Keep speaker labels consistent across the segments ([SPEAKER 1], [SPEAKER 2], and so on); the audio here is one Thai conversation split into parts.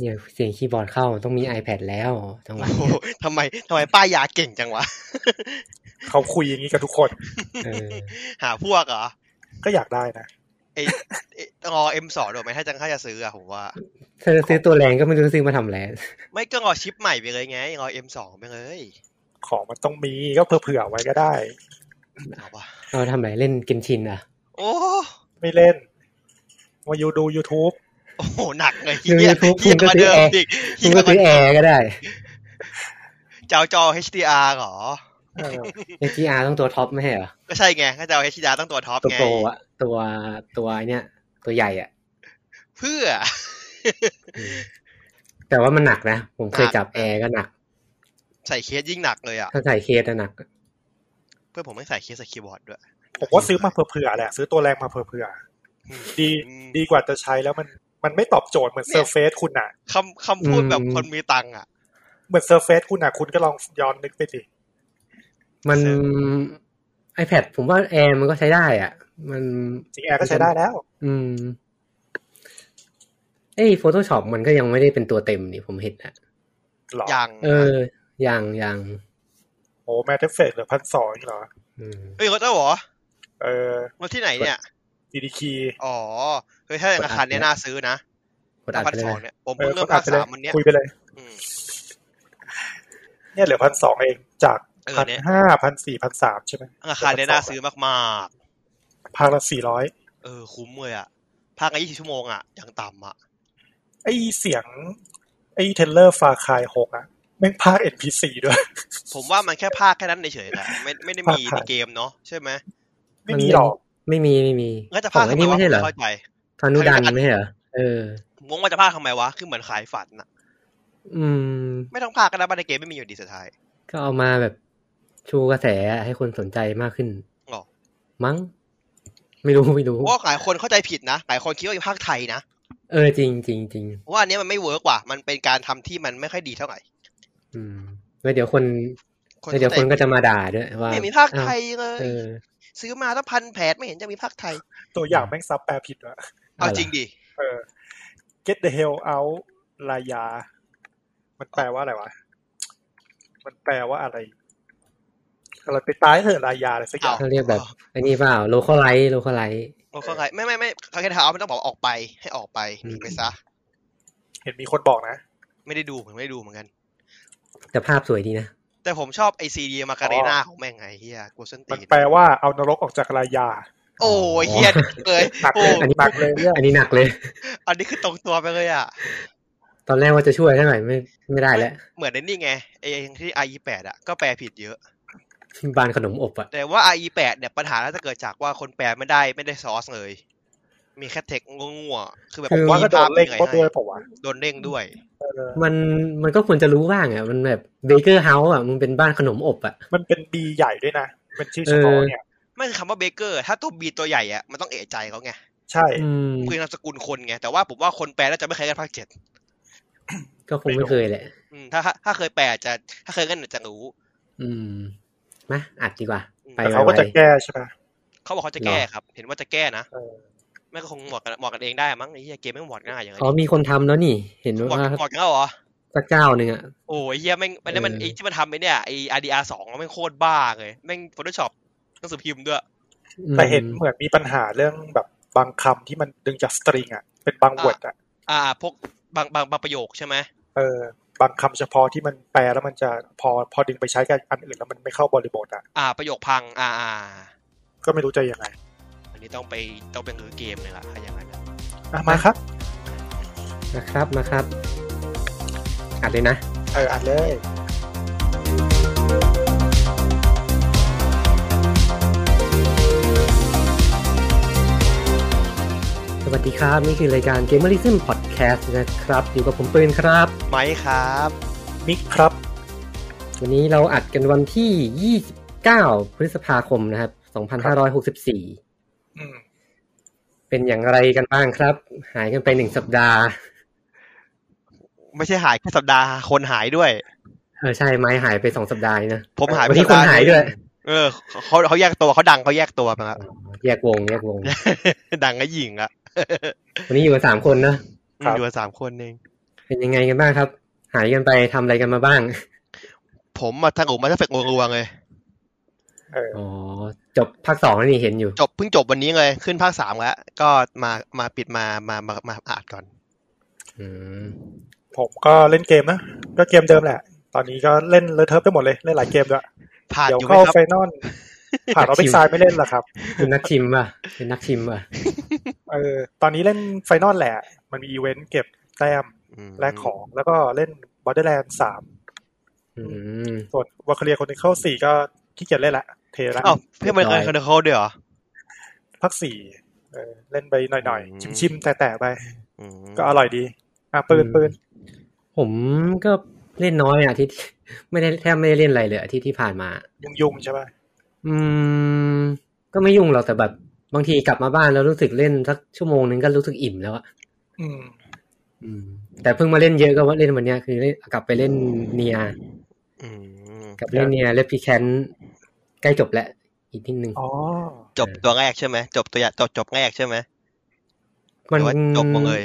[SPEAKER 1] เนี่ยเสียงคีย์บอร์ดเข้าต้องมี iPad แล้วจังหวะ
[SPEAKER 2] โอ้โหทำไมทำไมป้ายยาเก่งจังวะ
[SPEAKER 3] เขาคุยอย่างนี้กับทุกคน
[SPEAKER 1] เออ
[SPEAKER 2] หาพวกเหรอ
[SPEAKER 3] ก็อยากได้นะ
[SPEAKER 2] ไอไอ้ต้องรอเอ็มสองด้วยไหมถ้าจังถ้าจะซื้ออะผมว่า
[SPEAKER 1] เธอซื้อตัวแรงก็ไม่รู้ซื้อมาทำอะไร
[SPEAKER 2] ไม่ก็รอชิปใหม่ไปเลยไงรอเอ็มสองไปเลย
[SPEAKER 3] ของมันต้องมีก็เผื่อๆไว้ก็ได้
[SPEAKER 2] เอาปะ
[SPEAKER 1] เราทำอะไรเล่นเกมชิน อ่ะ
[SPEAKER 2] โอ้
[SPEAKER 3] ไม่เล่น มาอยู่ดู YouTube
[SPEAKER 2] โอ้โหหนักเลยเฮี
[SPEAKER 1] ดู
[SPEAKER 2] ย
[SPEAKER 1] ยูทูบ
[SPEAKER 2] เฮี
[SPEAKER 1] คุณก็
[SPEAKER 2] ยกว่า
[SPEAKER 1] ซื้อ
[SPEAKER 2] เดิม
[SPEAKER 1] แอร์
[SPEAKER 2] อีก
[SPEAKER 1] คุ
[SPEAKER 2] เฮี
[SPEAKER 1] ณ
[SPEAKER 2] ย
[SPEAKER 1] ก็
[SPEAKER 2] กว่า
[SPEAKER 1] ซื้อแอร์ก็ได้
[SPEAKER 2] เจ้าจอ HDR เหรอ
[SPEAKER 3] เออ
[SPEAKER 1] HDR ต้องตัวท็อปไม่ใช่เหรอ
[SPEAKER 2] ก็ใช่ไงถ้าจะเอา HDR ต้องตัวท็อป
[SPEAKER 1] ตัว
[SPEAKER 2] ไง
[SPEAKER 1] โปรอะตัวตัวเนี่ยตัวใหญ่ อ่ะ
[SPEAKER 2] เพื่อ
[SPEAKER 1] อืมแต่ว่ามันหนักนะ ผมเคยจับแอร์ก็หนัก
[SPEAKER 2] ใส่เคสยิ่งหนักเลยอ่ะ
[SPEAKER 1] ถ้าใส่เคสอะหนัก
[SPEAKER 2] เพื่อนผมไม่ใส่เคสใส่คีย์บอร์ดด้วย
[SPEAKER 3] ผมว่าซื้อมาเผื่อๆแหละ ซื้อตัวแรงมาเผื่อ
[SPEAKER 2] อืม
[SPEAKER 3] ๆดี
[SPEAKER 2] อืม
[SPEAKER 3] ดีกว่าจะใช้แล้วมันมันไม่ตอบโจทย์เหมือน
[SPEAKER 2] เนี่
[SPEAKER 3] เซอย ร์เฟซคุณอ่ะ
[SPEAKER 2] คำคำพูด
[SPEAKER 1] อืม
[SPEAKER 2] แบบคนมีตังค์อ่ะ
[SPEAKER 3] เหมือนเซอร์เฟซคุณอ่ะ คุณก็ลองย้อนนึกไปดิ
[SPEAKER 1] มัน
[SPEAKER 2] ใช่
[SPEAKER 1] iPad ผมว่าแอร์มันก็ใช้ได้อ่ะ มัน
[SPEAKER 3] จริงแอร์ก็ใช้ได้แล้ว
[SPEAKER 1] อืม เอ้ย Photoshop มันก็ยังไม่ได้เป็นตัวเต็มนี่ผมเห็นอะ
[SPEAKER 3] หรอ
[SPEAKER 2] ยัง
[SPEAKER 1] เออ อย่างอย่าง
[SPEAKER 3] โอ้แมทเทฟเฟกหรือพันสองเหรอ
[SPEAKER 1] อืม
[SPEAKER 2] เอ้ยรถแล้วเหรอ
[SPEAKER 3] เออ
[SPEAKER 2] รถที่ไหนเนี่ย
[SPEAKER 3] ดีดีคี
[SPEAKER 2] อ๋อเฮ้ยถ้าราคาเนี้ยน่าซื้อนะ
[SPEAKER 1] กดอัด
[SPEAKER 2] พัน
[SPEAKER 1] ไปเล
[SPEAKER 2] ส
[SPEAKER 1] ย
[SPEAKER 2] อง
[SPEAKER 1] นะ
[SPEAKER 2] เนี่ย ผม
[SPEAKER 3] เอ
[SPEAKER 2] เพิ่
[SPEAKER 3] อง
[SPEAKER 2] เริ่ม
[SPEAKER 3] อั
[SPEAKER 2] ภา
[SPEAKER 3] ด
[SPEAKER 2] คสา
[SPEAKER 3] ไปเลย
[SPEAKER 2] มวันเนี้ย
[SPEAKER 3] คุยไปเลย
[SPEAKER 2] อืม
[SPEAKER 3] เนี่ยเหลือพันสองเองจาก
[SPEAKER 2] เออ
[SPEAKER 3] พัน
[SPEAKER 2] เนี่ย
[SPEAKER 3] ห้าพันสี่พันสามใช่ไหม
[SPEAKER 2] ราคาเนี้ยน่าซื้อมาก
[SPEAKER 3] พันละสี่ร้อย
[SPEAKER 2] ๆ เออ คุ้มเลยอ่ะ ภาคละยี่สิบชั่วโมงอ่ะอย่างต่ำอ่ะ
[SPEAKER 3] ไอเสียง ไอเทเลอร์ฟาคายหกอะแม่งพากเอ็นพีซีด้วย
[SPEAKER 2] ผมว่ามันแค่ภาคแค่นั้นเฉยๆแหละไม่ไม่ได้มี
[SPEAKER 3] ภาค
[SPEAKER 2] ในเกมเนาะใช่ไหม
[SPEAKER 3] ไม่มีหรอก
[SPEAKER 1] ไม่มีไม่มี
[SPEAKER 2] งั้นจะ
[SPEAKER 1] ขอ
[SPEAKER 2] ภาค
[SPEAKER 1] ง
[SPEAKER 2] ทำ
[SPEAKER 1] ไอ้
[SPEAKER 2] ไม
[SPEAKER 1] นี่ไม่ใช่
[SPEAKER 2] วะผม
[SPEAKER 1] เหรอ
[SPEAKER 2] ไม่เข้าใจ
[SPEAKER 1] ธนุดันไม่ใช่เหรอ เออ
[SPEAKER 2] งงว่าจะภาคทำไมวะ คือเหมือนขายฝันอ่ะ
[SPEAKER 1] อืม
[SPEAKER 2] ไม่ต้องภาคก็ได้บ้านในเกมไม่มีอยู่ดีสุดท้าย
[SPEAKER 1] ก็เอามาแบบชูกระแสให้คนสนใจมากขึ้น
[SPEAKER 2] หรอ
[SPEAKER 1] มั้ง ไม่รู้ไม่รู้
[SPEAKER 2] เพราะว่าหลายคนเข้าใจผิดนะหลายคนคิดว่าเป็นภาคไทยนะ
[SPEAKER 1] เออจริงจริงจริง
[SPEAKER 2] เพราะว่าอันเนี้ยมันไม่เวิร์กว่ะมันเป็นการทำที่มันไม่ค่อยดีเท่าไหร่
[SPEAKER 1] อืมแล้วเดี๋ยวคน
[SPEAKER 2] คน
[SPEAKER 1] แล้วเดี๋ยวคนก็จะมาด่าด้วยว่า
[SPEAKER 2] ไม่มีภาคไทยเล
[SPEAKER 1] อ้าวย เออ
[SPEAKER 2] ซื้อมาตั้งพันแผลไม่เห็นจะมีภาคไทย
[SPEAKER 3] ตัวอย่างแม่งซับแปลผิดว่ะ
[SPEAKER 2] เอาจริงดิ
[SPEAKER 3] เออ get the hell out ลายา มันแปลว่าอะไรวะ มันแปลว่าอะไรเราไปตายเถอะลายาอะไรสักอย่าง
[SPEAKER 1] เขาเรียกแบบ อันนี้เปล่าโลคอไลท์โลคอไลท์
[SPEAKER 2] โอ้เข้าใจไม่ไม่ไม่เขาแค่ถามมันต้องบอกว่าออกไปให้ออกไป
[SPEAKER 1] อื
[SPEAKER 2] ห
[SPEAKER 1] ม
[SPEAKER 2] นีไปซะ
[SPEAKER 3] เห็นมีคนบอกนะ
[SPEAKER 2] ไม่ได้ดูผมไม่ได้ดูเหมือนกัน
[SPEAKER 1] แต่ภาพสวยดีนะ
[SPEAKER 2] แต่ผมชอบไอซีดีมาการีนาของแม่งไงเฮียกูส้นตี
[SPEAKER 3] มัน
[SPEAKER 2] น
[SPEAKER 3] แปลว่าเอานรกออกจากลายา
[SPEAKER 2] โอ้ยเฮียเลย
[SPEAKER 3] หนัก
[SPEAKER 2] โอ้
[SPEAKER 3] เลย
[SPEAKER 1] อันนี้
[SPEAKER 3] หนักเลยเนี่ย
[SPEAKER 1] อันนี้หนักเลย
[SPEAKER 2] อันนี้คือตรงตัวไปเลยอ่ะ
[SPEAKER 1] ตอนแรกว่าจะช่วยเท่าไหร่ไม่ไม่ได้แล้ว
[SPEAKER 2] เหมือนในนี่ไงไอที่ i28 อ่ะก็แปลผิดเยอะ
[SPEAKER 1] บานขนมอบอ่ะ
[SPEAKER 2] แต่ว่า i8 เนี่ยปัญหาน่าจะเกิดจากว่าคนแปลไม่ได้ไม่ได้ซอสเลย มีแค่เทคงัวๆคือแบบ
[SPEAKER 3] ว่าก็โดนเล่ง
[SPEAKER 2] มี
[SPEAKER 3] ก็
[SPEAKER 2] ภาพ
[SPEAKER 3] ด้วย
[SPEAKER 2] ให้
[SPEAKER 3] ผมว่า
[SPEAKER 2] โดนเร่งด้วย
[SPEAKER 3] เออ
[SPEAKER 1] มันมันก็ควรจะรู้บ้างอ่ะ มันแบบเบเกอร์เฮาส์อ่ะมันเป็นบ้านขนมอบอ่ะ
[SPEAKER 3] มันเป็นบีใหญ่ด้วยนะ เป็นชื่อเฉพาะเนี่ย
[SPEAKER 2] ไม่คือคำว่าเบเกอร์ ถ้าตัวบีตัวใหญ่อะมันต้องเอะใจเขาไง
[SPEAKER 3] ใช่
[SPEAKER 1] อืม
[SPEAKER 2] คือนามสกุลคนไง แต่ว่าผมว่าคนแปลน่าจะไม่เคยกันภาคเจ็ด
[SPEAKER 1] ก็คงไม่เคยแหละ
[SPEAKER 2] อืมถ้าถ้าถ้าเคยแปลจะถ้าเคยกันจะรู้
[SPEAKER 1] อืมมาอัดดีกว่า ไป
[SPEAKER 3] แต่
[SPEAKER 1] ไว
[SPEAKER 3] เขาก็จะ
[SPEAKER 1] ๆ
[SPEAKER 3] แก้ใช่ปะ
[SPEAKER 2] เขาบอกเขาจะแก้
[SPEAKER 1] เหรอ
[SPEAKER 2] ครับ เห็นว่าจะแก้นะ
[SPEAKER 3] เออ
[SPEAKER 2] ไม่ก็คงหมดกันหมดกันเองได้มั้งไอ้เหี้ยเกมไม่งหมดง่ายอย่างไร
[SPEAKER 1] อ๋อมีคนทำแล้วนี่ เห็น
[SPEAKER 2] หมด
[SPEAKER 1] ว่า
[SPEAKER 2] หมดกันแล้วเหรอ
[SPEAKER 1] สักเจ้าหนึ่งอ่ะ
[SPEAKER 2] โอ้ยเฮียแม่งมันนั้นมัน
[SPEAKER 1] เออ
[SPEAKER 2] ไอ้ที่มันทำไปเนี่ยไอ้ RDR สองแม่งโคตรบ้าเลยแม่ง Photoshop หนังสือพิมพ์ด้วย
[SPEAKER 1] อืม
[SPEAKER 3] แต่เห็นเหมือนมีปัญหาเรื่องแบบบางคำที่มันดึงจากสตริงอ่ะ เป็นบาง
[SPEAKER 2] อ่ะ
[SPEAKER 3] วดอ่ะ
[SPEAKER 2] อ่าพวกบางบางบางประโยคใช่ไหม
[SPEAKER 3] เออบางคำเฉพาะที่มันแปลแล้วมันจะพอพอดึงไปใช้กับอันอื่นแล้วมันไม่เข้าบริบทอ่ะ
[SPEAKER 2] อ่าประโยคพังอ่าอ่า
[SPEAKER 3] ก็ไม่รู้จะยังไง
[SPEAKER 2] อันนี้ต้องไปต้องไปรื้อเกมเลยล่ะถ้าอย่างนั้น
[SPEAKER 3] อ่ะมาครับ
[SPEAKER 1] นะครับนะครับ อัดเลยนะ
[SPEAKER 3] เอออ่านเลย
[SPEAKER 1] สวัสดีครับ นี่คือรายการ Gamerism Podcast นะครับ อยู่กับผมปืนครับ
[SPEAKER 2] ไหมครับ
[SPEAKER 3] มิกครับ
[SPEAKER 1] วันนี้เราอัดกันวันที่ 29 พฤษภาคมนะครับ 2564
[SPEAKER 3] อืม
[SPEAKER 1] เป็นอย่างไรกันบ้างครับ หายกันไปหนึ่งสัปดาห์
[SPEAKER 2] ไม่ใช่หายแค่สัปดาห์คนหายด้วย
[SPEAKER 1] เออใช่ไม้หายไปสองสัปดาห์นะ
[SPEAKER 2] ผมหายไป
[SPEAKER 1] วันนี้
[SPEAKER 2] สัปด
[SPEAKER 1] คนหาย
[SPEAKER 2] นึ่ง
[SPEAKER 1] ด้วย
[SPEAKER 2] เออเขาเขาแยกตัวเขาดังเขาแยกตัวมาละ
[SPEAKER 1] แยกวงแยกวง
[SPEAKER 2] ดังก็หยิงละ
[SPEAKER 1] วันนี้อยู่กันสามคนนะ
[SPEAKER 2] อืมอยู่กันสามคนเอง
[SPEAKER 1] เป็นยังไงกันบ้างครับ หายกันไปทำอะไรกันมาบ้าง
[SPEAKER 2] ผมมาทางผมมาทางเฟกงัวๆไง
[SPEAKER 3] เออ
[SPEAKER 1] อ๋อ จบภาคสองแล้วนี่เห็นอยู่
[SPEAKER 2] จบเพิ่งจบวันนี้เลยขึ้นภาคสามแล้ว ก็มามาปิดมามามามาอัดก่อน
[SPEAKER 1] อืม
[SPEAKER 3] ผมก็เล่นเกมนะ ก็เกมเดิมแหละ ตอนนี้ก็เล่นเลอะเทอะไปหมดเลย เล่นหลายเกมด้วย
[SPEAKER 2] ผ่าน
[SPEAKER 3] เดี๋ย
[SPEAKER 2] อ
[SPEAKER 3] ว
[SPEAKER 2] ยู่ไหม
[SPEAKER 3] เข้า
[SPEAKER 2] ครับ
[SPEAKER 3] ไฟนอลผ่านเราไปซายไม่เล่นหรอกครับ
[SPEAKER 1] เป็นนักชิมป่ะ เป็นนักชิมป่ะ
[SPEAKER 3] เออ ตอนนี้เล่นไฟนอลแหละ มันมีอีเวนต์เก็บแต้ม
[SPEAKER 2] อืม
[SPEAKER 3] แลกของ แล้วก็เล่นบอ r d เดอร์แลนด์สาม
[SPEAKER 1] อืม
[SPEAKER 3] ส่วนวอคเลียคนนึงเข้าสี่ก็ขี้เกียจเล่นละ เทละ
[SPEAKER 2] อ้าวเพื่อนมันเคยเคยเขาด้วยเหรอ
[SPEAKER 3] พักสี่เออเล่นไปหน่อย
[SPEAKER 2] อืม
[SPEAKER 3] ๆ ชิมๆ แต่ๆไป
[SPEAKER 2] อืม
[SPEAKER 3] ก็อร่อยดี อ่ะปืน
[SPEAKER 1] อืม
[SPEAKER 3] ปืน
[SPEAKER 1] ผมก็เล่นน้อยอะอาทิตย์ ไม่ได้แทบไม่ได้เล่นอะไรเลยอาทิตย์ที่ผ่านมา
[SPEAKER 3] ยุงยุงๆใช่ป่ะ
[SPEAKER 1] อืม ก็ไม่ยุ่งหรอกแต่แบบบางทีกลับมาบ้านแล้วรู้สึกเล่นสักชั่วโมงนึงก็รู้สึกอิ่มแล้วอะ
[SPEAKER 3] อืม
[SPEAKER 1] อืม แต่เพิ่งมาเล่นเยอะก็ว่าเล่นวันเนี้ยคือเล่นกลับไปเล่นเนีย
[SPEAKER 2] อืม
[SPEAKER 1] กับเล่นเนียเลพิแคนใกล้จบแล้ว อีกนิดนึง
[SPEAKER 3] อ๋อ
[SPEAKER 2] จบตัวแรกใช่ไหมจบตัวอย่างจบจบแรกใช่ไหมห
[SPEAKER 1] มัน
[SPEAKER 2] รือว่าจบหมดเลย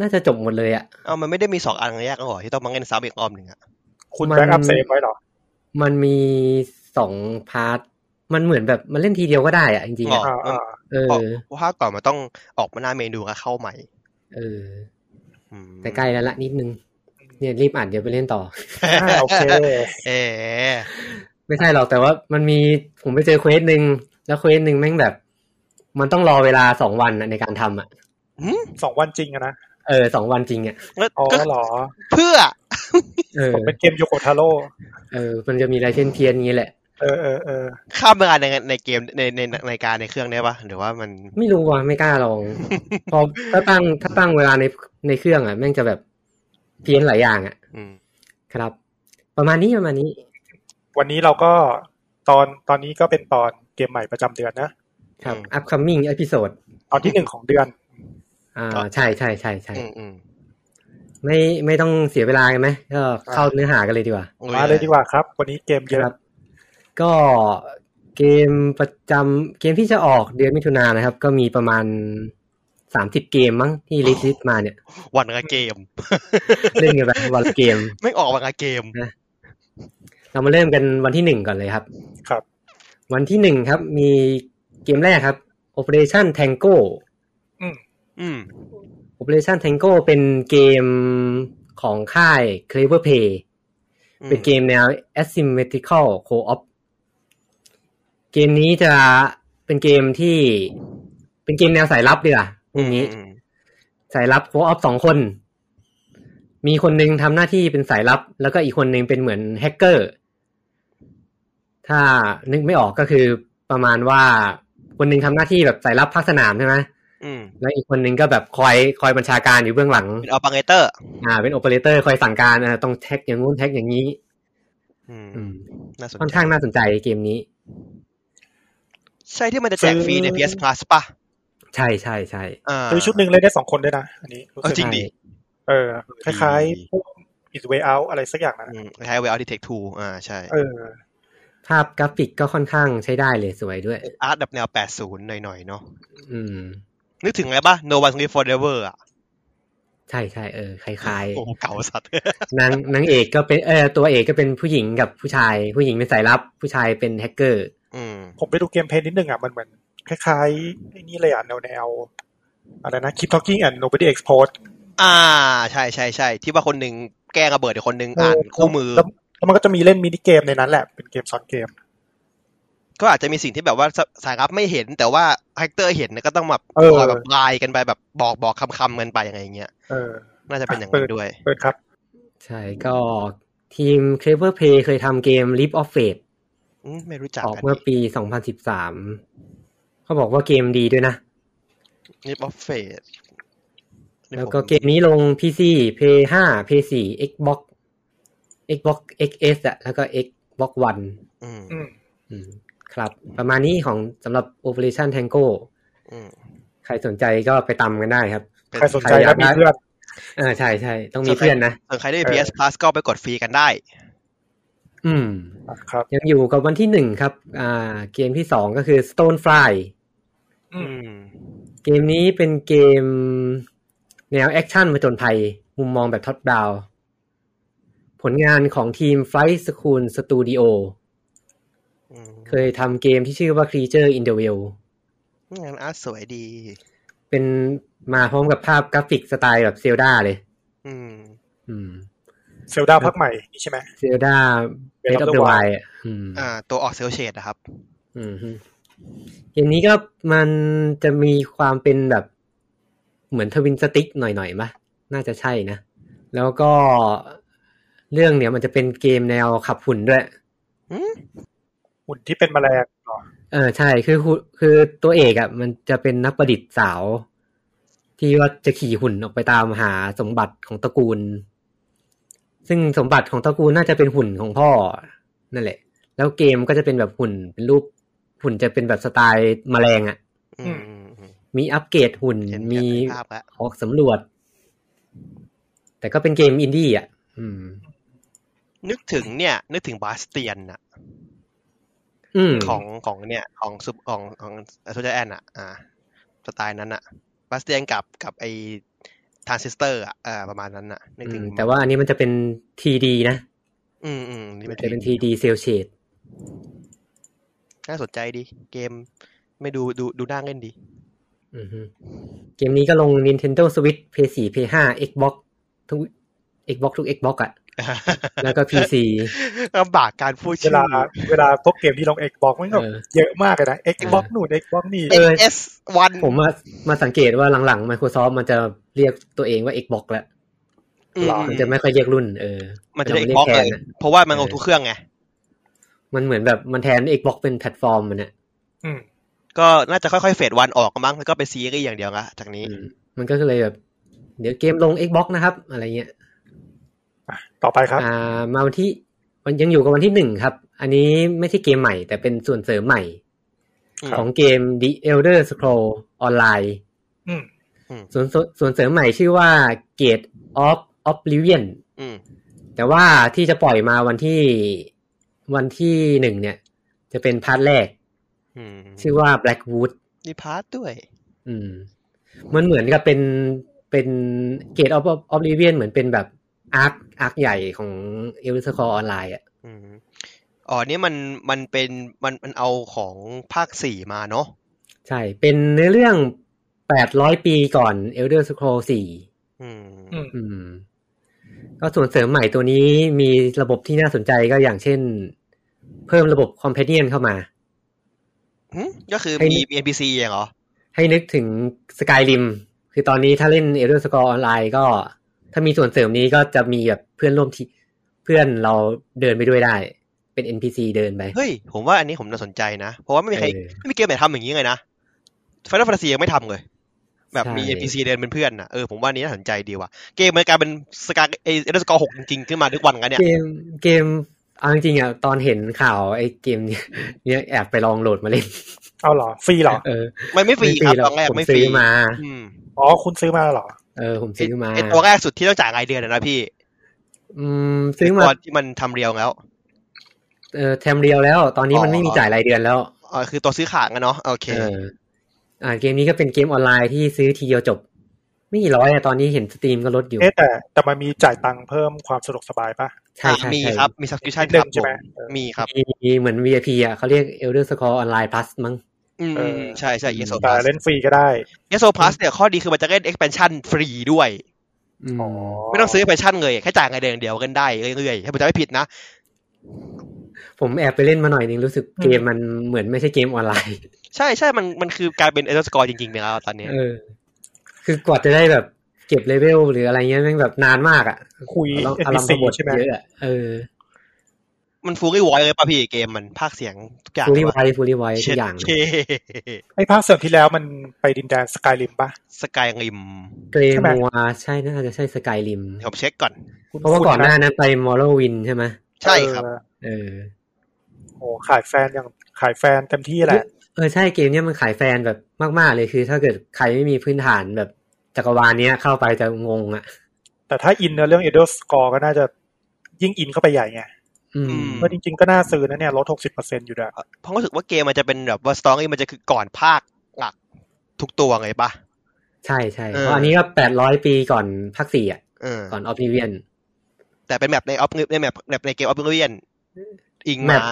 [SPEAKER 1] น่าจะจบหมดเลยอะ
[SPEAKER 2] เอ้ามันไม่ได้มีสองอันแรกแล้วเหรอที่ต้องมาเล่นซ้ำอีกรอบหนึ่งอะ
[SPEAKER 3] คุณ
[SPEAKER 1] มัน
[SPEAKER 3] แบ็กอัพเซฟไว้เหรอ
[SPEAKER 1] มันมีสองพาร์ท มันเหมือนแบบมันเล่นทีเดียวก็ได้อะจริงๆ
[SPEAKER 2] อ๋อ
[SPEAKER 1] อะ
[SPEAKER 2] มั
[SPEAKER 3] อ่า
[SPEAKER 2] น
[SPEAKER 3] อ่า
[SPEAKER 1] เออ
[SPEAKER 2] เพราะว่าก่อนมันต้องออกมาหน้าเมนูแล้วเข้าใหม่
[SPEAKER 1] เออ
[SPEAKER 2] อืม
[SPEAKER 1] แต่ใกล้แล้วละนิดนึง เนี่ยรีบอ่านเดี๋ยวไปเล่นต่อ
[SPEAKER 3] อ่ าโอเค
[SPEAKER 2] เออ
[SPEAKER 1] ไม่ใช่หรอกแต่ว่ามันมีผมไปเจอเควสหนึ่งแล้วเควสหนึ่งแม่งแบบ มันต้องรอเวลาสองวันอะในการทำอ่ะ
[SPEAKER 2] หืม
[SPEAKER 3] สองวันจริงอะนะ
[SPEAKER 1] เออสองวันจริงอ่ะ
[SPEAKER 2] แล้ว
[SPEAKER 3] อ๋อ
[SPEAKER 2] ก็
[SPEAKER 3] เหรอ
[SPEAKER 2] เพื่อ
[SPEAKER 1] เออ
[SPEAKER 3] ผมเป็นเกมโยโกทาโร่
[SPEAKER 1] เออ มันจะมีอะไรเช่นเพี้ยนๆอย่างงี้แหละ
[SPEAKER 3] เออเออเออ
[SPEAKER 2] ข้ามเวลาในในเกมในในในการในเครื่องได้ปะหรือว่ามัน
[SPEAKER 1] ไม่รู้ว่าไม่กล้าลอง พอถ้าตั้งถ้าตั้งเวลาในในเครื่องอ่ะแม่งจะแบบเพี้ยนหลายอย่างอ่ะ
[SPEAKER 2] อืม
[SPEAKER 1] ครับ ประมาณนี้ประมาณนี้
[SPEAKER 3] วันนี้เราก็ตอนตอนนี้ก็เป็นตอนเกมใหม่ประจำเดือนนะ
[SPEAKER 1] ครับ upcoming episode
[SPEAKER 3] ตอนที่หนึ่งของเดือน
[SPEAKER 1] อ่าใช่ใช่ใช่ใช่
[SPEAKER 2] อืมอืม
[SPEAKER 1] ไม่ไม่ต้องเสียเวลากันไหมก็เข้าเนื้อหากันเลยดีกว่า
[SPEAKER 2] อุ้
[SPEAKER 3] มาเลยดีกว่าครับ วันนี้เกมเยอะ
[SPEAKER 1] ครับ ก็เกมประจำเกมที่จะออกเดือนมิถุนายนนะครับ ก็มีประมาณสามสิบเกมมั้งที่ลิสต์มาเนี่ย
[SPEAKER 2] วันละเกม
[SPEAKER 1] เล่นกันแบบ วันละเกม
[SPEAKER 2] ไม่ออกวันละเกม
[SPEAKER 1] เรามาเริ่มกันวันที่หนึ่งก่อนเลยครับ
[SPEAKER 3] ครับ
[SPEAKER 1] วันที่หนึ่งครับ มีเกมแรกครับ Operation Tango
[SPEAKER 2] อืม
[SPEAKER 1] Operation Tango เป็นเกมของค่าย Clever Play
[SPEAKER 2] อื
[SPEAKER 1] เป็นเกมแนว asymmetrical co-op เกมนี้จะเป็นเกมที่เป็นเกมแนวสายลับดีกว่า
[SPEAKER 2] อืม
[SPEAKER 1] นี้
[SPEAKER 2] อืม
[SPEAKER 1] สายลับ co-op สองคน มีคนหนึ่งทำหน้าที่เป็นสายลับ แล้วก็อีกคนหนึ่งเป็นเหมือนแฮกเกอร์ ถ้านึกไม่ออกก็คือประมาณว่าคนหนึ่งทำหน้าที่แบบสายลับภาคสนามใช่ไหม
[SPEAKER 2] อืม
[SPEAKER 1] แล้วอีกคนหนึ่งก็แบบคอยคอยบัญชาการอยู่เบื้องหลัง
[SPEAKER 2] เป็นอัลปาเกเตอร์
[SPEAKER 1] อ่า เป็นโอเปอเรเตอร์คอยสั่งการอ่าต้องแท็กอย่างงู้นแท็กอย่างนี้
[SPEAKER 2] อืม
[SPEAKER 1] อืม
[SPEAKER 2] น่าสน
[SPEAKER 1] ค่อน
[SPEAKER 2] ใจ
[SPEAKER 1] ข้างน่าสนใจเกมนี้
[SPEAKER 2] ใช่ที่มันจะแจกฟรีใน PS Plus ปะ
[SPEAKER 1] ใช่ใช่ใช่
[SPEAKER 2] อ่า
[SPEAKER 3] คือชุดหนึ่งเล่นได้สองคนด้วยนะ อันนี้รู้สึก
[SPEAKER 2] เออจริง ดิ
[SPEAKER 3] เออ คล้ายๆพวก Is Way Out อะไรสักอย่างนะ
[SPEAKER 2] อืมคล้ายๆ Well Architect 2อ่าใช่
[SPEAKER 3] เออ
[SPEAKER 1] ภาพกราฟิกก็ค่อนข้างใช้ได้เลยสวยด้วย
[SPEAKER 2] อาร์ตแบบแนว 80 หน่อยๆ เนาะ
[SPEAKER 1] อืม
[SPEAKER 2] นึกถึงอะไรปะ No One Live Forever อ่ะ
[SPEAKER 1] ใช่ใช่เออคล้าย
[SPEAKER 2] โอ้โหเก่าสัตว์
[SPEAKER 1] ๆนางนางเอกก็เป็นเออตัวเอกก็เป็นผู้หญิงกับผู้ชาย ผู้หญิงเป็นสายลับ ผู้ชายเป็นแฮกเกอร์
[SPEAKER 2] อืม
[SPEAKER 3] ผมไปดูเกมเพลย์นิดนึงอ่ะ มันเหมือน คล้ายๆไอ้นี่เลยอ่ะ แนวแนวอะไรนะ Keep Talking and Nobody Explodes
[SPEAKER 2] อ่า ใช่ใช่ใช่ที่ว่าคนหนึ่งแกล้งระเบิดอีกคนหนึ่งอ่านคู่มือ
[SPEAKER 3] แล้วแล้วมันก็จะมีเล่นมินิเกมในนั้นแหละ เป็นเกมซ้อนเกม
[SPEAKER 2] ก็อาจจะมีสิ่งที่แบบว่าสสายรับไม่เห็น แต่ว่าแฮกเตอร์เห็นเนี่ยก็ต้องแบบ
[SPEAKER 3] เออ
[SPEAKER 2] คยแบบไลน์กันไปแบบบอกบอกคำคำๆกันไปอะไรอย่างเงี้ย
[SPEAKER 3] เออ
[SPEAKER 2] น่าจะเป็นอย่าง
[SPEAKER 3] อ่ะ
[SPEAKER 2] นั้
[SPEAKER 3] ปิ
[SPEAKER 2] นด้วย
[SPEAKER 3] เปิดครับ
[SPEAKER 1] ใช่ก็ทีม Clever Play เคยทำเกม l i p of Fate
[SPEAKER 2] อืมไม่รู้จัก
[SPEAKER 1] ออก
[SPEAKER 2] กัน
[SPEAKER 1] เมื่อปี 2013 เขาบอกว่าเกมดีด้วยนะ
[SPEAKER 2] นิปออฟเฟส
[SPEAKER 1] แล้วก็เกมนี้ลง PC Play 5 Play 4 Xbox Xbox XS อะแล้วก็ Xbox One
[SPEAKER 2] อืม
[SPEAKER 3] อืม
[SPEAKER 1] อืมครับ ประมาณนี้ของสำหรับ Operation Tango
[SPEAKER 2] อืม
[SPEAKER 1] ใครสนใจก็ไปตำกันได้ครับ
[SPEAKER 2] เป็น
[SPEAKER 3] ใครสนใจแล้วมีเพื่อน
[SPEAKER 1] อ่าใช่ใช่ต้องมีเพื่อนนะ
[SPEAKER 2] ส่วนใครได้
[SPEAKER 3] เออ
[SPEAKER 2] PS Plus ก็ไปกดฟรีกันได้
[SPEAKER 1] อืม
[SPEAKER 3] ครับ
[SPEAKER 1] ยังอยู่กับวันที่หนึ่งครับ อ่า เกมที่สองก็คือ Stonefly
[SPEAKER 3] อื
[SPEAKER 2] อื
[SPEAKER 3] ม
[SPEAKER 2] ม
[SPEAKER 1] เกมนี้เป็นเกมแนวแอคชั่นผจญภัย มุมมองแบบท็อปดาว ผลงานของทีม Flight School Studio
[SPEAKER 2] อืม
[SPEAKER 1] เคยทำเกมที่ชื่อว่า Creature in the Well
[SPEAKER 2] งานอาร์ตสวยดี
[SPEAKER 1] เป็นมาพร้อมกับภาพกราฟิกสไตล์แบบเซลดาเลย
[SPEAKER 2] อืม
[SPEAKER 1] อืม
[SPEAKER 3] เซลดาพักใหม่นี่ใช่ไหม
[SPEAKER 1] เซลดาเบ
[SPEAKER 3] Breath
[SPEAKER 1] สออฟ
[SPEAKER 3] of the
[SPEAKER 1] เดอะไว
[SPEAKER 3] Wild
[SPEAKER 1] อืม
[SPEAKER 2] อ่า ตัวออกเซลเชดนะครับ
[SPEAKER 1] อืมฮึเกมนี้ก็มันจะมีความเป็นแบบเหมือนทวินสติ๊กหน่อยๆมะน่าจะใช่นะ แล้วก็เรื่องเนี้ยมันจะเป็นเกมแนวขับหุ่นด้วย
[SPEAKER 3] หุ่นที่เป็นแมลงเหรอ
[SPEAKER 1] เออใช่คือหุ่นคือตัวเอกอะ่ะ มันจะเป็นนักประดิษฐ์สาว ที่ว่าจะขี่หุ่นออกไปตามหาสมบัติของตระกูล ซึ่งสมบัติของตระกูลน่าจะเป็นหุ่นของพ่อ นั่นแหละ แล้วเกมก็จะเป็นแบบหุ่นเป็นรูปหุ่นจะเป็นแบบสไตล์แมลงอ่ะ
[SPEAKER 2] อืมอืมอืม
[SPEAKER 1] มีอัปเกรดหุ่น
[SPEAKER 2] เห็น
[SPEAKER 1] มี
[SPEAKER 2] มีภาพแล้ว
[SPEAKER 1] ออกสำรวจ แต่ก็เป็นเกมอินดี้อ่ะ อืม
[SPEAKER 2] นึกถึงเนี่ย นึกถึงบาสเตียนอะ
[SPEAKER 1] อืม
[SPEAKER 2] ของของเนี่ย ของซุปของของโซเจอร์แอนอะอ่าสไตล์นั้นอะบาสเตียนกับกับไอทานซิสเตอร์อะเออประมาณนั้นอะนึกถึง
[SPEAKER 1] อืมแต่ว่าอันนี้มันจะเป็นทีดีนะ
[SPEAKER 2] อืมอืมนี่
[SPEAKER 1] มั
[SPEAKER 2] มัน น
[SPEAKER 1] จะเป็นทีดีเซลเชด
[SPEAKER 2] น่าสนใจดี เกมไม่ดูดูดูน่าเล่ นดี
[SPEAKER 1] เกมนี้ก็ลง Nintendo Switch PS4 PS5 Xbox ทุก Xbox ทุก Xbox อ่ะ แล้ว ก็ PC
[SPEAKER 2] ลำบากการพูด
[SPEAKER 3] เว
[SPEAKER 2] ชื่อ
[SPEAKER 3] ลาเวลาพวกเกมที่ลง Xbox มันก็
[SPEAKER 1] เออ
[SPEAKER 3] เยอะมากเลยนะ Xbox
[SPEAKER 1] เออ
[SPEAKER 3] นู่น Xbox นี่
[SPEAKER 1] เออ
[SPEAKER 2] XS1
[SPEAKER 1] ผมมามาสังเกตว่าหลังๆ Microsoft มันจะเรียกตัวเองว่า Xbox แล้ว
[SPEAKER 2] อืม
[SPEAKER 3] หรอ
[SPEAKER 1] มันจะไม่ค่อยเรียกรุ่นเออ
[SPEAKER 2] มันจะ
[SPEAKER 1] มั
[SPEAKER 2] ได้
[SPEAKER 1] รีย
[SPEAKER 2] Xbox
[SPEAKER 1] แท
[SPEAKER 2] เล
[SPEAKER 1] น
[SPEAKER 2] ย
[SPEAKER 1] อะ
[SPEAKER 2] เพราะว่ามันลงทุกเครื่องไง
[SPEAKER 1] มันเหมือนแบบมันแทน Xbox เป็นแพลตฟอร์มมันอะ
[SPEAKER 3] อืม
[SPEAKER 2] ก็น่าจะค่อยๆ เฟดวันออกมั้งแล้วก็เป็นซีรีส์อย่างเดียวละจากนี้
[SPEAKER 1] อืมมันก็เลยแบบ เดี๋ยวเกมลง Xbox นะครับ อะไรเงี้ย
[SPEAKER 3] อ่ะต่อไปครับ
[SPEAKER 1] อ่ามาวันที่มันยังอยู่กับวันที่หนึ่งครับ อันนี้ไม่ใช่เกมใหม่ แต่เป็นส่วนเสริมใหม่
[SPEAKER 2] ครับ
[SPEAKER 1] ของเกม The Elder Scroll Online
[SPEAKER 3] อืม
[SPEAKER 1] ส่วนส่วนส่วนเสริมใหม่ชื่อว่า Gate of Oblivion
[SPEAKER 2] อืม
[SPEAKER 1] แต่ว่าที่จะปล่อยมาวันที่วันที่หนึ่งเนี่ย จะเป็นพาร์ทแรก
[SPEAKER 2] อืม
[SPEAKER 1] ชื่อว่า Blackwood
[SPEAKER 2] มีพาร์ทด้วย
[SPEAKER 1] อืมมันเหมือนกับเป็นเป็นเกตออฟออฟลิเวียนเหมือนเป็นแบบอาร์คอาร์คใหญ่ของเอลสคอร์ออนไลน์อ่ะ
[SPEAKER 2] อืมอ๋อนี่มันมันเป็นมันมันเอาของภาคสี่มาเนาะ
[SPEAKER 1] ใช่ เป็นเนื้อเรื่องแปดร้อยปีก่อนเอลเดอร์สโครสี่
[SPEAKER 2] อืม
[SPEAKER 3] อืม
[SPEAKER 1] อืม ก็ส่วนเสริมใหม่ตัวนี้มีระบบที่น่าสนใจก็อย่างเช่น เพิ่มระบบคอมเพ n เ o ียนเข้ามา
[SPEAKER 2] ก็คือ
[SPEAKER 1] ให้
[SPEAKER 2] มี NPC อย่างเหรอ
[SPEAKER 1] ให้นึกถึงสกาย i ิมคือตอนนี้ถ้าเล่นเอลเดอร์สโครออนไลน์ก็ ถ้ามีส่วนเสริมนี้ก็จะมีแบบเพื่อนร่วมทีมเพื่อนเราเดินไปด้วยได้ เป็น NPC เดินไป
[SPEAKER 2] เฮ้ย ผมว่าอันนี้ผมน่าสนใจนะ เพราะว่าไม่มีใคร
[SPEAKER 1] เออ
[SPEAKER 2] ไม่มีเกมไหนทำอย่างนี้เลยนะฟ i น a l แฟนตาซียังไม่ทำเลย แบบมี
[SPEAKER 1] ใช่
[SPEAKER 2] NPC เดินเป็นเพื่อนนะเออผมว่าอันนี้น่าสนใจดีว่ะ เกมมันกลายเป็นสกาเอเดอร์สกอร์หกจริงๆ ขึ้นมาทุกวันกันเนี่ย
[SPEAKER 1] เกมเกมเอาจริงๆอ่ะตอนเห็นข่าวไอ้เกมเนี้ยเนี่ยแอบไปลองโหลดมาเล่น
[SPEAKER 3] เอาเหรอ ฟรีเหรอ
[SPEAKER 1] เออ
[SPEAKER 2] มันไม่ฟรีครับ
[SPEAKER 1] ห
[SPEAKER 2] ตอนแรก
[SPEAKER 1] ผม
[SPEAKER 2] ไม่ฟ
[SPEAKER 1] ซื้
[SPEAKER 2] รี
[SPEAKER 1] อมา
[SPEAKER 2] อืม
[SPEAKER 3] อ๋อ คุณซื้อมาเหรอ
[SPEAKER 1] เออผมซื้อมา
[SPEAKER 2] ไอตัวแรกสุดที่ต้องจ่ายรายเดือนอะนะพี่
[SPEAKER 1] อืมซื้อมา
[SPEAKER 2] ตอนที่มันทำเรียวแล้ว
[SPEAKER 1] เออแทมเดียวแล้ว ตอนนี้
[SPEAKER 2] อ๋อ
[SPEAKER 1] มันไม่มีจ่ายรายเดือนแล้ว
[SPEAKER 2] อ๋อคือตัวซื้อขาดกันเนาะโอเค
[SPEAKER 1] เอออ่าเกมนี้ก็เป็นเกมออนไลน์ที่ซื้อทีเดียวจบ ไม่กี่ร้อยอะตอนนี้เห็นสตรีมก็ลดอยู่
[SPEAKER 3] เอ๊ะแต่แต่มันมีจ่ายตังค์เพิ่มความสะดวกสบายปะ
[SPEAKER 1] ใช่
[SPEAKER 2] อ่ะ
[SPEAKER 1] ใช่
[SPEAKER 2] มี
[SPEAKER 1] ใช่
[SPEAKER 2] ครับมี subscription
[SPEAKER 3] เดิ
[SPEAKER 2] ครั
[SPEAKER 3] ม
[SPEAKER 2] บ
[SPEAKER 3] ใช่ไหม
[SPEAKER 2] ผม
[SPEAKER 3] เออ
[SPEAKER 2] มีครับ
[SPEAKER 1] มีมีเหมือน VIP อ่ะเขาเรียก Elder Scroll Online Plus มั้ง
[SPEAKER 2] อืม
[SPEAKER 3] เอออื
[SPEAKER 2] มใช่ใช่เยสโซพ
[SPEAKER 3] แต่
[SPEAKER 2] ลัส
[SPEAKER 3] เล่นฟรีก็ได้
[SPEAKER 2] เยสโซพลัสเนี่ยข้อดีคือมันจะเล่น expansion ฟรีด้วย
[SPEAKER 1] อืม
[SPEAKER 3] อ๋อ
[SPEAKER 2] ไม่ต้องซื้อ expansion เลยแค่จ่ายเงินเดือนเดียวกันได้เรื่อยๆถ้าผมจำไม่ผิดนะ
[SPEAKER 1] ผมแอบไปเล่นมาหน่อยนึงรู้สึกเกมมันเหมือนไม่ใช่เกมออนไลน์
[SPEAKER 2] ใช่ใช่มันมันคือกลายเป็นเอเดอร์สกอร์จริงๆไปแล้วตอนเนี้ย
[SPEAKER 1] เออ คือกว่าจะได้แบบเก็บเลเวลหรืออะไรเงี้ยแม่งแบบนานมากอ่ะ
[SPEAKER 3] คุย
[SPEAKER 1] เราอารมณ์ข
[SPEAKER 3] NPC
[SPEAKER 1] บวด
[SPEAKER 3] ใช่ไหม
[SPEAKER 1] เยอะอะเออ
[SPEAKER 2] มันฟูรี่วอยเลยป่ะพี่เกมมันภาคเสียงทุกอย่าง
[SPEAKER 1] ฟูลี่ไว
[SPEAKER 2] เลยปะ
[SPEAKER 1] ฟูลี่ไวทุ
[SPEAKER 2] เช็
[SPEAKER 1] ก
[SPEAKER 2] ด
[SPEAKER 1] อย่างเลย
[SPEAKER 2] เท่
[SPEAKER 3] ไอ้ภาคเสริมที่แล้วมันไปดินแดนสกายริมปะ
[SPEAKER 2] สกายริม
[SPEAKER 1] เกร
[SPEAKER 3] ใช่ไหม
[SPEAKER 1] มัวใช่น่าจะใช่สกายริม
[SPEAKER 2] เดี๋ยวผมเช็คก่อน
[SPEAKER 1] เพราะว่าก่อน
[SPEAKER 3] ๆ
[SPEAKER 1] หน้านั้นไปมอร์ w วินใช่ไหม
[SPEAKER 2] ใช่ครับ
[SPEAKER 3] เออ
[SPEAKER 1] เออ
[SPEAKER 3] โอ้ขายแฟนอย่างขายแฟนเต็มที่แหละ
[SPEAKER 1] เออใช่เกมเนี้ยมันขายแฟนแบบมาก ๆ เลยคือ ถ้าเกิดใครไม่มีพื้นฐานแบบจักรวาลเนี้ยเข้าไปจะงงอ่ะ
[SPEAKER 3] แต่ถ้าอินเนอร์เรื่องเอเดอร์สกอร์ก็น่าจะยิ่งอินเข้าไปใหญ่ไง
[SPEAKER 1] อื
[SPEAKER 2] อื
[SPEAKER 1] ม
[SPEAKER 2] ม
[SPEAKER 3] เพราะจริงๆก็น่าซื้อนะเนี่ยลดหกสิบเปอร์เซ็นต์อยู่ด้วย
[SPEAKER 2] เพราะรู้สึกว่าเกมมันจะเป็นแบบว่าสตอรี่มันจะคือก่อนภาคหลักทุกตัวไงปะ
[SPEAKER 1] ใช่ใช่
[SPEAKER 2] เออ
[SPEAKER 1] เพราะอันนี้ก็แปดร้อยปีก่อนภาคสี่อ่ะ
[SPEAKER 2] เออ
[SPEAKER 1] ก่อนออฟนิเวียน
[SPEAKER 2] แต่เป็นแมปในออฟในแมปแมปในเกมออฟเวียนอิง
[SPEAKER 1] แม
[SPEAKER 2] มา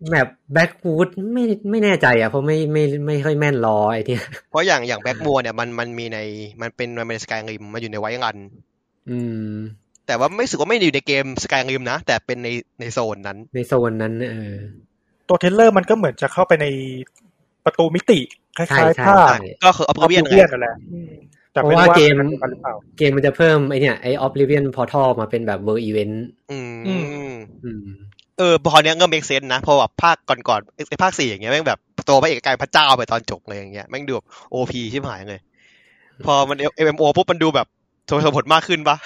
[SPEAKER 1] ป แมปแบ็กวูดไม่ไม่แน่ใจอ่ะ เพราะไม่ไม่ไม่ค่อยแม่นรอไอ้เนี่ย
[SPEAKER 2] เพราะอย่างอย่างแบ็กมัวเนี่ยมันมันมีในมันเป็นมันเป็นสกายริมมันอยู่ในไวท์รัน
[SPEAKER 1] อืม
[SPEAKER 2] แต่ว่าไม่รู้สึกว่าไม่ได้อยู่ในเกมสกายริมนะ แต่เป็นในในโซนนั้น
[SPEAKER 1] ในโซนนั้นเออ
[SPEAKER 3] ตัวเทรลเลอร์มันก็เหมือนจะเข้าไปในประตูมิติ ค
[SPEAKER 1] ใช่
[SPEAKER 3] ล้าย
[SPEAKER 1] ใช่
[SPEAKER 3] ๆภาพ
[SPEAKER 1] ใช่
[SPEAKER 2] ก็คือออฟ
[SPEAKER 3] ออฟ
[SPEAKER 2] เวียน
[SPEAKER 3] เวียนนั่นแหละอืมแต่
[SPEAKER 1] เพ
[SPEAKER 3] ไม่
[SPEAKER 1] ราะว่า
[SPEAKER 3] รู้ว่า
[SPEAKER 1] เกม
[SPEAKER 3] เกันหรือเปล่า
[SPEAKER 1] เกมมันจะเพิ่มไอเนี่ยไอออฟลิเวียนพอทอมาเป็นแบบเวอร์อีเวนต์
[SPEAKER 2] อื
[SPEAKER 3] อื
[SPEAKER 2] ม
[SPEAKER 1] อืม
[SPEAKER 2] เออพอเนี้ยก็เมกเซนนะเพอแบบภาคก่อนๆไอ้ภาคสี่อย่างเงี้ยแม่งแบบตัวพระเอกกลายพระเจ้าไปตอนจบเลยอย่างเงี้ยแม่งดูแบบโอพีชิบหายเลย พอมันเอ็มโอปุ๊บมันดูแบบสมเหตุสมผลมากขึ้นปะ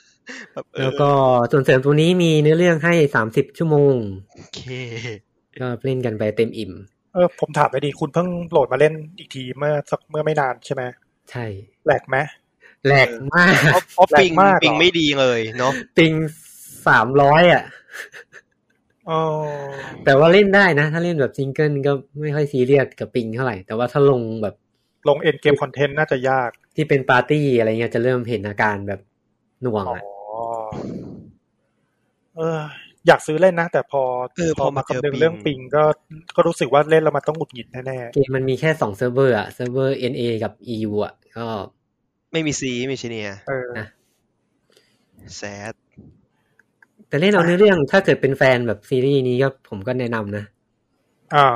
[SPEAKER 2] บบเออ
[SPEAKER 1] แล้วก็ส่วนเสริมตัวนี้มีเนื้อเรื่องให้สามสิบชั่วโมง
[SPEAKER 2] โอเค
[SPEAKER 1] ก็เล่นกันไปเต็มอิ่ม
[SPEAKER 3] เออผมถามไปดีคุณเพิ่งโหลดมาเล่นอีกทีเมื่อสักเมื่อไม่นานใช่ไหม
[SPEAKER 1] ใช่
[SPEAKER 3] แหลกไหม
[SPEAKER 1] แหลกมาก
[SPEAKER 2] เพราะเพราะ
[SPEAKER 3] แรง
[SPEAKER 2] ปิง
[SPEAKER 3] มากเหรอ
[SPEAKER 2] ปิงไม่ดีเลยเนาะ
[SPEAKER 1] ติงสามร้อยอ่ะ
[SPEAKER 3] อ๋อ
[SPEAKER 1] แต่ว่าเล่นได้นะ ถ้าเล่นแบบซิงเกิลก็ไม่ค่อยซีเรียสกับปิงเท่าไหร่ แต่ว่าถ้าลงแบบ
[SPEAKER 3] ลงเอ็นเกมคอนเทนต์น่าจะยาก
[SPEAKER 1] ที่เป็นปาร์ตี้อะไรเงี้ยจะเริ่มเห็นอาการแบบหน่วง
[SPEAKER 3] อ๋อ
[SPEAKER 1] อะ
[SPEAKER 3] เออ อยากซื้อเล่นนะ แต่พอ
[SPEAKER 2] เออพอมาเจอ
[SPEAKER 3] คำนึง
[SPEAKER 2] ปิง
[SPEAKER 3] เรื่องปิงก็ก็รู้สึกว่าเล่นแล้วมันต้องหงุดหงิดแน่
[SPEAKER 1] เกมมันมีแค่สองเซิร์ฟเวอร์อะเซิร์ฟเวอร์ NA กับ EU อ่ะ ก็
[SPEAKER 2] ไม่มีซีไม่มีชิเนีย
[SPEAKER 3] ๆเออ
[SPEAKER 2] แซด
[SPEAKER 1] แต่เล่นเอาเนื้อเรื่อง ถ้าเกิดเป็นแฟนแบบซีรีส์นี้ก็ผมก็แนะนำนะ
[SPEAKER 3] อ่า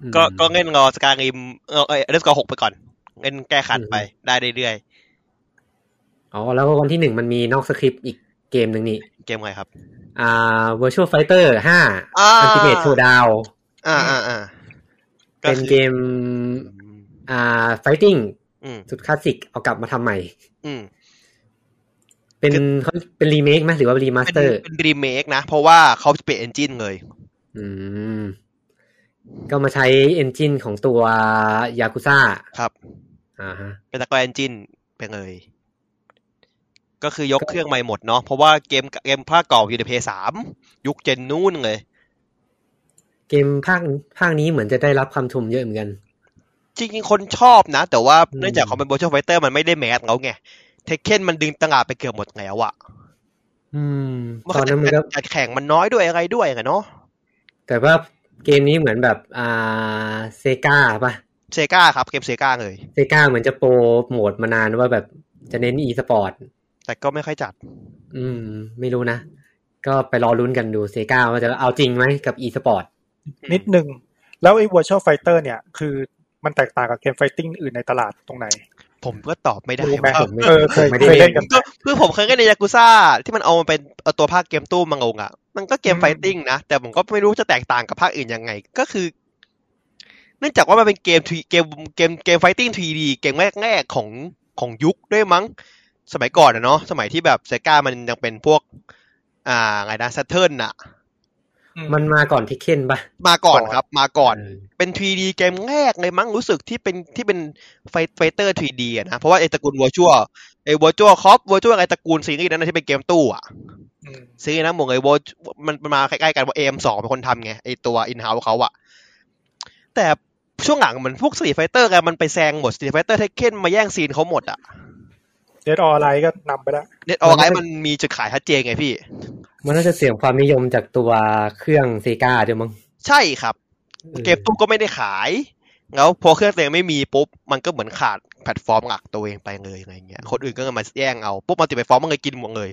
[SPEAKER 1] อืม
[SPEAKER 2] ก็ก็เล่นรอสกายิมเออเอเดสกอหกไปก่อนเล่นแก้ขัดไปได้เรื่อย
[SPEAKER 1] อ๋อ แล้ววันที่หนึ่งมันมีนอกสคริปต์อีกเกมหนึ่งนี่
[SPEAKER 2] ๆเกมอะไรครับ
[SPEAKER 1] อ่า Virtual Fighter 5
[SPEAKER 2] อ่า
[SPEAKER 1] Ultimate Showdown
[SPEAKER 2] อ่าอ่าอ่าก็
[SPEAKER 1] เป็น
[SPEAKER 2] คือ
[SPEAKER 1] เกม
[SPEAKER 2] อืม
[SPEAKER 1] อ่า fighting
[SPEAKER 2] อืม
[SPEAKER 1] สุดคลาสสิกเอากลับมาทำใหม่
[SPEAKER 2] อืม
[SPEAKER 1] เป็นเขาเป็นรีเมคไหมหรือว่ารีมาสเต
[SPEAKER 2] เป็
[SPEAKER 1] อน ร์
[SPEAKER 2] เป็นรีเมคนะ เพราะว่าเขาเปลี่ยนเอนจินเลย
[SPEAKER 1] อืม ก็มาใช้เอนจินของตัวยากุซ่า
[SPEAKER 2] ครับ
[SPEAKER 1] อ่าฮะ
[SPEAKER 2] เป็นตะกร้อเอนจินไปเลย ก็คือยกเครื่องใหม่หมดเนาะเพราะว่าเกมเกมภาคเก่าอยู่ในเพย์สามยุคเจนนู่นเลย
[SPEAKER 1] เกมภาคภาคนี้เหมือนจะได้รับความชมเยอะเหมือนกัน
[SPEAKER 2] จริงๆ คนชอบนะ แต่ว่า
[SPEAKER 1] อืม
[SPEAKER 2] เนื่องจากเขาเป็นโบชไฟเตอร์มันไม่ได้แมสแล้วไงเทคเคนมันดึงตลาดไปเกือบหมดแล้วอะ
[SPEAKER 1] อืม
[SPEAKER 2] เมื่อ
[SPEAKER 1] ตอนนั้นมันก็
[SPEAKER 2] การจัดแข่งมันน้อยด้วยอะไรด้วยอะเนาะ
[SPEAKER 1] แต่ว่าเกมนี้เหมือนแบบ อ่าเซกาป่ะ
[SPEAKER 2] เซกาครับเกมเซกาเลย
[SPEAKER 1] เซกาเหมือนจะโปรโมทมานานว่าแบบจะเน้นอีสปอร์ต
[SPEAKER 2] แต่ก็ไม่ค่อยจัด
[SPEAKER 1] อืม ไม่รู้นะ ก็ไปรอลุ้นกันดูเซกาว่าจะเอาจริงไหมกับอีสปอร์ต
[SPEAKER 3] นิดนึง แล้วไอ้ Virtual Fighter เนี่ย คือมันแตกต่างกับเกมไฟติ้งอื่นในตลาดตรงไหน
[SPEAKER 2] ผมก็ตอบไม่ได้
[SPEAKER 3] รู้ไหม
[SPEAKER 2] ว่า
[SPEAKER 1] ผมไม่
[SPEAKER 3] เออเคย
[SPEAKER 1] ผมไม่ได้
[SPEAKER 3] เคยเล่นกัน
[SPEAKER 2] ก็คือผมเคยเล่นในยากุซ่าที่มันเอามาเป็นเอาตัวภาคเกมตู้มังงอ่ะ มันก็เกม
[SPEAKER 3] อืม
[SPEAKER 2] ไฟติ้งนะ แต่ผมก็ไม่รู้จะแตกต่างกับภาคอื่นยังไง ก็คือ เนื่องจากว่ามันเป็นเกม 3D เกมเกมเกมไฟติ้ง 3D เกมแรกๆของของยุคด้วยมั้ง สมัยก่อนอะเนาะสมัยที่แบบเซกามันยังเป็นพวก อ่าไงนะซัตเทิลน่ะ
[SPEAKER 1] มันมาก่อนทิเคนป่ะ
[SPEAKER 2] มาก่อน
[SPEAKER 3] ก่อน
[SPEAKER 2] ครับ มาก่อน
[SPEAKER 1] เออ
[SPEAKER 2] เป็น 3D เกมแรกเลยมั้งรู้สึกที่เป็นที่เป็นไฟไฟเตอร์ 3D อะนะเพราะว่าไอตระกูลวัวชั่วไอวัวชั่วคอปวัวชั่วไอตระกูลซีรีส์นั้นนะที่เป็นเกมตู้อะ
[SPEAKER 3] อืม
[SPEAKER 2] ซื้อนะหมวกไอ้โบทมันมันมาใกล้ๆกันว่าเอ็มสองเป็นคนทำไงไอตัวอินเฮาเขาอะแต่ช่วงหลังเหมันพวกสตรีไฟเตอร์กันมันไปแซงหมดสตรีไฟเตอร์เทคเคนมาแย่งซีนเขาหมดอะ
[SPEAKER 3] เดดออนไลน์ก็นำไปแล้ว
[SPEAKER 2] เน็ตออนไล
[SPEAKER 1] มันก็
[SPEAKER 2] มันมีจุดขายชัดเจนไงพี่
[SPEAKER 1] มันน่าจะเสียความนิยมจากตัวเครื่องเซกาด้วยมั้ง
[SPEAKER 2] ใช่ครับ
[SPEAKER 1] ออ
[SPEAKER 2] เกมตู้ก็ไม่ได้ขาย แล้วพอเครื่องตัวเองไม่มีปุ๊บ มันก็เหมือนขาดแพลตฟอร์มหลักตัวเองไปเลยอะไรเงี้ยคนอื่นก็มาแย่งเอาปุ๊บมันติดไปฟอร์มมันเลยกินหมดเลย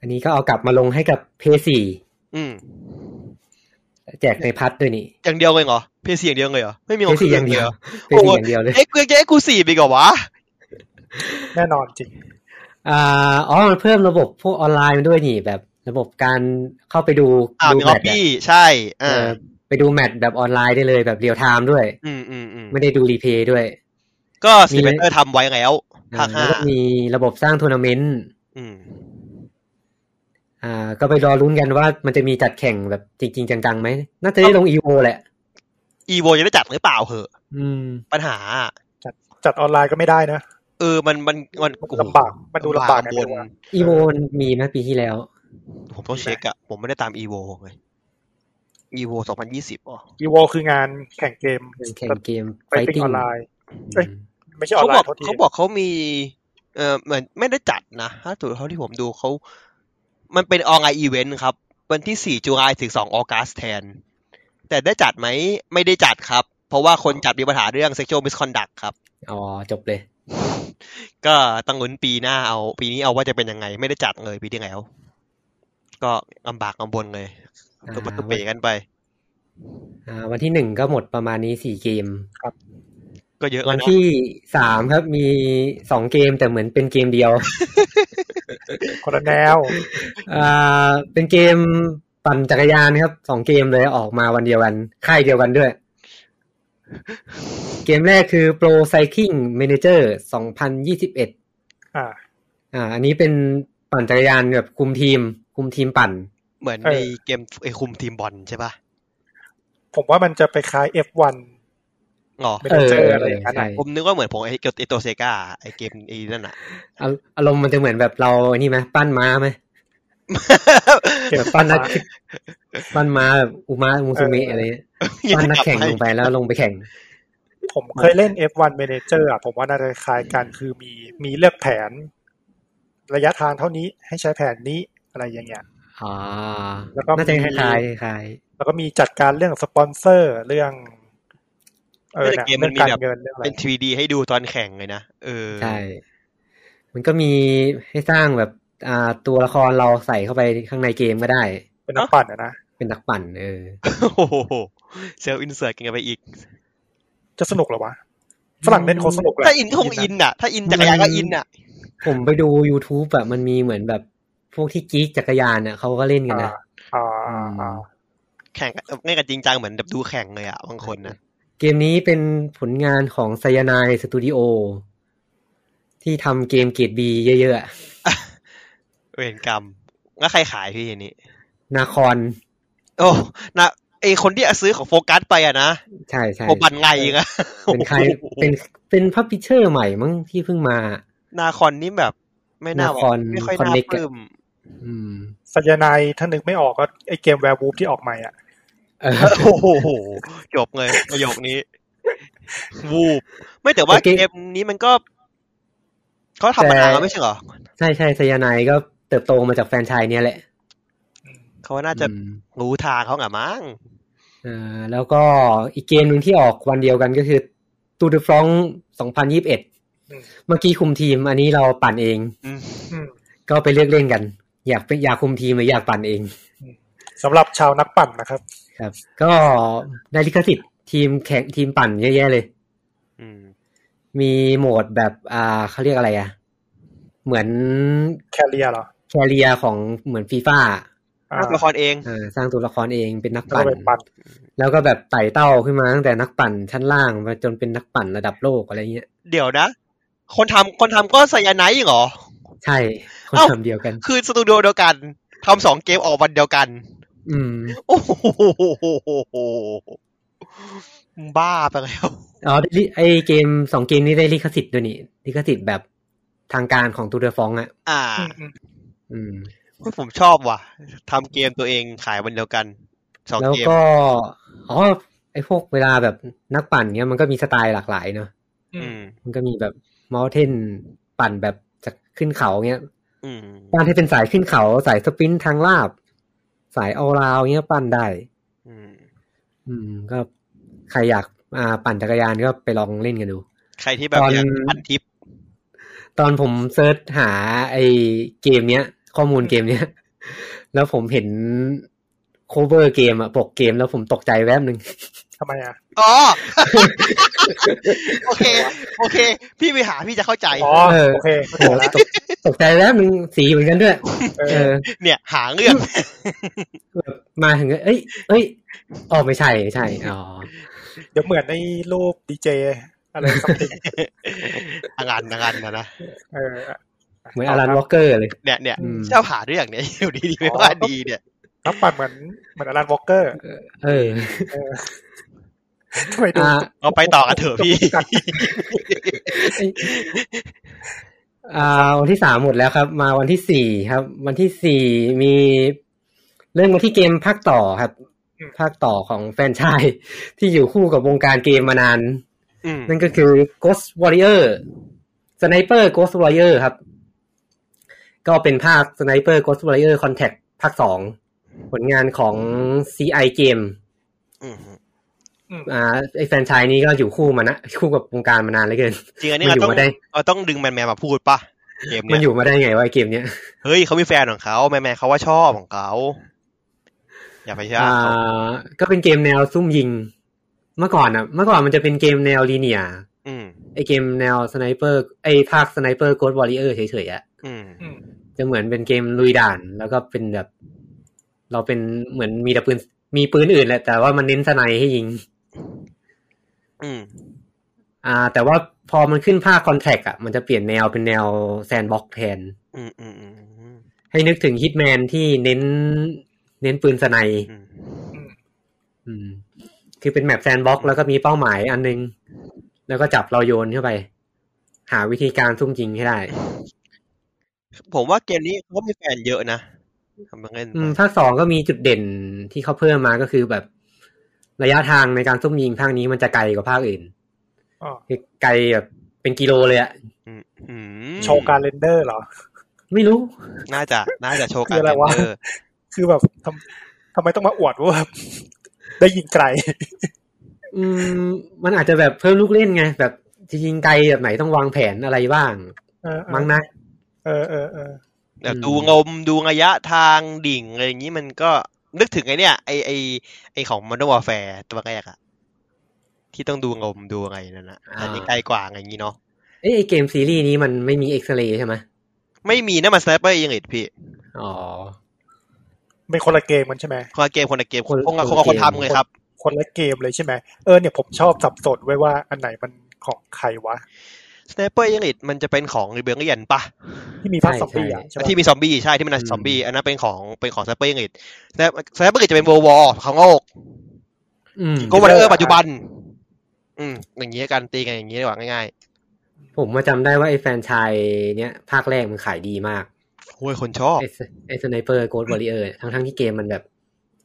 [SPEAKER 1] อันนี้ก็เอากลับมาลงให้กับเพย์สี่
[SPEAKER 2] อืม
[SPEAKER 1] แจกในพัทด้วยนี่
[SPEAKER 2] อย่างเดียวเลยเหรอเพย์ซีอย่างเดียวเลยเหรอไม่มี
[SPEAKER 1] เพย์สี่อย่างเดียวเพย์สี่อย่างเดียวเลย
[SPEAKER 2] เอ็กซ์เอ็กซ์กูสี่ไปก่อนวะ
[SPEAKER 3] แน่นอนจริง
[SPEAKER 1] อ่าอ๋อมันเพิ่มระบบพวกออนไลน์มาด้วยนี่ แบบระบบการเข้าไปดู
[SPEAKER 2] อ่า
[SPEAKER 1] ดู
[SPEAKER 2] มีฮอบ
[SPEAKER 1] ตช์
[SPEAKER 2] บี้
[SPEAKER 1] อะ
[SPEAKER 2] ใช่
[SPEAKER 1] เอ
[SPEAKER 2] อ่า
[SPEAKER 1] อไปดูแมตช์แบบออนไลน์ได้เลยแบบเรียลไทม์ด้วย
[SPEAKER 2] อืมอืมอืม
[SPEAKER 1] ไม่ได้ดูรีเพย์ด้วย
[SPEAKER 2] ก็ส
[SPEAKER 1] มี
[SPEAKER 2] ตี
[SPEAKER 1] ไหม
[SPEAKER 2] เวนเตอร์ทำไว้แล้ว
[SPEAKER 1] อ่า
[SPEAKER 2] ภาค
[SPEAKER 1] แล้
[SPEAKER 2] ห้าว
[SPEAKER 1] ก็มีระบบสร้างทัวร์นาเมนต์
[SPEAKER 2] อืม
[SPEAKER 1] อ่า ก็ไปรอลุ้นกันว่ามันจะมีจัดแข่งแบบจริง ๆ จังๆไหมน่าจะได้ลงอีโอแหละ
[SPEAKER 2] อีโวจะได้จัดหรือเปล่าเหอะ
[SPEAKER 1] อืม
[SPEAKER 2] ปัญหา
[SPEAKER 3] จัดออนไลน์ก็ไม่ได้นะ
[SPEAKER 2] เออมันมันมัน
[SPEAKER 3] ลำบากมันดูลำบาก
[SPEAKER 2] บน
[SPEAKER 3] ไงไม่รู้อะ
[SPEAKER 1] อีโวมันมีนะปีที่แล้ว
[SPEAKER 2] ผมต้องเช็คอะผมไม่ได้ตามอีโวเลยอีโวสองพันยี่สิบอ๋อ
[SPEAKER 3] อีโวคืองานแข่งเกม
[SPEAKER 1] แข่งเกม
[SPEAKER 3] ไฟติ้งออนไลน์ เอ้ย ไม่ใช่ออ
[SPEAKER 2] เขา
[SPEAKER 3] นไล
[SPEAKER 2] บอก
[SPEAKER 3] น์โทษที
[SPEAKER 2] เขาบอกเขามี เออเหมือนไม่ได้จัดนะถ้าถูกเท่าที่ผมดูเขา มันเป็นออนไลน์อีเวนต์ครับ วันที่ 4 จุลายถึง 2 ออกัสแทน แต่ได้จัดไหม ไม่ได้จัดครับ เพราะว่าคนจัดมีปัญหาเรื่อง sexual misconduct ครับ
[SPEAKER 1] อ๋อจบเลย
[SPEAKER 2] ก็ต้องลุ้นปีหน้าเอา ปีนี้เอาว่าจะเป็นยังไง ไม่ได้จัดเลยปีที่แล้ว ก็ลำบากลำบนเลยตุบตุบเปกันไป
[SPEAKER 1] อ่าวันที่หนึ่งก็หมดประมาณนี้สี่เกม
[SPEAKER 2] ก็เยอะแล้
[SPEAKER 1] วั
[SPEAKER 2] วน เนอะ
[SPEAKER 1] ที่สามครับมีสองเกมแต่เหมือนเป็นเกม เดียว
[SPEAKER 3] คนละแนว
[SPEAKER 1] อ่าเป็นเกมปั่นจักรยานครับสองเกมเลยออกมาวันเดียวกัน ค่ายเดียวกันด้วย เกมแรกคือ Pro Cycling Manager 2021
[SPEAKER 3] อ่า
[SPEAKER 1] อ่า อันนี้เป็นปั่นจักรยานแบบคุมทีม คุมทีมปั่น
[SPEAKER 2] เหมือน
[SPEAKER 3] เออ
[SPEAKER 2] ในเกมไอคุมทีมบอลใช่ป่ะ
[SPEAKER 3] ผมว่ามันจะไปคล้าย F1
[SPEAKER 2] อ๋อ
[SPEAKER 3] ไม่ได้เจออะไรอย่างนั้น
[SPEAKER 1] เออเออใช่
[SPEAKER 3] อะ
[SPEAKER 2] ผมนึกว่าเหมือนผมไอเกมไอตัวเซกาไอเกมไอนั่นอ่ะ
[SPEAKER 1] อาอารมณ์มันจะเหมือนแบบเราอันนี้ไหมปั้นม้าไหม
[SPEAKER 3] เก็บ
[SPEAKER 1] ปั้
[SPEAKER 3] ปั้
[SPEAKER 1] น
[SPEAKER 3] น
[SPEAKER 1] นั
[SPEAKER 3] นะ
[SPEAKER 1] กปั้นม้าแบบอุมาอุซุเมะอะไรเงี้ยปั้นนักแข่งลงไปแล้วลงไปแข่ง
[SPEAKER 3] ผมเคยเล่น F1 Manager อ่ะ ผมว่าน่าจะคล้ายกันคือมีมีเลือกแผน ระยะทางเท่านี้ให้ใช้แผนนี้อะไรอย่างเงี้ย
[SPEAKER 1] อ่า
[SPEAKER 3] แล้วก็
[SPEAKER 1] น่าจะ
[SPEAKER 3] มี
[SPEAKER 1] คล้ายๆคล้าย
[SPEAKER 3] แล้วก็มีจัดการเรื่องสปอนเซอร์เรื่องเออ
[SPEAKER 2] แต่
[SPEAKER 3] เนี่ย
[SPEAKER 2] เกมมั
[SPEAKER 3] เรื่อน ง
[SPEAKER 2] มี
[SPEAKER 3] การ
[SPEAKER 2] แบบ
[SPEAKER 3] เงินเรื่องอะไร
[SPEAKER 2] เป็น 3D ให้ดูตอนแข่งเลยนะ เออ
[SPEAKER 1] ๆใช่ มันก็มีให้สร้างแบบอ่าตัวละครเราใส่เข้าไปข้างในเกมก็ได้
[SPEAKER 3] เป็นนักปั่นอะนะ
[SPEAKER 1] เป็นนักปั่นเออ
[SPEAKER 2] โอ้โหเซลล์อินเสิร์ตกันไปอีก
[SPEAKER 3] จะสนุกเหรอวะฝรั่งเล่นคงสนุกแหละ
[SPEAKER 2] ถ้าอินก็คงอินอ่ะ ถ้าอินจักรยานก็อินอ่ะ
[SPEAKER 1] ผมไปดู YouTube แบบมันมีเหมือนแบบพวกที่กิ๊กจักรยานเนี่ยเขาก็เล่นกันนะ
[SPEAKER 3] อ่าอ่าอ่า
[SPEAKER 2] แข่งกันง่ายกันจริงจังเหมือนแบบดูแข่งเลยอ่ะบางคนนะ
[SPEAKER 1] เกมนี้เป็นผลงานของไซยานายสตูดิโอที่ทำเกมเกรดบีเยอะๆอะ
[SPEAKER 2] เวรกรรม แล้วใครขายพี่อันนี้
[SPEAKER 1] นาคอน
[SPEAKER 2] โอ้นะไอคนที่ซื้อของโฟกัสไปอ่ะนะ
[SPEAKER 1] ใช่ใช่
[SPEAKER 2] โอบันไงอีกอ่ะ
[SPEAKER 1] เป็นใครเป็นเป็นพับพิเชอร์ใหม่มั้งที่เพิ่งมา
[SPEAKER 2] นาคอนนี่แบบไม่น่า
[SPEAKER 1] นาคอน
[SPEAKER 2] ไม่ค่อย
[SPEAKER 1] คอน
[SPEAKER 2] น่า
[SPEAKER 1] เน็ก
[SPEAKER 2] ป
[SPEAKER 1] อะ
[SPEAKER 2] ลื้ม
[SPEAKER 1] อืม
[SPEAKER 3] สัญญาณายถ้านึกไม่ออกก็ไอเกมแวร์บูฟที่ออกใหม่อ่ะ
[SPEAKER 1] เออ
[SPEAKER 2] โอ้โหจบเลยประโยคนี้ วูบ ไม่แต่ว่า
[SPEAKER 1] แต่
[SPEAKER 2] เก
[SPEAKER 1] เกม
[SPEAKER 2] มนี้มันก็เขาทำมานานแล้วไม่ใช่เหรอ
[SPEAKER 1] ใช่ใช่ไซยานายก็เติบโตมาจากแฟรนไชายเนี่ยแหละ
[SPEAKER 2] เขาน่าจะ
[SPEAKER 1] อืม
[SPEAKER 2] รู้ทางเขาหงะมั้ง
[SPEAKER 1] เออแล้วก็อีกเกมหนึ่งที่ออกวันเดียวกันก็คือตูดฟรองสองพันยิบเอ็ด
[SPEAKER 3] อืม
[SPEAKER 1] เมื่อกี้คุมทีม อันนี้เราปั่นเอง
[SPEAKER 2] อืม
[SPEAKER 3] อืม
[SPEAKER 1] ก็ไปเลือกเล่นกัน อยากเป็นอยากคุมทีมหรืออยากปั่นเอง
[SPEAKER 3] สำหรับชาวนักปั่นนะครับ
[SPEAKER 1] ครับ ก็ได้ลิขสิทธิ์ทีมแข่งทีมปั่นเยอะแยะเลย
[SPEAKER 2] อืม
[SPEAKER 1] มีโหมดแบบอ่าเขาเรียกอะไรอ่ะ เหมือน
[SPEAKER 3] แคเรียเหรอ
[SPEAKER 1] แคเรียของเหมือนฟีฟ่า
[SPEAKER 3] อ่า
[SPEAKER 2] ทำละครเอง
[SPEAKER 1] อ่าสร้างตัวละครเองเป็นนักปั่
[SPEAKER 3] แล้วก็
[SPEAKER 1] น
[SPEAKER 3] เป็นปั่น
[SPEAKER 1] แล้วก็แบบไต่เต้าขึ้นมาตั้งแต่นักปั่นชั้นล่างมาจนเป็นนักปั่นระดับโลกอะไรเงี้ย
[SPEAKER 2] เดี๋ยวนะ คนทำคนทำก็สยาไนท์เหรอ
[SPEAKER 1] ใช่คน
[SPEAKER 2] เอ้า
[SPEAKER 1] ทำเดียวกัน
[SPEAKER 2] คือสตูดิโอเดียวกันทำสองเกมออกวันเดียวกัน
[SPEAKER 1] อืม
[SPEAKER 2] โอ้โหบ้าไปแล้ว
[SPEAKER 1] อ๋อลิไอเกมสองเกมนี้ได้ลิขสิทธิ์ด้วยนี่ลิขสิทธิ์แบบทางการของตูเดอฟองอ่ะ
[SPEAKER 2] อ่า
[SPEAKER 1] อืม
[SPEAKER 2] ผมชอบว่ะทำเกมตัวเองขายวันเดียวกันสอง
[SPEAKER 1] แล้ว
[SPEAKER 2] เกม
[SPEAKER 1] ก็อ๋อไอพวกเวลาแบบนักปั่นเนี้ยมันก็มีสไตล์หลากหลายเนาะ
[SPEAKER 3] อื
[SPEAKER 2] อืม
[SPEAKER 3] ม
[SPEAKER 1] มันก็มีแบบมอเทนปั่นแบบจากขึ้นเขาเงี้ย
[SPEAKER 2] อืม
[SPEAKER 1] ปั่นให้เป็นสายขึ้นเขาสายสปรินท์ทางลาบ สายออลราวเงี้ยปั่นได้
[SPEAKER 2] อืม
[SPEAKER 1] อืมก็ใครอยากอ่าปั่นจักรยานก็ไปลองเล่นกันดู
[SPEAKER 2] ใครที่แบบ
[SPEAKER 1] ตอน
[SPEAKER 2] อยากอันทิป
[SPEAKER 1] ตอนผมเซิร์ชหาไอเกมเนี้ย ข้อมูลเกมเนี้ย แล้วผมเห็นโคเวอร์เกมอะปกเกมแล้วผมตกใจแวบหนึ่ง
[SPEAKER 3] ทำไมอ่ะ
[SPEAKER 2] อ๋อ โอเค โอเค พี่ไปหาพี่จะเข้าใจ
[SPEAKER 3] อ๋อ
[SPEAKER 1] เออ
[SPEAKER 3] โอเคเข้าใจละ
[SPEAKER 1] ตกตกใจแวบหนึ่งสีเหมือนกันด้วย
[SPEAKER 3] เอ
[SPEAKER 1] เออ
[SPEAKER 3] อ
[SPEAKER 2] เนี่ย หาเรื่อง
[SPEAKER 1] แบบมาถึงก็เอ้ย เอ้ยอ๋อไม่ใช่ไม่ใช่ อ๋อ
[SPEAKER 3] เดี๋ยวเหมือนในรูปดีเจอะไรสักติง
[SPEAKER 2] อางานอางานนะนะ
[SPEAKER 3] เออ
[SPEAKER 1] เหมือนอลันวอลเกอร์เลย
[SPEAKER 2] เนี่ยเนี่ย
[SPEAKER 1] อืม
[SPEAKER 2] ชอบหาเรื่องเนี่ย อยู่ดีๆไม่ว่าดีเนี่ย
[SPEAKER 3] นักปั่นเหมือนเหมือนอลันวอลเกอร์
[SPEAKER 1] เออ
[SPEAKER 3] ทำไมดู
[SPEAKER 1] อ่า
[SPEAKER 2] เอาไปต่อกันเถอะพี่
[SPEAKER 1] อ่า วันที่สามหมดแล้วครับ มาวันที่สี่ครับ วันที่สี่มี เรื่องมาที่เกมภาคต่อครับ ภาคต่อของแฟรนไชาย ที่อยู่คู่กับวงการเกมมานาน
[SPEAKER 2] อืม
[SPEAKER 1] นั่นก็คือ Ghost Warrior สไนเปอร์โกสต์วอเออร์ครับ ก็เป็นภาคสไนเปอร์โกสต์วอเออร์คอนแทคภาคสองผลงานของ CI เกม
[SPEAKER 2] อืมฮึ
[SPEAKER 1] อ่าไอแฟรนไชายนี้ก็อยู่คู่มานะ คู่กับวงการมานานเหลือเกิน
[SPEAKER 2] จริงอันนี้
[SPEAKER 1] มัน
[SPEAKER 2] เรา
[SPEAKER 1] อยู่
[SPEAKER 2] ต้อง
[SPEAKER 1] มาได้
[SPEAKER 2] เราต้องดึงแมนแมนมาพูดปะเกม
[SPEAKER 1] มั
[SPEAKER 2] เนี่
[SPEAKER 1] น
[SPEAKER 2] ย
[SPEAKER 1] อยู่มาได้ไงวะไอเกมเนี้ย
[SPEAKER 2] เฮ้ยเขามีแฟนของเขาแมนแมนเขาว่าชอบของเขาอย่าไปเชื่อ
[SPEAKER 1] อ่
[SPEAKER 2] เขา
[SPEAKER 1] าก็เป็นเกมแนวซุ่มยิง เมื่อก่อนอ่ะ เมื่อก่อนมันจะเป็นเกมแนวลีเนีย
[SPEAKER 2] อืม
[SPEAKER 1] ไอเกมแนวสไนเปอร์ไอภาคสไนเปอร์โกดวอริเออร์เฉยๆอ่ะ
[SPEAKER 2] อืม
[SPEAKER 3] อืม
[SPEAKER 1] จะเหมือนเป็นเกมลุยด่าน แล้วก็เป็นแบบ เราเป็นเหมือนมีแต่ปืนมีปืนอื่นแหละ แต่ว่ามันเน้นสไนให้ยิง
[SPEAKER 2] อืม
[SPEAKER 1] อ่า แต่ว่าพอมันขึ้นภาคคอนแทคอ่ะมันจะเปลี่ยนแนวเป็นแนวแซนบ็อกแทน
[SPEAKER 2] อืมอืมอืมอืม
[SPEAKER 1] ให้นึกถึงฮิตแมนที่เน้น เน้นปืนสไน
[SPEAKER 2] อืม
[SPEAKER 1] อืม คือเป็นแมปแซนบ็อกแล้วก็มีเป้าหมายอันนึง แล้วก็จับเราโยนเข้าไป หาวิธีการซุ่มยิงให้ได้
[SPEAKER 2] ผมว่าเกมนี้เขามีแฟนเยอะนะทำมาเล่น
[SPEAKER 1] อื
[SPEAKER 2] ไป
[SPEAKER 1] มภาคสองก็มีจุดเด่นที่เขาเพิ่มมาก็คือแบบระยะทางในการซุ่มยิงภาคนี้มันจะไกลกว่าภาคอื่น
[SPEAKER 3] อ๋อ
[SPEAKER 1] คือไกลแบบเป็นกิโลเลยอะ
[SPEAKER 2] อืม
[SPEAKER 3] โชว์การเรนเดอร์เหรอ
[SPEAKER 1] ไม่รู้
[SPEAKER 2] น่าจะน่าจะโชว์การ
[SPEAKER 3] คืออะไรวะ
[SPEAKER 2] เรนเดอร์
[SPEAKER 3] คือแบบทำทำไมต้องมาอวดว่า แบบได้ยินไกล
[SPEAKER 1] อืม มันอาจจะแบบเพิ่มลูกเล่นไง แบบจะยิงไกลแบบไหนต้องวางแผนอะไรบ้าง
[SPEAKER 3] เออเออ
[SPEAKER 1] มั้งนะ
[SPEAKER 3] เออเออเออ
[SPEAKER 2] แบบดูงมดูระยะทางดิ่งอะไรอย่างนี้มันก็นึกถึงไอเนี่ยไอไอไอของมันต้องวอแฟร์ตัวแรกอะที่ต้องดูงมดูอะไรนั่นนะ
[SPEAKER 1] อ่า
[SPEAKER 2] อันนี้ไกลกว่าอะไรอย่างนี้เนาะ
[SPEAKER 1] เอ้ยไอ้เกมซีรีส์นี้มันไม่มีเอ็กซเรย์ใช่ไหม
[SPEAKER 2] ไม่มีนะมันสไนเปอร์ยังไงพี่
[SPEAKER 1] อ๋อ
[SPEAKER 3] เป็นคนละเกมมันใช่ไหม
[SPEAKER 2] คนละเกมคนละเกม
[SPEAKER 1] คน
[SPEAKER 2] คนละ
[SPEAKER 1] ค
[SPEAKER 2] คน น
[SPEAKER 1] ละ
[SPEAKER 2] ละคน
[SPEAKER 1] เกม
[SPEAKER 2] ทำเลยครับ
[SPEAKER 3] คนละเกมเลยใช่ไหมเออเนี่ยผมชอบสับสนไว้ว่าอันไหนมันของใครวะ
[SPEAKER 2] สไนเปอร์ยังไงมันจะเป็นของเบลเลียนปะ
[SPEAKER 3] ที่มีภาค
[SPEAKER 1] ใช่
[SPEAKER 3] ซอมบี้อ่ะ
[SPEAKER 1] ใช่
[SPEAKER 3] ใช่ไหม
[SPEAKER 2] ที่มีซอมบี้ใช่ที่มัน
[SPEAKER 1] อื
[SPEAKER 2] เป็น
[SPEAKER 1] ม
[SPEAKER 2] ซอมบี้อันนั้นเป็นของเป็นของไซเปอร์อังกฤษแต่ไซเปอร์อังกฤษจะเป็นวอลวอร์ของโลก
[SPEAKER 1] อืม
[SPEAKER 2] ก็วันเออร์ปัจจุบัน อืมอย่างนี้กันตีกันอย่างนี้ดีกว่าง่าย
[SPEAKER 1] ผมมาจำได้ว่าไอ้แฟรนไชายเนี้ยภาคแรกมันขายดีมาก
[SPEAKER 2] ๆโอ้ยคนชอบ
[SPEAKER 1] ไอ้สไอ้สไนเปอร์โกดวอริเออร์ทั้งทั้งๆที่เกมมันแบบ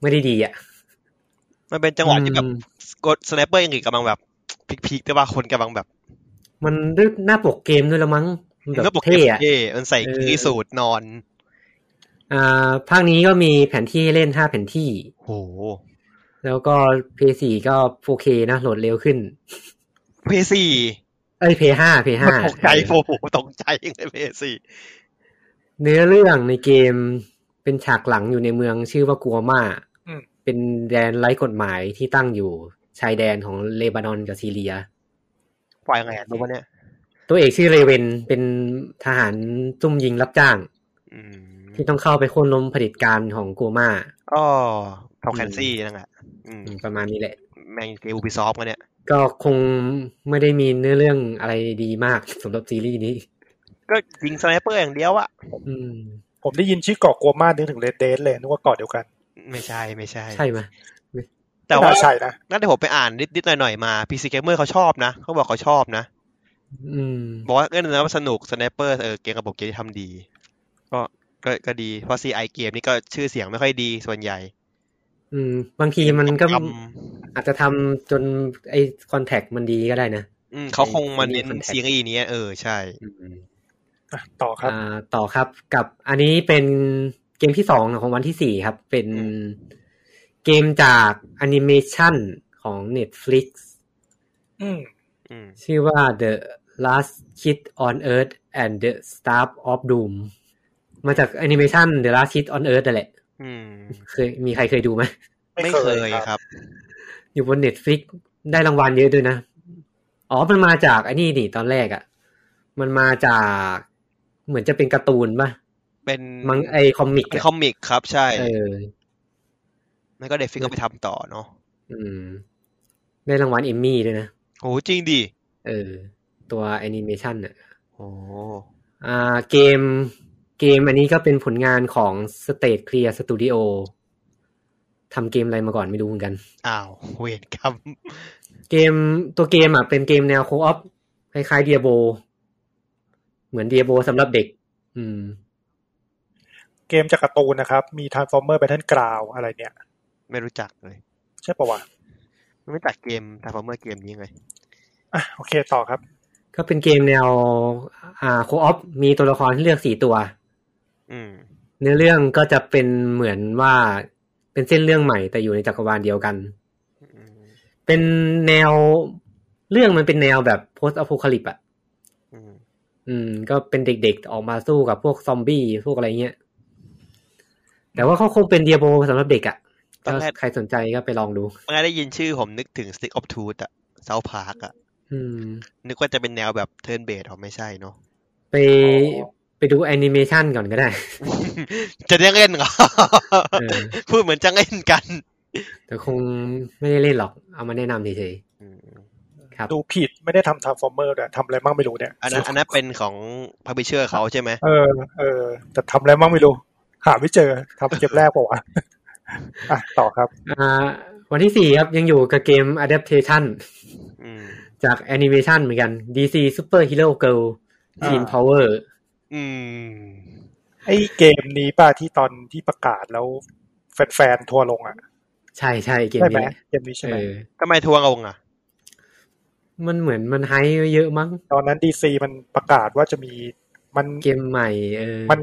[SPEAKER 1] ไม่ได้ดีอ่ะ
[SPEAKER 2] มันเป็นจังหวะที่แบบ
[SPEAKER 1] อืม
[SPEAKER 2] กดสไนเปอร์อังกฤษกำลังแบบพีคๆแต่ว่าคนกำลังแบบ
[SPEAKER 1] มันด้วยหน้าปกเกมด้วยละมั้งมัน
[SPEAKER 2] มัน
[SPEAKER 1] แบ
[SPEAKER 2] ก็
[SPEAKER 1] บ
[SPEAKER 2] ปกติ
[SPEAKER 1] เท่อะ
[SPEAKER 2] เย่มันใส่
[SPEAKER 1] เออ
[SPEAKER 2] กีสูตรนอน
[SPEAKER 1] อ่าภาคนี้ก็มีแผนที่ให้เล่นห้าแผนที่
[SPEAKER 2] โอ้
[SPEAKER 1] แล้วก็ PS4 ก็ 4K นะโหลดเร็วขึ้น
[SPEAKER 2] เพสี่
[SPEAKER 1] เอ้ย PS5 PS5
[SPEAKER 2] ตกใจโอ้โหตกใจเลยเพสี่
[SPEAKER 1] เนื้อเรื่องในเกมเป็นฉากหลังอยู่ในเมืองชื่อว่ากัวมา
[SPEAKER 3] อืม
[SPEAKER 1] เป็นแดนไร้กฎหมายที่ตั้งอยู่ชายแดนของเลบานอนกับซีเรีย
[SPEAKER 2] ฝ่ายไงอะรู้ปะเนี่ย
[SPEAKER 1] ตัวเอกชื่อเรเวนเป็นทหารซุ่มยิงรับจ้าง
[SPEAKER 2] อืม
[SPEAKER 1] ที่ต้องเข้าไปโค่นล้มเผด็จการของกูมา
[SPEAKER 2] อ๋อทอมแคนซี่นั่นแหละอืม
[SPEAKER 1] อืมประมาณนี้แหละ
[SPEAKER 2] แมงเกมอูบิซอฟต์กันเนี่ย
[SPEAKER 1] ก็คงไม่ได้มีเนื้อเรื่องอะไรดีมากสำหรับซีรีส์นี้
[SPEAKER 2] ก็ยิงสไนเปอร์อย่างเดียวอะ
[SPEAKER 1] อืม
[SPEAKER 3] ผมได้ยินชื่อเกาะกัวมานึกถึงเ d ดเด d เลยนึกว่าเกาะเดียวกัน
[SPEAKER 2] ไม่ใช่ไม่ใช่
[SPEAKER 1] ใช่ไหม
[SPEAKER 2] แต่ว่า
[SPEAKER 3] น่ใช่นะ
[SPEAKER 2] นั่นที่ผมไปอ่านนิดๆหน่อยๆมาพีซีเกมเมอร์เขาชอบนะเขาบอกเขาชอบนะ
[SPEAKER 1] อืม
[SPEAKER 2] บอกว่าเล่นแล้วมันสนุกสไนเปอร์เออเกมระบบเกมที่ทำดี ก็ก็ก็ดี เพราะซีไอเกมนี่ก็ชื่อเสียงไม่ค่อยดีส่วนใหญ่
[SPEAKER 1] อืม บางทีมันก็
[SPEAKER 2] ท
[SPEAKER 1] อาจจะทำจนไอ้คอนแทคมันดีก็ได้นะ
[SPEAKER 2] ำอืมเขาคงมาเน้น
[SPEAKER 1] ไอ้ Contact
[SPEAKER 2] ซีรีส์นี้เออใช่
[SPEAKER 1] อืม
[SPEAKER 3] อ่ะต่อครับ
[SPEAKER 1] อ่าต่อครับกับอันนี้เป็นเกมที่สองของวันที่สี่ครับ เป็น
[SPEAKER 2] อืม
[SPEAKER 1] เกมจากแอนิเมชันของ Netflix
[SPEAKER 3] อืม
[SPEAKER 2] อืม
[SPEAKER 1] ชื่อว่า The Last Kid on Earth and the Star of Doom มาจากแอนิเมชัน The Last Kid on Earth นั่นแหละ
[SPEAKER 2] อืม
[SPEAKER 1] เคยมีใครเคยดูไหม
[SPEAKER 2] ไม่เคยครับ
[SPEAKER 1] อยู่บน Netflix ได้รางวัลเยอะด้วยนะ อ๋อ มันมาจากไอ้นี่นี่ตอนแรกอะ่ะ มันมาจากเหมือนจะเป็นการ์ตูนป่ะ
[SPEAKER 2] เป็น
[SPEAKER 1] มังไอคอมิก
[SPEAKER 2] เป็น
[SPEAKER 1] อะ
[SPEAKER 2] คอมิกครับ ใช่
[SPEAKER 1] เออ
[SPEAKER 2] ไม่ก็เด็กฟิกก็ไปทำต่อเนาะ
[SPEAKER 1] อืม ได้รางวัลเอมมี่ด้วยนะ
[SPEAKER 2] โอ้จริงดิ
[SPEAKER 1] เออ ตัวแอนิเมชันอ่ะ
[SPEAKER 2] โอ้
[SPEAKER 1] อ่าเกมเกมอันนี้ก็เป็นผลงานของ State Clear Studio ทำเกมอะไรมาก่อนไม่รู้เหมือนกัน
[SPEAKER 2] อ้าวเวรกรรม
[SPEAKER 1] เกมตัวเกมอ่ะเป็นเกมแนวโคออฟคล้ายๆเดียโบ เหมือนเดียโบสำหรับเด็ก อืม
[SPEAKER 3] เกมจากการ์ตูนนะครับ มี Transformer Battle Ground อะไรเนี่ย
[SPEAKER 2] ไม่รู้จักเลย
[SPEAKER 3] ใช่ปะวะ
[SPEAKER 2] ไม่รู้จักเกมทาร์ฟอร์เมอร์เกมนี้เลย
[SPEAKER 3] อ่ะโอเคต่อครับ
[SPEAKER 1] ก็เป็นเกมแนวอ่าโคออฟมีตัวละครให้เลือกสี่ตัว
[SPEAKER 2] อืม
[SPEAKER 1] เนื้อเรื่องก็จะเป็นเหมือนว่าเป็นเส้นเรื่องใหม่แต่อยู่ในจักรวาลเดียวกัน
[SPEAKER 2] อืม
[SPEAKER 1] เป็นแนวเรื่องมันเป็นแนวแบบ post apocalypse อ่ะ
[SPEAKER 2] อืม
[SPEAKER 1] อืม ก็เป็นเด็กๆออกมาสู้กับพวกซอมบี้พวกอะไรเงี้ย แต่ว่าเขาคงเป็นเดียโบสำหรับเด็กอะ
[SPEAKER 2] ตอนแร
[SPEAKER 1] ถ้าก ใครสนใจก็ไปลองดู
[SPEAKER 2] ตอนแรกได้ยินชื่อผมนึกถึง Stick of Truth อะ South Park อะ
[SPEAKER 1] อืม
[SPEAKER 2] นึกว่าจะเป็นแนวแบบ Turn Based อ๋อไม่ใช่เนาะ
[SPEAKER 1] ไปไปดูแอนิเมชันก่อนก็ได้
[SPEAKER 2] จะได้เล่นเหรอ
[SPEAKER 1] เออ
[SPEAKER 2] พูดเหมือนจะเล่นกัน
[SPEAKER 1] แต่คงไม่ได้เล่นหรอก เอามาแนะนำเฉย
[SPEAKER 2] อืม
[SPEAKER 1] ๆครับ
[SPEAKER 3] ดูผิดไม่ได้ทำทาร์ฟอร์เมอร์ด้วยทำอะไรมั่งไม่รู้เนี่ย
[SPEAKER 2] อันนั้นอันนั้นเป็นของ Publisher เขาใช่ไหม
[SPEAKER 3] เออเออแต่ทำอะไรมั่งไม่รู้ หาไม่เจอทำเก็บแรกเปล่าวะ อ่ะต่อครับ
[SPEAKER 1] อ่า วันที่สี่ครับยังอยู่กับเกม adaptation
[SPEAKER 2] อืม
[SPEAKER 1] จากแอนิเมชันเหมือนกัน DC Super Hero Girl
[SPEAKER 3] อ่า
[SPEAKER 1] Team Power
[SPEAKER 2] อืม
[SPEAKER 3] ไอ้เกมนี้ป่ะที่ตอนที่ประกาศแล้วแฟนๆทัวร์ลงอ่ะ
[SPEAKER 1] ใช่ใช่เกม
[SPEAKER 3] ใช่ไหม
[SPEAKER 1] นี้แหละ
[SPEAKER 3] เกมนี้ใช่ไหม
[SPEAKER 1] เออ
[SPEAKER 2] ทำไมทัวร์ลงอ่ะ
[SPEAKER 1] มันเหมือนมันไฮป์ไว้เยอะมั้ง
[SPEAKER 3] ตอนนั้นดีซีมันประกาศว่าจะมีมัน
[SPEAKER 1] เกมใหม่ เออ
[SPEAKER 3] มัน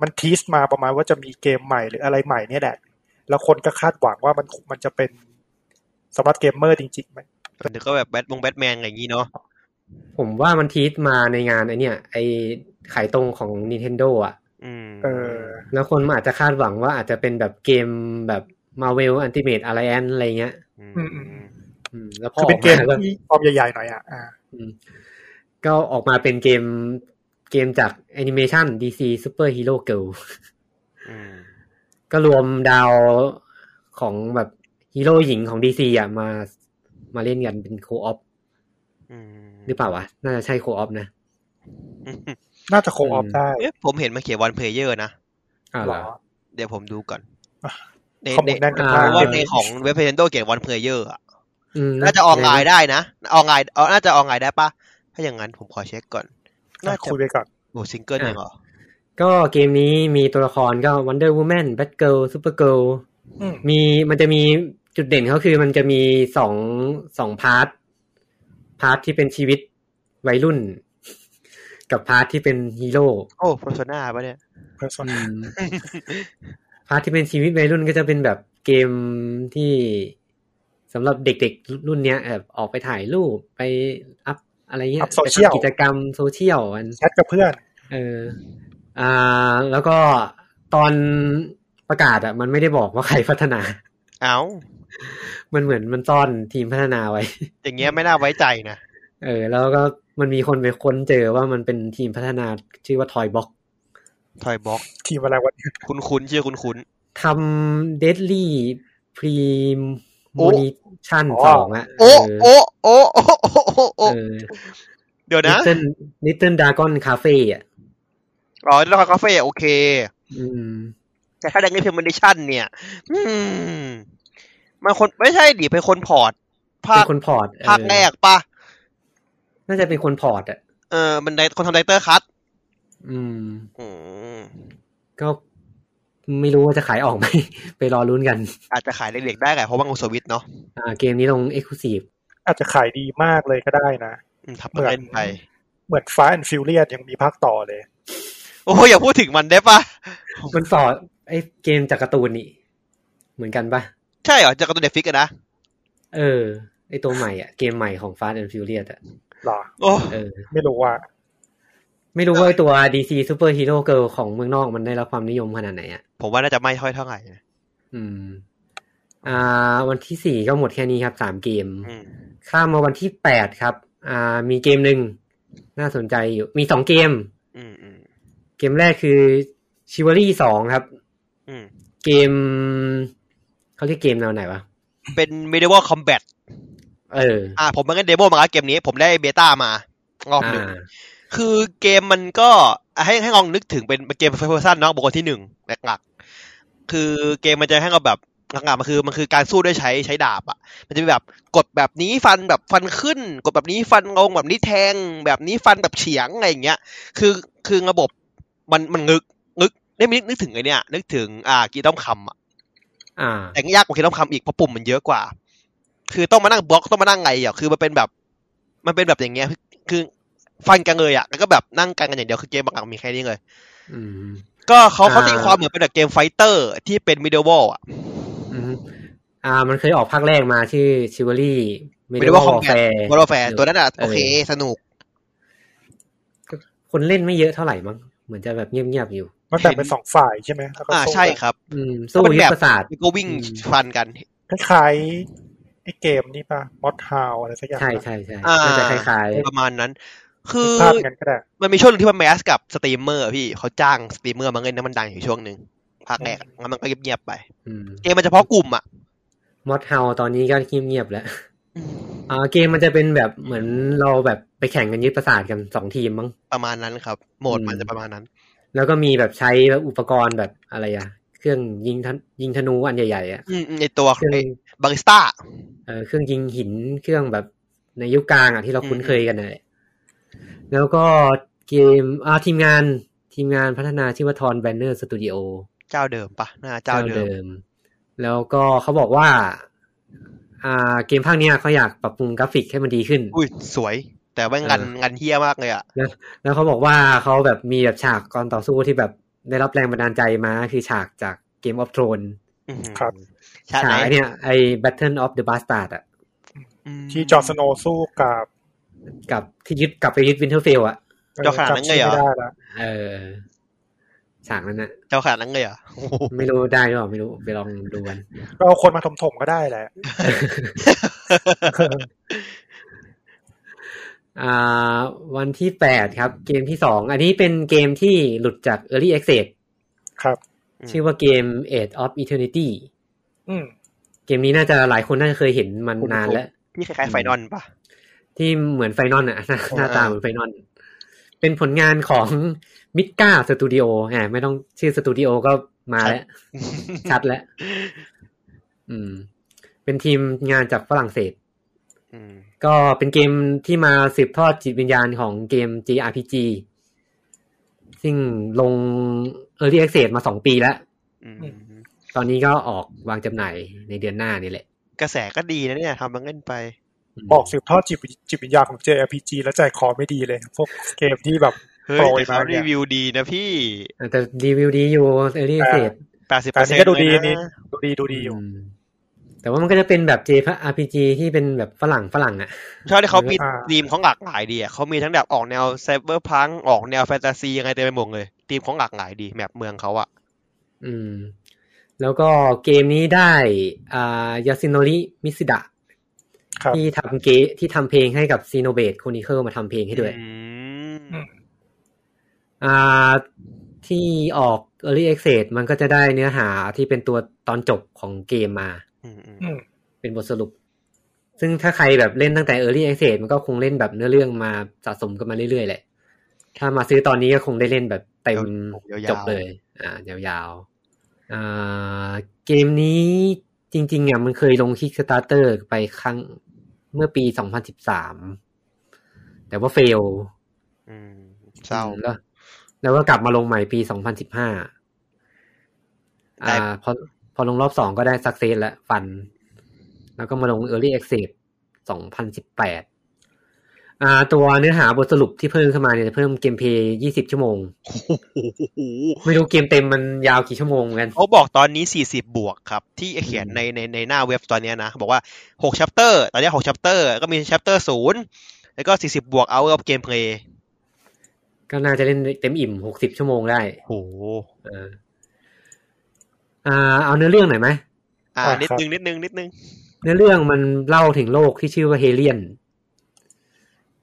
[SPEAKER 3] มันทีสมาประมาณว่าจะมีเกมใหม่หรืออะไรใหม่เนี่ยแหละ แล้วคนก็คาดหวังว่ามันมันจะเป็นสำหรับเกมเมอร์จริงๆไหม
[SPEAKER 2] นึกก็แบบแบทวงแบทแมนอะไรอย่างนี้เนาะ
[SPEAKER 1] ผมว่ามันทีสมาในงานไอเนี่ย ไอขายตรงของ Nintendo อ่ะ
[SPEAKER 2] อืม
[SPEAKER 3] เออ
[SPEAKER 1] แล้วคนมันอาจจะคาดหวังว่าอาจจะเป็นแบบเกมแบบ Marvel Ultimate Alliance อะไรเงี้ย
[SPEAKER 3] อืมอืม
[SPEAKER 1] อืมแล้วพอ
[SPEAKER 3] คือ
[SPEAKER 1] อ
[SPEAKER 3] เป็
[SPEAKER 1] อน ก
[SPEAKER 3] เกม
[SPEAKER 1] มาก็
[SPEAKER 3] ที่ฟอร์มใหญ่ๆหน่อยอ่ะอ่า
[SPEAKER 1] อืมก็ออกมาเป็นเกมเกมจาก Animation DC Super Hero Girl
[SPEAKER 2] อืม
[SPEAKER 1] ก็รวมดาวของแบบฮีโร่หญิงของ DC อ่ะมามาเล่นกันเป็นโคออฟ
[SPEAKER 2] อืม
[SPEAKER 1] หรือเปล่าวะ น่าจะใช่โคออฟนะ
[SPEAKER 3] น่าจะโคออฟ
[SPEAKER 1] อืม
[SPEAKER 3] ได้
[SPEAKER 2] เอ๊ะผมเห็นมาเขียนวันเพลเยอร์นะ
[SPEAKER 1] อ่า
[SPEAKER 3] ห
[SPEAKER 1] เห
[SPEAKER 3] ร
[SPEAKER 1] ร
[SPEAKER 3] อ
[SPEAKER 1] อ
[SPEAKER 2] เดี๋ยวผมดูก่อนใน
[SPEAKER 3] ข้อ
[SPEAKER 2] ใน
[SPEAKER 3] มูลแน่นกัน
[SPEAKER 2] เพ
[SPEAKER 3] มา
[SPEAKER 1] อ่
[SPEAKER 2] ราะ
[SPEAKER 3] ก
[SPEAKER 2] ว่าในของเว็บเพนโดเขียนวันเพลเยอร์อะ
[SPEAKER 1] อืม
[SPEAKER 2] น่าจะออนไลน์ได้นะ ออนไลน์เออน่าจะออนไลน์ได้ปะถ้าอย่างนั้นผมขอเช็คก่อน น่าจะ
[SPEAKER 3] คุยไปก่อน
[SPEAKER 2] โหซิงเกิลเองเหรอ
[SPEAKER 1] ก็เกมนี้มีตัวละครก็ Wonder Woman Batgirl Supergirl
[SPEAKER 3] อืม
[SPEAKER 1] มีมันจะมีจุดเด่นเขาคือมันจะมีสองสองพาร์ท พาร์ทที่เป็นชีวิตวัยรุ่น กับพาร์ทที่เป็นฮีโร่
[SPEAKER 2] โอ้โพโซนาปะเนี่ย
[SPEAKER 3] เพอร์ซอน
[SPEAKER 1] พาร์ทที่เป็นชีวิตวัยรุ่นก็จะเป็นแบบเกมที่สำหรับเด็กๆรุ่นเนี้ยแบบออกไปถ่ายรูปไปอัพอะไรเงี้ยไปทำกิจกรรมโซเชียลอัน
[SPEAKER 3] แชทกับเพื่อน
[SPEAKER 1] เออ อ่า แล้วก็ตอนประกาศอ่ะ มันไม่ได้บอกว่าใครพัฒนา
[SPEAKER 2] เอ้า
[SPEAKER 1] มันเหมือนมันซ่อนทีมพัฒนาไว้
[SPEAKER 2] อย่างเงี้ยไม่น่าไว้ใจนะ
[SPEAKER 1] เออ แล้วก็มันมีคนไปค้นเจอว่ามันเป็นทีมพัฒนาชื่อว่า Toy Box
[SPEAKER 2] ทอยบ็อก
[SPEAKER 3] ทีมอะไรวะเนี่ย
[SPEAKER 2] คุ้นคุ้นๆชื่อคุ้นคุ้น
[SPEAKER 1] ทำ Deadly Premonition ส
[SPEAKER 2] โอ้
[SPEAKER 1] องอ่ะ
[SPEAKER 2] ๆโอ้โอ้โอ้โอ้โอ้
[SPEAKER 1] เอ
[SPEAKER 2] โอ้โอ้
[SPEAKER 1] อ
[SPEAKER 2] เดี๋ยว
[SPEAKER 1] นิ
[SPEAKER 2] นะ
[SPEAKER 1] ตเติ้ลนิตเติ้ลดากอนคาเฟ่อ่ะ
[SPEAKER 2] อ๋อแล้วก็คาเฟ่โอเค
[SPEAKER 1] อืม
[SPEAKER 2] แต่ถ้าแดงนี่เพมเดชันเนี่ย อืมมันคนไม่ใช่ดิเป็นคนพอร์ต
[SPEAKER 1] เป็
[SPEAKER 2] ภาคน
[SPEAKER 1] คนพอร์ตเออ
[SPEAKER 2] ภาคแรกปะ
[SPEAKER 1] น่าจะเป็นคนพอร์ตอ่ะ
[SPEAKER 2] เออมันไดคนทำไดเตอร์คัต
[SPEAKER 1] อืม
[SPEAKER 2] อืม
[SPEAKER 1] ก็ไม่รู้ว่าจะขายออกไหม ไปรอลุ้นกัน
[SPEAKER 2] อาจจะขายเด็กๆได้แหละเพราะว่างูสวิตเนาะ
[SPEAKER 1] อ่าเกมนี้ลง Exclusive
[SPEAKER 3] อาจจะขายดีมากเลยก็ได้นะ
[SPEAKER 2] อืมทำมาเล่นไป
[SPEAKER 3] เหมือนฟ้าแอนฟิวเลียยังมีภาคต่อเลย
[SPEAKER 2] โอ้ยอย่าพูดถึงมันได้ปะ
[SPEAKER 1] มันสอดไอ้เกมจากการ์ตูนนี่ เหมือนกันปะ
[SPEAKER 2] ใช่เหรอจากการ์ตูนเด็กฟิกอะนะ
[SPEAKER 1] เออ ไอ้ตัวใหม่อ่ะ เกมใหม่ของ Fast and Furious อ่ะ
[SPEAKER 3] หรอ
[SPEAKER 2] โอ้
[SPEAKER 1] เออ
[SPEAKER 3] ไม่รู้ว่า
[SPEAKER 1] ไม่รู้ว่าไอ้ตัว DC Super Hero Girl ของเมืองนอกมันได้รับความนิยมขนาดไหนอ่ะ
[SPEAKER 2] ผมว่าน่าจะไม่ค่อยเท่าไหร่นะ
[SPEAKER 1] อืม อ่า วันที่สี่ก็หมดแค่นี้ครับสามเกม
[SPEAKER 2] อืม
[SPEAKER 1] ข้ามมาวันที่แปดครับ อ่า มีเกมหนึ่งน่าสนใจอยู่ มีสองเกม
[SPEAKER 2] อืมอืม
[SPEAKER 1] เกมแรกคือ Chivalry สองครับ
[SPEAKER 2] อืม
[SPEAKER 1] เกมเขาเรียกเกมแนวไหนวะ
[SPEAKER 2] เป็น medieval combat
[SPEAKER 1] เออ
[SPEAKER 2] อ่าผมเพิ่งเล่นเดโมมาแล้วเกมนี้ผมได้เบต้ามารอบหนึ่ง
[SPEAKER 1] อ่า
[SPEAKER 2] คือเกมมันก็ให้ให้ลองนึกถึงเป็นเกมเฟิร์สเพอร์ซันเนาะบุคคลที่หนึ่งหลักๆคือเกมมันจะให้เราแบบหลักๆมันคือมันคือการสู้ด้วยใช้ใช้ดาบอ่ะ มันจะมีแบบกดแบบนี้ฟันแบบฟันขึ้น กดแบบนี้ฟันลงแบบนี้แทง แบบนี้ฟันแบบเฉียงอะไรอย่างเงี้ย คือคือระบบมันมันงึกงึกได้มีนึกถึงไอเนี้ยนึกถึงอ่ากีต้อมคำอ่ะ
[SPEAKER 1] อ่า
[SPEAKER 2] แต่ยากกว่ากีต้อมคำอีกเพราะปุ่มมันเยอะกว่า คือต้องมานั่งบล็อกต้องมานั่งไงอ่ะคือมันเป็นแบบ มันเป็นแบบอย่างเงี้ยคือคือ ฟันกันเลยอ่ะแล้วก็แบบนั่งกันกันอย่างเดียวคือเกมบางอย่างมีแค่นี้เลย
[SPEAKER 1] อืม
[SPEAKER 2] ก็เขาเขา
[SPEAKER 1] อ่า
[SPEAKER 2] ตีความเหมือนเป็นแบบเกมไฟเตอร์ที่เป็นมิดเดิลวอลอ่ะ
[SPEAKER 1] อืมอ่า มันเคยออกภาคแรกมาชื่อชิว a รี่
[SPEAKER 2] Medieval Combat วอลแฟร์ตัวนั้นอ่ะ
[SPEAKER 1] เออ
[SPEAKER 2] โอเคสนุก
[SPEAKER 1] คนเล่นไม่เยอะเท่าไหร่มั้งเหมือนจะแบบเงียบๆอยู่
[SPEAKER 3] มันแบ่งเป็นสองฝ่ายใช่ไหมแล้วก็
[SPEAKER 2] อ่า
[SPEAKER 3] สู้
[SPEAKER 2] ใช่
[SPEAKER 3] กัน
[SPEAKER 2] ครับ
[SPEAKER 1] อืม สู้
[SPEAKER 2] ก็เป็น
[SPEAKER 1] ยุท
[SPEAKER 2] แบบ
[SPEAKER 1] ธศาสตร์
[SPEAKER 2] ก็วิ่ง
[SPEAKER 1] อืม
[SPEAKER 2] ฟันกัน
[SPEAKER 3] คล้ายๆไอ้เกมนี่ป่ะมอดฮาวอะไรสักอย่าง
[SPEAKER 1] ใช่
[SPEAKER 3] ปะ
[SPEAKER 1] ใช่ใช่
[SPEAKER 2] อ่า
[SPEAKER 1] น่าจะคล้าย
[SPEAKER 2] ประมาณนั้น คือ
[SPEAKER 3] ภาพกันก็ได้
[SPEAKER 2] มันมีช่วงหนึงที่มันแมสกับสตรีมเมอร์อะพี่เขาจ้างสตรีมเมอร์มาเล่นน้ำมันดังอยู่ช่วงหนึ่งภาคแรกอะแล้วมันก็เงียบๆไป
[SPEAKER 1] ๆอืม
[SPEAKER 2] เกมมันเฉพาะกลุ่มอ่ะ
[SPEAKER 1] มอดเฮาตอนนี้ก็เงียบๆแล้ว อ่าเกมมันจะเป็นแบบเหมือนเราแบบไปแข่งกันยึดประสาทกันสองทีมมั้ง
[SPEAKER 2] ประมาณนั้นครับ โหมดมัน
[SPEAKER 1] อืม
[SPEAKER 2] จะประมาณนั้น
[SPEAKER 1] แล้วก็มีแบบใช้แบบอุปกรณ์แบบอะไรอะเครื่องยิงธนยิงธนูอันใหญ่ๆอะ
[SPEAKER 2] อืมอืมในตัว
[SPEAKER 1] เครื่อง
[SPEAKER 2] ไอ้บาริสต้า
[SPEAKER 1] เออเครื่องยิงหินเครื่องแบบในยุคกลางอะที่เราคุ้นเคยกันเลยแล้วก็เกมอ่าทีมงานทีมงานพัฒนาชื่อว่าทอนแบนเนอร์สตูดิโอ
[SPEAKER 2] เจ้าเดิมปะน่าเจ้าเดิม
[SPEAKER 1] มแล้วก็เขาบอกว่า อ่าเกมภาคเนี้ยเขาอยากปรับปรุงกราฟิกให้มันดีขึ้น
[SPEAKER 2] อุ้ยสวย แต่ว่างัน
[SPEAKER 1] เออ
[SPEAKER 2] งันเฮี้ยมากเลยอ่ะ
[SPEAKER 1] แล้วเขาบอกว่าเขาแบบมีแบบฉากก่อนต่อสู้ที่แบบได้รับแรงบันดาลใจมาคือฉากจากเกมออฟทรอน
[SPEAKER 2] อืม
[SPEAKER 3] ครับ
[SPEAKER 2] ชาติ
[SPEAKER 1] ฉา
[SPEAKER 2] ไหน
[SPEAKER 1] กไอ้เนี่ยไอ้ Battle of the Bastard อะ
[SPEAKER 2] อืม
[SPEAKER 3] ที่จอร์นสโนว์สู้กับ
[SPEAKER 1] กับที่ยึดกลับไปยึดวินเทอร์เฟลอะ
[SPEAKER 2] จอขนาดนั้นเลยเหรอ
[SPEAKER 3] จำชื่อไม่ได้ละ
[SPEAKER 1] เออฉากนั้นนะ
[SPEAKER 2] เจ้าขนาดนั้นเลยเหรอ่ะโอ้โห
[SPEAKER 1] ไม่รู้ได้หรือเปล่าไม่รู้ไปลองดูกัน
[SPEAKER 3] ก็เอาคนมาถมๆก็ได้แหละ
[SPEAKER 1] อ่า วันที่แปดครับ เกมที่สองอันนี้เป็นเกมที่หลุดจาก Early Access
[SPEAKER 3] ครับ
[SPEAKER 1] ชื่อว่าเกม Age of Eternity
[SPEAKER 3] อืม
[SPEAKER 1] เกมนี้น่าจะหลายคนน่าจะเคยเห็นมันนานแล้ว
[SPEAKER 2] ที่คล้ายๆไฟนอลปะ
[SPEAKER 1] ที่เหมือนไฟนอลน่ะ หน้า
[SPEAKER 2] อ่า
[SPEAKER 1] หน้าตาเหมือนไฟนอลเป็นผลงานของมิดกาสตูดิโอแหมไม่ต้องชื่อสตูดิโอก็มาแล้ว ชัดแล้ว อืม เป็นทีมงานจากฝรั่งเศส
[SPEAKER 2] อืม
[SPEAKER 1] ก็เป็นเกมที่มาสืบทอดจิตวิญญาณของเกม JRPG ซึ่งลง Early Access มาสองปีแล้ว
[SPEAKER 2] อืม
[SPEAKER 3] อื
[SPEAKER 1] ตอนนี้ก็ออกวางจำหน่ายในเดือนหน้านี่แหละ
[SPEAKER 2] กระแสก็ดีนะเนี่ยทำมันเล่นไป
[SPEAKER 1] ม
[SPEAKER 3] บอกสืบทอดจิตวิจิตวิญญาณของ JRPG แล้วใจคอไม่ดีเลย พวกเกมที่แบบ
[SPEAKER 2] เฮ้ย
[SPEAKER 3] โปรย
[SPEAKER 2] แต่เขา
[SPEAKER 3] มาเนี่ย
[SPEAKER 2] รีวิวดีนะพี่
[SPEAKER 1] แต่รีวิวดีอยู่ Early Access
[SPEAKER 2] แปดสิบเปอ
[SPEAKER 3] แต่อั
[SPEAKER 2] ร์
[SPEAKER 3] น
[SPEAKER 2] เซ็นต์
[SPEAKER 3] นี้ก็ดูดี
[SPEAKER 2] เลย
[SPEAKER 3] นี่
[SPEAKER 2] นะ
[SPEAKER 3] ดูดีดูดีอยู่
[SPEAKER 1] มแต่ว่ามันก็จะเป็นแบบ JRPG ที่เป็นแบบฝรั่งฝรั่งอ่ะ
[SPEAKER 2] ชอบที่เขามี
[SPEAKER 3] อ่า
[SPEAKER 2] ธีมของหลากหลายดีอ่ะเขามีทั้งแบบออกแนวไซเบอร์พังออกแนวแฟนตาซียังไงเต็มไปหมดเลยธีมของหลากหลายดีแมปเมืองเขาอ่ะ
[SPEAKER 1] อืม แล้วก็เกมนี้ได้อ่ายาซิโนริมิสดะ
[SPEAKER 3] ครับ
[SPEAKER 1] ที่ทำเกที่ทำเพลงให้กับซีโนเบ e โคนิเคิลมาทำเพลงให้ด้วย
[SPEAKER 2] อืม
[SPEAKER 1] อ่าที่ออก Early Access มันก็จะได้เนื้อหาที่เป็นตัวตอนจบของเกมมา
[SPEAKER 2] อืมอืม
[SPEAKER 3] อืม
[SPEAKER 1] เป็นบทสรุป ซึ่งถ้าใครแบบเล่นตั้งแต่ Early Access มันก็คงเล่นแบบเนื้อเรื่องมาสะสมกันมาเรื่อยๆแหละ ถ้ามาซื้อตอนนี้ก็คงได้เล่นแบบเต็มจบเลย อ่ายาวๆอ่าเกมนี้จริงๆอ่ะมันเคยลง Kickstarter ไปครั้งเมื่อปี 2013 แต่ว่าเฟล
[SPEAKER 2] อืมเศร้า
[SPEAKER 1] แล้วแล้วก็กลับมาลงใหม่ปี 2015
[SPEAKER 2] ได้
[SPEAKER 1] อ่าพอพอลงรอบสองก็ได้สักเซสและฟัน แล้วก็มาลง Early Access 2018 อ่า ตัวเนื้อหาบทสรุปที่เพิ่มเข้ามาเนี่ยจะเพิ่มเกมเพลย์20 ชั่วโมง
[SPEAKER 2] โอ้โห
[SPEAKER 1] ไม่รู้เกมเต็มมันยาวกี่ชั่วโมงกัน
[SPEAKER 2] เขาบอกตอนนี้ 40 บวกครับ ที่เขียนในในในหน้าเว็บตอนเนี้ยนะ บอกว่า 6 chapter ตอนเนี้ย6 chapter ก็มี chapter 0 แล้วก็ 40 บวกเอากับเกมเพลย์
[SPEAKER 1] ก็น่าจะเล่นเต็มอิ่ม 60 ชั่วโมงได้
[SPEAKER 2] โอ้โห
[SPEAKER 1] เอออ่า เอาเนื้อเรื่องหน่อยไหม
[SPEAKER 2] อ่า
[SPEAKER 3] อ่า
[SPEAKER 2] นิด
[SPEAKER 3] ครับ
[SPEAKER 2] นึงนิดนึงนิดนึง
[SPEAKER 1] เนื้อเรื่องมันเล่าถึงโลกที่ชื่อว่าเฮเลียน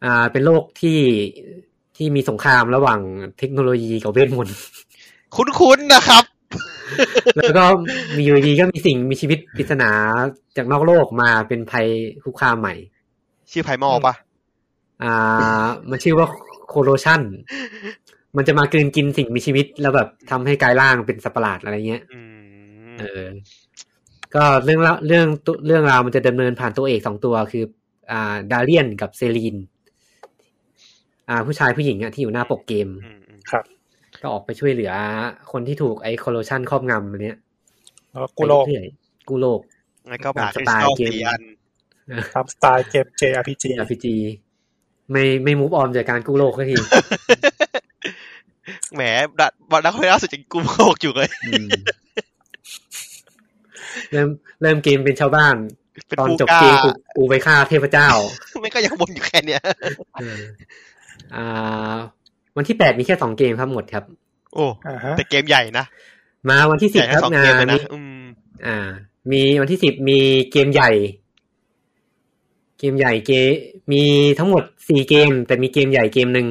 [SPEAKER 1] อ่า เป็นโลกที่ที่มีสงครามระหว่างเทคโนโลยีกับเวทมนต์
[SPEAKER 2] คุ้นๆนะครับ
[SPEAKER 1] แล้วก็มีอยู่ดีก็มีสิ่งมีชีวิตปริศนาจากนอกโลกมาเป็นภัยคุกคามใหม่
[SPEAKER 2] ชื่อไพมอลปะ
[SPEAKER 1] อ่า มันชื่อว่าโคโลชันมันจะมากลืนกินสิ่งมีชีวิตแล้วแบบทำให้กลายร่างเป็นสัตว์ประหลาดอะไรเงี้ย
[SPEAKER 2] อืม
[SPEAKER 1] เออ ก็เรื่องราวเรื่องตัวเรื่องราวมันจะดำเนินผ่านตัวเอกสองตัวคือ อ่า ดาเลียนกับเซรีน อ่า ผู้ชายผู้หญิงอะที่อยู่หน้าปกเกม
[SPEAKER 2] อืมอืม
[SPEAKER 1] ก็ออกไปช่วยเหลือคนที่ถูกไอ้โคโลชันครอบงำอันเนี้ย
[SPEAKER 3] แล้วก็กูโลก
[SPEAKER 1] ไปเรื่อยๆกูโลก
[SPEAKER 2] แล้วก็
[SPEAKER 1] ตาม
[SPEAKER 2] หา
[SPEAKER 1] ส
[SPEAKER 2] คริ
[SPEAKER 1] ไต
[SPEAKER 2] ส
[SPEAKER 1] ล์
[SPEAKER 2] ตัล
[SPEAKER 1] เกม
[SPEAKER 2] สีอัน
[SPEAKER 3] ตามสไตล์เกม JRPG
[SPEAKER 1] RPG ไม่ไม่มูฟออนจากการกู้โลกสักที
[SPEAKER 2] แหมดัดวันนักล่าสุดจังกูโอกอยู่เลย
[SPEAKER 4] อืม
[SPEAKER 1] เริ่มเริ่มเกมเป็นชาวบ้าน
[SPEAKER 2] เป็น
[SPEAKER 1] ตอน
[SPEAKER 2] ผู้
[SPEAKER 1] จบ
[SPEAKER 2] กล้า
[SPEAKER 1] เกมกูกูไปฆ่าเทพเจ้า
[SPEAKER 2] ไม่ก็ยังวนอยู่แค่เนี้ย
[SPEAKER 1] เอออ่า วันที่แปดมีแค่สองเกมครับหมดครับ
[SPEAKER 2] โอ้
[SPEAKER 3] อ่าฮะ
[SPEAKER 2] แต่เกมใหญ่นะ
[SPEAKER 1] มาวันที่
[SPEAKER 2] ให
[SPEAKER 1] สิบ
[SPEAKER 2] ญ่
[SPEAKER 1] ค
[SPEAKER 2] ทั้
[SPEAKER 1] รับ
[SPEAKER 2] งสอง
[SPEAKER 1] งา
[SPEAKER 2] เกมเลย
[SPEAKER 1] น
[SPEAKER 2] นะอืม
[SPEAKER 1] อ่า มีวันที่สิบมีเกมใหญ่ เกมใหญ่เกมมีทั้งหมดสี่เกม แต่มีเกมใหญ่เกมหนึ่ง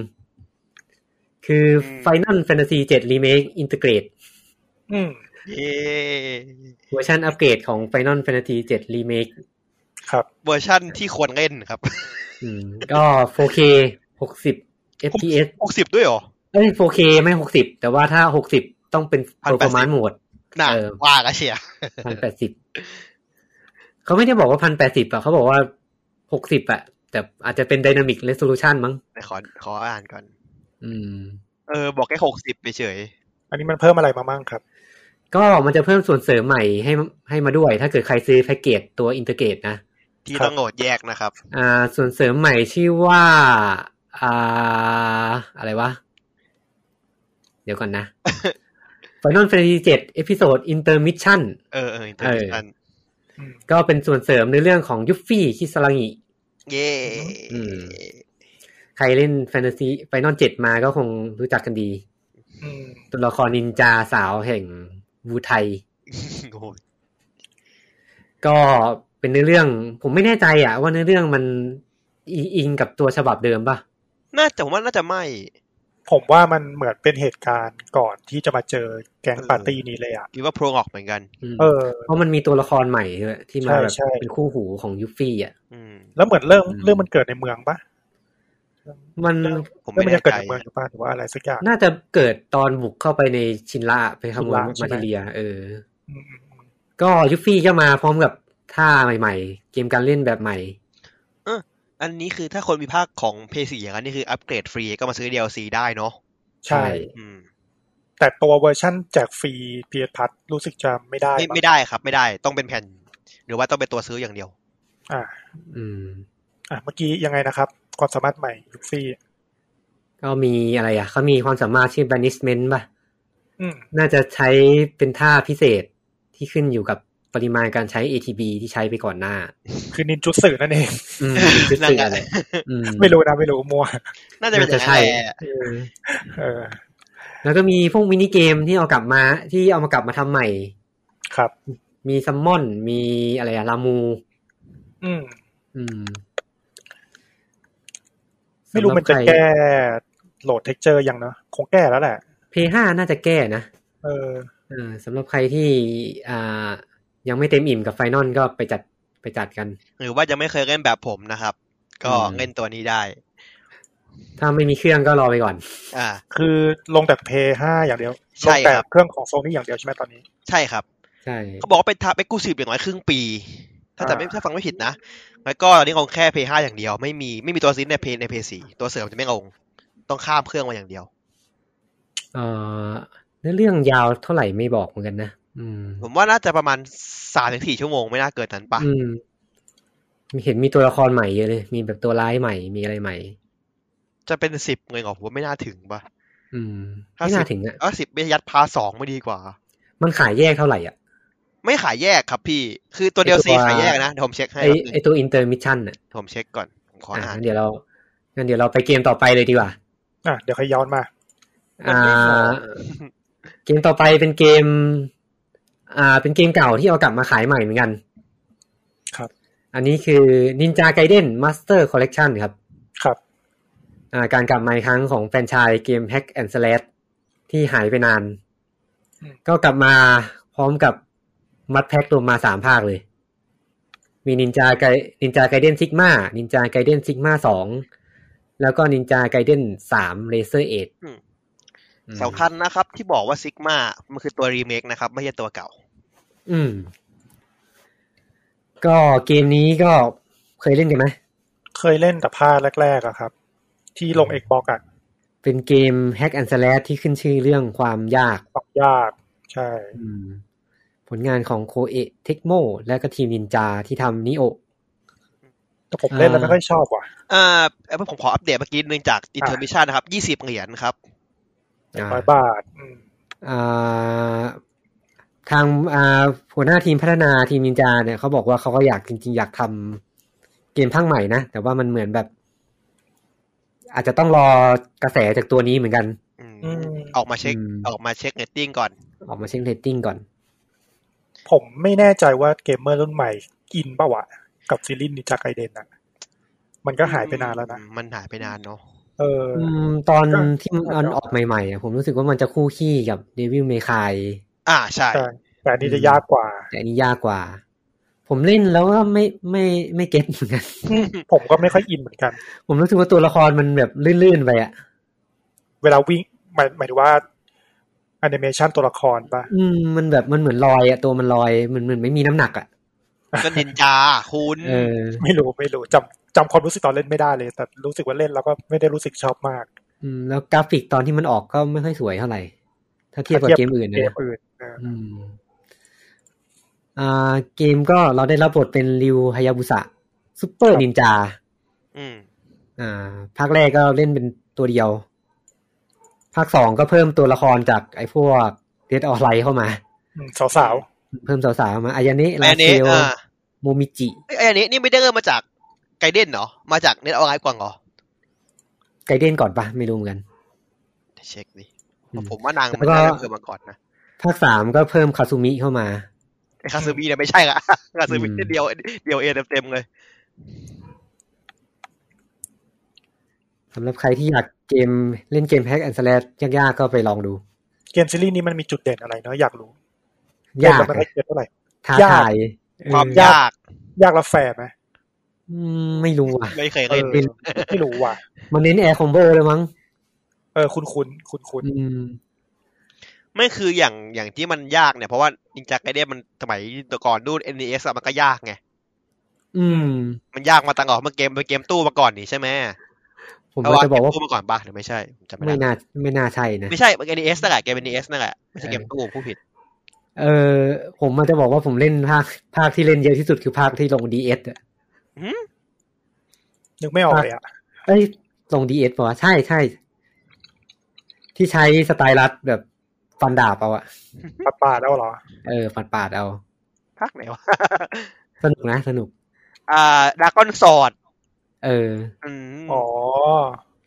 [SPEAKER 1] คือ Final Fantasy 7 Remake Integrate
[SPEAKER 3] อืม
[SPEAKER 2] เย้
[SPEAKER 1] เวอร์ชันอัปเกรดของ Final Fantasy 7 Remake
[SPEAKER 3] ครับ
[SPEAKER 2] เวอร์ชั่นที่ควรเล่นครับ
[SPEAKER 1] อืมก็ 4K 60 FPS
[SPEAKER 2] 60 ด้วยเหรอ
[SPEAKER 1] เอ้ย 4K ไม่ 60 แต่ว่าถ้า 60 ต้องเป็น
[SPEAKER 2] 1080
[SPEAKER 1] performance mode
[SPEAKER 2] น่ะ
[SPEAKER 1] เออ
[SPEAKER 2] ว่าละเชียร์
[SPEAKER 1] 1080 เขาไม่ได้บอกว่า 1080 อ่ะ เขาบอกว่า 60 อ่ะ แต่อาจจะเป็น dynamic resolution มั้ง
[SPEAKER 2] ไหนขอขออ่านก่อน
[SPEAKER 1] อืม
[SPEAKER 2] เออ บอกแค่ 60 ไปเฉย
[SPEAKER 3] อันนี้มันเพิ่มอะไรมามั่งครับ
[SPEAKER 1] ก็มันจะเพิ่มส่วนเสริมใหม่ให้ให้มาด้วย ถ้าเกิดใครซื้อแพ็กเกจตัว integrate นะ
[SPEAKER 2] ๆที่ต้องโหลดแยกนะครับ
[SPEAKER 1] อ่า ส่วนเสริมใหม่ชื่อว่า อ่า อะไรวะ เดี๋ยวก่อน นะ Final Fantasy 7 Episode Intermission
[SPEAKER 2] เออเอออินเทอร์เน็ต
[SPEAKER 3] อืม
[SPEAKER 1] ก็เป็นส่วนเสริมในเรื่องของยุฟฟี่คิสลังิ
[SPEAKER 2] เย้
[SPEAKER 1] อืม ใครเล่นแฟนตาซีไฟนอลเจ็ดมาก็คงรู้จักกันดี
[SPEAKER 3] อืม
[SPEAKER 1] ตัวละครนินจาสาวแห่งวูไทย
[SPEAKER 2] โอ้โห
[SPEAKER 1] ก็เป็นเนื้อเรื่อง ผมไม่แน่ใจอะว่าเนื้อเรื่องมันอิอิงกับตัวฉบับเดิมปะ
[SPEAKER 2] น่าจะผมว่าน่าจะไม่
[SPEAKER 3] ผมว่ามันเหมือนเป็นเหตุการณ์ก่อนที่จะมาเจอแก๊งปาร์ตี้นี้เลยอ่ะ
[SPEAKER 2] คิดว่าโพรงออกเหมือนกัน
[SPEAKER 1] อืม
[SPEAKER 3] เออ
[SPEAKER 1] เพราะมันมีตัวละครใหม่ด้วยที่มา
[SPEAKER 3] ใช่
[SPEAKER 1] แบบ
[SPEAKER 3] ใช่
[SPEAKER 1] เป็นคู่หูของยุฟฟี่อะ
[SPEAKER 2] อืม
[SPEAKER 3] แล้วเหมือนเรื่อง
[SPEAKER 1] อืม
[SPEAKER 3] เรื่องมันเกิดในเมืองปะ
[SPEAKER 1] มัน
[SPEAKER 2] ผม
[SPEAKER 3] เรื่
[SPEAKER 2] ไม่
[SPEAKER 3] องมัน
[SPEAKER 2] แน่
[SPEAKER 3] จะเกิด
[SPEAKER 2] ใจ
[SPEAKER 3] ในเมือง
[SPEAKER 2] นะ
[SPEAKER 3] หรือเปล่าหรือว่าอะไรสักอย่าง
[SPEAKER 1] น่าจะเกิดตอนบุกเข้าไปในชินละไปขโมย
[SPEAKER 3] ชินระใช่
[SPEAKER 1] มา
[SPEAKER 3] ไหม
[SPEAKER 1] เทเรีย เออ
[SPEAKER 3] อืมอืมอืม
[SPEAKER 1] ก็ยุฟฟี่ก็มาพร้อมกับท่าใหม่ๆ เกมการเล่นแบบใหม่
[SPEAKER 2] อันนี้คือถ้าคนมีภาคของเพย์สี่อย่างนั้นนี่คืออัปเกรดฟรีก็มาซื้อ DLC ได้เนาะ
[SPEAKER 3] ใช่
[SPEAKER 2] อืม
[SPEAKER 3] แต่ตัวเวอร์ชั่นแจกฟรีเพียร์พัทรู้สึกจะไม่ได้
[SPEAKER 2] ไม่
[SPEAKER 3] ปะ
[SPEAKER 2] ไม่ได้ครับไม่ได้ต้องเป็นแผ่น หรือว่าต้องเป็นตัวซื้ออย่างเดียว
[SPEAKER 3] อ่า
[SPEAKER 1] อืม
[SPEAKER 3] อ่ะเมื่อกี้ยังไงนะครับ ความสามารถใหม่ยุคซี่
[SPEAKER 1] ก็มีอะไรอ่ะ เขามีความสามารถชื่อ banishment ป่ะ
[SPEAKER 3] อืม
[SPEAKER 1] น่าจะใช้เป็นท่าพิเศษที่ขึ้นอยู่กับปริมาณการใช้ ATB ที่ใช้ไปก่อนหน้า
[SPEAKER 3] คือนินจุตสึนั่นเอง
[SPEAKER 1] อืมคือ
[SPEAKER 2] นั่น
[SPEAKER 1] สื่
[SPEAKER 2] แห
[SPEAKER 1] อ
[SPEAKER 2] ละ
[SPEAKER 1] อะไรอืม
[SPEAKER 3] ไม่รู้นะไม่รู้มัว
[SPEAKER 2] น่าจะเป็นอย่างนั้นแหละ
[SPEAKER 1] เออ
[SPEAKER 3] เออ
[SPEAKER 1] แล้วก็มีพวกมินิเกมที่เอากลับมาที่เอามากลับมาทำใหม่
[SPEAKER 3] ครับ
[SPEAKER 1] มีซัมมอน มีอะไรอะลามู
[SPEAKER 3] อืม
[SPEAKER 1] อืม
[SPEAKER 3] ไม่รู้มันจะ
[SPEAKER 1] สำหบใค
[SPEAKER 3] แก้โหลดเท็กเจอร์ยังเนาะคงแก้แล้วแหละ
[SPEAKER 1] เพย์ห้าน่าจะแก้นะ
[SPEAKER 3] เออ
[SPEAKER 1] เออสำหรับใครที่อ่ายังไม่เต็มอิ่มกับไฟนอลก็ไปจัดไปจัดกัน
[SPEAKER 2] หรือว่ายังไม่เคยเล่นแบบผมนะครับ ก็
[SPEAKER 1] อืม
[SPEAKER 2] เล่นตัวนี้ได้
[SPEAKER 1] ถ้าไม่มีเครื่องก็รอไปก่อน
[SPEAKER 2] อ่า
[SPEAKER 3] คือลงแต่เพย์ห้าอย่างเดียว
[SPEAKER 2] ใช่
[SPEAKER 3] ลงแต่
[SPEAKER 2] ครับ
[SPEAKER 3] เครื่องของโซนี่อย่างเดียวใช่ไหมตอนนี้
[SPEAKER 2] ใช่ครับ
[SPEAKER 1] ใช่
[SPEAKER 2] เขาบอกว่าเป็นทาเป็นกูสิบอย่างน้อยครึ่งปี ถ้าแต่ไม่
[SPEAKER 3] อ่า
[SPEAKER 2] ถ้าฟังไม่ผิดนะ แล้วก็ตอนนี้ของแค่ P5 อย่างเดียวไม่มีไม่มีตัวซินใน P ใน P4 ตัวเสริมจะไม่ลงต้องข้ามเครื่องมาอย่างเดียว
[SPEAKER 1] เอ่อเนื้อเรื่องยาวเท่าไหร่ไม่บอกเหมือนกันนะ อืม
[SPEAKER 2] ผมว่าน่าจะประมาณสามถึงสี่ชั่วโมงไม่น่าเกินนั้นปะ
[SPEAKER 1] อืมเห็นมีตัวละครใหม่เยอะเลย มีแบบตัวร้ายใหม่ มีอะไรใหม่
[SPEAKER 2] จะเป็นสิบเงยหรอผมว่าไม่น่าถึงปะ
[SPEAKER 1] อืม
[SPEAKER 2] ห้า
[SPEAKER 1] ไม่
[SPEAKER 2] สิบ
[SPEAKER 1] น่าถึงอ่ะ
[SPEAKER 2] เออสิบไปยัดพาร์ทสองไม่ดีกว่า
[SPEAKER 1] มันขายแยกเท่าไหร่อ่ะ
[SPEAKER 2] ไม่ขายแยกครับพี่ คือตัว
[SPEAKER 1] ไอ้
[SPEAKER 2] เดียวซี
[SPEAKER 1] ตัว
[SPEAKER 2] ขายแยกนะเดี๋ยวผมเช็คให้
[SPEAKER 1] ไอ
[SPEAKER 2] แป๊บนึง
[SPEAKER 1] ไอตัวอินเตอร์มิชชั่นอ่ะ
[SPEAKER 2] ผมเช็คก่อนผมขอ
[SPEAKER 1] อ่ะ
[SPEAKER 2] อ่าน
[SPEAKER 1] งั้นเดี๋ยวเรางั้นเดี๋ยวเราไปเกมต่อไปเลยดีกว่า
[SPEAKER 3] อ่ะเดี๋ยวขย้อนมา
[SPEAKER 1] อ่า เกมต่อไปเป็นเกม อ่า เป็นเกมเก่าที่เอากลับมาขายใหม่เหมือนกัน
[SPEAKER 3] ครับ
[SPEAKER 1] อันนี้คือ Ninja Gaiden Master Collection ครับ
[SPEAKER 3] ครับ
[SPEAKER 1] อ่าการกลับมาอีกครั้งของแฟรนไชายเกม Hack and Slash ที่หายไปนาน
[SPEAKER 3] อืม
[SPEAKER 1] ก็กลับมาพร้อมกับมัดแพ็ครวมมาสามภาคเลย มีนินจาไกนินจาไกเดนซิกมานินจาไกเดนซิกมาสองแล้วก็นินจาไกเดนสามเลเซอร์เอท
[SPEAKER 2] สำคัญนะครับ ที่บอกว่าซิกมามันคือตัวรีเมคนะครับ ไม่ใช่ตัวเก่า
[SPEAKER 1] อืม ก็เกมนี้ก็เคยเล่นกันไหม
[SPEAKER 3] เคยเล่นแต่ภาคแรกๆอะครับ ที่ลง Xbox อ่ะ
[SPEAKER 1] เป็นเกม Hack and Slash ที่ขึ้นชื่อเรื่องความยาก
[SPEAKER 3] ต้องยาก ใช่
[SPEAKER 1] อืมผลงานของโคเอะเทคโมและก็ทีมนินจาที่ทำนิโอ
[SPEAKER 3] แต่ผมเล่นแล้วไม่ค่อยชอบว่ะ
[SPEAKER 2] อ่าเอ้ยผมขออัปเดตเมื่อกี้นึงจากอินเทอร์มิชันนะครับยี่สิบ20 เหรียญครับ
[SPEAKER 1] อ่า
[SPEAKER 3] ร้อยบาทอืม
[SPEAKER 1] อ่าทางอ่าหัวหน้าทีมพัฒนาทีมนินจาเนี่ยเขาบอกว่าเขาก็อยากจริง ๆ อยากทำเกมภาคใหม่นะ แต่ว่ามันเหมือนแบบ อาจจะต้องรอกระแสจากตัวนี้เหมือนกัน
[SPEAKER 2] อืม
[SPEAKER 3] อืม
[SPEAKER 2] ออกมาเช็ค
[SPEAKER 1] อืม
[SPEAKER 2] ออกมาเช็คเรตติ้งก่อน
[SPEAKER 1] ออกมาเช็คเรตติ้งก่อน
[SPEAKER 3] ผมไม่แน่ใจว่าเกมเมอร์รุ่นใหม่อินปะวะ กับซีรีส์นินจาไกเดนอ่ะ มันก็หายไปนานแล้วนะ
[SPEAKER 2] อืมมันหายไปนานเนาะ
[SPEAKER 3] เออ
[SPEAKER 1] อืม ตอน
[SPEAKER 3] ก็
[SPEAKER 1] ที่มัน
[SPEAKER 3] ก็
[SPEAKER 1] ออกใหม่ๆอะผมรู้สึกว่ามันจะคู่ขี้กับเดวิลเมคาย
[SPEAKER 2] อ่าใช่
[SPEAKER 3] แต่แต่อันนี้จะยากกว่า
[SPEAKER 1] แต่อันนี้ยากกว่า ผมเล่นแล้วก็ไม่ไม่ไม่เก็ตเหมือนกัน
[SPEAKER 3] ผมก็ไม่ค่อยอินเหมือนกัน
[SPEAKER 1] ผมรู้สึกว่าตัวละครมันแบบลื่นๆไปอะ
[SPEAKER 3] เวลาวิ่งหมายหมายถึงว่าแอนิเมชันตัวละครปะ
[SPEAKER 1] อืมมันแบบมันเหมือนลอยอะตัวมันลอยเหมือนเหมือนไม่มีน้ำหนักอะ
[SPEAKER 2] ก็ นินจาคุณ
[SPEAKER 1] เออ
[SPEAKER 3] ไม่รู้ไม่รู้จำจำความรู้สึกตอนเล่นไม่ได้เลย แต่รู้สึกว่าเล่นแล้วก็ไม่ได้รู้สึกชอบมาก
[SPEAKER 1] อืมแล้วกราฟิกตอนที่มันออกก็ไม่ค่อยสวยเท่าไหร่ ถ้าเทียบกับเกมอื่น
[SPEAKER 3] เก
[SPEAKER 1] นะ
[SPEAKER 3] มอื่นเออ
[SPEAKER 1] อืมอ่าเกมก็เราได้รับบทเป็นริวฮายาบุสะซูเปอร์นินจา
[SPEAKER 2] อืม
[SPEAKER 1] อ่า ภาคแรกก็เล่นเป็นตัวเดียว ภาคสองก็เพิ่มตัวละครจากไอ้พวกเดดออนไลน์เข้ามา
[SPEAKER 3] อืมสาว
[SPEAKER 1] เพิ่มสาวๆมาอายานิลา
[SPEAKER 2] อัน
[SPEAKER 1] เซ
[SPEAKER 2] นี้
[SPEAKER 1] ล
[SPEAKER 2] อ่า
[SPEAKER 1] โมมิจิ
[SPEAKER 2] เอ้ยอันนี้นี่ไม่ได้เริ่มมาจากไกเด้นเหรอ มาจากเน็ตออนไลน์กว่างเหรอ
[SPEAKER 1] ไกเด้นก่อนปะไม่รู้เหมือนกัน
[SPEAKER 2] เช็คดิ
[SPEAKER 1] อืม
[SPEAKER 2] ผมว่านาง
[SPEAKER 1] แล้ว
[SPEAKER 2] มัน
[SPEAKER 1] ก็
[SPEAKER 2] น่าจะเคยมาก่อนนะ
[SPEAKER 1] ภาคสามก็เพิ่มคาซูมิเข้ามา
[SPEAKER 2] ไอ้คาซูมิเนี่ยไม่ใช่ละ คาซูมิ
[SPEAKER 1] อืม
[SPEAKER 2] เดียวเดียวเอเต็มๆเลย
[SPEAKER 1] สำหรับใครที่อยากเกมเล่นเกมแฮกแอนด์สแลชยากๆก็ไปลองดู
[SPEAKER 3] ๆเกมซีรีส์นี้มันมีจุดเด่นอะไรเนาะอยากรู้
[SPEAKER 1] ยาก
[SPEAKER 3] เล่นแล้วมันไม่เกมเท่าไหร่
[SPEAKER 1] ท้าย
[SPEAKER 3] าก
[SPEAKER 1] ทายเออ
[SPEAKER 2] ความยาก
[SPEAKER 3] ยากและแฟร์ไหม
[SPEAKER 1] อืมไม่รู้อ่ะ
[SPEAKER 2] ไม่เคย
[SPEAKER 3] เอ
[SPEAKER 2] เล่น
[SPEAKER 3] อ
[SPEAKER 1] เล่น
[SPEAKER 3] ไม่รู้ว่ะ
[SPEAKER 1] มันเน้นแอร์คอมโบเลยมั้ง
[SPEAKER 3] เออคุณคุณคุณคุณ
[SPEAKER 1] อืม
[SPEAKER 2] ไม่คืออย่างอย่างที่มันยากเนี่ยเพราะว่านินจาไกเด้นมันสมัยแต่ก่อนดู NES อะมันก็ยากไง
[SPEAKER 1] อืม
[SPEAKER 2] มันยากมาตั้งแต่มันเกมเป็นเกมตู้มาก่อนนี่ใช่ไหม
[SPEAKER 1] ผม
[SPEAKER 2] เพรา
[SPEAKER 1] ก็
[SPEAKER 2] ว่า
[SPEAKER 1] จะบอก
[SPEAKER 2] เม
[SPEAKER 1] ว่า
[SPEAKER 2] ตู้มาก่อนปะหรือไม่ใช่ผมจำไม่
[SPEAKER 1] ไม่
[SPEAKER 2] ได้
[SPEAKER 1] น่าไม่น่าใช่นะ
[SPEAKER 2] ไม่ใช่มัน NES นั่นแหละเกม NES นั่นแหละไม่ใช่เกมตู้ผู้ผิด
[SPEAKER 1] เออ ผมมันจะบอกว่าผมเล่นภาคภาคที่เล่นเยอะที่สุดคือภาคที่ลงดีเอส
[SPEAKER 3] นึกไม่ออกเลยอะ
[SPEAKER 1] เอ้ยลงดีเอสป่ะวะใช่ใช่ที่ใช้สไตล์รัดแบบฟันดาบเอาอะ
[SPEAKER 3] ปัดปาดแล้วเหรอ
[SPEAKER 1] เออฟันปาดเอา
[SPEAKER 2] ภาคไหนวะ
[SPEAKER 1] สนุกนะ สนุก
[SPEAKER 2] อ่าดากอนสอด
[SPEAKER 1] เออ
[SPEAKER 2] อืม
[SPEAKER 3] อ๋อ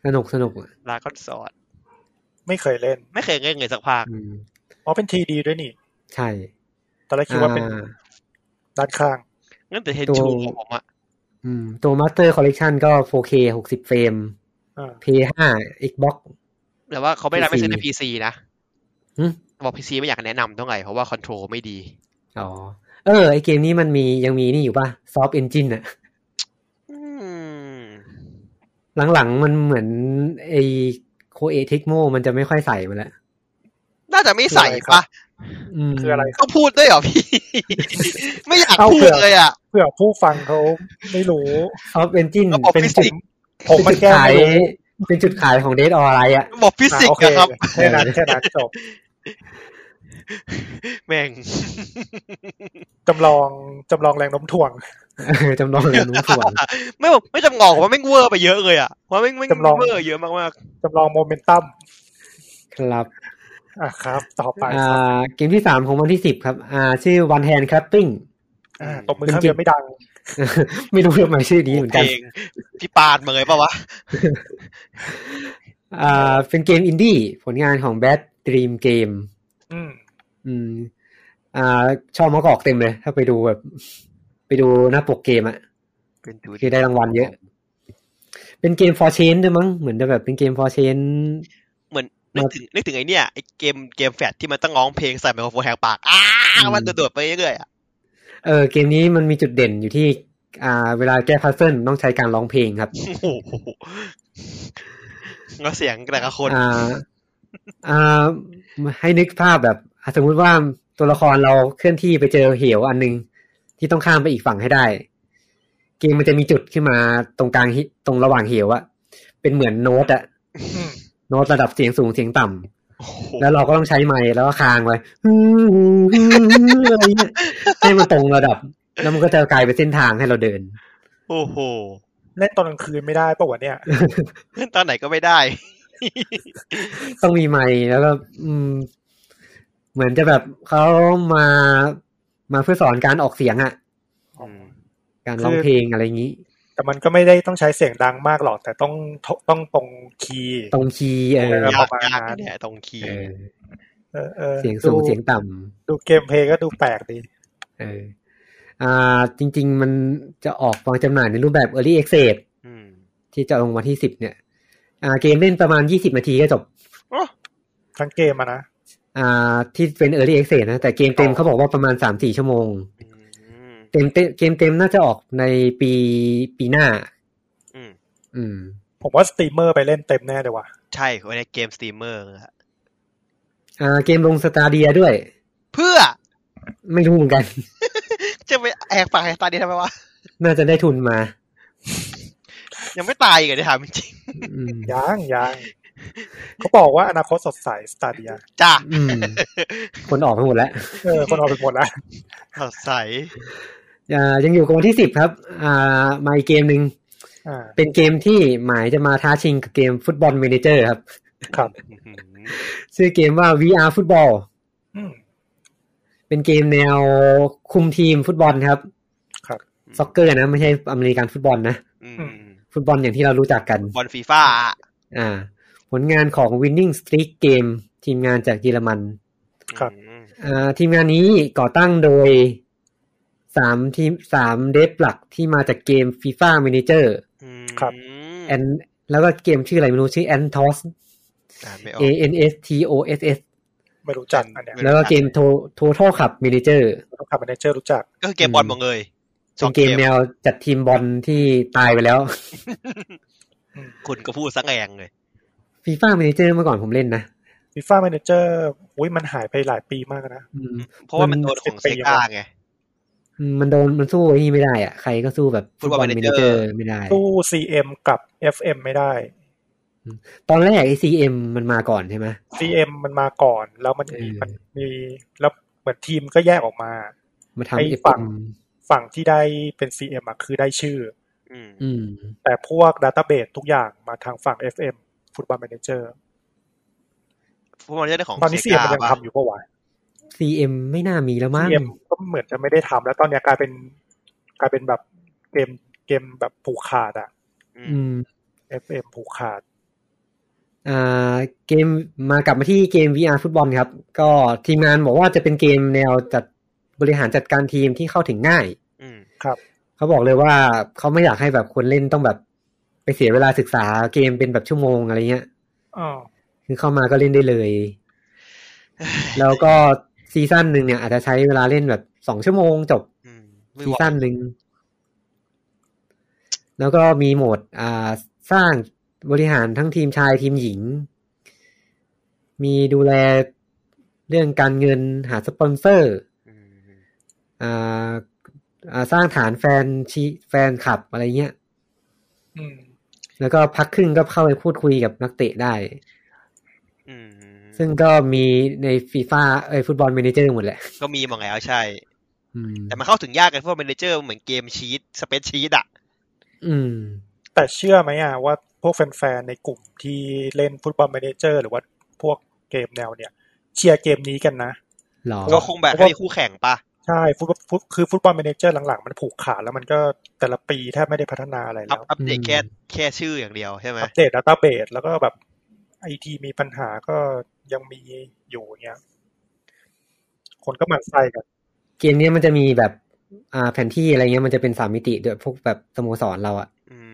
[SPEAKER 1] สนุกสนุกอะ
[SPEAKER 2] ดากอนสอด
[SPEAKER 3] ไม่เคยเล่น
[SPEAKER 2] ไม่เคยเล่นเลยสักภาค
[SPEAKER 1] อืม
[SPEAKER 3] อ๋อเป็นทีดีด้วยนี่
[SPEAKER 1] ใช่
[SPEAKER 3] ตอนแรกคิดว่าเป็น
[SPEAKER 1] อ่า
[SPEAKER 3] ด้านข้าง
[SPEAKER 2] งั้นแต่เฮน
[SPEAKER 1] ตัว
[SPEAKER 2] ชูของผมอะ
[SPEAKER 1] อืม ตัว Master Collection ก็ 4K 60 เฟรม
[SPEAKER 3] อ่า
[SPEAKER 1] P5 Xbox
[SPEAKER 2] แต่ว่าเขาไม่รับ
[SPEAKER 1] PC
[SPEAKER 2] ไม่ซื้อในพีซีนะ
[SPEAKER 1] หึ
[SPEAKER 2] บอกพีซีไม่อยากแนะนำเท่าไหร่เพราะว่าคอนโทรลไม่ดี
[SPEAKER 1] อ๋อ เออ ไอเกมนี้มันมียังมีนี่อยู่ป่ะ Soft Engine อะ
[SPEAKER 2] อืม
[SPEAKER 1] หลังๆ มันเหมือนไอโคเอทิกโมมันจะไม่ค่อยใส่มันละ
[SPEAKER 2] น่าจะไม่ใส่ปะ
[SPEAKER 1] ม
[SPEAKER 3] คืออะไรครับ
[SPEAKER 2] ต้องพูดด้วยเหรอพี่ ไม่อยาก
[SPEAKER 3] เอ้า
[SPEAKER 2] พู
[SPEAKER 3] เผื่
[SPEAKER 2] ด
[SPEAKER 3] อ
[SPEAKER 2] เลยอ่ะ
[SPEAKER 3] เพื่อผู้ฟังเขาไม่รู้
[SPEAKER 1] ซอฟต์เอนจิน
[SPEAKER 2] ระบบ
[SPEAKER 1] เป็น
[SPEAKER 2] ฟิ
[SPEAKER 1] จุ
[SPEAKER 2] สิ
[SPEAKER 1] ด
[SPEAKER 2] กส์
[SPEAKER 3] ผมมัน
[SPEAKER 1] จุด
[SPEAKER 3] แก้
[SPEAKER 1] ขาย
[SPEAKER 3] ไม่รู้
[SPEAKER 1] เป็นจุดขายของ Dead or Alive อ่ะ
[SPEAKER 2] ระบบฟิสิกส์
[SPEAKER 3] อ่ะ
[SPEAKER 2] นะครับ
[SPEAKER 3] โอเคแค่นั้นแค่นั้นจบ
[SPEAKER 2] แม่ง
[SPEAKER 3] จำลองจำลองแรงโน้มถ่วง
[SPEAKER 1] จำลองเรียนรู้ส่วน
[SPEAKER 2] ไม่บอกไม่จำงองว่าแม่งเวอร์ไปเยอะเลยอ่ะว่าแม่งแม่ง
[SPEAKER 3] จำลอง
[SPEAKER 2] เวอร์เยอะมาก
[SPEAKER 3] จำลองโมเมนตัม
[SPEAKER 1] ครับ
[SPEAKER 3] อ่ะครับ ต่อไป
[SPEAKER 1] อ่
[SPEAKER 3] ครับ
[SPEAKER 1] า เกมที่สามของวันที่สิบครับ อ่า ชื่อ One Hand Clapping
[SPEAKER 3] อ่ะตบมือข้างเดียวไม่ดัง
[SPEAKER 1] ไม่รู้ทำไมชื่อนี้เหมือ
[SPEAKER 2] ๆ
[SPEAKER 1] น
[SPEAKER 2] เพ
[SPEAKER 1] กั
[SPEAKER 2] ล
[SPEAKER 1] น
[SPEAKER 2] งพี่ปานมาเลยปะวะ
[SPEAKER 1] อ่า เป็นเกมอินดี้ผลงานของ Bad Dream Game
[SPEAKER 3] อืม
[SPEAKER 1] อืม อ่า ชอบมากอกเต็มเลย ถ้าไปดูแบบ ไปดูหน้าปกเกมอะ
[SPEAKER 2] เป็นจุด
[SPEAKER 1] คือได้รางวัลเยอะ เป็นเกมฟอร์เชนด้วยมั้ง เหมือนจะแบบเป็นเกมฟอร์เชน
[SPEAKER 2] เหมือนนึกถึงนึกถึงไอเนี่ยไอเกมเกมแฟดที่มันต้องร้องเพลงใส่ไมโครโฟนแหกปากอ้า
[SPEAKER 1] อืม
[SPEAKER 2] มันโดดๆไปเรื่อยๆอ่ะ
[SPEAKER 1] เออ เกมนี้มันมีจุดเด่นอยู่ที่ อ่า เวลาแก้พัซเซิลต้องใช้การร้องเพลงครับ
[SPEAKER 2] โอ้โหแล้วเสียงแต่ละคน
[SPEAKER 1] อ่า อ่า ให้นึกภาพแบบอ่ะสมมุติว่าตัวละครเราเคลื่อนที่ไปเจอเหวอันหนึง ที่ต้องข้ามไปอีกฝั่งให้ได้ เกมมันจะมีจุดขึ้นมาตรงกลางหิตรงระหว่างเหวอะเป็นเหมือนโน้ตอะ
[SPEAKER 3] อืม
[SPEAKER 1] โน้ตระดับเสียงสูงเสียงต่ำ
[SPEAKER 2] โอ้โห
[SPEAKER 1] แล้วเราก็ต้องใช้ไมค์แล้วก็คางไว้ ฮึ่มๆๆอะไรเงี้ยให้มันตรงระดับ แล้วมันก็จะกลายเป็นเส้นทางให้เราเดิน
[SPEAKER 2] โอ้โห
[SPEAKER 3] เล่นตอนกลางคืนไม่ได้ปะวะเนี่ย
[SPEAKER 2] เล่นตอนไหนก็ไม่ได้
[SPEAKER 1] ต้องมีไมค์แล้วก็อืม เหมือนจะแบบเขามามาเพื่อสอนการออกเสียงอะ
[SPEAKER 2] อืม
[SPEAKER 1] การร้องเพลงอะไรอย่างนี้
[SPEAKER 3] แต่มันก็ไม่ได้ต้องใช้เสียงดังมากหรอก แต่ต้องทต้องตรงคีย์
[SPEAKER 1] ตรงคีย์เออ
[SPEAKER 3] เออ
[SPEAKER 2] ยาก
[SPEAKER 3] ประมาณ
[SPEAKER 2] ยาก
[SPEAKER 3] นั้น
[SPEAKER 2] เนี่ยตรงคีย์
[SPEAKER 1] เออ
[SPEAKER 3] เออออ
[SPEAKER 1] เสียงสูง
[SPEAKER 3] ดู
[SPEAKER 1] เสียงต่ำ
[SPEAKER 3] ดูเกมเพลย์ก็ดูแปลกดี
[SPEAKER 1] เออ อ่า จริง ๆ มันจะออกวางจำหน่ายในรูปแบบ Early Access
[SPEAKER 2] ม
[SPEAKER 1] ที่จะลงวันที่สิบเนี่ย อ่า เกมเล่นประมาณยี่สิบนาทีก็จบ
[SPEAKER 2] อ๋อ
[SPEAKER 3] ทั้งเกมอะนะ
[SPEAKER 1] อ่า ที่เป็น Early Access นะ แต่เกมเต็มเขาบอกว่าประมาณสามสี่ชั่วโมง
[SPEAKER 2] อืม
[SPEAKER 1] เต็มเต็มเกมเต็มน่าจะออกในปีปีหน้า
[SPEAKER 2] อืม
[SPEAKER 1] อืม
[SPEAKER 3] ผมว่าสตรีมเมอร์ไปเล่นเต็มแน่เลยว่ะ
[SPEAKER 2] ใช่ไว้ในเกมสตรีมเมอร์ฮะ
[SPEAKER 1] อ่า เกมลงสตาเดียด้วย
[SPEAKER 2] เพื่อ
[SPEAKER 1] ไม่รู้เหมือนกัน
[SPEAKER 2] จะไปแอกปากแอกตาดีทำไมวะ
[SPEAKER 1] น่าจะได้ทุนมา
[SPEAKER 2] ยังไม่ตายอีกเหรอเนี่ยถามจริง
[SPEAKER 1] อืม
[SPEAKER 3] ยังยังเขาบอกว่าอนาคตสดใสสตาเดีย
[SPEAKER 2] ๆจ้า
[SPEAKER 1] อืมคนออกไปหมดแล้ว
[SPEAKER 3] เออคนออกไปหมดแล้ว
[SPEAKER 2] สดใส
[SPEAKER 1] อ่ายังอยู่กับวันที่สิบครับ อ่ามาอีกเกมหนึ่ง
[SPEAKER 3] อ่า
[SPEAKER 1] เป็นเกมที่หมายจะมาท้าชิงกับเกมฟุตบอลเมเนเจอร์ครับ
[SPEAKER 3] ครับ
[SPEAKER 2] อื้อหือ
[SPEAKER 1] ชื่อเกมว่า VR ฟุตบอล
[SPEAKER 3] อืม
[SPEAKER 1] เป็นเกมแนวคุมทีมฟุตบอลครับ
[SPEAKER 3] ครับ
[SPEAKER 1] ซ็อกเกอร์นะไม่ใช่อเมริกันฟุตบอลนะ
[SPEAKER 2] อืม
[SPEAKER 1] ฟุตบอลอย่างที่เรารู้จักกัน
[SPEAKER 2] บอลฟีฟ่าอะ
[SPEAKER 1] อ่า ผลงานของ Winning Streak Game ทีมงานจากเยอรมัน
[SPEAKER 3] ครับ
[SPEAKER 2] อืม
[SPEAKER 1] อ่าทีมงานนี้ก่อตั้งโดยสามทีมสามเดฟหลักที่มาจากเกม FIFA Manager
[SPEAKER 2] อืม
[SPEAKER 3] ครับ
[SPEAKER 1] แอนแล้วก็เกมชื่ออะไรไม่รู้ชื่อ Antos
[SPEAKER 2] อ่านไม่ออก
[SPEAKER 1] A N S T O S S
[SPEAKER 3] ไม่รู้จักอันเนี้ย
[SPEAKER 2] ไม่รู้จัก
[SPEAKER 1] แล้วก็เกม To- Total Cup Manager
[SPEAKER 3] ต้องทำเมนเจอร์รู้จัก
[SPEAKER 2] ก็คือเกมบอลหมดเลยส
[SPEAKER 1] เป็
[SPEAKER 2] อน ง
[SPEAKER 1] เกมแนวจัดทีมบอลที่ตายไปแล้ว
[SPEAKER 2] คุณก็พูดสังแรงเลย
[SPEAKER 1] ฟีฟ่า a ม a เจอร์เมื่อก่อนผมเล่นนะ
[SPEAKER 3] ฟีฟ่าแมเนเจอร์อุ้ยมันหายไปหลายปีมากนะ
[SPEAKER 1] อืม
[SPEAKER 2] เพราะว่ามันโดน
[SPEAKER 3] มั
[SPEAKER 2] ข
[SPEAKER 3] น
[SPEAKER 2] อง
[SPEAKER 3] สิบปี
[SPEAKER 2] เซกา
[SPEAKER 3] แล้ว
[SPEAKER 2] ไง
[SPEAKER 1] อืมมันโดนมันสู้ไอ้นี่ไม่ได้อะใครก็สู้แบบ
[SPEAKER 2] Football
[SPEAKER 1] Football
[SPEAKER 2] Manager
[SPEAKER 1] Manager ไม่ได้
[SPEAKER 3] ตู้ CM กับ FM ไม่ได้
[SPEAKER 1] ตอนแรกไอซีเอ็มมันมาก่อนใช่ไหม
[SPEAKER 3] CM มันมาก่อน แล้วมันมี
[SPEAKER 1] เออ
[SPEAKER 3] มันมีแล้วเหมือนทีมก็แยกออกมา
[SPEAKER 1] มา
[SPEAKER 3] ไอ้
[SPEAKER 1] ทำเอฟ
[SPEAKER 3] ฝั่
[SPEAKER 1] เอ็
[SPEAKER 3] ง
[SPEAKER 1] ม
[SPEAKER 3] ฝั่งที่ได้เป็น CM อะคือได้ชื่อ
[SPEAKER 2] อืม
[SPEAKER 1] อืม
[SPEAKER 3] แต่พวก Database ทุกอย่างมาทางฝั่ง FM Football Manager
[SPEAKER 2] เพราะมันจะได้ของ
[SPEAKER 3] ตอนนี้
[SPEAKER 2] เซ
[SPEAKER 3] CM
[SPEAKER 2] กา
[SPEAKER 3] มันยัง
[SPEAKER 2] ปะ
[SPEAKER 3] ทำอยู่ปะวะ
[SPEAKER 1] ซีเอ็มไม่น่ามีแล้วมั้ง
[SPEAKER 3] CM ก็เหมือนจะไม่ได้ทำแล้วตอนเนี้ยกลายเป็นกลายเป็นแบบเกมเกมแบบผูกขาดอะ
[SPEAKER 2] อื
[SPEAKER 1] อื
[SPEAKER 2] ม
[SPEAKER 1] ม
[SPEAKER 3] FM ผูกขาด
[SPEAKER 1] อ่าเกมมากลับมาที่เกม VR ฟุตบอลครับ ก็ทีมงานบอกว่าจะเป็นเกมแนวจัดบริหารจัดการทีมที่เข้าถึงง่าย
[SPEAKER 2] อืม
[SPEAKER 1] เขาบอกเลยว่าเขาไม่อยากให้แบบคนเล่นต้องแบบไปเสียเวลาศึกษาเกมเป็นแบบชั่วโมงอะไรเงี้ย
[SPEAKER 3] อ๋อ
[SPEAKER 1] คือเข้ามาก็เล่นได้เลย แล้วก็ซีซั่นหนึ่งเนี่ยอาจจะใช้เวลาเล่นแบบสองชั่วโมงจบ
[SPEAKER 2] อืมไม่
[SPEAKER 1] ซี
[SPEAKER 2] ไหว
[SPEAKER 1] ซั่นหนึ่ง แล้วก็มีโหมดอ่าสร้างบริหารทั้งทีมชายทีมหญิง มีดูแลเรื่องการเงินหาสปอนเซอร์
[SPEAKER 2] อืม
[SPEAKER 1] อ่าอ่าสร้างฐานแฟนชีแฟนคลับอะไรเงี้ย
[SPEAKER 3] อืม
[SPEAKER 1] แล้วก็พักครึ่งก็เข้าไปพูดคุยกับนักเตะได้
[SPEAKER 2] อืม
[SPEAKER 1] ซึ่งก็มีในฟีฟ่าเอ้ยฟุตบอลเมนเจอร์หมดแหละ
[SPEAKER 2] ก็มีมาแล้วใช่
[SPEAKER 1] อืม
[SPEAKER 2] แต่มันเข้าถึงยากกันเพราะเมนเจอร์เหมือนเกมชีตสเปซชีตอ่ะ
[SPEAKER 1] อืม
[SPEAKER 3] แต่เชื่อไหมอ่ะว่าพวกแฟนๆ ในกลุ่มที่เล่นฟุตบอล m ม n a เจอร์ หรือว่าพวกเกมแนวเนี่ย เชียร์เกมนี้กันนะ
[SPEAKER 1] หรอ
[SPEAKER 2] ก็คงแบบให้มีคู่แข่งปะ
[SPEAKER 3] ใช่ฟุตบอลฟุตคือฟุตบอล m ม n a เจอร์หลังๆ มันผูกขาดแล้วมันก็แต่ละปีแทบไม่ได้พัฒนาอะไร
[SPEAKER 2] อั
[SPEAKER 3] แล้
[SPEAKER 2] พ
[SPEAKER 3] ว
[SPEAKER 2] อัปเดต
[SPEAKER 1] อืม
[SPEAKER 2] แค่แค่ชื่ออย่างเดียวใช่ไหม
[SPEAKER 3] อัปเดตดัตต้าเบสแล้วก็แบบไอทีมีปัญหาก็ยังมีอยู่อย่างเงี้ยคนก็หมันไส้กัน
[SPEAKER 1] เกมเนี้ยมันจะมีแบบอ่าแผนที่อะไรเงี้ยมันจะเป็นสามมิติด้วยพวกแบบสโมสรเราอะ่ะ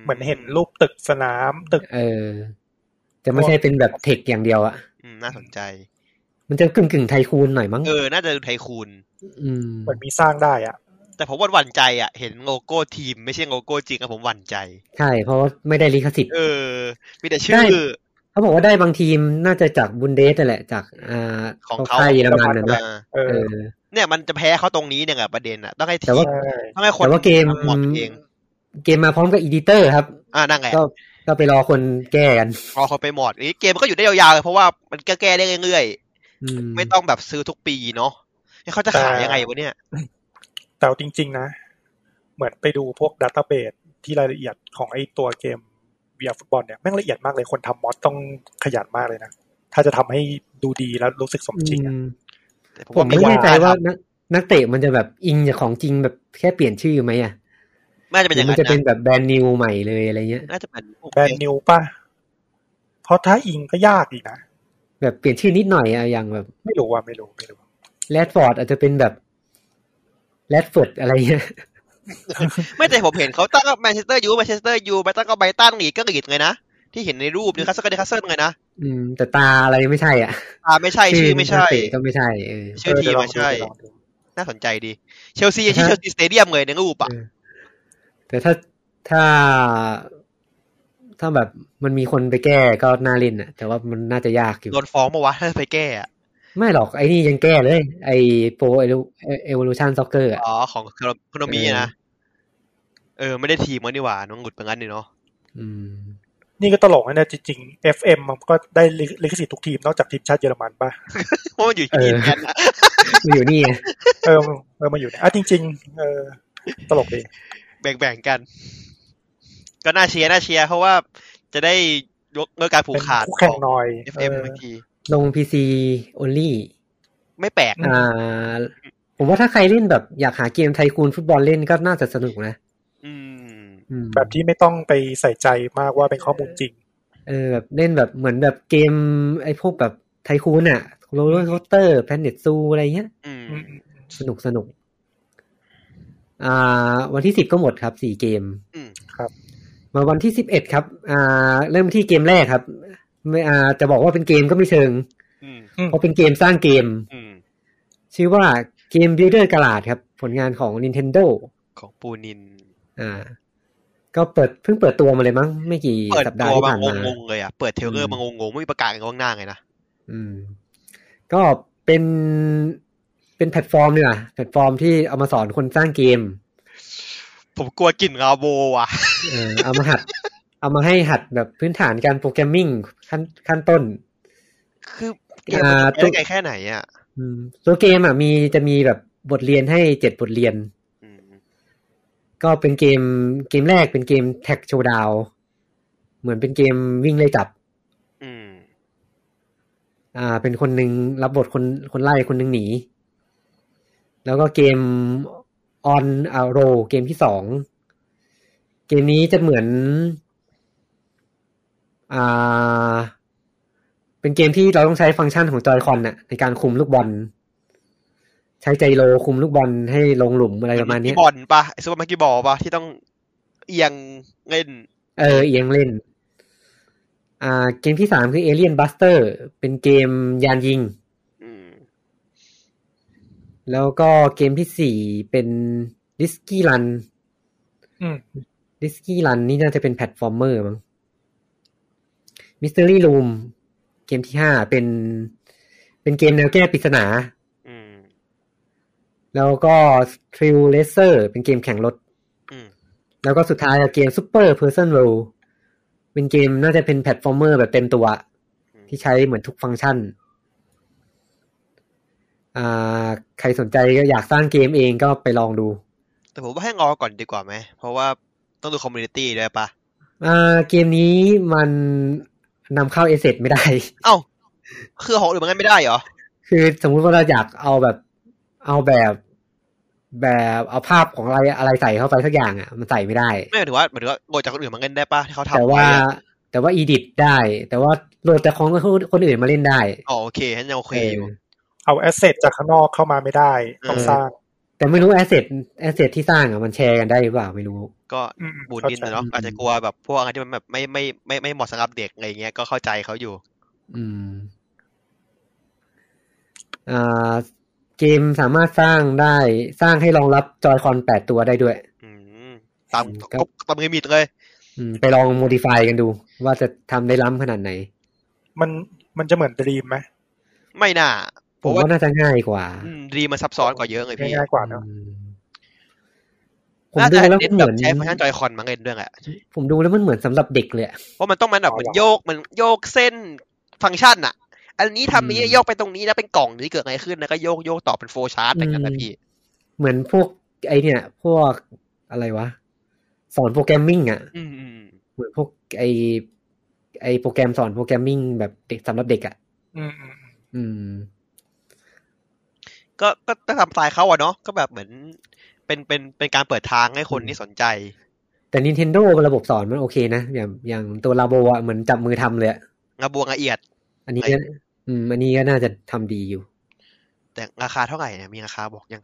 [SPEAKER 3] เหมือนเห็นรูปตึกสนามตึก
[SPEAKER 1] เออ จะไม่ใช่เป็นแบบเทคอย่างเดียวอะ่ะ
[SPEAKER 2] อืมน่าสนใจ
[SPEAKER 1] มันจะกึ่งกึ่งๆไทคูนหน่อยมั้ง
[SPEAKER 2] เออ น่าจะไทคูน
[SPEAKER 1] อืม
[SPEAKER 3] เหมือนมีสร้างได้อ่ะ
[SPEAKER 2] แต่ผมว่าหวั่นใจอ่ะ เห็นโลโก้ทีมไม่ใช่โลโก้จริงอะผมหวั่นใจ
[SPEAKER 1] ใช่ เพราะว่าไม่ได้ลิขสิทธิ์
[SPEAKER 2] เออ มีแต่ชื่อ
[SPEAKER 1] ได้ เขาบอกว่าได้บางทีมน่าจะจากบุนเดสนั่นแหละ จากอ่า
[SPEAKER 2] ของ
[SPEAKER 1] เขา
[SPEAKER 2] เขา
[SPEAKER 1] ค่ายเยอรมันนะ
[SPEAKER 3] ได้
[SPEAKER 1] เนาะ
[SPEAKER 2] เออ
[SPEAKER 3] เอ
[SPEAKER 1] เอ
[SPEAKER 3] อ
[SPEAKER 1] อ
[SPEAKER 2] เนี่ยมันจะแพ้เขาตรงนี้เนี่ยไงประเด็นอ่ะ ต้องให้ที
[SPEAKER 1] แต่
[SPEAKER 2] ม
[SPEAKER 1] ว่า
[SPEAKER 3] ใช่
[SPEAKER 2] ต้องให้คน
[SPEAKER 1] แต่ว่าเกม
[SPEAKER 2] ทำหมดเอง
[SPEAKER 1] เกมมาพร้อมกับอีดิเตอร์ครับ
[SPEAKER 2] อ่านั่นไง
[SPEAKER 1] ก็ก็ไปรอคนแก้กัน
[SPEAKER 2] รอคนไปหมดนี่เกมมันก็อยู่ได้ยาวๆเลยเพราะว่ามันก็แก้ได้เรื่อย
[SPEAKER 1] อืม
[SPEAKER 2] ๆ ไม่ต้องแบบซื้อทุกปีเนาะเนี่ยเขาจะขายยังไงวะเนี่ย
[SPEAKER 3] แต่เอาจริง ๆ นะ เหมือนไปดูพวกดัตต้าเบส ที่รายละเอียดของไอ้ตัวเกม VR ฟุตบอลเนี่ยแม่งละเอียดมากเลยคนทำมอดต้องขยันมากเลยนะ ถ้าจะทำให้ดูดีแล้วรู้สึกสมจริงอะ
[SPEAKER 1] อืม
[SPEAKER 2] แต่
[SPEAKER 1] ผม
[SPEAKER 2] ไม่
[SPEAKER 1] ไม่แน่
[SPEAKER 2] ยาก
[SPEAKER 1] ใจ
[SPEAKER 2] นะค
[SPEAKER 1] ว่า
[SPEAKER 2] รับ
[SPEAKER 1] นักนักเตะมันจะแบบอิงจากของจริงแบบแค่เปลี่ยนชื่อไหมอ่ะ
[SPEAKER 2] น่าจะเป็น
[SPEAKER 1] ห
[SPEAKER 2] อ
[SPEAKER 1] รือย่าง มั
[SPEAKER 2] นั้น
[SPEAKER 1] นจะเป็น
[SPEAKER 2] นะ
[SPEAKER 1] แบบแบรนด์นิวใหม่เลยอะไรเงี้ย
[SPEAKER 2] น่าจะเป็นพวก
[SPEAKER 3] แบรนด์นิวป่ะ เพราะถ้าอิงก็ยากอีกนะ
[SPEAKER 1] แบบเปลี่ยนชื่อนิดหน่อยอะอย่างแบบ
[SPEAKER 3] ไม่รู้ว่าไม่รู้ไม่รู้
[SPEAKER 1] แรดฟอร์ดอาจจะเป็นแบบแรดฟอร์ดอะไรเงี้ย
[SPEAKER 2] ไม่แต่ผมเห็นเขาตั้งก็แมนเชสเตอร์ยูแมนเชสเตอร์ยูไปตั้งก็ไบรตันหลีกก็หลีกเลยนะที่เห็นในรูปนิวคาสเซิลก็นิวคาสเซิลเลยนะ
[SPEAKER 1] อืม แต่ตาอะไรไม่ใช่อ่ะ
[SPEAKER 2] อ่าไม่ใช่ชื่อไม่ใช่
[SPEAKER 1] นักเตะก็ไม่ใช่เออ
[SPEAKER 2] ชื่อทีม
[SPEAKER 3] เดี๋ยวลอ
[SPEAKER 2] ไม่
[SPEAKER 3] ง
[SPEAKER 2] ใช่
[SPEAKER 3] ดูเดี๋ยวลองดู
[SPEAKER 2] น่าสนใจดี เชลซียังชื่อ
[SPEAKER 1] ฮะ
[SPEAKER 2] เชลซีสเตเดียมเลยในรูปอ่ะ
[SPEAKER 1] เออแต่ถ้าถ้า ถ้าแบบมันมีคนไปแก้ก็น่าเล่นอ่ะ แต่ว่ามันน่าจะยากอยู่
[SPEAKER 2] โดนฟ้องปะวะถ้าไปแก้อะ
[SPEAKER 1] ไม่หรอกไอ้นี่ยังแก้เลย ไอ้โปรเอเวอร์ชันซ็อกเกอร์อ่ะ
[SPEAKER 2] อ๋อของคโนมี
[SPEAKER 1] เออ
[SPEAKER 2] นะเออ ไม่ได้ทีมมันนี่หว่าน้องหงุดเป็นงั้นนี่เนาะ
[SPEAKER 1] อืม
[SPEAKER 3] นี่ก็ตลกนะเนี่ยจริงๆ FM มันก็ได้ลิขสิทธิ์ทุกทีมนอกจากทีมชาติเยอรมันป่ะ
[SPEAKER 2] เพราะมันอยู่ที่นี่
[SPEAKER 1] เออ
[SPEAKER 2] แทนนะ
[SPEAKER 1] มันอยู่นี่ไง
[SPEAKER 3] เออเออมาอยู่เนี่ยอ่ะจริง ๆ เออ ตลกดี
[SPEAKER 2] แบ่งๆกัน ก็น่าเชียร์น่าเชียร์เพราะว่าจะได้ยกเลิกการผู
[SPEAKER 3] เป็
[SPEAKER 2] ก
[SPEAKER 3] น
[SPEAKER 2] ขาด
[SPEAKER 3] คู่
[SPEAKER 2] ข
[SPEAKER 3] แข่ง
[SPEAKER 2] อง
[SPEAKER 3] หน่อย
[SPEAKER 2] FM
[SPEAKER 3] เออ
[SPEAKER 2] บางที
[SPEAKER 1] ลง PC only
[SPEAKER 2] ไม่แปลก
[SPEAKER 3] อืม
[SPEAKER 1] อ่า ผมว่าถ้าใครเล่นแบบอยากหาเกมไทคูนฟุตบอลเล่นก็น่าจะสนุกนะ
[SPEAKER 2] อืม
[SPEAKER 1] อืม
[SPEAKER 3] แบบที่ไม่ต้องไปใส่ใจมากว่าเป็นข้อมูลจริง
[SPEAKER 1] เออแบบเล่นแบบเหมือนแบบเกม ไอ้พวกแบบไทคูนอ่ะโรลเลอร์คอสเตอร์แพนเน็ตซูอะไรเงี้ย
[SPEAKER 2] อืม
[SPEAKER 1] สนุกสนุก อ่า วันที่สิบก็หมดครับสี่เกม
[SPEAKER 2] อืม
[SPEAKER 3] ครับ
[SPEAKER 1] มาวันที่สิบเอ็ดครับ อ่า เริ่มที่เกมแรกครับไม่อ่าจะบอกว่าเป็นเกมก็ไม่เชิง
[SPEAKER 2] อืม
[SPEAKER 1] เพราะเป็นเกมสร้างเกม
[SPEAKER 2] อืม
[SPEAKER 1] ชื่อว่าเกม Builder ก a ลาดครับ ผลงานของ Nintendo
[SPEAKER 2] ของปูนิน
[SPEAKER 1] อ่า ก็เปิดเพิ่งเปิดตัวมาเลยมั้ง ไม่กี่
[SPEAKER 2] เปิด
[SPEAKER 1] สัปดา
[SPEAKER 2] ตั
[SPEAKER 1] ห์ที่
[SPEAKER 2] วมา
[SPEAKER 1] ผ่าน
[SPEAKER 2] ง
[SPEAKER 1] มา
[SPEAKER 2] งๆเลยอ่ะ เปิดเทรลเลอ
[SPEAKER 1] อื
[SPEAKER 2] ร์
[SPEAKER 1] ม
[SPEAKER 2] มางงๆไม่มีประกาศกันข้างหน้าไงนะ
[SPEAKER 1] อืม ก็เป็นเป็นแพลตฟอร์มเนี่ยแพลตฟอร์มที่เอามาสอนคนสร้างเกม
[SPEAKER 2] ผมกลัวกลิ่นราโบว่ะ
[SPEAKER 1] เออเอามาหัด เอามาให้หัดแบบพื้นฐานการโปรแกรมมิ่งขั้นขั้นต้น
[SPEAKER 2] คือเกมมัน
[SPEAKER 1] อ่า
[SPEAKER 2] จะไป
[SPEAKER 1] ตัว
[SPEAKER 2] ได้ไกลแค่ไหนอ่ะ
[SPEAKER 1] อืมตัวเกมอ่ะมีจะมีแบบบทเรียนให้เจ็ดบทเรียน
[SPEAKER 2] อืม
[SPEAKER 1] ก็เป็นเกมเกมแรกเป็นเกมแท็กโชดาวเหมือนเป็นเกมวิ่งไล่จับ
[SPEAKER 2] อืม
[SPEAKER 1] อ่า เป็นคนหนึ่งรับบทคนคนไล่คนหนึ่งหนี แล้วก็เกมออนอาโรเกมที่สองเกมนี้จะเหมือน อ่า เป็นเกมที่เราต้องใช้ฟังก์ชันของจอยคอนน่ะ ในการคุมลูกบอล ใช้ใจโลคุมลูกบอลให้ลงหลุมอะไรประมาณเนี้ย
[SPEAKER 2] บอลปะไอซูเปอร์มาร์กี้บอลปะที่ต้องเอียงเล่น
[SPEAKER 1] เออเอียงเล่น อ่า เกมที่สามคือ Alien Buster เป็นเกมยานยิง
[SPEAKER 2] อืม
[SPEAKER 1] แล้วก็เกมที่สี่เป็นดิสกี้รัน
[SPEAKER 3] อืม
[SPEAKER 1] ดิสกี้รันนี่น่าจะเป็นแพลตฟอร์มเมอร์มั้งมิส e r รี่ o ูมเกมที่ห้าเป็นเป็นเกมแนวแก้ปริศนา
[SPEAKER 2] อืม
[SPEAKER 1] แล้วก็ทริลเลเซอร์เป็นเกมแข่งรถ
[SPEAKER 2] อืม
[SPEAKER 1] แล้วก็สุดท้ายเกมซูเปอร์เพ s ร์ n ันโรเป็นเกมน่าจะเป็นแพลตฟอร์มเมอร์แบบเต็มตัว
[SPEAKER 2] อืม
[SPEAKER 1] ที่ใช้เหมือนทุกฟังก์ชัน อ่า ใครสนใจก็อยากสร้างเกมเองก็ไปลองดู
[SPEAKER 2] แต่ผมว่าให้งอก่อนดีกว่าไหม เพราะว่าต้องดูคอมมูนิตี้ด้วยปะ
[SPEAKER 1] อ่าเกมนี้มันนำเข้าเอเซไม่ได้
[SPEAKER 2] เอ้า คือของอื่นมันงั้นไม่ได้เหรอ
[SPEAKER 1] คือสมมุติว่าเราอยากเอาแบบเอาแบบแบบเอาภาพของอะไรอะไรใส่เข้าไปสักอย่างอ่ะ มันใส่ไม่ได้
[SPEAKER 2] ไม่หมายถึงว่าหมายถึงว่าโหลดจากคนอื่นมาเล่นได้ปะที่เขาทำ
[SPEAKER 1] แต่ว่า
[SPEAKER 2] ไว้อะ
[SPEAKER 1] แต่ว่าอีดิทได้ แต่ว่าโหลดจากของคนอื่นมาเล่นได้
[SPEAKER 2] อ๋อโอเคฉันยังโอเคอยู่
[SPEAKER 1] เออ
[SPEAKER 3] เอาแอสเซทจากข้างนอกเข้ามาไม่ได้ ต้องสร้าง
[SPEAKER 1] แต่ไม่รู้แอสเซทแอสเซทที่สร้างอ่ะมันแชร์กันได้หรือเปล่าไม่รู้
[SPEAKER 2] ก็
[SPEAKER 3] ม
[SPEAKER 2] บูน
[SPEAKER 3] ข้า
[SPEAKER 2] ดิน
[SPEAKER 3] ใจ
[SPEAKER 2] อะเนาะอาจจะกลัวแบบพวกอะไรที่มันแบบไม่ไม่ไม่ไม่เหมาะสำหรับเด็กอะไรเงี้ยก็เข้าใจเขาอยู่
[SPEAKER 1] อืมอ่าเกมสามารถสร้างได้สร้างให้รองรับจอยคอนแปดตัวได้ด้วย
[SPEAKER 2] อืม ตาม
[SPEAKER 1] อืมก็
[SPEAKER 2] ก็ตามเงมิดเลย
[SPEAKER 1] อืมไปลอง modify กันดู ว่าจะทำได้ล้ำขนาดไหน
[SPEAKER 3] มันมันจะเหมือนดรีมไหม
[SPEAKER 2] ไม่น่า
[SPEAKER 1] ผมว่าน่าจะง่ายกว่า
[SPEAKER 2] ดีมันซับซ้อนกว่าเยอะเลยพี่
[SPEAKER 3] ง่ายๆกว่าเนอะ
[SPEAKER 1] อืมผม
[SPEAKER 2] น่า
[SPEAKER 1] ดู
[SPEAKER 2] จะ
[SPEAKER 1] แล้ว
[SPEAKER 2] เน้
[SPEAKER 1] มัน นเห
[SPEAKER 2] แบ
[SPEAKER 1] มื
[SPEAKER 2] บ
[SPEAKER 1] อน
[SPEAKER 2] ใช้ฟังก์ชันจอยคอนมาเล่นด้วยแหละ
[SPEAKER 1] ผมดูแล้วมันเหมือนสำหรับเด็กเลยอะ
[SPEAKER 2] เพราะมันต้องมันแบบมันโยกมันโยกเส้นฟังก์ชันอะอันนี้ทำนี้
[SPEAKER 1] อืม
[SPEAKER 2] โยกไปตรงนี้แล้วเป็นกล่องนี้เกิดอะไรขึ้นแล้วก็โยกโยกต่อเป็นโฟชาร์ตอะไรกันนะพี่
[SPEAKER 1] เหมือนพวกไอเนี่ย พวกอะไรวะ สอนโปรแกรมมิ่งอ่ะ
[SPEAKER 2] อืมอืมอืม
[SPEAKER 1] เหมือนพวกไอไอโปรแกรมสอนโปรแกรมมิ่งแบบเด็กสำหรับเด็กอ่ะ
[SPEAKER 3] อืมอืม
[SPEAKER 1] อืม
[SPEAKER 2] ก็ก็ก็ทำสไตล์เขาอะเนาะก็แบบเหมือน เป็นเป็นเป็นการเปิดทางให้คนที่สนใจ
[SPEAKER 1] แต่ Nintendo ระบบสอนมันโอเคนะ อย่างอย่างตัวลาโบอ่ะเหมือนจับมือทำเลยอะ
[SPEAKER 2] งาบวงละเอียด
[SPEAKER 1] อันนี้ก็อืม อันนี้ก็น่าจะทำดีอยู่
[SPEAKER 2] แต่ราคาเท่าไหร่เนี่ยมีราคาบอกยัง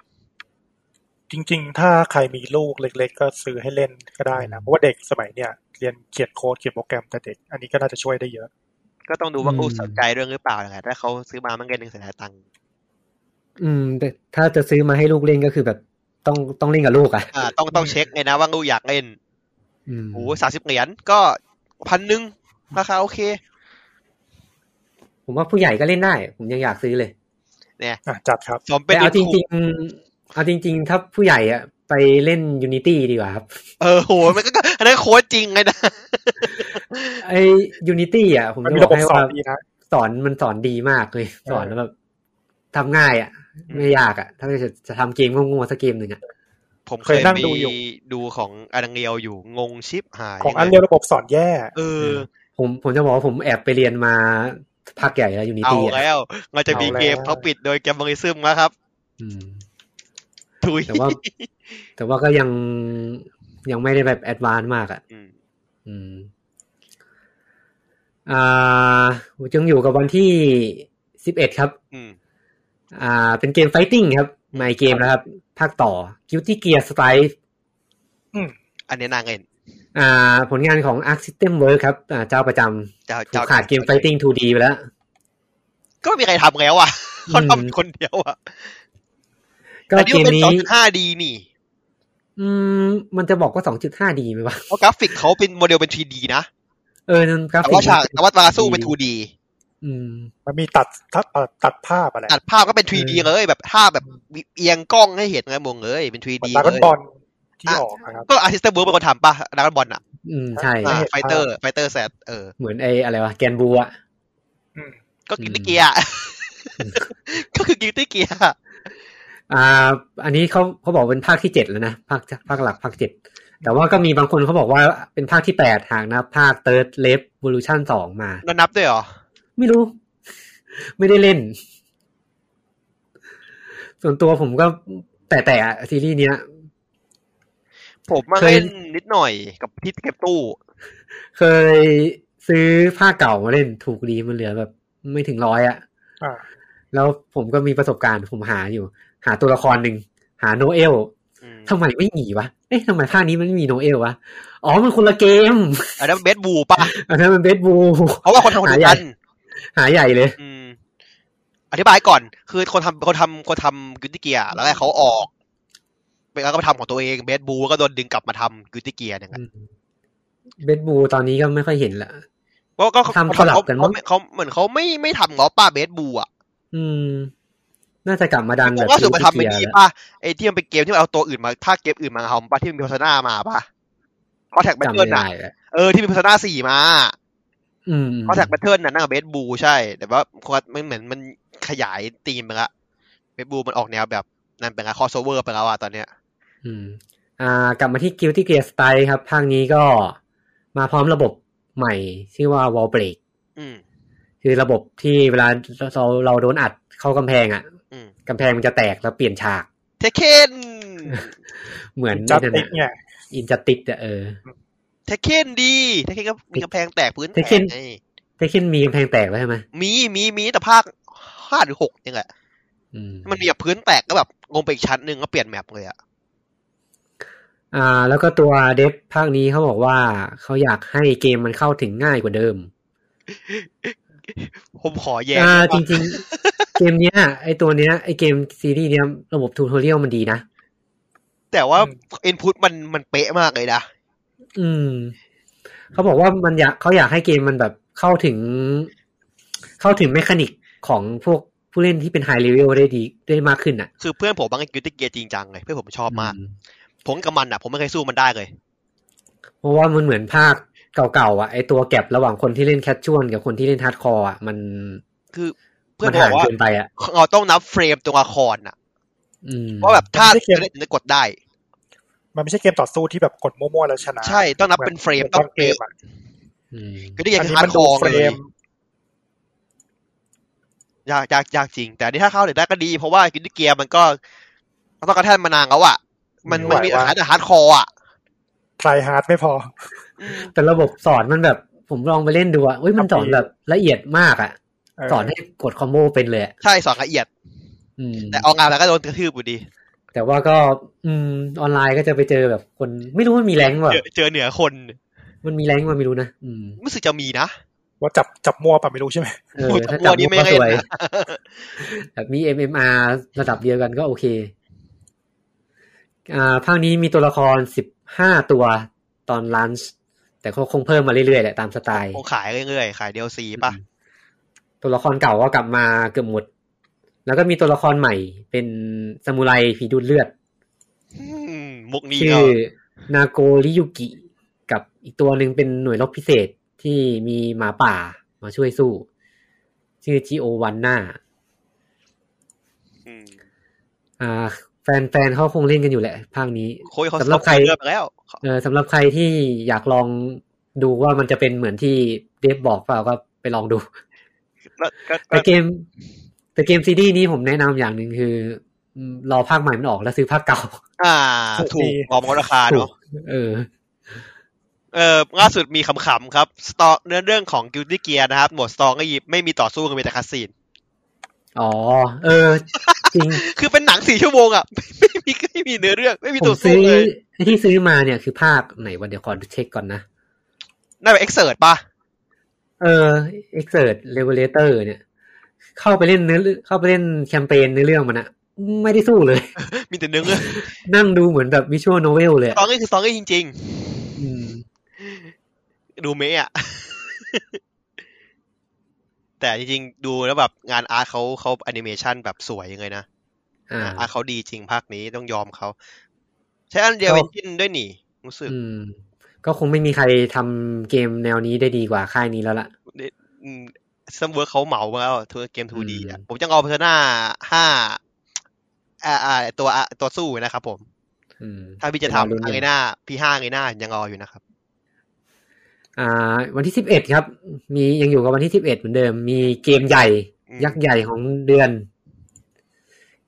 [SPEAKER 3] จริง ๆ ถ้าใครมีลูกเล็ก ๆ ก็ซื้อให้เล่นก็ได้นะ เพราะว่าเด็กสมัยเนี่ยเรียนเขียนโค้ดเขียนโปรแกรมแต่เด็ก อันนี้ก็น่าจะช่วยได้เยอะ
[SPEAKER 2] ก็ต้องดูว่า
[SPEAKER 1] อืม
[SPEAKER 2] ลูกสนใจเรื่องหรือเปล่าแหละถ้าเขาซื้อมามันเงินหนึ่งแสนตังค์
[SPEAKER 1] อืม แต่ถ้าจะซื้อมาให้ลูกเล่นก็คือแบบต้องต้องเล่นกับลูกอ่ะ
[SPEAKER 2] อ่าต้องต้องเช็คไงนะว่าลูกอยากเล่น
[SPEAKER 1] อืม
[SPEAKER 2] โอ้สามสิบเหรียญก็พันหนึ่งราคาโอเค
[SPEAKER 1] ผมว่าผู้ใหญ่ก็เล่นได้ ผมยังอยากซื้อเลย
[SPEAKER 3] อ่ะจัดครับ
[SPEAKER 2] สมเป็
[SPEAKER 1] แต่
[SPEAKER 2] น
[SPEAKER 1] เอาจ
[SPEAKER 2] อินคู
[SPEAKER 1] ริงๆเอาจริง ๆ ถ้าผู้ใหญ่อ่ะ ไปเล่น Unity ดีกว่าครับ
[SPEAKER 2] เออโหมันก็ก็อันนั้นโค้ดจริงไงนะ
[SPEAKER 1] ไอ้ Unity อ่ะ ผม
[SPEAKER 3] มัน
[SPEAKER 1] จะ
[SPEAKER 3] มี
[SPEAKER 1] บอก
[SPEAKER 3] ระบบ
[SPEAKER 1] ให้
[SPEAKER 3] สอ
[SPEAKER 1] ว่า
[SPEAKER 3] นดีนะ
[SPEAKER 1] สอนมันสอนดีมากเลย สอน
[SPEAKER 3] เออ
[SPEAKER 1] แล้วแบบทำง่ายอ่ะ ไม่ยากอ่ะ ถ้าจะจะทำเกมงงๆสักเกมหนึ่งอ่ะ
[SPEAKER 2] ผมเค
[SPEAKER 3] เค
[SPEAKER 2] ย
[SPEAKER 3] ยนั่ง
[SPEAKER 2] มี
[SPEAKER 3] ดูอยู่
[SPEAKER 2] ดูของอันเรียวอยู่งงชิปหาย
[SPEAKER 3] ของ
[SPEAKER 2] ลย
[SPEAKER 3] อันเรียระบบสอนแย่
[SPEAKER 2] เออ
[SPEAKER 1] ผมผมจะบอกว่าผมแอบไปเรียนมาภาคใหญ่แล้วยูนิ
[SPEAKER 2] เอา
[SPEAKER 1] ตี้อ่ะ
[SPEAKER 2] แล้วมันจะมี
[SPEAKER 3] เอาแล้ว
[SPEAKER 2] เกมเขาปิดโดยแกมบริซึมนะครับ
[SPEAKER 1] อืม
[SPEAKER 2] ถุย
[SPEAKER 1] แต่ว่า แต่ว่าก็ยังยังไม่ได้แบบแอดวานซ์มากอ่ะ
[SPEAKER 2] อืม
[SPEAKER 1] อืม อ่าจึงอยู่กับวันที่สิบเอ็ดครับ
[SPEAKER 2] อืม
[SPEAKER 1] อ่า เป็นเกมไฟติ้งครับไม่เกมนะครับ ภาคต่อ Guilty Gear Strive
[SPEAKER 2] อันเนี้ยนางเงิน
[SPEAKER 1] อ่า ผลงานของ Arc System Works ครับ อ่า เจ้าประจำ
[SPEAKER 2] เจ้า
[SPEAKER 1] ถูก
[SPEAKER 2] เจ้า
[SPEAKER 1] ขาดเกมไฟติ้ง 2D ไปแล้ว
[SPEAKER 2] ก็ไม่มีใครทำแล้วอ่ะเขา
[SPEAKER 1] อืม
[SPEAKER 2] ทำคนเดียวอ่ะ
[SPEAKER 1] ก็
[SPEAKER 2] อันนี้
[SPEAKER 1] เก
[SPEAKER 2] มัน
[SPEAKER 1] ม
[SPEAKER 2] เป็น
[SPEAKER 1] นี้
[SPEAKER 2] สองจุดห้าดีนี่
[SPEAKER 1] อืม มันจะบอกว่า 2.5D ไหมวะ
[SPEAKER 2] เพราะกราฟิกเขาเป็นโมเดลเป็น 3D นะ
[SPEAKER 1] เออนั่นกรา
[SPEAKER 2] แต่
[SPEAKER 1] ฟิก
[SPEAKER 2] ว่าฉากแต่ว่าตาสู้เป็น
[SPEAKER 1] ดี
[SPEAKER 2] 2D
[SPEAKER 1] อืม
[SPEAKER 3] มันมีตัดตัดตัดภาพอะไร
[SPEAKER 2] ตัดภาพก็เป็น 3D เลย แบบภาพแบบเอียงกล้องให้เห็นไงมงเลยเป็น
[SPEAKER 3] เหมือ
[SPEAKER 2] 3D
[SPEAKER 3] นดราก้อน
[SPEAKER 2] เลย
[SPEAKER 3] บอลที่ออกอะครับ
[SPEAKER 2] ก็อาร์ติสต์เบิร์กเป็นคนทำป่ะดรากอนบอลอ่ะ
[SPEAKER 1] อืม ใช่
[SPEAKER 3] ไม่เห็น
[SPEAKER 2] ไฟเตอร์ไฟเตอร์แซดเออ
[SPEAKER 1] เหมือนไออะไรวะ แกนบัวอะ
[SPEAKER 3] อืม
[SPEAKER 2] ก็กิน
[SPEAKER 1] อื
[SPEAKER 2] ตี้
[SPEAKER 1] ม
[SPEAKER 2] เกียร์ ก็คือกินตี้เกียร์
[SPEAKER 1] อ่า อันนี้เขาเขาบอกเป็นภาคที่เจ็ดแล้วนะ ภาคภาคหลักภาคเจ็ด แต่ว่าก็มีบางคนเขาบอกว่าเป็นภาคที่แปดห่างนะ ภาค Third Revolution สองมา
[SPEAKER 2] นับนับด้วยเหรอ
[SPEAKER 1] ไม่รู้ ไม่ได้เล่น ส่วนตัวผมก็แต่แต่อะซีรีส์เนี้ย
[SPEAKER 2] ผมมา
[SPEAKER 1] เคย
[SPEAKER 2] เล่นนิดหน่อยกับที่เก็บตู้
[SPEAKER 1] เคยซื้อผ้าเก่ามาเล่นถูกดีมันเหลือแบบไม่ถึงร้อยอะ
[SPEAKER 3] อ่า
[SPEAKER 1] แล้วผมก็มีประสบการณ์ผมหาอยู่ หาตัวละครหนึ่งหาโนเอล
[SPEAKER 2] อืม
[SPEAKER 1] ทำไมไม่หนีวะเอ๊ะทำไมภาคนี้มันไม่มีโนเอลวะอ๋อมันคนละเกม
[SPEAKER 2] อันนั้นเบสบูป่ะ
[SPEAKER 1] อันนั้นมันเบสบู
[SPEAKER 2] เพราะว่าคนทำคน
[SPEAKER 1] หา
[SPEAKER 2] เดี
[SPEAKER 1] ให
[SPEAKER 2] ย
[SPEAKER 1] ญ่
[SPEAKER 2] วกัน
[SPEAKER 1] หาใหญ่เลย
[SPEAKER 2] อืม อธิบายก่อน คือคนทำคนทำคนทำกินตี้เกียร์แล้วให้เขาออกไปแล้วก็ไปทำของตัวเองเบสบูก็โดนดึงกลับมาทำกินตี้เกียร์เนี่ย
[SPEAKER 1] เบสบูตอนนี้ก็ไม่ค่อยเห็นละ
[SPEAKER 2] ก็ก็
[SPEAKER 1] ทำสลับกันมั้
[SPEAKER 2] เขา
[SPEAKER 1] ง
[SPEAKER 2] เขาเหมือนเขาไม่ไม่ทำงอป้าเบสบูอ่ะ
[SPEAKER 1] อืม น่าจะกลับมาดันแบบ
[SPEAKER 2] ล่าสุดมาทำไอ้
[SPEAKER 1] เกียร์
[SPEAKER 2] นี่
[SPEAKER 1] แล้ว
[SPEAKER 2] ป้าไอ้ที่มันเป็นเกมที่มันเอาตัวอื่นมาภาคเกมอื่นมาทำป้าที่มันมีพัฒนามาป้าคอแท็กแบท
[SPEAKER 1] จำ
[SPEAKER 2] เทิล
[SPEAKER 1] ไม่
[SPEAKER 2] น่ะ
[SPEAKER 1] ได้ละ
[SPEAKER 2] เออที่มีพัฒนาสี่มา
[SPEAKER 1] อืม
[SPEAKER 2] คอแท็กแบทเทิลน่ะนั่งกับเบสบูใช่ แต่ว่าคนมันเหมือนมันขยายธีมไปละเบสบูมันออกแนวแบบนั่นเป็นละคอสโอเวอร์ไปแล้วอ่ะตอนเนี้ย
[SPEAKER 1] อืม อ่า กลับมาที่กิลที่เกียร์สไตล์ครับภาคนี้ก็มาพร้อมระบบใหม่ ชื่อว่าวอลเบรก
[SPEAKER 2] อืม
[SPEAKER 1] คือระบบที่เวลาเราเราโดนอัดเข้ากำแพงอะ่ะ
[SPEAKER 2] อืม
[SPEAKER 1] กำแพงมันจะแตกแล้วเปลี่ยนฉาก
[SPEAKER 2] เทเคน
[SPEAKER 1] เหมือน
[SPEAKER 3] จัด
[SPEAKER 1] นั่น
[SPEAKER 3] ติ๊ก
[SPEAKER 1] น่ะ
[SPEAKER 3] เนี่ย
[SPEAKER 1] อินจัติกอะเออ
[SPEAKER 2] เทเคนดีเทเคนก็มีกำแพงแตกพื้นแตก
[SPEAKER 1] Tekken
[SPEAKER 2] ไง
[SPEAKER 1] แต่ขึ้นมีกำแพงแตกแล้วใช่ไหม
[SPEAKER 2] มีมีมีแต่ภาคห้าหรือหกยังไง
[SPEAKER 1] อืม
[SPEAKER 2] มันมีแบบพื้นแตกก็แบบลงไปอีกชั้นหนึ่งก็เปลี่ยนแมปเลยอะ
[SPEAKER 1] อ่า แล้วก็ตัวเดฟภาคนี้เขาบอกว่าเขาอยากให้เกมมันเข้าถึงง่ายกว่าเดิม
[SPEAKER 2] ผมขอแย่
[SPEAKER 1] อ่า จ
[SPEAKER 2] ว่า
[SPEAKER 1] ริง ๆ เกมเนี้ย ไอตัวเนี้ยไอเกมซีรีส์เนี้ยระบบทูทอเรียลมันดีนะ
[SPEAKER 2] แต่ว่า
[SPEAKER 3] อืม
[SPEAKER 2] อินพุตมันมันเป๊ะมากเลยนะ
[SPEAKER 1] อืม เขาบอกว่ามันอยากเขาอยากให้เกมมันแบบเข้าถึง เข้าถึงเมคานิกของพวกผู้เล่นที่เป็นไฮเลเวลได้ดีได้มากขึ้นอ่ะ
[SPEAKER 2] คือเพื่อนผมบางกิวติเกียจริงจังเลยเพื่อนผมชอบมาก
[SPEAKER 1] อื
[SPEAKER 2] ผมกับมันอะผมไม่เคยสู้มันได้เลย
[SPEAKER 1] เพราะว่ามันเหมือนภาคเก่าๆอ่ะไอตัวแก็บระหว่างคนที่เล่นแคชชวลกับคนที่เล่นฮาร์ดคอร์อ่ะมัน
[SPEAKER 2] คือ เพื่อ
[SPEAKER 1] มัน
[SPEAKER 2] นบอก
[SPEAKER 1] ห่าง
[SPEAKER 2] ว่า
[SPEAKER 1] เกินไปอ่ะ
[SPEAKER 2] เราต้องนับเฟรมตัวละครอะ
[SPEAKER 1] อืม
[SPEAKER 2] ว่าแบบถ้า
[SPEAKER 3] ไม่ได้เกี่ยว
[SPEAKER 2] จะได้กดได้
[SPEAKER 3] มันไม่ใช่เกมต่อสู้ที่แบบกดมั่วๆแล้วชนะ
[SPEAKER 2] ใช่ต้องนับเป็นเฟรม
[SPEAKER 3] หมื
[SPEAKER 2] ต้อง
[SPEAKER 3] บาง
[SPEAKER 2] เก
[SPEAKER 3] เก
[SPEAKER 2] ม
[SPEAKER 3] มอ่ะ
[SPEAKER 1] อืม
[SPEAKER 2] ก็ได้อ
[SPEAKER 3] อั
[SPEAKER 2] ย่าน ง
[SPEAKER 3] นี้
[SPEAKER 2] ฮาร์ด
[SPEAKER 3] มัน
[SPEAKER 2] ค
[SPEAKER 3] ดู
[SPEAKER 2] อร์
[SPEAKER 3] เฟร
[SPEAKER 2] เลย
[SPEAKER 3] ม
[SPEAKER 2] ยากยากยากจริง แต่อันนี่ถ้าเข้าเดี๋ยวได้ก็ดี เพราะว่ากินเกียร์มันก็ต้องกระแทกมานางแล้วอ่ะ มัน
[SPEAKER 3] ไม่
[SPEAKER 2] มัน
[SPEAKER 3] ไหว
[SPEAKER 2] มี
[SPEAKER 3] ว่ะ
[SPEAKER 2] อาแต่ฮาร์ดคอร์อ่ะ
[SPEAKER 3] ทรายฮาร์ดไม่พอ
[SPEAKER 1] แต่ระบบสอนมันแบบ ผมลองไปเล่นดูอ่ะอุ้ยมันสอนแบบละเอียดมากอ่ะ
[SPEAKER 3] เออ
[SPEAKER 1] สอนให้กดคอมโบเป็นเลยอะ
[SPEAKER 2] ใช่สอนละเอียด
[SPEAKER 1] อืม
[SPEAKER 2] แต่ออกงานแล้วก็โดนกระทืบอยู่ดี
[SPEAKER 1] แต่ว่าก็ อืม ออนไลน์ก็จะไปเจอแบบคน ไม่รู้มันมีแรงก์ว่ะ
[SPEAKER 2] เจอเจอเหนือคน
[SPEAKER 1] มันมีแรงก์ว่าไม่รู้นะอืม
[SPEAKER 2] รู้สึกจะมีนะ
[SPEAKER 3] ว่าจับจับมั่วป่ะไม่รู้ใช่ไหม
[SPEAKER 1] เออ
[SPEAKER 2] โอ้ย
[SPEAKER 1] ถ้าจับ
[SPEAKER 2] ตัวนี้
[SPEAKER 1] มุก
[SPEAKER 2] ไม่
[SPEAKER 1] ก็
[SPEAKER 2] เล่
[SPEAKER 1] ส
[SPEAKER 2] นนะ
[SPEAKER 1] วยแบบมี MMR ระดับเดียวกันก็โอเค อ่าภาคนี้มีตัวละครสิบห้าตัวตอนลันช์แต่ก็คงเพิ่มมาเรื่อยๆแหละตามสไตล์
[SPEAKER 2] คงขายเรื่อยๆ ขายเดียวซีป่ะ
[SPEAKER 1] ตัวละครเก่าก็กลับมาเกือบหมด แล้วก็มีตัวละครใหม่ เป็นซามูไรผีดูดเลือด
[SPEAKER 2] อืมมุกนี้
[SPEAKER 1] ชื่อ
[SPEAKER 2] ก็
[SPEAKER 1] นาโกริยุกิ กับอีกตัวหนึ่งเป็นหน่วยรบพิเศษที่มีหมาป่ามาช่วยสู้ ชื่อจิโอวันนา
[SPEAKER 2] อืม
[SPEAKER 1] อ่า แฟนๆเขาคงเล่นกันอยู่แหละ ภาคนี้
[SPEAKER 2] โค้ยเขา
[SPEAKER 1] สำหรับใคร
[SPEAKER 2] เลือกไปแล้ว
[SPEAKER 1] เออสำหรับใครที่อยากลองดูว่ามันจะเป็นเหมือนที่เดฟบอกเปล่าก็ไปลองดู
[SPEAKER 2] แล้วก็ก็
[SPEAKER 1] แต่เกม แต่เกมซีดีนี้ผมแนะนำอย่างหนึ่งคืออืมรอภาคใหม่มันออกแล้วซื้อภาคเก่า
[SPEAKER 2] อ่า ถูกมองราคาเนาะ
[SPEAKER 1] เออ
[SPEAKER 2] เออล่าสุดมีขำๆครับสตอเนื้อเรื่องของ Guilty Gear นะครับ หมวดสตองก็ยิบไม่มีต่อสู้กันมีแต่คาสซีน
[SPEAKER 1] อ๋อ เออ จริง
[SPEAKER 2] คือเป็นหนังสี่ชั่วโมงอ่ะ ไม่มีไม่มีเนื้อเรื่อง ไม่มี
[SPEAKER 1] ผ
[SPEAKER 2] ต่
[SPEAKER 1] ม
[SPEAKER 2] อสู้
[SPEAKER 1] ซื้อ
[SPEAKER 2] เลย
[SPEAKER 1] ไอ้ที่ซื้อมาเนี่ยคือภาคไหนวันเดี๋ยวขอเช็คก่อนนะ
[SPEAKER 2] น่าเป็นเอ็กเซิร์ป่ะ
[SPEAKER 1] เออ e x e r t Revelator เนี่ย เข้าไปเล่นเนื้อเรื่องเข้าไปเล่นแคมเปญในเรื่องมันอะไม่ได้สู้เลย
[SPEAKER 2] มีแต่เนื้อเรื่อง
[SPEAKER 1] นั่งดูเหมือนแบบวิชวลโนเวลเลย
[SPEAKER 2] ส
[SPEAKER 1] อะ
[SPEAKER 2] ตองก็คือสตองก็จริง
[SPEAKER 1] อืม
[SPEAKER 2] ๆ ดูเมะอ่ ะ แต่จริงๆ ดูแล้วแบบงานอาร์ตเขาเขาแอนิเมชันแบบสวยยังไงนะ
[SPEAKER 1] อ่า
[SPEAKER 2] อ่ะเขาดีจริงภาคนี้ต้องยอมเขา ใช้อันเดียว
[SPEAKER 1] ก็
[SPEAKER 2] เอนจินด้วยนี่รู้สึก
[SPEAKER 1] อืม ก็คงไม่มีใครทำเกมแนวนี้ได้ดีกว่าค่ายนี้แล้วล่ะ
[SPEAKER 2] ซัมเวิร์กเขาเหมามาแล้วทัวเกม 2D อ่ะ
[SPEAKER 1] อืม
[SPEAKER 2] ผมจะเอาเพอร์นาห้าอ่าอ่าตัวอ่ะตัวสู้นะครับผม
[SPEAKER 1] อืม
[SPEAKER 2] ถ้าพี่จะ
[SPEAKER 1] เดี๋ยวรอ
[SPEAKER 2] ทำ
[SPEAKER 1] ดู
[SPEAKER 2] ไงหน้าพี่ห้าไงหน้ายังรออยู่นะครับ
[SPEAKER 1] อ่า วันที่สิบเอ็ดครับ มียังอยู่กับวันที่สิบเอ็ดเหมือนเดิม มีเกมใหญ่
[SPEAKER 2] อืม
[SPEAKER 1] ยักษ์ใหญ่ของเดือน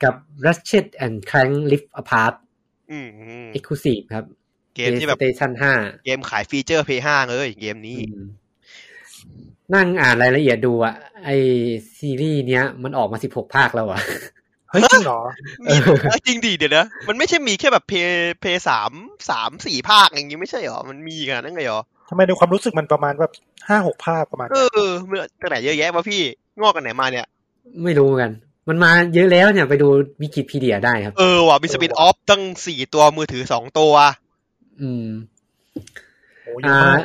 [SPEAKER 1] กับ Ratchet and Clank Rift Apart
[SPEAKER 2] อืมอืม
[SPEAKER 1] Exclusive ครับ
[SPEAKER 2] เกมที่แบบ
[SPEAKER 1] PlayStation 5
[SPEAKER 2] เกมขายฟีเจอร์ p 5เลยเกมนี้
[SPEAKER 1] อืมนั่งอ่านรายละเอียดดูอะไอซีรีส์เนี้ย มันออกมา 16 ภาคแล้วอะ
[SPEAKER 3] เฮ้ยจริงเหรอ
[SPEAKER 2] มีเออจริงดีเดี๋ยวนะ มันไม่ใช่มีแค่แบบเพย์เพย์สามสามสี่ภาคอย่างงี้ไม่ใช่หรอ มันมีขนาดนั้นเลยหรอ
[SPEAKER 3] ทำไมในความรู้สึกมันประมาณแบบห้าหกภาพประมาณ
[SPEAKER 2] เออมันจากไหนเยอะแยะวะพี่งอกกันไหนมาเนี่ย
[SPEAKER 1] ไม่รู้เหมือนกัน มันมาเยอะแล้วเนี่ยไปดูวิกิพีเดียได้ครับ
[SPEAKER 2] เออว่ะมีสปินออฟตั้งสี่ตัวมือถือสองตัว
[SPEAKER 1] อืม
[SPEAKER 3] โอ้ย
[SPEAKER 1] อ่า
[SPEAKER 3] มาก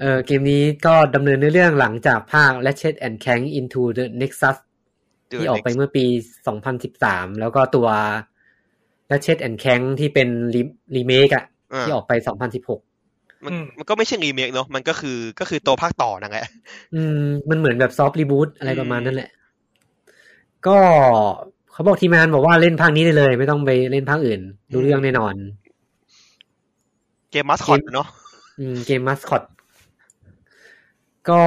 [SPEAKER 1] เออเกมนี้ก็ดำเนินเนื้อเรื่องหลังจากภาค Ratchet and Clank Into the Nexus ที่ออกไปเมื่อปี 2013 แล้วก็ตัว Ratchet and Clank ที่เป็นรีเมคอะ
[SPEAKER 2] อ่า
[SPEAKER 1] ที่ออกไป 2016
[SPEAKER 2] มันมันก็ไม่ใช่รีเมคเนาะมันก็คือก็คือตัวภาคต่อนั่นแหละ
[SPEAKER 1] อืมมันเหมือนแบบซอฟต์รีบูตอะไร
[SPEAKER 2] อืม
[SPEAKER 1] ประมาณนั้นแหละ ก็เขาบอกทีมงานบอกว่าเล่นภาคนี้ได้เลย ไม่ต้องไปเล่นภาคอื่น รู้เรื่องแน่นอน
[SPEAKER 2] เกมมัสคอตเนาะ
[SPEAKER 1] อืมเกมมัสคอตก็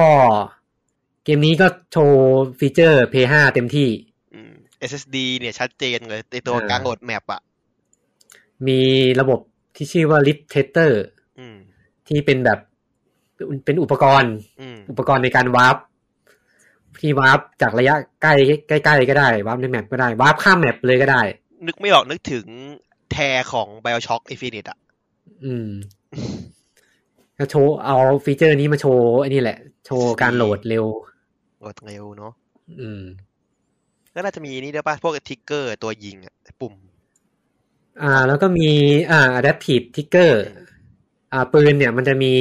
[SPEAKER 1] เกมนี้ก็โชว์ฟีเจอร์ p 5เต็มที่
[SPEAKER 2] อืม SSD เนี่ยชัดเจนเลยไอตัว
[SPEAKER 1] อ่า
[SPEAKER 2] กลางโหลดแมปอ่ะ
[SPEAKER 1] มีระบบที่ชื่อว่า Lift Tester
[SPEAKER 2] อืม
[SPEAKER 1] ที่เป็นแบบเป็นอุปกรณ์
[SPEAKER 2] อืม
[SPEAKER 1] อุปกรณ์ในการวาร์ปที่วาร์ปจากระยะใกล้ใกล้ๆก็ได้วาร์ปในแมปก็ได้วาร์ปข้ามแมปเลยก็ได้
[SPEAKER 2] นึกไม่ออกนึกถึงแทของ BioShock Infinite อ่ะ
[SPEAKER 1] อืมก็โชว์เอาฟีเจอร์นี้มาโชว์ไอ้นี่แหละ โชว์การโหลดเร็ว
[SPEAKER 2] โหลดเร็วเนาะ
[SPEAKER 1] อืม
[SPEAKER 2] ก็น่าจะมีนี่ด้วยป่ะ พวกทิกเกอร์ตัวยิงอ่ะปุ่ม
[SPEAKER 1] อ่า แล้วก็มีอ่า adaptive trigger อ่า ปืนเนี่ยมันจะมี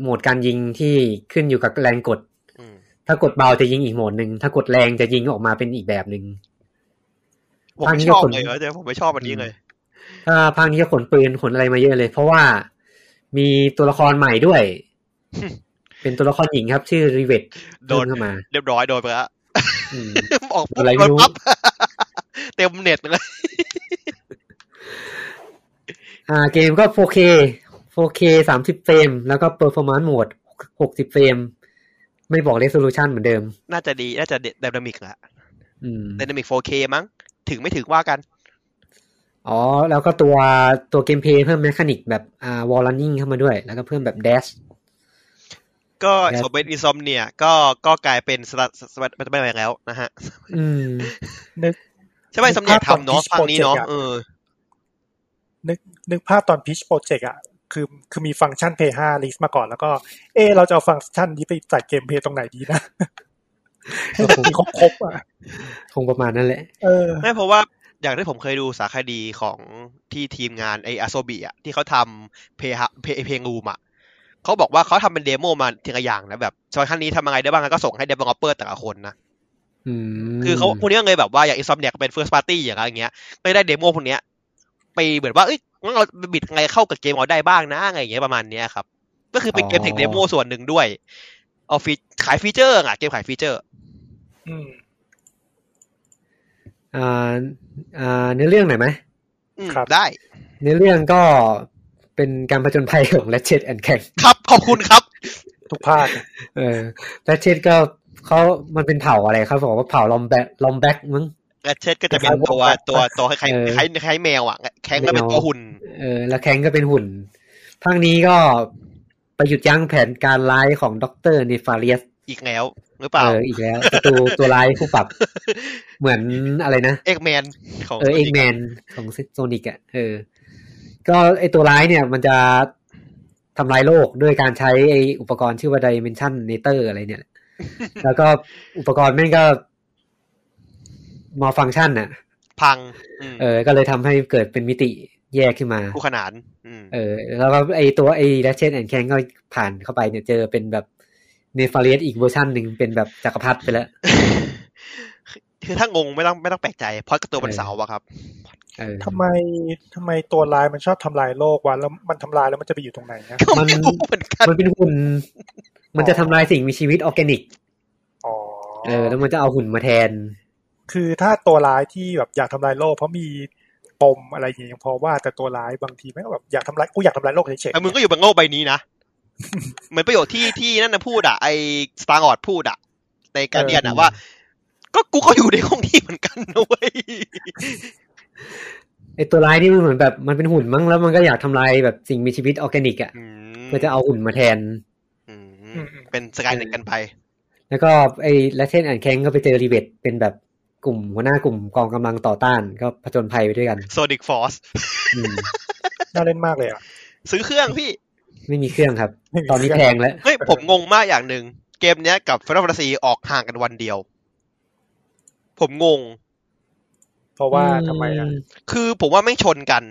[SPEAKER 1] โหมดการยิงที่ขึ้นอยู่กับแรงกด
[SPEAKER 2] อืม
[SPEAKER 1] ถ้ากดเบาจะยิงอีกโหมดหนึ่งถ้ากดแรงจะยิงออกมาเป็นอีกแบบหนึ่ง
[SPEAKER 2] ผม
[SPEAKER 1] ภาค
[SPEAKER 2] ไม่
[SPEAKER 1] นี้
[SPEAKER 2] ช
[SPEAKER 1] ก็
[SPEAKER 2] อบ
[SPEAKER 1] คน
[SPEAKER 2] เลยเออแต่ผมไม่ชอบอันนี้เลย
[SPEAKER 1] ถ้าภาคนี้ก็ขนปืนขนอะไรมาเยอะเลย เพราะว่ามีตัวละครใหม่ด้วย
[SPEAKER 2] ฮึ
[SPEAKER 1] เป็นตัวละครหญิงครับ ชื่อรีเวต
[SPEAKER 2] โด
[SPEAKER 1] เพิ่ม
[SPEAKER 2] น
[SPEAKER 1] เข้ามา
[SPEAKER 2] เรียบร้อยโดนไปละ
[SPEAKER 1] อืม
[SPEAKER 2] ออกปุ๊บ
[SPEAKER 1] อะไรไม่
[SPEAKER 2] โดน
[SPEAKER 1] รู้
[SPEAKER 2] ปั๊บ เต็มเน็ตเลย
[SPEAKER 1] อ่าเกมก็ 4K 4K 30 เฟรม แล้วก็ performance mode 60 เฟรม ไม่บอก resolution เหมือนเดิม
[SPEAKER 2] น่าจะดี น่าจะไดนามิกละ
[SPEAKER 1] อืม
[SPEAKER 2] ไดนามิก 4K มั้ง ถึงไม่ถึงว่ากัน
[SPEAKER 1] อ๋อ แล้วก็ตัวตัวเกมเพลย์เพิ่ม e ม h านิกแบบอ่าวอลลันนิ่งเข้ามาด้วย แล้วก็เพิ่มแบบ dash
[SPEAKER 2] ก็
[SPEAKER 1] แล้ว
[SPEAKER 2] สมเป็นอินซอมเนี่ยก็ก็กลายเป็นสลัดสลัดไม่ไม่แล้วนะฮะ
[SPEAKER 1] อืม
[SPEAKER 3] นึก
[SPEAKER 2] ใช่ไหมสมเนี่ย
[SPEAKER 3] ภาพตอน
[SPEAKER 2] ทำเนาะ
[SPEAKER 3] Peach
[SPEAKER 2] ภาคนี้เนาะ
[SPEAKER 3] Project อะ
[SPEAKER 2] เออ
[SPEAKER 3] นึกนึกภาพตอนพิชโปรเจกต์อ่ะ คือคือมีฟังก์ชัน Play 5 list มาก่อนแล้วก็ เอะเราจะเอาฟังก์ชันนี้ไปใส่เกมเพย์ตรงไหนดีนะ ให้มันมีครบๆอ่ะ
[SPEAKER 1] คงประมาณนั้นแหละ
[SPEAKER 3] เออ
[SPEAKER 2] ไม่เพราะว่าอย่างที่ผมเคยดูสารคดีของที่ทีมงานไออาโซบีอ่ะที่เขาทำเพลเพลเพลงรูมอ่ะเขาบอกว่าเขาทำเป็นเดโมมาทีละอย่างนะแบบซอยขั้นนี้ทำยังไงได้บ้างแล้วก็ส่งให้เดเวลอปเปอร์แต่ละคนนะ
[SPEAKER 1] อืม
[SPEAKER 2] คือเขาพวกนี้ก็เลยแบบว่าอย่างอินซอมเนียเป็นเฟิร์สพาร์ตี้อย่างเงี้ยก็เลยได้เดโมพวกเนี้ยไปเหมือนว่าเอ้ยงั้นเราบิดไงเข้ากับเกมเราได้บ้างนะอะไรอย่างเงี้ยประมาณเนี้ยครับ ก็คือเป็นเกมเทคเดโมส่วนหนึ่งด้วย เอาฟีขายฟีเจอร์อ่ะเกมขายฟีเจอร์
[SPEAKER 3] อืม
[SPEAKER 1] อ่าอ่าเนื้อเรื่องหน่อยไหม
[SPEAKER 2] อืม
[SPEAKER 3] ครับ
[SPEAKER 2] ได้
[SPEAKER 1] เนื้อเรื่องก็เป็นการผจญภัยของ Ratchet and Clank
[SPEAKER 2] ครับขอบคุณครับ
[SPEAKER 3] ทุกภาค
[SPEAKER 1] เออ Ratchet ก็เขามันเป็นเผ่าอะไรครับบอกว่าเผ่าลอมแบกลอมแบกมั้ง
[SPEAKER 2] แรชเชตก็จะเป็นตัวตัวตัวคล้าย
[SPEAKER 1] เออ
[SPEAKER 2] คล้ายคล้ายแมวอ่ะแข้งก็เป็น
[SPEAKER 1] แมว
[SPEAKER 2] ตัวหุ่น
[SPEAKER 1] เออแล้วแคงก็เป็นหุ่น ภาคนี้ก็ไปหยุดยั้งแผนการร้ายของด็อกเตอร์เนฟาเรียส
[SPEAKER 2] อีกแล้วหรือเป
[SPEAKER 1] เอ
[SPEAKER 2] ล่า
[SPEAKER 1] ออีกแล้วศัตรูตัวร้ายผู้ปรับ เหมือนอะไรนะ
[SPEAKER 2] เอ็กแมนของ
[SPEAKER 1] เออเอ็กแมนของโซนิกอ่ะเออ ก็ไอตัวร้ายเนี่ยมันจะทำลายโลกด้วยการใช้ไออุปกรณ์ชื่อว่า Dimension n a t o r อะไรเนี่ยแหละ แล้วก็อุปกรณ์แม่งก็มอฟัง c t ชันน่ะ
[SPEAKER 2] พังอืม
[SPEAKER 1] เออ ก็เลยทำให้เกิดเป็นมิติแยกขึ้นมา
[SPEAKER 2] คู่ขนานอืม
[SPEAKER 1] เออ แล้วก็ไอตัวไอแรชเชนแอนแคนก็ผ่านเข้าไปเนี่ยเจอเป็นแบบเนฟาเรียสอีกเวอร์ชันหนึ่งเป็นแบบจักรพรรดิไปแล้ว
[SPEAKER 2] คือถ้างงไม่ต้องไม่ต้องแปลกใจเพราะตัวเป็นเสาอะครับ
[SPEAKER 1] เออ
[SPEAKER 3] ทำไมทำไมตัวลายมันชอบทำลายโลกวะแล้วมันทำลายแล้วมันจะไปอยู่ตรงไหนนะ
[SPEAKER 2] ก็ไม่รู้เหมือนกัน
[SPEAKER 1] มันเป็นหุ่น มันจะทำลายสิ่งมีชีวิตออร์แกนิก
[SPEAKER 3] อ๋อ
[SPEAKER 1] เออ แล้วมันจะเอาหุ่นมาแทน
[SPEAKER 3] คือถ้าตัวร้ายที่แบบอยากทำลายโลก เพราะมีปมอะไรอย่างเงี้ยยังพอว่าแต่ตัวร้ายบางทีแม่งก็แบบอยากทำลายกูอยากทำลายโลกเฉย
[SPEAKER 2] แต่มึงก็อยู่บนโลกใบนี้นะ เหมือนประโยชน์ที่ที่นั่นนะพูดอ่ะไอสตาร์กอดพูดอ่ะในการเดียนอ่ะว่า ก็กูก็อยู่ในห้องนี้เหมือนกันนะเว้ย
[SPEAKER 1] ไอตัวร้ายนี่มันเหมือนแบบมันเป็นหุ่นมั้งแล้วมันก็อยากทำลายแบบสิ่งมีชีวิตออร์แกนิกอ่ะเพื่อจะเอาหุ่นมาแทน
[SPEAKER 2] อืม
[SPEAKER 3] ๆอืมอืม
[SPEAKER 2] เป็นสกายเน็ตกันไป
[SPEAKER 1] แล้วก็ไอและเช่นอ่านแข้งก็ไปเจอรีเวตเป็นแบบกลุ่มหัวหน้ากลุ่มกองกำลังต่อต้านก็ผจญภัยไปด้วยกัน
[SPEAKER 2] โซนิกฟอส
[SPEAKER 1] อืม
[SPEAKER 3] น่าเล่นมากเลยอ่ะ
[SPEAKER 2] ซื้อเครื่องพี่
[SPEAKER 1] ไม่มีเครื่องครับ
[SPEAKER 3] ไม่มี
[SPEAKER 1] ตอนนี้
[SPEAKER 3] เค
[SPEAKER 1] แพ
[SPEAKER 3] รื่
[SPEAKER 1] งแล้ว
[SPEAKER 2] เฮ้ย ผมงงมากอย่างหนึ่ง เกมเนี้ยกับ Final Fantasy ออกห่างกันวันเดียว ผมงง
[SPEAKER 3] เพราะว่าทำไมอ่ะ
[SPEAKER 2] คือผมว่าไม่ชนกัน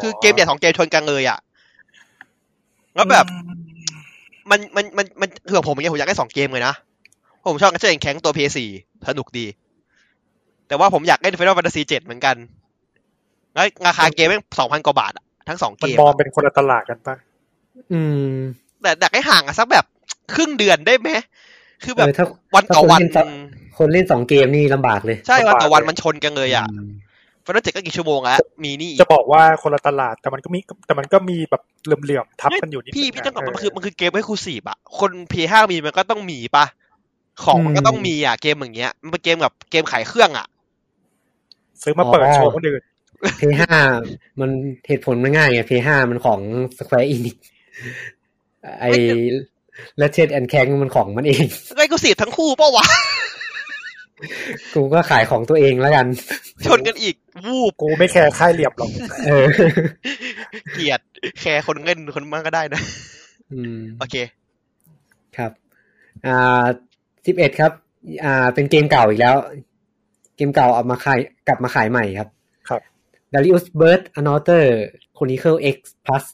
[SPEAKER 2] คือเกมใหญ่สองเกมชนกันเลยอ่ะ แล้วแบบ มันมันมันมันคือผมอย่างเงี้ยผมอยากได้สองเกมเลยนะ ผมชอบกันเจนแข็งตัว PS4 สนุกดี แต่ว่าผมอยากเล่น Final Fantasy 7เหมือนกัน แล้วราคาเกมแม่งสองพันกว่าบาทอะทั้งสอง
[SPEAKER 3] มั
[SPEAKER 2] เก
[SPEAKER 3] น
[SPEAKER 2] ม
[SPEAKER 3] มอง
[SPEAKER 2] อะ
[SPEAKER 3] เป็นคนละตลาดกันปะ
[SPEAKER 1] อืม
[SPEAKER 2] แต่อยากให้ห่างอะสักแบบครึ่งเดือนได้ไหมคือแบ
[SPEAKER 1] เอบ อถ้า
[SPEAKER 2] วันต่อวัน
[SPEAKER 1] ถ้าคนเล่นสัก คนเล่นสองเกมนี่ลำบากเลย
[SPEAKER 2] ใช่วันต่อวันมันชนกันเลยอ่ะ Final 7ก็กี่ชั่วโมงแล้วมีนี่อี
[SPEAKER 3] จะ
[SPEAKER 2] ก
[SPEAKER 3] บอกว่าคนละตลาดแต่มันก็มีแต่มันก็มีแบบเหลื่อมๆทับกันอยู่นิด
[SPEAKER 2] พี่
[SPEAKER 3] นึ
[SPEAKER 2] พี่
[SPEAKER 3] งะ
[SPEAKER 2] ต้องบอกว่ามัน
[SPEAKER 3] เ
[SPEAKER 2] คือมันคือเกมให้คูสีบอ่ะ คน PS5 มีมันก็ต้องมีปะของมันก็ต้องมีอ่ะเกมอย่างเงี้ย มันเป็นเกมแบบเกมขายเครื่องอ่ะ
[SPEAKER 3] ซื้อมาเปิดโชว์คนอื่น
[SPEAKER 1] เพย์ห้ามันเหตุผลมันง่ายไงเพย์ห้ามันของ Square Enix ไอและเช่นแอนแข้งมันของมันเอง
[SPEAKER 2] ไอ้กูสีบทั้งคู่เปล่าวะ
[SPEAKER 1] กูก็ขายของตัวเองแล้วกัน
[SPEAKER 2] ชนกันอีก วูบ
[SPEAKER 3] กูไม่แคร์ค่ายเหลี่ยมหรอก
[SPEAKER 1] เอ อ
[SPEAKER 2] เกลียด แคร์คนเงินคนมากก็ได้นะ
[SPEAKER 1] อืม
[SPEAKER 2] โอเค
[SPEAKER 1] ครับ อ่าสิบเอ็ดครับ อ่า เป็นเกมเก่าอีกแล้ว เกมเก่าเอามาขาย กลับมาขายใหม่ครับ
[SPEAKER 3] ครับ
[SPEAKER 1] Darius Bird Another Chronicle X Plus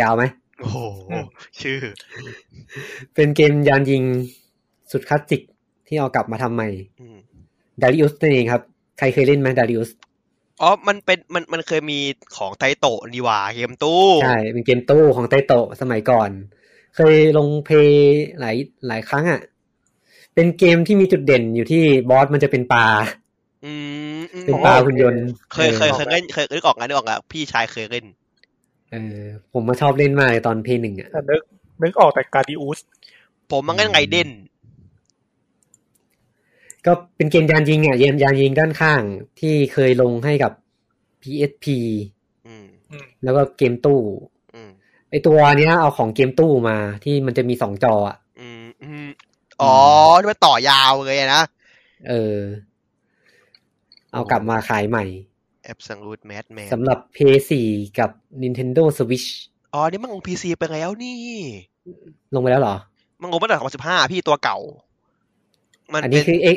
[SPEAKER 1] ยาวไหม
[SPEAKER 2] โอ้โห
[SPEAKER 3] อืม
[SPEAKER 2] ชื่อ
[SPEAKER 1] เป็นเกมยานยิงสุดคลาสสิกที่เอากลับมาทำใหม่
[SPEAKER 2] อืม
[SPEAKER 1] Darius นั่นเองครับ ใครเคยเล่นไหม Darius
[SPEAKER 2] อ๋อ มันเป็นมันมันเคยมีของไทโตะนี่หว่าเกมตู้
[SPEAKER 1] ใช่ เป็นเกมตู้ของไตโตะสมัยก่อน เคยลงเพลย์หลายหลายครั้งอะ่ะ เป็นเกมที่มีจุดเด่นอยู่ที่บอสมันจะเป็นปลา
[SPEAKER 2] อืมอืม
[SPEAKER 1] เป็นปลาหุ่นยนต์
[SPEAKER 2] เคยเคย
[SPEAKER 1] ออ
[SPEAKER 2] เคยเล่นเคยนึกออกนะนึกออกแล้วพี่ชายเคยเล่น
[SPEAKER 1] เออผมมาชอบเล่นมากเลยตอนเพย์หนึ่งอ่ะ
[SPEAKER 3] แต่นึกนึกออกแต่การดิอุส
[SPEAKER 2] ผมมันก็ไงเด่น
[SPEAKER 1] ก็เป็นเกมยานยิงอ่ะเกมยานยิงด้านข้างที่เคยลงให้กับ PSP
[SPEAKER 2] อืม
[SPEAKER 1] แล้วก็เกมตู้
[SPEAKER 2] อืม
[SPEAKER 1] ไอตัวเนี้ยเอาของเกมตู้มาที่มันจะมีสองจออ่ะ
[SPEAKER 2] อืมอืมอ๋อที่มันต่อยาวเลยอะนะ
[SPEAKER 1] เออ เอากลับมาขายใหม่
[SPEAKER 2] Absolute Madman
[SPEAKER 1] สำหรับ PS4 กับ Nintendo Switch
[SPEAKER 2] อ๋อ นี่มันลง PC ไปแล้วนี่
[SPEAKER 1] ลงไปแล้วเหรอ
[SPEAKER 2] มันลงมาตั้งแต่2015พี่ตัวเก่า มัน
[SPEAKER 1] อัน
[SPEAKER 2] เป็
[SPEAKER 1] นี้
[SPEAKER 2] น
[SPEAKER 1] คือ X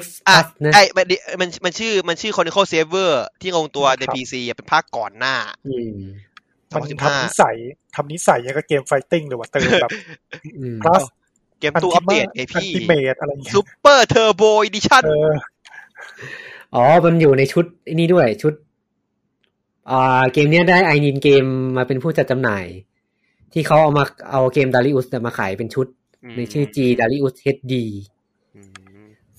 [SPEAKER 1] X
[SPEAKER 2] อ่ะ
[SPEAKER 1] Plus นะ
[SPEAKER 2] ไอ้มันดิมันมันชื่อมันชื่อ Chronicle Saver ที่ลงตัวใน PC อะเป็นภาคก่อนหน้า
[SPEAKER 1] อืม
[SPEAKER 3] มันทำนิ
[SPEAKER 2] 2015
[SPEAKER 3] สัยทำนิสัยยังกับเกมไฟติ้งหรือว่าเติมแบบ
[SPEAKER 1] อืม
[SPEAKER 3] plus
[SPEAKER 2] เกมตัวอัปเดตไอ
[SPEAKER 3] อัน
[SPEAKER 2] พี่
[SPEAKER 3] ติเมตอะไรอย่างเงี้ย
[SPEAKER 2] ซูเปอร์เทอร์โบอดิชั่น
[SPEAKER 3] เออ
[SPEAKER 1] อ๋อ มันอยู่ในชุดไอ้นี่ด้วยชุด อ่า เกมเนี้ยได้ไอนินเกมมาเป็นผู้จัดจำหน่าย ที่เขาเอามาเอาเกมดาริอุสมาขายเป็นชุด ในชื่อ G d a r i u s HD
[SPEAKER 2] ม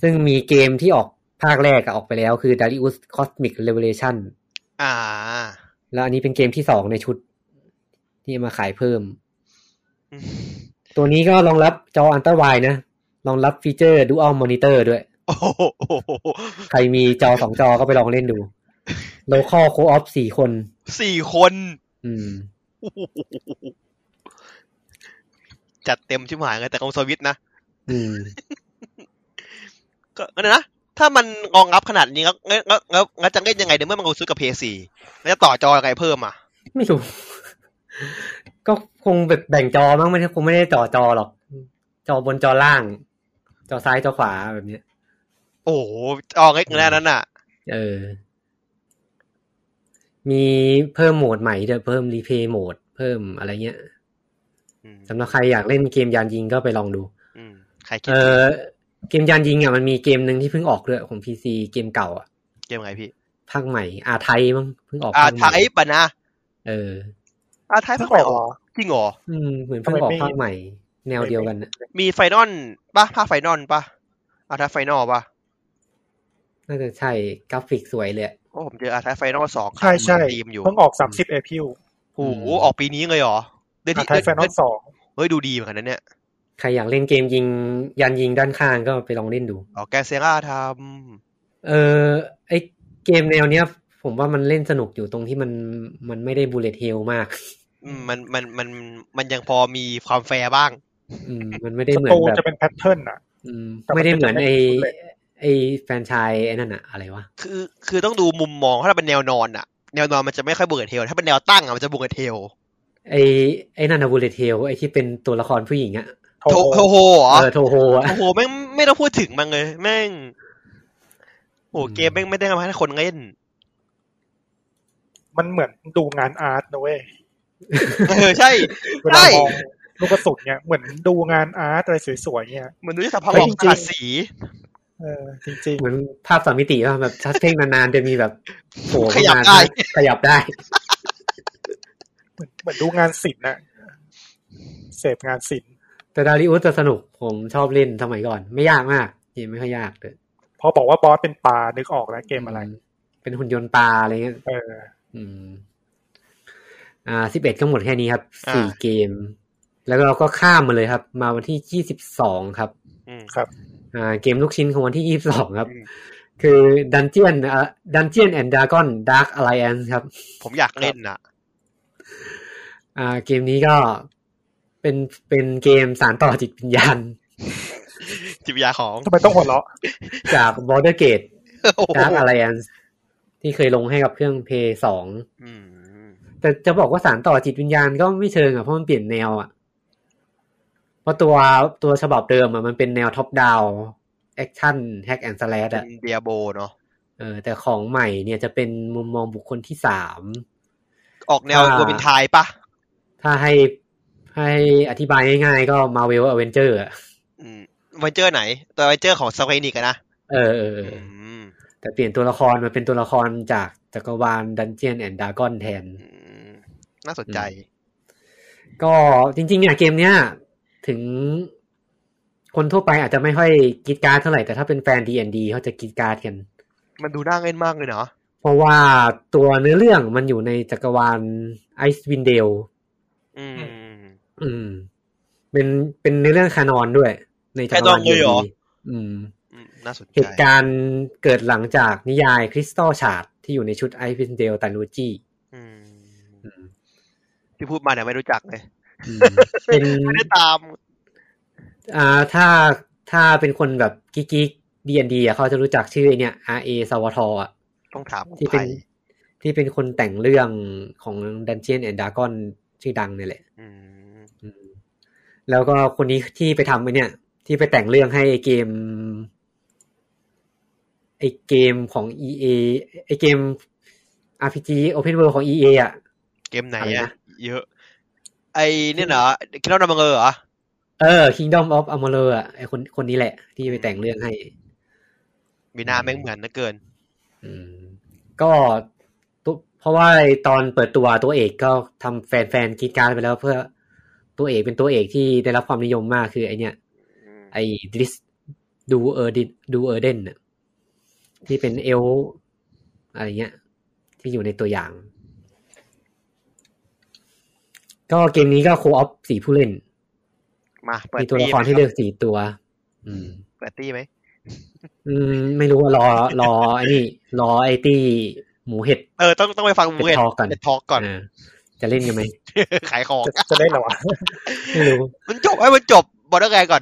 [SPEAKER 1] ซึ่งมีเกมที่ออกภาคแรกอะออกไปแล้วคือ Darius Cosmic Revelation
[SPEAKER 2] อ่า
[SPEAKER 1] แล้วอันนี้เป็นเกมที่สองในชุด ที่เอามาขายเพิ่ม ตัวนี้ก็รองรับจออันต w า d e นะ รองรับฟีเจอร์ Dual Monitor ด้วย
[SPEAKER 2] โอ้โห
[SPEAKER 1] ใครมีจอสองจอก็ไปลองเล่นดู Local Co-op สี่คน
[SPEAKER 2] สี่คน
[SPEAKER 1] อืม
[SPEAKER 2] จัดเต็มชิบหายเลยแต่ของสวิตนะ
[SPEAKER 1] อืม
[SPEAKER 2] ก็ก็นะ ถ้ามันรองรับขนาดนี้แล้วงั้นงั้นงั้นงั้นจะเล่นยังไงเดี๋ยวเมื่อมันซื้อกับ PS4 มันจะต่อจออะไรเพิ่มอ่ะ
[SPEAKER 1] ไม่รู้ ก็คงแบบแบ่งจอมั้งไม่ใช่คงไม่ได้ต่อจอหรอก จอบนจอล่าง จอซ้ายจอขวาแบบเนี้ย
[SPEAKER 2] โอ้โหจอเล็กขนาดนั้นน่ะ
[SPEAKER 1] เออ มีเพิ่มโหมดใหม่ด้วยเพิ่มรีเพย์โหมด เพิ่มอะไรเงี้ย
[SPEAKER 2] อืม
[SPEAKER 1] สำหรับใครอยากเล่นเกมยานยิงก็ไปลองดู
[SPEAKER 2] อืมใครคิด
[SPEAKER 1] เออเกมยานยิงอ่ะมันมีเกมหนึ่งที่เพิ่งออกด้วยของพีซีเกมเก่าอ่ะ
[SPEAKER 2] เกมอะไรพี่
[SPEAKER 1] ภาคใหม่ อาไทยมั้งเพิ่งออก
[SPEAKER 2] อ่า
[SPEAKER 1] ภาคให
[SPEAKER 2] ไท
[SPEAKER 1] ม่
[SPEAKER 2] ยปะนะ
[SPEAKER 1] เออ
[SPEAKER 2] อ่าไทยเพิ่งออกจริงเหรอ
[SPEAKER 1] อืมเหมือนเพิ่งออก
[SPEAKER 3] ทำไมไม่
[SPEAKER 1] ภาคใหม่ แนวเดียวกันน่ะ
[SPEAKER 2] มีไฟนอลปะภาคไฟนอลปะอาร์ทไฟนอลปะ
[SPEAKER 1] น่าจะใช่กราฟิกสวยเลยอะ
[SPEAKER 2] โอ้ผมเจออาร์ทไฟนอลสอง
[SPEAKER 3] ใช่ใช่
[SPEAKER 2] ทีมอยู่
[SPEAKER 3] เพิ่งออกสามสิบเอพิล
[SPEAKER 2] โอ้โหออกปีนี้เลยเหรอเดือน
[SPEAKER 3] อา
[SPEAKER 2] ที่
[SPEAKER 3] ไทยแฟนอลสอง
[SPEAKER 2] เฮ้ยดูดีเหมือนกันนะเนี่ย
[SPEAKER 1] ใครอยากเล่นเกมยิงยันยิงด้านข้างก็ไปลองเล่นดู
[SPEAKER 2] อ๋อแกเซร่าท
[SPEAKER 1] เออไอเกมแนวเนี้ย ผมว่ามันเล่นสนุกอยู่ตรงที่มันมันไม่ได้บูเลตเฮลมาก
[SPEAKER 2] ำอืมมันมันมันมันยังพอมีความแฟร์บ้าง
[SPEAKER 1] อืม มันไม่ได้
[SPEAKER 3] ส
[SPEAKER 1] เหมือ
[SPEAKER 3] ตู
[SPEAKER 1] น
[SPEAKER 3] จะ
[SPEAKER 1] แบบ
[SPEAKER 3] เป็นแพทเทิร์นอ่ะ
[SPEAKER 1] อืม
[SPEAKER 3] แต่มัน
[SPEAKER 1] ไม่ได้เหมือนไอ
[SPEAKER 3] เป็นแบบ
[SPEAKER 1] ไอแฟรนไชายไอ้นั่นอะอะไรวะ
[SPEAKER 2] คือคือต้องดูมุมมองถ้าเป็นแนวนอนอะแนวนอนมันจะไม่ค่อยเบิดเทลถ้าเป็นแนวตั้งอะมันจะบุกเทล
[SPEAKER 1] ไอไอนั่นอะบูเลตเฮลไอที่เป็นตัวละครผู้หญิงอะ
[SPEAKER 3] โท
[SPEAKER 2] โทโทโฮเหรอ
[SPEAKER 1] เออโทโฮอะ
[SPEAKER 2] โอ้โหแม่งไม่ต้องพูดถึงมันเลย แม่งโอ้โห
[SPEAKER 1] อืม
[SPEAKER 2] เกมแม่งไม่ได้ทำให้คนเล่น
[SPEAKER 3] มันเหมือนดูงานอาร์ตนะเว้ย
[SPEAKER 2] เออใช่
[SPEAKER 3] เวลามองลูกกระสุนเนี่ยเหมือนดูงานอาร์ตอะไรสวยๆเนี่ย
[SPEAKER 2] มันดูที่สัพพะหลอกตาสี
[SPEAKER 3] เออจริง
[SPEAKER 1] เหมือนภาพสามมิติว่าแบบชัดเพ่งนานๆจะมีแบบโผล่
[SPEAKER 2] ขยับ
[SPEAKER 1] มา
[SPEAKER 2] ได้
[SPEAKER 1] ขยับได้
[SPEAKER 3] ๆเหมือนเหมือนดูงานศิลป์นะเสพงานศิลป์
[SPEAKER 1] แต่ดาริอุสจะสนุกผมชอบเล่นสมัยก่อน ไม่ยากมากเกมไม่ค่อยยากเลย
[SPEAKER 3] พอบอกว่าบอสเป็นปลานึกออกแล้วเกมอะไร
[SPEAKER 1] เป็นหุ่นยนต์ปลาอะไรเงี้ย
[SPEAKER 3] เออ
[SPEAKER 1] อืม อ่าสิบเอ็ดก็หมดแค่นี้ครับ
[SPEAKER 2] อ่า
[SPEAKER 1] สี่เกม แล้วเราก็ข้ามมาเลยครับ มาวันที่ยี่สิบสองครับ
[SPEAKER 2] อืม
[SPEAKER 3] ครับ
[SPEAKER 1] อ่า เกมลูกชิ้นของวันที่ยี่สิบสองครับ
[SPEAKER 2] อืม
[SPEAKER 1] คือดันเจียนอ่าดันเจียนแอนด์ดากอนดาร์ l อ a ไลแอนครับ
[SPEAKER 2] ผมอยากเล่นอะ
[SPEAKER 1] อ่า เกมนี้ก็เป็นเป็นเกมสารต่อจิตวิญญาณ
[SPEAKER 2] จิตวิทยาของ
[SPEAKER 3] ทำไมต้องหัวเราะ
[SPEAKER 1] จาก Border Gate
[SPEAKER 2] โอ้โห
[SPEAKER 1] Dark Alliance ที่เคยลงให้กับเครื่อง p 2สอง
[SPEAKER 2] อืม
[SPEAKER 1] แต่จะบอกว่าสารต่อจิตวิญญาณก็ไม่เชิงอ่ะเพราะมันเปลี่ยนแนวอ่ะเพราะตัวตัวฉบับเดิมอ่ะมันเป็นแนวท็อปดาวแอคชั่นแฮกแอนด์สแลด
[SPEAKER 2] เป็
[SPEAKER 1] อ่ะ
[SPEAKER 2] นเดียโบเนาะ
[SPEAKER 1] เออแต่ของใหม่เนี่ยจะเป็นมุมมองบุคคลที่สาม
[SPEAKER 2] ออกแนว
[SPEAKER 1] อ่า
[SPEAKER 2] โรบินไทยปะ
[SPEAKER 1] ถ้าให้ให้อธิบายง่ายๆ ก็มาเวลอเวนเจอร์อ่ะ
[SPEAKER 2] อืมวันเจอร์ไหน ตัววันเจอร์ของสเปนิกอะนะ
[SPEAKER 1] เออเออเออ
[SPEAKER 2] อืม
[SPEAKER 1] แต่เปลี่ยนตัวละครมาเป็นตัวละครจากจักรวาลดันเจียนแอนด์ดากอนแทน
[SPEAKER 2] อืมน่าสนใจ
[SPEAKER 1] ก็จริงๆเนี่ยเกมเนี้ยถึงคนทั่วไปอาจจะไม่ค่อยกรีดกราร์ดเท่าไหร่แต่ถ้าเป็นแฟน D&D เขาจะกรีดกราร์ดกัน
[SPEAKER 2] มันดูน่าเล่นมากเลยเนาะ
[SPEAKER 1] พ ราะว่าตัวเนื้อเรื่องมันอยู่ในจักรวาลไอซ์วินเดล
[SPEAKER 2] อืม
[SPEAKER 1] อืม เป็นเป็นในเรื่องคานอนด้วย ในจักรวาล
[SPEAKER 2] แค่ตอนนี้เหรอ
[SPEAKER 1] UAV อืม
[SPEAKER 2] อืมน่าสนใจ
[SPEAKER 1] เหตุการณ์เกิดหลังจากนิยายคริสตัลชาร์ดที่อยู่ในชุดไอพินเดลตันูจี
[SPEAKER 2] อืมที่พูดมาเนี่ยไม่รู้จักเลย
[SPEAKER 1] เป็น
[SPEAKER 2] ไม่ได้ตาม
[SPEAKER 1] อ่าถ้าถ้าเป็นคนแบบกิ๊กกิ๊กดีนดีอ่ะเขาจะรู้จักชื่อไอ้เนี่ย R.A. สวทอ่ะ
[SPEAKER 2] ต้องถามกู
[SPEAKER 1] ที่
[SPEAKER 2] ไป
[SPEAKER 1] เป็นที่เป็นคนแต่งเรื่องของ Dungeon and Dragon ชื่อดังเนี่ยแหละ
[SPEAKER 2] อืม
[SPEAKER 1] อืมแล้วก็คนนี้ที่ไปทำไอ้เนี่ย ที่ไปแต่งเรื่องให้ไอ้เกมไอเกมของ EA ไอเกม RPG Open World ของ EA อ่ะ
[SPEAKER 2] เกมไหน
[SPEAKER 1] อะไร
[SPEAKER 2] อะ
[SPEAKER 1] นะ
[SPEAKER 2] เยอะ ไอ้เนี่ยเหรอคิดว่ามังเออเหรอ
[SPEAKER 1] เออ Kingdom of Amalur อ่ะไอคนคนนี้แหละ ที่ไปแต่งเรื่องให้
[SPEAKER 2] มีหน้าแม่งเหมือนนะเกิน
[SPEAKER 1] อืม ก็ตุเพราะว่าไอ้ตอนเปิดตัวตัวเอกก็ทำแฟนๆกรีดกรารไปแล้วเพื่อตัวเอกเป็นตัวเอกที่ได้รับความนิยมมากคือไอเนี่ย ไอ้ดิสดูเออร์ดิดูเออร์เดนน่ะที่เป็นเอลฟ์อะไรเงี้ย ที่อยู่ในตัวอย่าง ก็เกมนี้ก็โคออฟสี่ผู้เล่น
[SPEAKER 2] มาเปิด
[SPEAKER 1] มีตัวละครที่
[SPEAKER 2] ไหม
[SPEAKER 1] เลือกสี่ตัว อืม
[SPEAKER 2] เปิดตี้ไหม
[SPEAKER 1] อืม ไม่รู้ว่ารอรอไอ้นี่ รอไอ้ตี้หมูเห็ด
[SPEAKER 2] เออต้องต้องไปฟังมูเอ็ด
[SPEAKER 1] เดี๋ยว talk ก่อน
[SPEAKER 2] เดี๋ยวทอกก่อน
[SPEAKER 1] เจะเล่นกันไหม
[SPEAKER 2] ขายของ
[SPEAKER 3] จะจะเล่นเหรอวะ
[SPEAKER 1] ไม่รู้
[SPEAKER 2] มันจบไอ้ยมันจบบอร์ดแกก่อน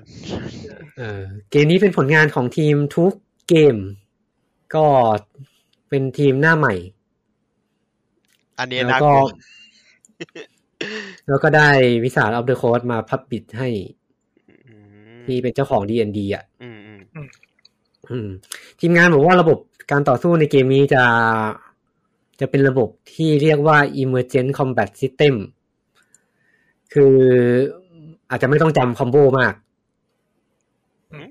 [SPEAKER 1] เออเกมนี้เป็นผลงานของทีมทุกเกม ก็เป็นทีมหน้าใหม่
[SPEAKER 2] อันนี้
[SPEAKER 1] แล้
[SPEAKER 2] นะ
[SPEAKER 1] วก็ แล้วก็ได้วิสา r อ f เดอะโค้ดมาพับบิดให้
[SPEAKER 2] อืม
[SPEAKER 1] ที่เป็นเจ้าของ D&D อ่ะ
[SPEAKER 2] อืมอืม
[SPEAKER 1] อืมทีมงานบอกว่าระบบการต่อสู้ในเกมนี้จะ จะเป็นระบบที่เรียกว่า Emergent Combat System คืออาจจะไม่ต้องจำคอมโบมาก
[SPEAKER 3] อืม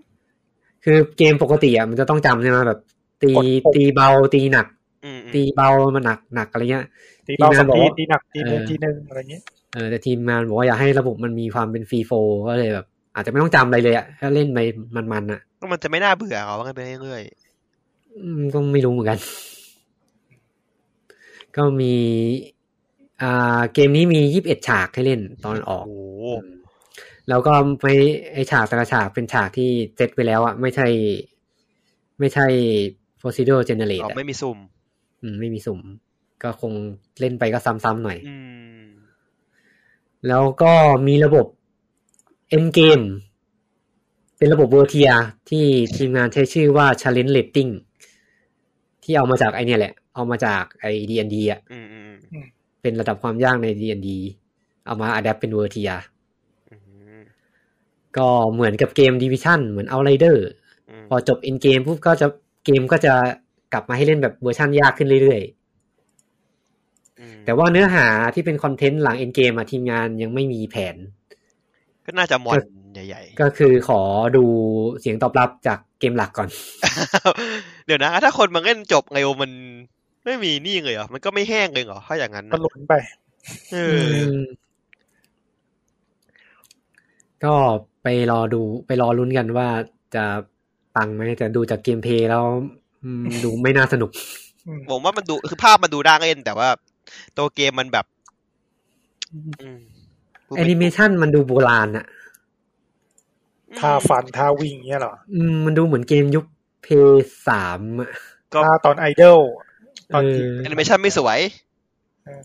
[SPEAKER 1] คือเกมปกติอ่ะมันจะต้องจำใช่ไหมแบบ ตี
[SPEAKER 3] กดปุ่ม
[SPEAKER 1] ตีเบาตีหนัก
[SPEAKER 2] อืมอืม
[SPEAKER 1] ตีเบามาหนักหนักอะไรเงี้ย
[SPEAKER 3] ตีเบาสอง
[SPEAKER 1] ทีมงา
[SPEAKER 3] ที
[SPEAKER 1] นบอกว่า
[SPEAKER 3] ตีหนักทีหนึง
[SPEAKER 1] เออ
[SPEAKER 3] ทีหนึงอะไรอย่างเงี้ย
[SPEAKER 1] เออแต่ทีมงานบอกว่าอยากให้ระบบมันมีความเป็นฟรีโฟก็เลยแบบ อาจจะไม่ต้องจำอะไรเลยอะถ้าเล่นไปมันๆอะ
[SPEAKER 2] ก็มันจะไม่น่าเบื่อเขาว่ากันไปเรื่อย
[SPEAKER 1] อืมก็ไม่รู้เหมือน กัน ก็มี อ่า เกมนี้มียี่สิบเอ็ดฉากให้เล่นตอนอ
[SPEAKER 2] ๆ
[SPEAKER 1] อก
[SPEAKER 2] โอ้โห
[SPEAKER 1] อืมแล้วก็ไม่ไอฉากแต่ละฉากเป็นฉากที่เซตไปแล้วอะไม่ใช่ ไม่ใช่ procedural generate
[SPEAKER 2] เรา
[SPEAKER 1] อะ
[SPEAKER 2] ไม่มีซุ่ม
[SPEAKER 1] อืมไม่มีสุ่ม ก็คงเล่นไปก็ซ้ำๆหน่อย
[SPEAKER 2] อืม
[SPEAKER 1] แล้วก็มีระบบ end game เป็นระบบเวอร์เทียที่ทีมงานใช้ชื่อว่า challenge rating ที่เอามาจากไอเนี่ยแหละ เอามาจากไอ D&D อ่ะ
[SPEAKER 2] อืมอืม
[SPEAKER 1] เป็นระดับความยากใน D&D เอามา adapt เป็นเวอร์เทีย
[SPEAKER 2] อืม
[SPEAKER 1] ก็เหมือนกับเกม Division เหมือน Outrider
[SPEAKER 2] อืม
[SPEAKER 1] พอจบ end game ปุ๊บก็จะเกมก็จะกลับมาให้เล่นแบบเวอร์ชันยากขึ้นเรื่อย
[SPEAKER 2] ม
[SPEAKER 1] ๆ แต่ว่าเนื้อหาที่เป็นคอนเทนต์หลัง end game อะทีมงานยังไม่มีแผน
[SPEAKER 2] ก็น่าจะมอนใหญ่
[SPEAKER 1] ก็คือขอดูเสียงตอบรับจากเกมหลักก่อน
[SPEAKER 2] ๆ เดี๋ยวนะ ถ้าคนมาเล่นจบไงโอมันไม่มีนี่เลยเหรอ มันก็ไม่แห้งเลยเหรอ ถ้าอย่างนั้น
[SPEAKER 3] ก็
[SPEAKER 2] น่ะ
[SPEAKER 3] ลุ้นไป
[SPEAKER 2] เอ
[SPEAKER 1] อื
[SPEAKER 2] อ
[SPEAKER 1] มก็ไปรอดู ไปรอลุ้นกันว่าจะปังไหมแต่ดูจากเกมเพลย์แล้วอืมดูไม่น่าสนุก
[SPEAKER 3] อืม
[SPEAKER 2] ผมว่ามันดูคือภาพมันดูด่าเล่นแต่ว่า ตัวเกมมันแบบ อืม
[SPEAKER 1] แอนิเมชันมันดูโบราณอะ
[SPEAKER 3] ท่าฟันท่าวิ่งเงี้ยเหรอ
[SPEAKER 1] อืมมันดูเหมือนเกมยุคเพย์สามอะ
[SPEAKER 2] ก็
[SPEAKER 3] ท่าตอนไอดอลตอน
[SPEAKER 1] เอ
[SPEAKER 3] ยิง
[SPEAKER 1] อ
[SPEAKER 2] แอนิเมชันไม่สวย
[SPEAKER 3] เออ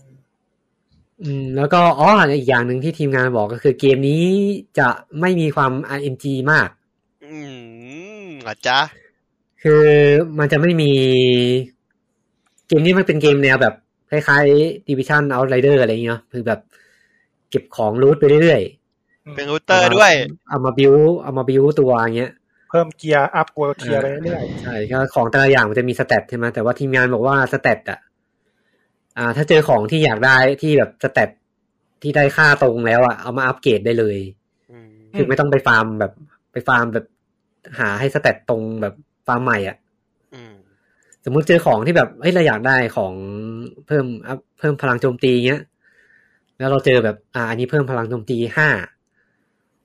[SPEAKER 1] อืม แล้วก็อ๋ออีกอย่างหนึ่งที่ทีมงานบอกก็คือเกมนี้จะไม่มีความ RNG มาก
[SPEAKER 2] อืมอาจ้ะ
[SPEAKER 1] คือมันจะไม่มี เกมนี้มันเป็นเกมแนวแบบคล้ายๆ Division Outrider อะไรอย่างเงี้ยเนอะคือแบบ เก็บของรูทไปเรื่อย
[SPEAKER 2] เป็น
[SPEAKER 3] อืม
[SPEAKER 2] รูเตอร์ด้วย
[SPEAKER 1] ๆเอามาบิวเอามาบิวตัวอย่างเงี้ย
[SPEAKER 3] เพิ่มเกียร์อัพกวเกียร์อะไรเรื่อย
[SPEAKER 1] ใช่ก็ของแต่ละอย่างมันจะมีสเตตใช่ไหมแต่ว่าทีมงานบอกว่าสเตตอ่ะอ่า ถ้าเจอของที่อยากได้ที่แบบสเตตที่ได้ค่าตรงแล้วอ่ะเอามาอัปเกรดได้เลย
[SPEAKER 2] อืม
[SPEAKER 1] คือไม่ต้องไปฟาร์มแบบไปฟาร์มแบบหาให้สเตตตรงแบบฟาร์มใหม่อ่ะ
[SPEAKER 2] อืม
[SPEAKER 1] สมมุติเจอของที่แบบเอ้ยเราอยากได้ของเพิ่มอัพเพิ่มพลังโจมตีเงี้ย แล้วเราเจอแบบ อ่า อันนี้เพิ่มพลังโจมตีห้า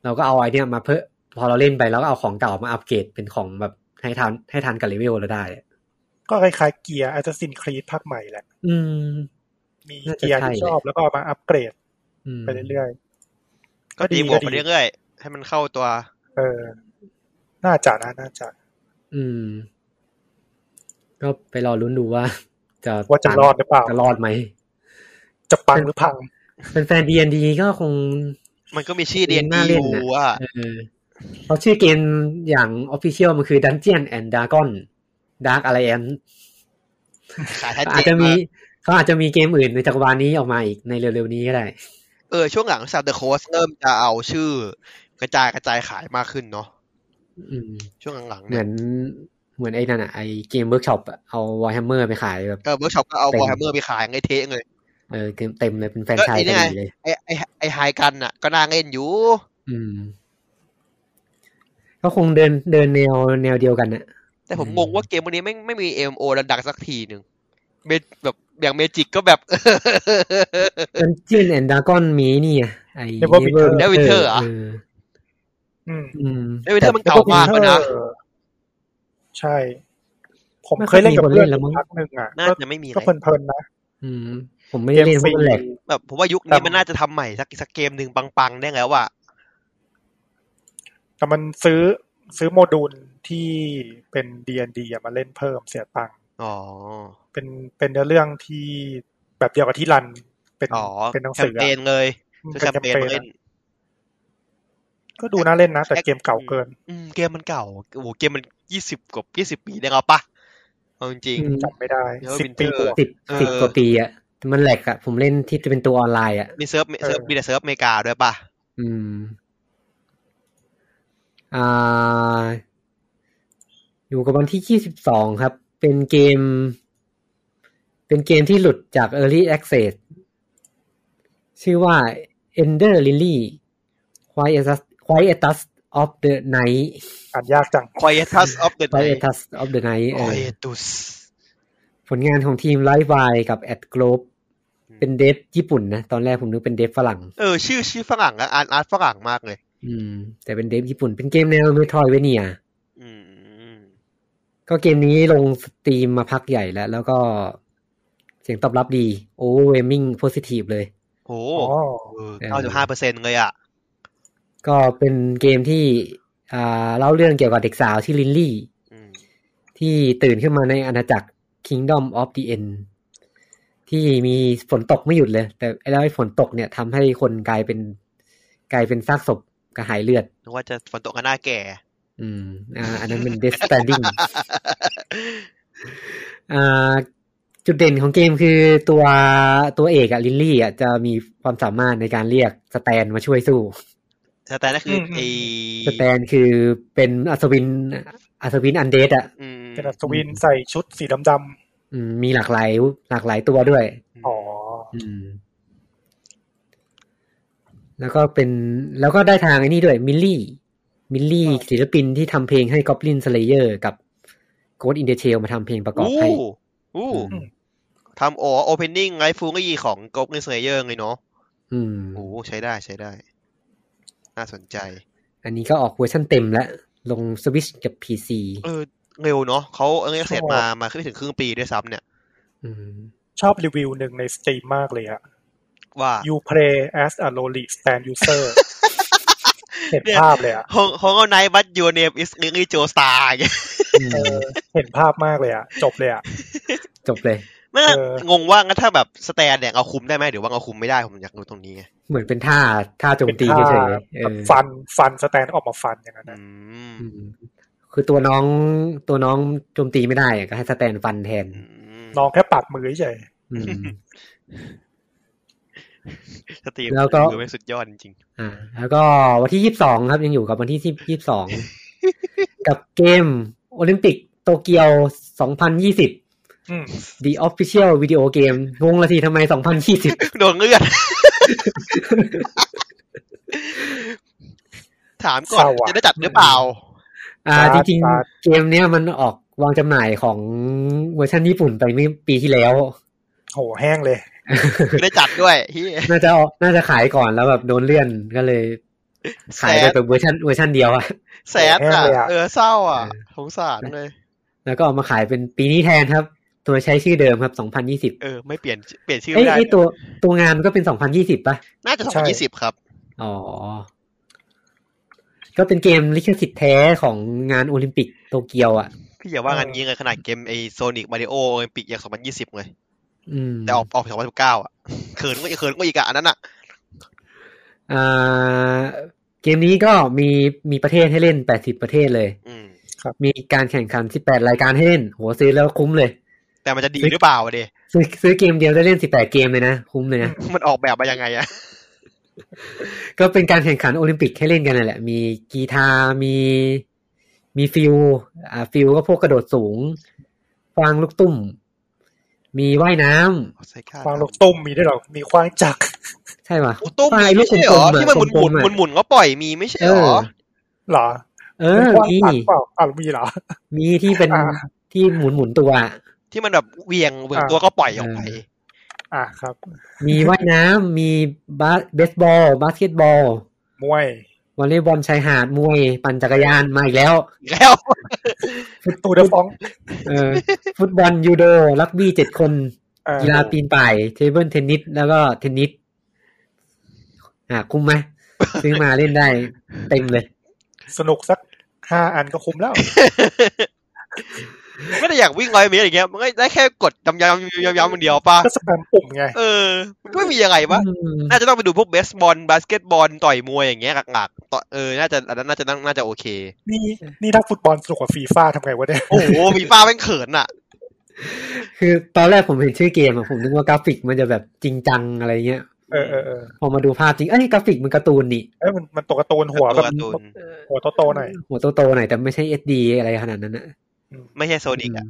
[SPEAKER 1] เราก็เอาไอเนี้ยมาเพิ่มพอเราเล่นไปแล้วก็เอาของเก่ามาอัปเกรดเป็นของแบบให้ทันให้ทันกับเลเวลเราได้
[SPEAKER 3] ก็คล้ายๆเกียร์ Assassin's Creed ภาคใหม่แหละ
[SPEAKER 1] อืม
[SPEAKER 3] มี
[SPEAKER 1] น่าจะ
[SPEAKER 3] เกียร์ที่
[SPEAKER 1] ใช่
[SPEAKER 3] ชอบแล้วก็เอามาอัปเกรด
[SPEAKER 1] อืม
[SPEAKER 3] ไปเรื่อย
[SPEAKER 2] ก็ดีบวกไปเรื่อยๆให้มันเข้าตัว
[SPEAKER 3] ๆ เออ น่าจะนะน่าจะ
[SPEAKER 1] อืม ก็ไปรอลุ้นดูว่า จะ
[SPEAKER 3] ว่าจะรอดหรือเปล่า
[SPEAKER 1] จะรอดไหม
[SPEAKER 3] จะปังหรือพัง
[SPEAKER 1] แฟนๆ DND ก็คง
[SPEAKER 2] มันก็มีชื่อเดียน
[SPEAKER 1] น่าเล่น
[SPEAKER 2] อ
[SPEAKER 1] น่ะ
[SPEAKER 2] ยู่อ่ะ
[SPEAKER 1] เออเพราะชื่อเกมอย่าง Official มันคือ Dungeon and Dragon Dark Alliance
[SPEAKER 2] ขายแท้จ
[SPEAKER 1] อาจ
[SPEAKER 2] ริ
[SPEAKER 1] จะ
[SPEAKER 2] ง
[SPEAKER 1] มี
[SPEAKER 2] มาก
[SPEAKER 1] เขาอาจจะมีเกมอื่นในจักรวาลนี้ออกมาอีกในเร็วๆนี้ก็ได้
[SPEAKER 2] เออช่วงหลังซาเดอร์โคสเริ่มจะเอาชื่อกระจายกระจายขายมากขึ้นเนาะ
[SPEAKER 1] อืม
[SPEAKER 2] ช่วงหลังๆ
[SPEAKER 1] เหมื
[SPEAKER 2] เนี่ย
[SPEAKER 1] อนเหมือนไอ้นั่นอะไอเกมเวิร์กช็อปเอา Warhammer ไปขายแบบ
[SPEAKER 2] เออเบิร์กช็อปก็เอา
[SPEAKER 1] เต็ม
[SPEAKER 2] วอลแฮมเมอร์ไปขายไงเทะเลย
[SPEAKER 1] เออเกมเต็มเลยเป็นแฟรนไชาย
[SPEAKER 2] เอ้ยนี่
[SPEAKER 1] เกาหลี
[SPEAKER 2] ไง
[SPEAKER 1] เลย
[SPEAKER 2] ไอไอไอไฮกันน่ะ ก็น่าเล่นอยู่
[SPEAKER 1] อืม ก็คงเดินเดินแนวแนวเดียวกันน่ะ
[SPEAKER 2] แต่ผม
[SPEAKER 1] อืม
[SPEAKER 2] งงว่าเกมวันนี้ไม่งไม่มีเอ็มโอระดังสักทีหนึ่งเมจแบบอย่างเมจิกก็แบบ
[SPEAKER 1] ดันเจียนแอนด์ดากอนมีนี่ไงไอ้
[SPEAKER 3] Never Winter
[SPEAKER 2] Never Winter เหรอ
[SPEAKER 3] อืม
[SPEAKER 1] อืม
[SPEAKER 2] เดวิเทอร์มันเก่ามากแล้วนะ
[SPEAKER 3] ใช่ ผม
[SPEAKER 1] ไม่
[SPEAKER 3] เคยเล่นกับ
[SPEAKER 1] ค่อยมีคน
[SPEAKER 3] เพื่อ
[SPEAKER 1] เล่น
[SPEAKER 3] น
[SPEAKER 1] แล้วมั้ง
[SPEAKER 3] พักหนึ่งอ่ะ
[SPEAKER 2] น่า
[SPEAKER 3] ก็
[SPEAKER 2] จะไม่มีอะไร
[SPEAKER 3] ก็เพลินๆนะ
[SPEAKER 1] อืม ผมไม่ได้เล่นเพราะมันแหลก
[SPEAKER 2] แบบผมว่ายุคนี้มันน่าจะทำใหม่สักสักเกมหนึ่งปังๆได้แล้วอ่ะ
[SPEAKER 3] แต่มันซื้อซื้อโมดูลที่เป็น D&D อะมาเล่นเพิ่มเสียตังค์
[SPEAKER 2] อ๋อ
[SPEAKER 3] เป็นเป็นเนื้อเรื่องที่แบบเดียวกับที่รันเป็น
[SPEAKER 2] อ๋อ
[SPEAKER 3] เป็นหนัง
[SPEAKER 2] แค
[SPEAKER 3] สื
[SPEAKER 2] ม
[SPEAKER 3] อ
[SPEAKER 2] เปญ
[SPEAKER 3] อะ
[SPEAKER 2] เลย
[SPEAKER 3] อืม
[SPEAKER 2] คือ
[SPEAKER 3] เป็
[SPEAKER 2] แคน มเปญ
[SPEAKER 3] แคมเปญ
[SPEAKER 2] มาเล่น
[SPEAKER 3] อะก็ดูน่าเล่นนะ แต่เกมเก่าเกิน
[SPEAKER 2] อืมเกมมันเก่าโอ้โหเกมมันยี่สิบกว่ายี่สิบปีได้แล้วปะเอาจริง
[SPEAKER 1] อืม
[SPEAKER 3] จำไม่ได้
[SPEAKER 2] เดี๋ยว
[SPEAKER 3] สิบ
[SPEAKER 2] Winter
[SPEAKER 3] ปีบวก
[SPEAKER 1] สิบ
[SPEAKER 2] เออ
[SPEAKER 1] สิบกว่าปีอะแต่มันแหลกอะผมเล่นที่เป็นตัวออนไลน์อะ
[SPEAKER 2] ๆมีเซิร์ฟมีเซิร์ฟ
[SPEAKER 3] เออ
[SPEAKER 2] มีแต่เซิร์ฟอเมริกาด้วยปะ
[SPEAKER 1] อืม อ่า อยู่กับวันที่ยี่สิบสองครับ เป็นเกม เป็นเกมที่หลุดจาก Early Access ชื่อว่า Ender Lily Quietus Quietus of the Night
[SPEAKER 3] อ่านยากจัง
[SPEAKER 2] Quietus of the Night
[SPEAKER 1] Quietus of the Night เออ
[SPEAKER 2] Quietus
[SPEAKER 1] ผลงานของทีมไลฟ์ไวกับแอดก o b บเป็นเดฟญี่ปุ่นนะ ตอนแรกผมนึกเป็นเดฟฝรั่ง
[SPEAKER 2] เออชื่อชื่อฝรั่งอะอ่านอาร์ตฝรั่งมากเลย
[SPEAKER 1] อืม แต่เป็นเดฟญี่ปุ่น เป็นเกมแนวเมทรอยเวเนีย
[SPEAKER 2] อืม
[SPEAKER 1] ก็เกมนี้ลงสตรีมมาพักใหญ่แล้ว แล้วก็เสียงตอบรับดี overwhelming positive เลย
[SPEAKER 2] โอ้
[SPEAKER 3] อ๋อ
[SPEAKER 2] เก้าสิบห้าเปอร์เซ็นต์เลยอ่ะ
[SPEAKER 1] ก็เป็นเกมที่อ่าเล่าเรื่องเกี่ยวกับเด็กสาวชื่อลินลี่
[SPEAKER 2] อืม
[SPEAKER 1] ที่ตื่นขึ้นมาในอาณาจักร Kingdom of the End ที่มีฝนตกไม่หยุดเลย แต่ไอ้แล้วไอ้ฝนตกเนี่ยทำให้คนกลายเป็นกลายเป็นซากศพกระหายเลือด
[SPEAKER 2] นึกว่าจะฝนตกกันหน้าแก่
[SPEAKER 1] อืม อ่า อันนั้นเป็น Death Stranding อ่า จุดเด่นของเกมคือตัวตัวเอกอะลิลลี่อะจะมีความสามารถในการเรียกสแตนมาช่วยสู้
[SPEAKER 2] สแตนนั่นคืออ
[SPEAKER 3] ม
[SPEAKER 2] ไอ้
[SPEAKER 1] สแตนคือเป็นอัศวินอัศวินอันเดดอะ
[SPEAKER 2] อืม
[SPEAKER 3] เป็นอัศวินใส่ชุดสีดำ
[SPEAKER 1] อืมมีหลากหลายหลากหลายตัวด้วย
[SPEAKER 3] ๆอ๋อ
[SPEAKER 1] อืม แล้วก็เป็นแล้วก็ได้ทางไอ้นี่ด้วยมิลลี่ มิลลี่ศิลปินที่ทำเพลงให้ก o อบลินสเลเยอร์กับโ o ดอินเดเชลมาทำเพลงประกอบ
[SPEAKER 2] อู้
[SPEAKER 1] ให้
[SPEAKER 2] อู้
[SPEAKER 1] อืม
[SPEAKER 2] ทำโอโอเพนนิ่งไลฟ์ฟูงกี้ของกบเงินเซเยอร์เลยเนาะ
[SPEAKER 1] อืม
[SPEAKER 2] โอ้ใช้ได้ใช้ได้ น่าสนใจ
[SPEAKER 1] อันนี้ก็ออกเวอร์ชันเต็มแล้ว ลงสวิชกับ PC
[SPEAKER 2] เออ เร็วเนาะเขาเอาเงินเสร็จมา มาขึ้นไปถึงครึ่งปีด้วยซ้ำเนี่ย
[SPEAKER 1] อืม
[SPEAKER 3] ชอบรีวิวหนึ่งในสตรีมมากเลยอะ
[SPEAKER 2] ว่า
[SPEAKER 3] you play as a lowly stand user เห็นภาพเลยอะ
[SPEAKER 2] ของของเอาไนบัตยูเนมอิสเงลี่โจสตาร์
[SPEAKER 1] อืม
[SPEAKER 3] เออเห็นภาพมากเลยอะจบเลยอะ
[SPEAKER 1] จบเลย
[SPEAKER 2] ไม่งั้น
[SPEAKER 3] เออ
[SPEAKER 2] งงว่างั้นถ้าแบบสแตนเนี่ยเอาคุมได้ไหมหรือว่าเอาคุมไม่ได้ผมอยากรู้ตรงนี้ไง
[SPEAKER 1] เหมือนเป็นท่าท่าโจม
[SPEAKER 3] เป็น
[SPEAKER 1] ตี
[SPEAKER 3] ท่า
[SPEAKER 1] เฉยๆเออ
[SPEAKER 3] ฟันฟันสแตนออกมาฟันอย่างนั้น
[SPEAKER 2] อื
[SPEAKER 3] นะ
[SPEAKER 2] ม
[SPEAKER 1] อืมคือตัวน้องตัวน้องโจมตีไม่ได้อะก็ให้สแตนฟันแทน
[SPEAKER 2] ม
[SPEAKER 3] น้องแค่ปัดมือเฉย
[SPEAKER 1] อืม
[SPEAKER 2] สตรีม
[SPEAKER 1] แล้วก็
[SPEAKER 2] ถือเป็นสุดยอดจริง
[SPEAKER 1] อ่า แล้วก็วันที่ยี่สิบสองครับยังอยู่กับวันที่ยี่สิบสอง กับเกมโอลิมปิกโตเกียวสองพันยี่สิบ
[SPEAKER 3] ๆอืม
[SPEAKER 1] The Official Video Game งงละทีทำไมสองพันยี่สิบ
[SPEAKER 2] ๆ โดนเลือด ถามก่อน
[SPEAKER 3] เศร้าอะ
[SPEAKER 2] จะได้จัดหรือเปล่า
[SPEAKER 1] อ่าจ
[SPEAKER 3] ครับ
[SPEAKER 1] ริง
[SPEAKER 3] ครับ
[SPEAKER 1] ๆ เกมเนี้ยมันออกวางจำหน่ายของเวอร์ชันญี่ปุ่นไปเมื่อปีที่แล้ว
[SPEAKER 3] โหแห้งเลย
[SPEAKER 2] จะได้จัดด้วยเฮีย
[SPEAKER 1] น่าจะออกน่าจะขายก่อนแล้วแบบโดนเลื่อนก็เลย
[SPEAKER 2] แส
[SPEAKER 1] ขายไป
[SPEAKER 2] บ
[SPEAKER 1] แบบเวอร์ชันเวอร์ชันเดียวอะ
[SPEAKER 2] แสบ
[SPEAKER 3] แย่
[SPEAKER 2] อ่ะ
[SPEAKER 3] เลยอะ
[SPEAKER 2] เออเศร้าอ่ะ
[SPEAKER 1] เออ
[SPEAKER 2] สงสารเลย
[SPEAKER 1] แล้วก็เอามาขายเป็นปีนี้แทนครับ ตัวใช้ชื่อเดิมครับ 2020
[SPEAKER 2] เออ ไม่เปลี่ยนเปลี่ยนชื่อ
[SPEAKER 1] เอ้ย
[SPEAKER 2] ไม่ได้
[SPEAKER 1] ไอ้ตัวตัวงานมันก็เป็น 2020ป่ะ
[SPEAKER 2] น่าจะสองพันยี่สิบครับ
[SPEAKER 1] อ๋อ ก็เป็นเกมลิขสิทธิ์แท้ของงานโอลิมปิกโตเกียวอ่ะ
[SPEAKER 2] พี่อย่าว่างันยิงเลยขนาดเกมไอโซนิกมาริโอโอลิมปิกอย่างสองพันยี่สิบเลย
[SPEAKER 1] อืม
[SPEAKER 2] แต่ออกออกสองพันสิบเก้าอ่ะเขินก็อีกเขินก็อีกอ่ะอันนั้นอ่ะ
[SPEAKER 1] อ่าเกมนี้ก็มีมีประเทศให้เล่น 80 ประเทศเลย
[SPEAKER 2] อืม
[SPEAKER 1] มีการแข่งขัน 18 รายการให้เล่นโหซื้อแล้วคุ้มเลย
[SPEAKER 2] แต่มันจะดีหรือเปล่าอะเด
[SPEAKER 1] ซื้อซื้อเกมเดียวได้เล่น 18 เกมเลยนะ คุ้มเลยนะ
[SPEAKER 2] มันออกแบบมายังไงอ่ะ
[SPEAKER 1] ก็เป็นการแข่งขันโอลิมปิกให้เล่นกันนั่นแหละ มีกีฬามี มีฟิลอ่าฟิลก็พวกกระโดดสูงฟางลูกตุ้ม มีว่ายน้ำ
[SPEAKER 2] ใส่กา
[SPEAKER 3] ควางลูกตุ้มมีด้วยเหรอมีควางจักร
[SPEAKER 1] ใช่ปะ
[SPEAKER 2] โอ้ตุ้ม
[SPEAKER 1] ฟางอ้
[SPEAKER 2] มี
[SPEAKER 1] ลู
[SPEAKER 2] ไม่
[SPEAKER 1] ก
[SPEAKER 2] ใช่เหรอ
[SPEAKER 1] กลๆะ
[SPEAKER 2] ที่มันหมุนหมุน
[SPEAKER 1] กลๆอะ
[SPEAKER 2] หมุนหมุนก็ปล่อยมีไม่ใช่เหร
[SPEAKER 1] เอ
[SPEAKER 2] อ
[SPEAKER 1] อ
[SPEAKER 3] เหรอ
[SPEAKER 1] เออน
[SPEAKER 3] เป็ควาง
[SPEAKER 1] มี
[SPEAKER 3] จักรเปล่าอ้าวมีเหรอ
[SPEAKER 1] มีที่เป็น
[SPEAKER 3] อ่า
[SPEAKER 1] ที่หมุนหมุนตัวอะ
[SPEAKER 2] ที่มันแบบเหวียงเหวียงตัวก็ปล่อยออกไป
[SPEAKER 3] อ่ะครับ
[SPEAKER 1] มีว่ายน้ำมีบาสเบสบอล บาสเกตบอล
[SPEAKER 3] มวยว
[SPEAKER 1] อลเลย์บอลชายหาดมวย ปั่นจักรยานมาอีกแล้ว
[SPEAKER 2] แล้ว
[SPEAKER 3] ตูเดฟอง
[SPEAKER 1] เออ ฟุตบอลยูโดรักบี้เจ็ดคน
[SPEAKER 3] เออ
[SPEAKER 1] กีฬาปีนป่ายเทเบิลเทนนิสแล้วก็เทนนิสอ่ะคุ้ม ไหมซื้อมาเล่นได้เต็มเลย
[SPEAKER 3] สนุกสักห้าอันก็คุ้มแล้ว
[SPEAKER 2] ไม่ได้อยากวิ่งร้อยเมตรอย่างเงี้ยมันก็ได้แค่กดย้ำย้ำย้ำย้ำมันเดียวป่ะ
[SPEAKER 3] ก็สแปมปุ่มไง
[SPEAKER 2] เออ มันก็ไม่มีอะไรป่ะ
[SPEAKER 1] อืม
[SPEAKER 2] น่าจะต้องไปดูพวกเบสบอล บาสเกตบอล ต่อยมวยอย่างเงี้ยหลักๆต่อเออ น่าจะอันนั้นน่าจะน่าจะโอเค
[SPEAKER 3] นี่นี่ถ้าฟุตบอลสนุกกว่าฟีฟ่าทำไงวะเนี่ย
[SPEAKER 2] โอ้โหมีป้าแม่งเขินอ่ะ
[SPEAKER 1] คือตอนแรกผมเห็นชื่อเกมอะผมนึกว่ากราฟิกมันจะแบบจริงจังอะไรเงี้ย
[SPEAKER 3] เออเออเออ
[SPEAKER 1] พอมาดูภาพจริง เอ้ยกราฟิกมันการ์ตูนนี่
[SPEAKER 3] เอ้ยมันมันตัวการ์ตูนหัวแบบ
[SPEAKER 2] การ์ตูน
[SPEAKER 3] หัวโตๆหน่อย
[SPEAKER 1] หัวโตๆหน่อยแต่ไม่ใช่ SD อะไรขนาดนั้นนะ
[SPEAKER 2] ไม่ใช่โซนิกอ่ะ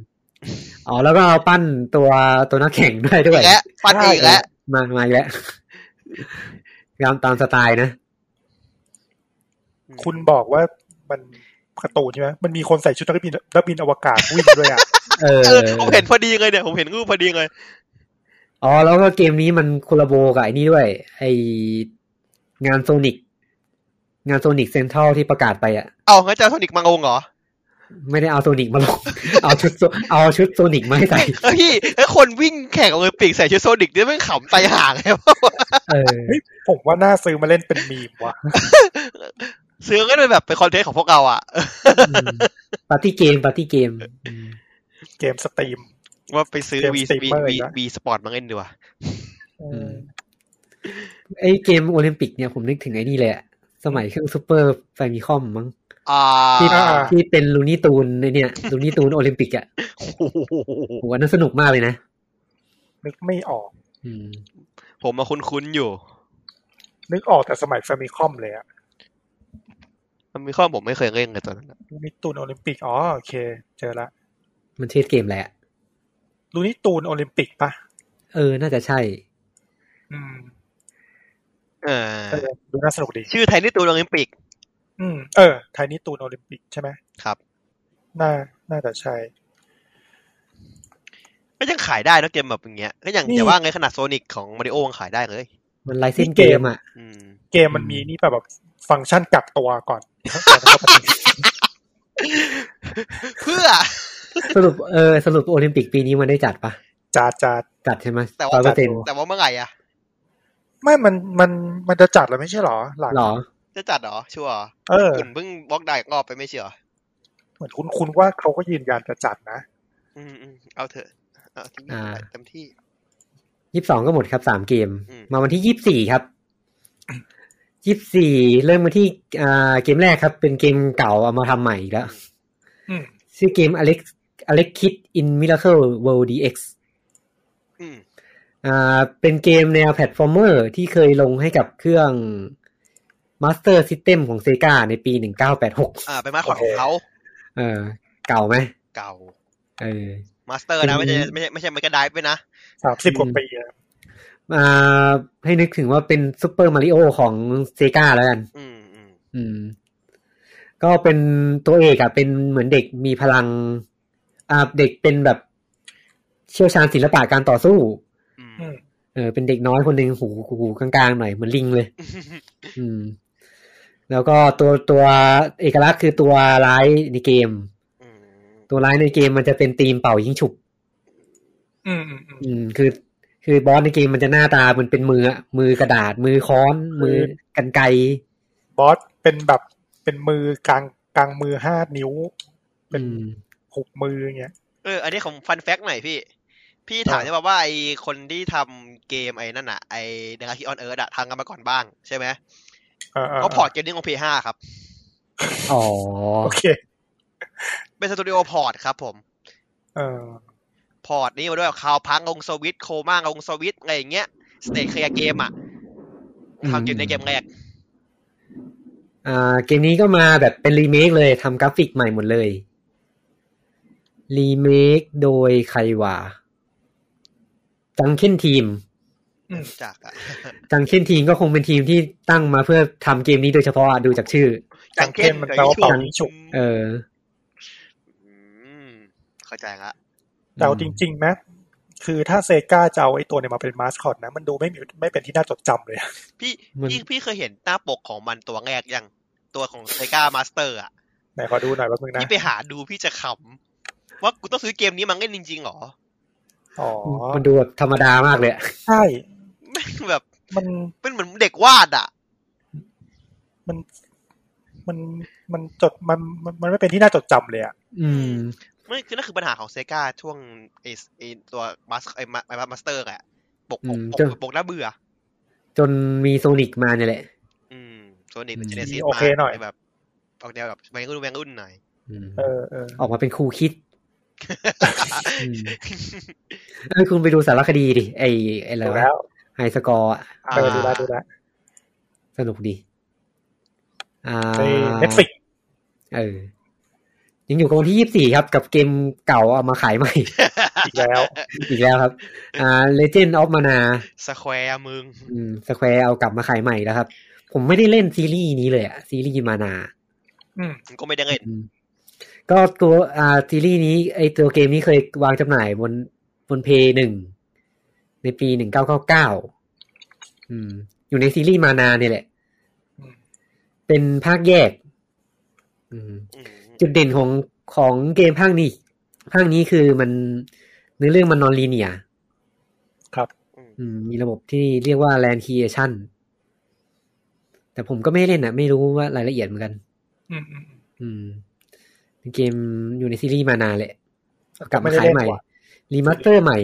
[SPEAKER 1] อ๋อแล้วก็เอาปั้นตัวตัวนักแข่งด้วยด้วย
[SPEAKER 2] อีกแล้วปัดอีกแล้ว
[SPEAKER 1] มามาอีกแล้ว ตามตามสไตล์นะ
[SPEAKER 3] คุณบอกว่ามันการ์ตูนใช่ไหมมันมีคนใส่ชุดนักบินนักบินอวกาศวิ่งด้วยอ่ะ
[SPEAKER 1] เออ
[SPEAKER 2] เออผมเห็นพอดีเลยเนี่ย ผมเห็นรูปพอดีเลย
[SPEAKER 1] อ๋อแล้วก็เกมนี้มันคอลลาโบกับไอ้นี่ด้วย ไองานโซนิกงานโซนิกเซ็นทรัลที่ประกาศไปอ่ะ
[SPEAKER 2] เอางั้นจะเอาโซนิกมังงเหรอ
[SPEAKER 1] ไม่ได้เอาโซนิกมาลง เอาชุดโซเอาชุดโซนิกมาให้ใส่
[SPEAKER 2] เฮ้ยพี่ไอ้คนวิ่งแข่งโอลิมปิกใส่ชุดโซนิกนี่แม่งขำไตห่างเลยว่า
[SPEAKER 1] เออ
[SPEAKER 3] เฮ้ย ผมว่าน่าซื้อมาเล่นเป็นมีมว่ะ
[SPEAKER 2] ซื้อก็เป็นแบบเป็นคอนเทนต์ของพวกเรา อ่ะเออ
[SPEAKER 1] อืมปาร์ตี้เกมปาร์ตี้เกมอืม
[SPEAKER 3] เกมสตรีม
[SPEAKER 2] ว่าไปซื้อ
[SPEAKER 3] เกม
[SPEAKER 2] วี
[SPEAKER 3] Steam
[SPEAKER 2] วี
[SPEAKER 3] เมอร์อี
[SPEAKER 2] วี
[SPEAKER 3] กแล้ว
[SPEAKER 2] วีสปอร์ตมาเล่นดีกว่า
[SPEAKER 1] ไอ้เกมโอลิมปิกเนี่ยผมนึกถึงไอ้นี่เลยอะสมัยเครื่องซูเปอร์ไฟมิคอมมั้ง
[SPEAKER 2] อ่า
[SPEAKER 1] ที่
[SPEAKER 3] อ่า
[SPEAKER 1] ที่เป็นลูนี่ตูนในเนี่ยลูนี่ตูนโอลิมปิกอ่ะ
[SPEAKER 2] โอ้โห
[SPEAKER 1] โหอันนั้นสนุกมากเลยนะ
[SPEAKER 3] นึกไม่ออก
[SPEAKER 1] อืม
[SPEAKER 2] ผมมาคุ้นๆอยู่
[SPEAKER 3] นึกออกแต่สมัยแฟมิคอมเลยอ่ะ
[SPEAKER 2] มันมีข้อผมไม่เคยเล่นเลยตอนนั้นอะ
[SPEAKER 3] มิตูนโอลิมปิก อ๋อ โอเค เจอละ
[SPEAKER 1] มันชื่อเกมแหละไร
[SPEAKER 3] ลูนี่ตูนโอลิมปิกปะ
[SPEAKER 1] เออ น่าจะใช่
[SPEAKER 3] อืม
[SPEAKER 2] เออ
[SPEAKER 3] เออดูน่าสนุกดี
[SPEAKER 2] ชื่อไทยนี่ตูนโอลิมปิก
[SPEAKER 3] อืมเออ ไทยนี่ตูนโอลิมปิกใช่ไหม
[SPEAKER 2] ครับ
[SPEAKER 3] น่า น่าจะใช่
[SPEAKER 2] ก็ยังขายได้นะเกมแบบอย่างเงี้ย ก็อย่าง
[SPEAKER 3] นี่
[SPEAKER 2] อย่าว่าไงขนาดโซนิกของมาริโอยังขายได้เลย
[SPEAKER 1] มันไลเส้นเกมอ่ะ
[SPEAKER 2] อืม
[SPEAKER 3] เกมมันมีนี่ป่ะแบบฟังก์ชันกักตัว ก่อน
[SPEAKER 2] เพื่ อ
[SPEAKER 1] สรุปเออสรุปโอลิมปิกปีนี้มันได้จัดปะ
[SPEAKER 3] จาดจาด
[SPEAKER 1] จัดใช่ไหม
[SPEAKER 2] แต่
[SPEAKER 1] ร้อ
[SPEAKER 2] ว่า
[SPEAKER 1] ยเปอร์เซ็นต์
[SPEAKER 2] แต่ว่าเมื่อไหร่อ่ะ
[SPEAKER 3] ไม่ มัน มัน มันจะจัดแล้วไม่ใช่เหรอ หลัง
[SPEAKER 1] หรอ
[SPEAKER 2] จะจัดเหรอ ชัวร์เหรอ
[SPEAKER 3] เออ
[SPEAKER 2] คุณเพิ่งบล็อกได้รอบไปไม่ใช่เชื่อ
[SPEAKER 3] เหมือนคุณคุณว่าเขาก็ยืนยันจะจัดนะ
[SPEAKER 2] อืมอืมเอาเถอะเอาที่นี่
[SPEAKER 1] อ่า
[SPEAKER 2] ไปเต็มที่
[SPEAKER 1] ยี่สิบสองก็หมดครับสามเกม
[SPEAKER 2] อืม
[SPEAKER 1] มาวันที่ยี่สิบสี่ครับยี่สิบสี่เริ่มมาที่อ่าเกมแรกครับ เป็นเกมเก่าเอามาทำใหม่อีกแล้ว
[SPEAKER 3] อืม
[SPEAKER 1] ชื่อเกม Alex Alex Kid in Miracle World DX
[SPEAKER 2] อืม
[SPEAKER 1] อ่าเป็นเกมแนวแพลตฟอร์เมอร์ที่เคยลงให้กับเครื่อง Master System ของ Sega ในปี 1986
[SPEAKER 2] อ่าเป็นมาขวางของเขา
[SPEAKER 1] เออเก่าไหม
[SPEAKER 2] เก่า
[SPEAKER 1] เออ
[SPEAKER 2] มาสเตอร์นะ ไม่ใช่ไม่ใช่ไม่ใช่ไม่กระไดไปนะ
[SPEAKER 3] สามสิบกว่าปีอะ
[SPEAKER 1] อ่าให้นึกถึงว่าเป็นซูเปอร์มาริโอของเซกาแล้วกัน
[SPEAKER 2] อืมอืม
[SPEAKER 1] อืม ก็เป็นตัวเอกอะเป็นเหมือนเด็กมีพลัง อ่าเด็กเป็นแบบเชี่ยวชาญศิลปะการต่อสู้
[SPEAKER 2] อืม
[SPEAKER 3] อืม
[SPEAKER 1] เออเป็นเด็กน้อยคนหนึ่งหูหูหูกลางๆหน่อยเหมือนลิงเลย อืม แล้วก็ตัวตัวเอกลักษณ์คือตัวร้ายในเกม
[SPEAKER 2] อืม
[SPEAKER 1] ตัวร้ายในเกมมันจะเป็นธีมเป่ายิงฉุบ
[SPEAKER 3] อืมอืมอืม
[SPEAKER 1] อืมคือ คือบอสในเกมมันจะหน้าตามันเป็นมืออะมือกระดาษ มือค้อน มือกันไกร
[SPEAKER 3] บอสเป็นแบบเป็นมือกลางกลางมือห้านิ้ว เป็น
[SPEAKER 1] อืม
[SPEAKER 3] หุบมืออย่างเงี้ย
[SPEAKER 2] เออ อันนี้ของฟันแฟกหน่อยพี่ พี่ถามได้ป่าว่าไอคนที่ทำเกมไอ้นั่นน่ะไอเดลาคิออนเอิร์ดอะทำกันมาก่อนบ้างใช่ไหม
[SPEAKER 3] เออเ
[SPEAKER 2] เขาพอร์ตเกมนี้ของ P5 ครับ
[SPEAKER 1] อ๋อ
[SPEAKER 3] โอเค
[SPEAKER 2] เป็นสตูดิโอพอร์ตครับผม
[SPEAKER 3] เออ
[SPEAKER 2] พอร์ตนี้มาด้วยคาวพังลงสวิตโคม่าลงสวิตอะไรอย่างเงี้ยสเตทเคลียร์เกมอะทำเกมในเกมแรก
[SPEAKER 1] อ่าเกมนี้ก็มาแบบเป็นรีเมคเลยทำกราฟิกใหม่หมดเลย รีเมคโดยใครวะจังเ e นทีม
[SPEAKER 2] จากอะ
[SPEAKER 1] จังเ e นทีมก็คงเป็นทีมที่ตั้งมาเพื่อทำเกมนี้โดยเฉพาะอะดูจากชื่อ
[SPEAKER 3] กลางเข้มมันแปลว่าเป่ายิงฉุบ
[SPEAKER 1] เออ
[SPEAKER 2] มเข้าใจละ
[SPEAKER 3] แต่เอาจริงๆนะคือถ้าเซกาจะเอาไอ้ตัวเนี่ยมาเป็นมาสคอตนะ มันดูไม่มีไม่เป็นที่น่าจดจำเลยอะ
[SPEAKER 2] พี่
[SPEAKER 1] มัน
[SPEAKER 2] พี่พี่เคยเห็นหน้าปกของมันตัวแรกยังตัวของเซกามาสเตอร์อะ
[SPEAKER 3] ไหนขอดูหน่อยแป๊บนึงนะ
[SPEAKER 2] พี่ไปหาดูพี่จะขำว่ากูต้องซื้อเกมนี้มันเล่นจริงๆหรอ
[SPEAKER 3] อ๋อ
[SPEAKER 1] มันดูแบบธรรมดามากเลยอะ
[SPEAKER 3] ใช่
[SPEAKER 2] แม่งแบบ
[SPEAKER 3] มัน
[SPEAKER 2] เป็นเหมือนเด็กวาดอ่ะ
[SPEAKER 3] มัน มัน มันจด มัน มันมันไม่เป็นที่น่าจดจำเลยอะ
[SPEAKER 1] อืม
[SPEAKER 2] ไม่คือนั่นคือปัญหาของเซกาช่วงไอสไอตัวมาสไอมาไอมาสเตอร์แหละปก
[SPEAKER 1] อืม
[SPEAKER 2] ปกปก
[SPEAKER 1] เจ้า
[SPEAKER 2] ปกหน้าเบื่อ
[SPEAKER 1] จนมีโซนิกมาเนี่ยแหละ
[SPEAKER 2] อืมโซนิก
[SPEAKER 1] อืม
[SPEAKER 2] เจเนซิส
[SPEAKER 3] โอเคหน่อย
[SPEAKER 2] แบบออกแนวแบบวัยรุ่นวัยรุ่นหน่อย
[SPEAKER 1] อืม
[SPEAKER 3] เออเออ
[SPEAKER 1] ออกมาเป็นครูคิดอืมเออคุณไปดูสารคดีดิไอไออะไร
[SPEAKER 3] ดู
[SPEAKER 1] วะ
[SPEAKER 3] แล้ว
[SPEAKER 1] ไฮสกอร์อะ
[SPEAKER 2] อ่า
[SPEAKER 3] เออดูแล้วดูแล้ว
[SPEAKER 1] สนุกดี อ่า
[SPEAKER 3] ในเน็ตฟิก
[SPEAKER 1] เออ ยังอยู่กับวันที่ยี่สี่ครับ กับเกมเก่าเอามาขายใหม่
[SPEAKER 3] อีกแล้ว
[SPEAKER 1] อีกแล้วครับ อ่า Legend of Mana
[SPEAKER 2] สแควร์มึง
[SPEAKER 1] สแควร์เอากลับมาขายใหม่แล้วครับ ผมไม่ได้เล่นซีรีส์นี้เลยอะซีรีส์มานา
[SPEAKER 3] อืม
[SPEAKER 2] ก็ไม่ได้เงิน
[SPEAKER 1] ก็ตัวอ่าซีรีส์นี้ไอตัวเกมนี้เคยวางจำหน่ายบนบนเพย์หนึ่งในปีหนึ่งเก้าเก้าเก้าอยู่ในซีรีส์มานาเนี่ยแหละ
[SPEAKER 3] อืม
[SPEAKER 1] เป็นภาคแยก อืม
[SPEAKER 2] อืม
[SPEAKER 1] จุดเด่นของของเกมภาคนี้ ภาคนี้คือมันเนื้อเรื่องมันนอนลีเนีย
[SPEAKER 2] อืม
[SPEAKER 1] มีระบบที่เรียกว่าแลน d c ค e a t i o n แต่ผมก็ไม่เล่นอ่ะ ไม่รู้ว่ารายละเอียดเหมือนกัน
[SPEAKER 3] อืมอืม
[SPEAKER 1] อืมเป็นเกมอยู่ในซีรีส์มานานแหละเอากลับมา
[SPEAKER 3] ไได้
[SPEAKER 1] ขาย
[SPEAKER 3] เล่น
[SPEAKER 1] ใหม่
[SPEAKER 3] ว่ะ
[SPEAKER 1] รีมาสเตอร์ใหม่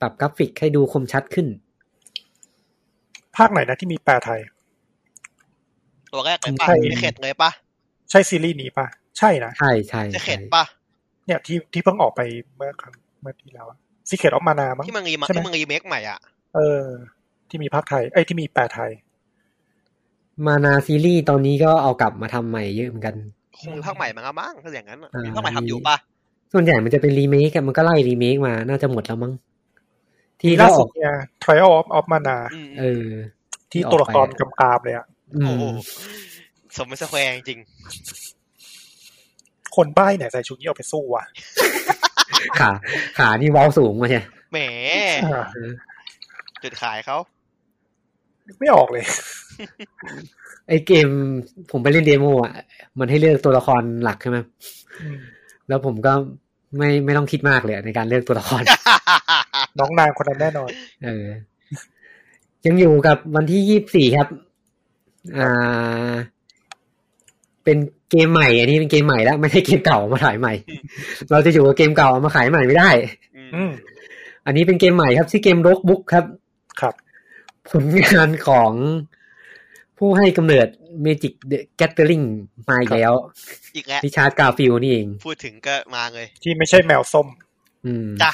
[SPEAKER 1] ปรับกราฟิกให้ดูคมชัดขึ้น
[SPEAKER 3] ภาคไหนนะที่มีแปลไทย
[SPEAKER 2] ตัวแรกเลยป่ะ
[SPEAKER 3] ใช่
[SPEAKER 2] จะเข็ดเลยป่ะ
[SPEAKER 3] ใช่ซีรีส์นี้ปะใช่นะ
[SPEAKER 1] ใช่ใช่
[SPEAKER 2] จะเข็
[SPEAKER 1] ใช่
[SPEAKER 2] ดป่ะ
[SPEAKER 3] เนี่ยที่ที่เพิ่งออกไปเมื่อครั้งเมื่อที่แล้วซีเคทออฟมานามั้ง
[SPEAKER 2] ที่มึงรีมา
[SPEAKER 3] ใช่ไหม
[SPEAKER 2] ที่มึงรีเมคใหม่อ่ะ
[SPEAKER 3] เออ ที่มีภาคไทย เอ้ยที่มีแปลไทย
[SPEAKER 1] มานาซีรีส์ตอนนี้ก็เอากลับมาทำใหม่เยอะเหมือนกัน
[SPEAKER 2] คงมีภาคใหม่มั้งอะมั้งถ้าอย่างนั้นอะ
[SPEAKER 1] อ่ามี
[SPEAKER 2] มีภาคใหม่ทำอยู่ป่ะ
[SPEAKER 1] ส่วนใหญ่มันจะเป็นรีเมคอะมันก็ไล่รีเมคมา น่าจะหมดแล้วมั้ง ที่เรา
[SPEAKER 3] ล่า
[SPEAKER 1] อ
[SPEAKER 3] สุ
[SPEAKER 1] อ
[SPEAKER 3] ด
[SPEAKER 1] ก
[SPEAKER 3] เนี่ย Trial of of Mana
[SPEAKER 2] อืม
[SPEAKER 1] เออ
[SPEAKER 3] ที่
[SPEAKER 1] ที่ออกไป
[SPEAKER 3] ตัวละครกำกามเลยอะ
[SPEAKER 1] อื
[SPEAKER 2] โอ้
[SPEAKER 1] ม
[SPEAKER 2] โหสมเป็นสแควร์จริง
[SPEAKER 3] คนบ้าเนี่ยใส่ชุดนี้เอาไปสู้ว่ะ
[SPEAKER 1] ขาขานี่เว้าสูงมาใช่ย
[SPEAKER 2] ๆแหม
[SPEAKER 1] เออ
[SPEAKER 2] จุดขาย เขา
[SPEAKER 3] นึกไม่ออกเลย
[SPEAKER 1] ไอเกมผมไปเล่นเดโมอ่ะ มันให้เลือกตัวละครหลักใช่ไหมแล้วผมก็ไม่ไม่ต้องคิดมากเลยในการเลือกตัวละคร
[SPEAKER 3] น้องนางคนนั้นแน่นอน
[SPEAKER 1] เออ ยังอยู่กับวันที่ยี่สิบสี่ครับ อ่า เป็นเกมใหม่ อันนี้เป็นเกมใหม่แล้วไม่ใช่เกมเก่าเอามาขายใหม่ เราจะอยู่กับเกมเก่าเอามาขายใหม่ไม่ได้
[SPEAKER 2] อืม
[SPEAKER 3] อืม
[SPEAKER 1] อันนี้เป็นเกมใหม่ครับชื่อเกมโรกบุ๊กครับ
[SPEAKER 3] ครับ
[SPEAKER 1] ผลงานของผู้ให้กำเนิด Magic the Gathering มาอีกแล้ว
[SPEAKER 2] อีกแล้ว
[SPEAKER 1] ริชาร์ดกาฟิลนี่เอง
[SPEAKER 2] พูดถึงก็มาเลย
[SPEAKER 3] ที่ไม่ใช่แมวส้ม
[SPEAKER 1] อืม
[SPEAKER 2] จ้ะ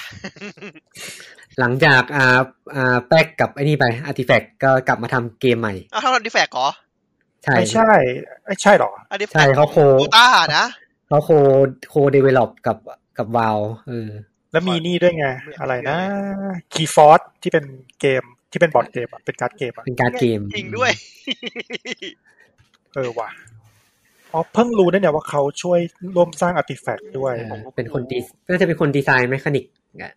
[SPEAKER 1] หลังจากอ่าอ่าแป๊กกับไอ้นี่ไป อาร์ติแฟกก็กลับมาทำเกมใหม่
[SPEAKER 2] เอาเท่านั้นดิแฟกเหรอ
[SPEAKER 1] ใช่
[SPEAKER 3] ไม่ใช่ไอ้ใช่หรอ
[SPEAKER 2] อันนี้
[SPEAKER 1] ใช่เขาโค
[SPEAKER 2] โคต้านะ
[SPEAKER 1] เขาโคโคเดเวล็อปกับกับวาวเออ
[SPEAKER 3] แล้วมีนี่ด้วยไง
[SPEAKER 2] ไม่เอา
[SPEAKER 3] อะไรนะ คีฟอร์ที่เป็นเกมที่เป็นบอร์ดเกมอะเป็นการ์ดเกมอะ
[SPEAKER 1] เป็นการดเกม
[SPEAKER 2] จริงด้วย
[SPEAKER 3] เออว่ะอ๋อเพิ่งรู้นะเนี่ยว่าเขาช่วยร่วมสร้างอาร์ติแฟกต์ด้วย
[SPEAKER 1] เออเป็นคนดีน่าจะเป็นคนดีไซน์แมคานิกอ่ะ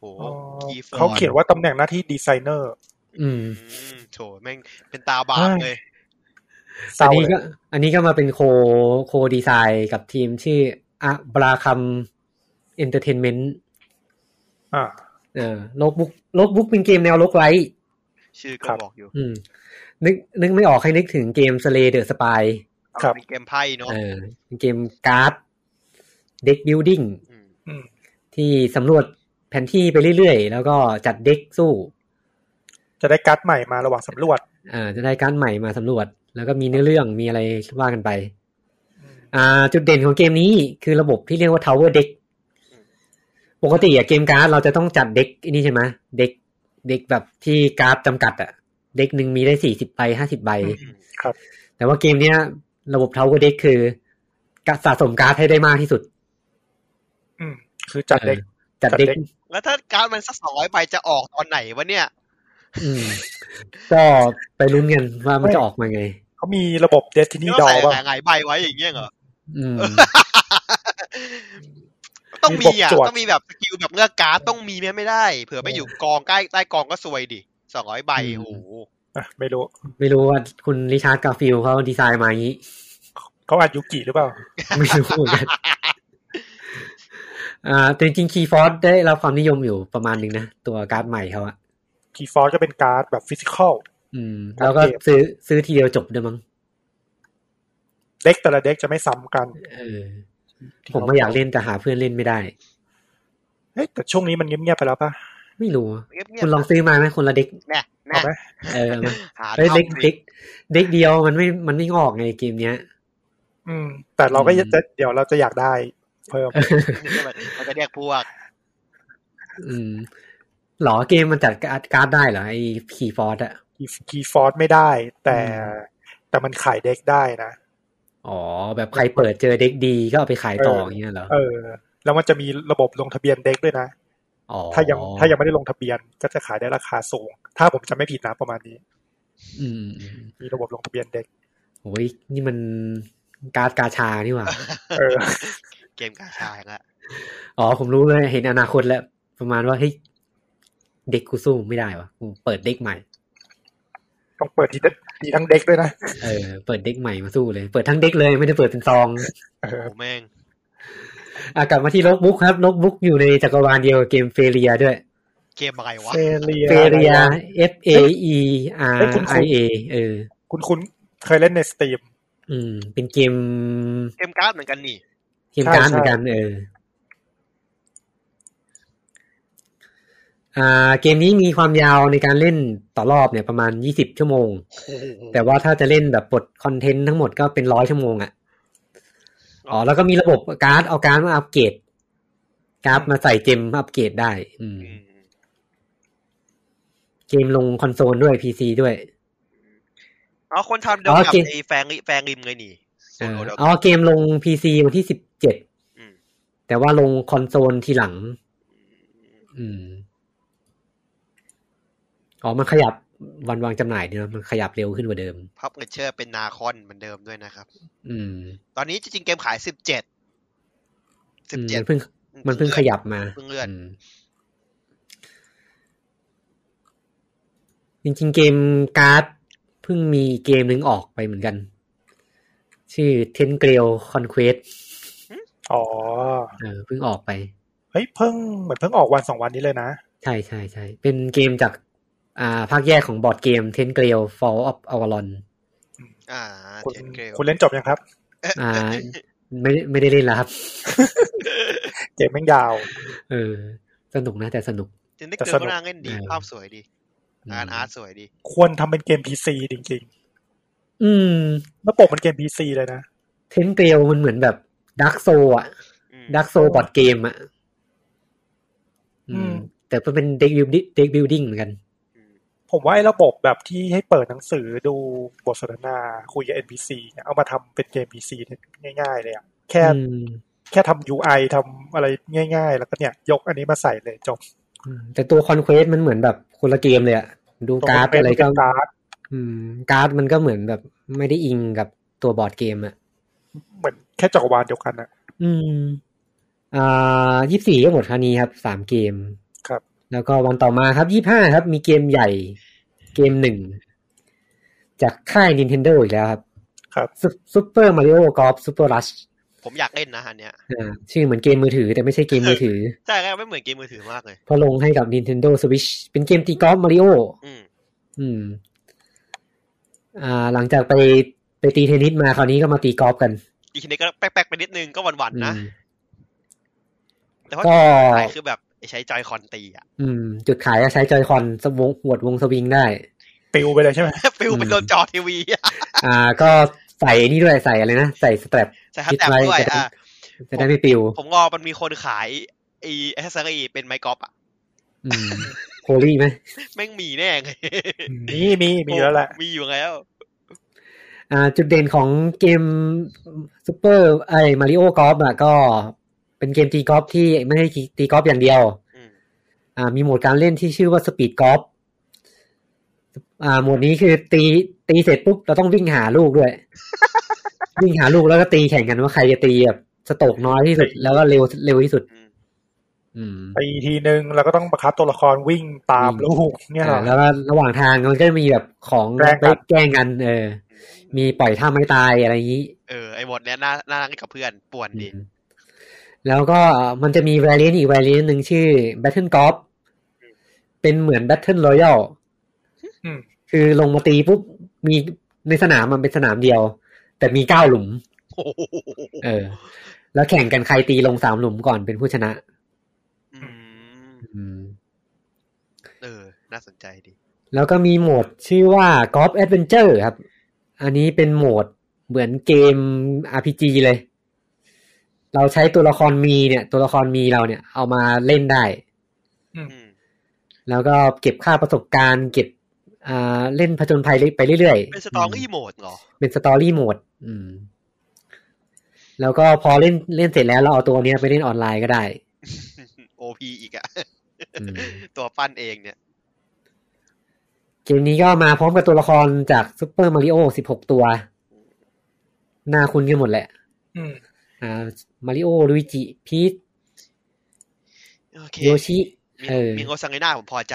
[SPEAKER 2] โอ้โห
[SPEAKER 3] อ๋อ
[SPEAKER 2] กีฟอร์
[SPEAKER 3] เขาเขียนว่าตำแหน่งหน้าที่ดีไซเนอร์
[SPEAKER 1] อืม
[SPEAKER 2] อืมโถแม่งเป็นตาบาปเลย
[SPEAKER 3] เศ
[SPEAKER 1] อั
[SPEAKER 3] ร้าน
[SPEAKER 1] นี้
[SPEAKER 3] เล
[SPEAKER 1] ก็
[SPEAKER 3] ย
[SPEAKER 1] อันนี้ก็มาเป็นโคโคดีไซน์กับทีมชื่อ อะบราคัมเอนเตอร์เทนเมนต์
[SPEAKER 3] อ่า
[SPEAKER 1] เออโลกบุ๊กโลกบุ๊กเป็นเกมแนวโลกไลท์
[SPEAKER 2] ชื่อก็
[SPEAKER 3] ครับ
[SPEAKER 2] บอกอยู่
[SPEAKER 1] อืม นึกนึกไม่ออกให้นึกถึงเกมสเลเดอร์สปาย
[SPEAKER 3] ครับ
[SPEAKER 2] เป็นเกมไพ่เนาะ
[SPEAKER 1] เออเป็นเกมการ์ดเด็กบิลดิ้ง
[SPEAKER 2] ม
[SPEAKER 3] อืม
[SPEAKER 1] ที่สำรวจแผนที่ไปเรื่อยๆ แล้วก็จัดเด็กสู้
[SPEAKER 3] จะได้การ์ดใหม่มาระหว่างสำรวจ
[SPEAKER 1] อ่าจะได้การดใหม่มาสำรวจ แล้วก็มีเนื้อเรื่องมีอะไรว่ากันไป อ่า จุดเด่นของเกมนี้คือระบบที่เรียกว่า Tower Deck ปกติอะเกมการ์ดเราจะต้องจัดเด็กนี่ใช่ไหมเด็กเด็กแบบที่การ์ดจำกัดอะเด็กหนึ่งมีได้สี่สิบใบห้าสิบใบ
[SPEAKER 3] อืม ครับ
[SPEAKER 1] แต่ว่าเกมเนี้ย ระบบ Tower Deck คือการสะสมการ์ดให้ได้มากที่สุด
[SPEAKER 3] อืม คือจัดเด็ก
[SPEAKER 1] ออจัดเด็ก
[SPEAKER 3] จัดเด็ก
[SPEAKER 2] แล้วถ้าการดมันสักสองร้อยใบจะออกตอนไหนวะเนี่ย
[SPEAKER 1] อืม ก็ไปลุ้นกันว่ามันจะออกมาไง
[SPEAKER 3] เขามีระบบ Destiny
[SPEAKER 2] นี่
[SPEAKER 3] d
[SPEAKER 2] ด
[SPEAKER 3] o
[SPEAKER 2] อ
[SPEAKER 3] l
[SPEAKER 2] ก
[SPEAKER 3] ป่ะ
[SPEAKER 2] หลายๆใบไว้อย่างเงี้ยเหรอ
[SPEAKER 1] อืม
[SPEAKER 2] ต้องมีอ่ะ
[SPEAKER 3] มีครบจวด
[SPEAKER 2] ต้องมีแบบสกิลแบบเลือกการ์ดต้องมีไหมไม่ได้ เผื่อไม่อยู่กองใกล้ใต้กองก็ซวยดิสองร้อยใบ
[SPEAKER 1] อืม
[SPEAKER 2] โอ้โห
[SPEAKER 3] อ่ะไม่รู้
[SPEAKER 1] ไม่รู้ว่าคุณริชาร์ดกาฟิลเขาดีไซน์มาอย่างนี้
[SPEAKER 3] เขาอ่านยุกิหรือเปล่า
[SPEAKER 1] ไม่รู้เหมือนกัน อ่าแต่จริงคีฟอร์ได้รับความนิยมอยู่ประมาณหนึงนะ ตัวการ์ดใหม่เขาอะ
[SPEAKER 3] คีฟอร์ก็เป็นการ์ดแบบฟิสิกอล
[SPEAKER 1] อืม
[SPEAKER 3] การ์ด
[SPEAKER 1] แล้วก็
[SPEAKER 3] เกม
[SPEAKER 1] ซื้อซื้อทีเดียวจบเด้อมั้ง
[SPEAKER 3] เด็กแต่ละเด็กจะไม่ซ้ำกัน
[SPEAKER 1] เออ ผมไม่อยากเล่นแต่หาเพื่อนเล่นไม่ได้
[SPEAKER 3] เฮ้ยแต่ช่วงนี้มันเงียบๆไปแล้วป่ะ
[SPEAKER 1] ไม่รู้
[SPEAKER 2] เงียบๆ
[SPEAKER 1] คุณลองซื้อมาไหมคนละเด็ก
[SPEAKER 2] แน่แน่
[SPEAKER 3] เอาไหม
[SPEAKER 1] เออมา
[SPEAKER 2] หา
[SPEAKER 1] เอ้ยเด็ก
[SPEAKER 2] ทำสิ
[SPEAKER 1] เด็กเด็กเดียวมันไม่มันไม่งอกไงเกมเนี้ย
[SPEAKER 3] อืม แต่เราก็
[SPEAKER 1] อืม
[SPEAKER 3] จะเดี๋ยวเราจะอยากได้ เพิ่ม
[SPEAKER 2] มันจะเรียกพวก
[SPEAKER 1] อืมหรอเกมมันจัดการ์ดการ์ดได้เหรอไอ้คีฟอร์ดอะ
[SPEAKER 3] คีฟอร์ไม่ได้ แต่
[SPEAKER 1] อืม
[SPEAKER 3] แต่มันขายเด็กได้นะ
[SPEAKER 1] อ๋อ แบบใครเปิดเจอเด็กดีก็เอาไปขายต่อ
[SPEAKER 3] เอ
[SPEAKER 1] อ
[SPEAKER 3] ออ
[SPEAKER 1] ย่างเงี้ยเหรอ
[SPEAKER 3] เออ แล้วมันจะมีระบบลงทะเบียนเด็กด้วยนะ
[SPEAKER 1] อ๋อ
[SPEAKER 3] ถ้ายังถ้ายังไม่ได้ลงทะเบียนก็จะขายได้ราคาสูง ถ้าผมจำไม่ผิดนะประมาณนี้
[SPEAKER 1] อืมอืม
[SPEAKER 3] มีระบบลงทะเบียนเด็ก
[SPEAKER 1] โอ้ยนี่มันการ์ดกาชานี่หว่า
[SPEAKER 3] เออ
[SPEAKER 2] เกมกาชาอีกละ
[SPEAKER 1] อ๋อผมรู้เลยเห็นอนาคตแล้ว ประมาณว่าเฮ้ยเด็กกูสู้ไม่ได้วะกูเปิดเด็กใหม่
[SPEAKER 3] ต้องเปิดทีทีทั้งเด็กด้วยนะ
[SPEAKER 1] เออเปิดเด็กใหม่มาสู้เลย เปิดทั้งเด็กเลยไม่ได้เปิดเป็นซอง
[SPEAKER 3] เอ
[SPEAKER 2] โอ้
[SPEAKER 3] อ
[SPEAKER 2] โหแม่ง
[SPEAKER 1] อ่ะกลับมาที่ลกบุ๊กครับลกบุ๊กอยู่ในจักรวาลเดียวกับเกมเฟเรียด้วย
[SPEAKER 2] เกมอะไรวะ
[SPEAKER 3] เฟรีย
[SPEAKER 1] เฟเรีย
[SPEAKER 3] อะไรวะ
[SPEAKER 1] F A E R
[SPEAKER 3] เฮ้ยคุณคุณ
[SPEAKER 1] I A เออ
[SPEAKER 3] คุณคุณเคยเล่นในสตรีม
[SPEAKER 1] อืม เป็นเกม
[SPEAKER 2] เกมการ์ดเหมือนกันนี่
[SPEAKER 1] เกมการ์ด
[SPEAKER 3] ใช่
[SPEAKER 1] เหมือนกัน เออ อ่า เกมนี้มีความยาวในการเล่นต่อรอบเนี่ยประมาณยี่สิบชั่วโมง แต่ว่าถ้าจะเล่นแบบบทคอนเทนต์ทั้งหมดก็เป็นร้อยชั่วโมงอะ่ะ อ๋อ แล้วก็มีระบบการ์ดเอาการ์ดมาอัปเกรด การ์ดมาใส่เจมมาอัปเกรดได้ อืม
[SPEAKER 2] อืม
[SPEAKER 1] เกมลงคอนโซลด้วยพีซีด้วย
[SPEAKER 2] อ๋อคนทำเดียว
[SPEAKER 1] อ๋อ
[SPEAKER 2] กับ
[SPEAKER 1] เกม
[SPEAKER 2] ไอ้แฟงริแฟงริมไงนี่โซ
[SPEAKER 1] เออ
[SPEAKER 2] โลเดียว
[SPEAKER 1] อ๋อ
[SPEAKER 2] กัน
[SPEAKER 1] เกมลงพีซีวันที่สิบเจ็ด
[SPEAKER 2] อืม
[SPEAKER 1] แต่ว่าลงคอนโซลทีหลัง อืม อ๋อ มันขยับวันวางจำหน่ายเนี่ยนะมันขยับเร็วขึ้นกว่าเดิม
[SPEAKER 2] พับเงินเชอร์เป็นนาคอนเหมือนเดิมด้วยนะครับ
[SPEAKER 1] อืม
[SPEAKER 2] ตอนนี้จริงๆเกมขายสิบเจ็ดสิ
[SPEAKER 1] อื
[SPEAKER 2] บ
[SPEAKER 1] ม
[SPEAKER 2] เจ็ด
[SPEAKER 1] มันเพิ่ง มันเพิ่งขยับมา
[SPEAKER 2] เพิ่งเลื่อน
[SPEAKER 1] มจริงๆเกมการ์ดเพิ่งมีเกมหนึ่งออกไปเหมือนกัน ชื่อ Ten Grail Conquest
[SPEAKER 3] อ๋อ
[SPEAKER 1] เออเพิ่งออกไป
[SPEAKER 3] เฮ้ยเพิ่งเหมือนเพิ่งออกวันสองวันนี้เลยนะ
[SPEAKER 1] ใช่ใช่ใช่เป็นเกมจาก อ่า ภาคแยกของบอร์ดเกม Ten Grail Fall of Avalon
[SPEAKER 2] อ่า
[SPEAKER 3] คุณ
[SPEAKER 2] เจ็ดเกล
[SPEAKER 3] คุณเล่นจบยังครับ
[SPEAKER 1] อ่า ไม่ได้ไม่ได้เล่นแล้วครับ
[SPEAKER 3] เกมแม่งยาว
[SPEAKER 1] เออ สนุกนะแต่สนุก
[SPEAKER 2] จริงๆเก
[SPEAKER 3] แต่
[SPEAKER 2] ล
[SPEAKER 3] สนุก
[SPEAKER 2] ก็น่าเล่นดี
[SPEAKER 1] เออ
[SPEAKER 2] ภาพสวยดีงานอาร์ตสวยดี
[SPEAKER 3] ควรทำเป็นเกม PC จริง
[SPEAKER 1] อืม
[SPEAKER 3] ๆระบบมันเกม PC เลยนะ
[SPEAKER 1] เทนเกลมันเหมือนแบบดักโซอ่ะ
[SPEAKER 2] อืม
[SPEAKER 1] ดักโซบอร์ดเกมอ่ะอื
[SPEAKER 3] อื
[SPEAKER 1] ม
[SPEAKER 3] ม
[SPEAKER 1] แต่มันเป็นเด็กบิวดิ้งเด็กบิวดิ้งเหมือนกัน
[SPEAKER 2] อืม
[SPEAKER 3] ผมว่าไอ้ระบบแบบที่ให้เปิดหนังสือดูบทสนทนาคุยกับ NPC เนี่ยเอามาทำเป็นเกม PC เนี่ยง่ายๆ เลยอะแค่
[SPEAKER 1] อืม
[SPEAKER 3] แค่ทำ UI ทำอะไรง่าย ๆ แล้วก็เนี่ย ยกอันนี้มาใส่เลยจบ
[SPEAKER 1] อืมแต่ตัวคอนเควสมันเหมือนแบบคนละเกมเลยอ่ะ ดูการ์ด
[SPEAKER 3] เป็น
[SPEAKER 1] อะไรก็
[SPEAKER 3] การ์ด
[SPEAKER 1] อืม การ์ดมันก็เหมือนแบบไม่ได้อิงกับตัวบอร์ดเกมอ่ะ
[SPEAKER 3] เหมือนแค่จักรวาลเดียวกันอะ
[SPEAKER 1] อืม อ่ายี่สี่ก็หมดคราวนี้ครับสามเกม
[SPEAKER 3] ครับ
[SPEAKER 1] แล้วก็วันต่อมาครับยี่ห้าครับ มีเกมใหญ่เกมหนึ่ง จากค่าย Nintendo อีกแล้วครับ
[SPEAKER 3] ครับ
[SPEAKER 1] ซุปเปอร์มาริโอกอล์ฟซูเปอร์รัช
[SPEAKER 2] ผมอยากเล่นนะอันเนี้ย
[SPEAKER 1] อ่าชื่อเหมือนเกมมือถือแต่ไม่ใช่เกมมือถือ
[SPEAKER 2] ใช่ครับไม่เหมือนเกมมือถือมากเลย
[SPEAKER 1] เพราะลงให้กับ Nintendo Switch เป็นเกมตีกอล์ฟมาริโอ
[SPEAKER 2] อืม
[SPEAKER 1] อืม อ่า หลังจากไปไปตีเทนนิสมาคราวนี้ก็มาตีกอล์ฟกัน
[SPEAKER 2] อีกทีนี้ก็แป๊กๆไปนิดนึงก็หวั่นๆนะ
[SPEAKER 1] อืม
[SPEAKER 2] แต่ว่า
[SPEAKER 1] ก็
[SPEAKER 2] ขายคือแบบใช้จอยคอนตีอะ
[SPEAKER 1] อืม จุดขายก็ใช้จอยคอนสวงหวดวงสวิงได้
[SPEAKER 3] ปิวไปเลยใช่ไหม
[SPEAKER 2] ฟิวไปโดนจอทีวีอะ
[SPEAKER 1] อ่า ก็ใส่นี่ด้วยใส่อะไรนะ ใส่สแตรป
[SPEAKER 2] ใส่ฮัตแตมด้วย
[SPEAKER 1] ยึดไว้
[SPEAKER 2] อ่ะ
[SPEAKER 1] จะได้ไม่ปิว
[SPEAKER 2] ผมรอมันมีคนขายไอ้แอสเซอรี่เป็นไมค์กอล์ฟอะ
[SPEAKER 1] อืมโคลี่ไหม
[SPEAKER 2] แม่งมีแน่เลย
[SPEAKER 3] มีมีมีแล้วแหละ
[SPEAKER 2] มีอยู่แล้ว
[SPEAKER 1] อ่าจุดเด่นของเกมซูเปอร์ไอมาริโอกอล์ฟอ่ะก็เป็นเกมตีกอล์ฟที่ไม่ได้ตีกอล์ฟอย่างเดียว
[SPEAKER 2] อืม
[SPEAKER 1] อ่ามีโหมดการเล่นที่ชื่อว่าสปีดกอล์ฟอ่าโหมดนี้คือตีตีเสร็จปุ๊บเราต้องวิ่งหาลูก ด้วย วิ่งหาลูกแล้วก็ตีแข่งกันว่าใครจะตีแบบสโตรกน้อยที่สุด แล้วก็เร็วเร็วที่สุด
[SPEAKER 2] อืม
[SPEAKER 1] อืม
[SPEAKER 3] ไปทีนึงเราก็ต้องประคับตัวละครวิ่งตาม
[SPEAKER 1] วิ่ง
[SPEAKER 3] ลูกเนี่ยเหรอ
[SPEAKER 1] อ่าแล้วก็ระหว่างทางมันก็จะมีแบบของ
[SPEAKER 3] แกล้งกัน
[SPEAKER 1] แกล้งกันเออ มีปล่อยท่าไม่ตายอะไรอย่างนี้
[SPEAKER 2] เออไอ้บทเนี้ยน่าน่ารักกับเพื่อนป่วนดี
[SPEAKER 1] แล้วก็มันจะมี variant อีก variant หนึ่งชื่อ Battle Golf เป็นเหมือน Battle Royale
[SPEAKER 3] อืม
[SPEAKER 1] คือลงมาตีปุ๊บ มีในสนามมันเป็นสนามเดียว แต่มีเก้าหลุม
[SPEAKER 2] โอ้โห
[SPEAKER 1] เออ แล้วแข่งกันใครตีลงสามหลุมก่อนเป็นผู้ชนะ
[SPEAKER 2] ม
[SPEAKER 1] อืม
[SPEAKER 2] เออ น่าสนใจดี
[SPEAKER 1] แล้วก็มีโหมดชื่อว่า Golf Adventure ครับ อันนี้เป็นโหมดเหมือนเกม RPG เลย เราใช้ตัวละครมีเนี่ย ตัวละครมีเราเนี่ย เอามาเล่นได้
[SPEAKER 2] อืม
[SPEAKER 1] แล้วก็เก็บค่าประสบการณ์ เก็บอ่าเล่นผจญภัยไปเรื่อยๆ
[SPEAKER 2] เป็นสตอรี่
[SPEAKER 1] ม
[SPEAKER 2] โหมดเหรอ
[SPEAKER 1] เป็นสตอรี่โหมด อืม แล้วก็พอเล่นเล่นเสร็จแล้วเราเอาตัวเนี้ยไปเล่นออนไลน์ก็ได้
[SPEAKER 2] โอพีอีกอะ
[SPEAKER 1] อืม
[SPEAKER 2] ตัวปั้นเองเนี่ย
[SPEAKER 1] เกมนี้ก็มาพร้อมกับตัวละครจากซ u เปอร์มาริโอ 16 ตัว หน้าคุ้นกันหมดแหละ
[SPEAKER 3] อืม
[SPEAKER 1] อ่ามาริโอลุยจิพีช
[SPEAKER 2] โอเค
[SPEAKER 1] โยชิ
[SPEAKER 2] มี
[SPEAKER 1] เออ
[SPEAKER 2] มีโงซังไงหน้าผมพอใจ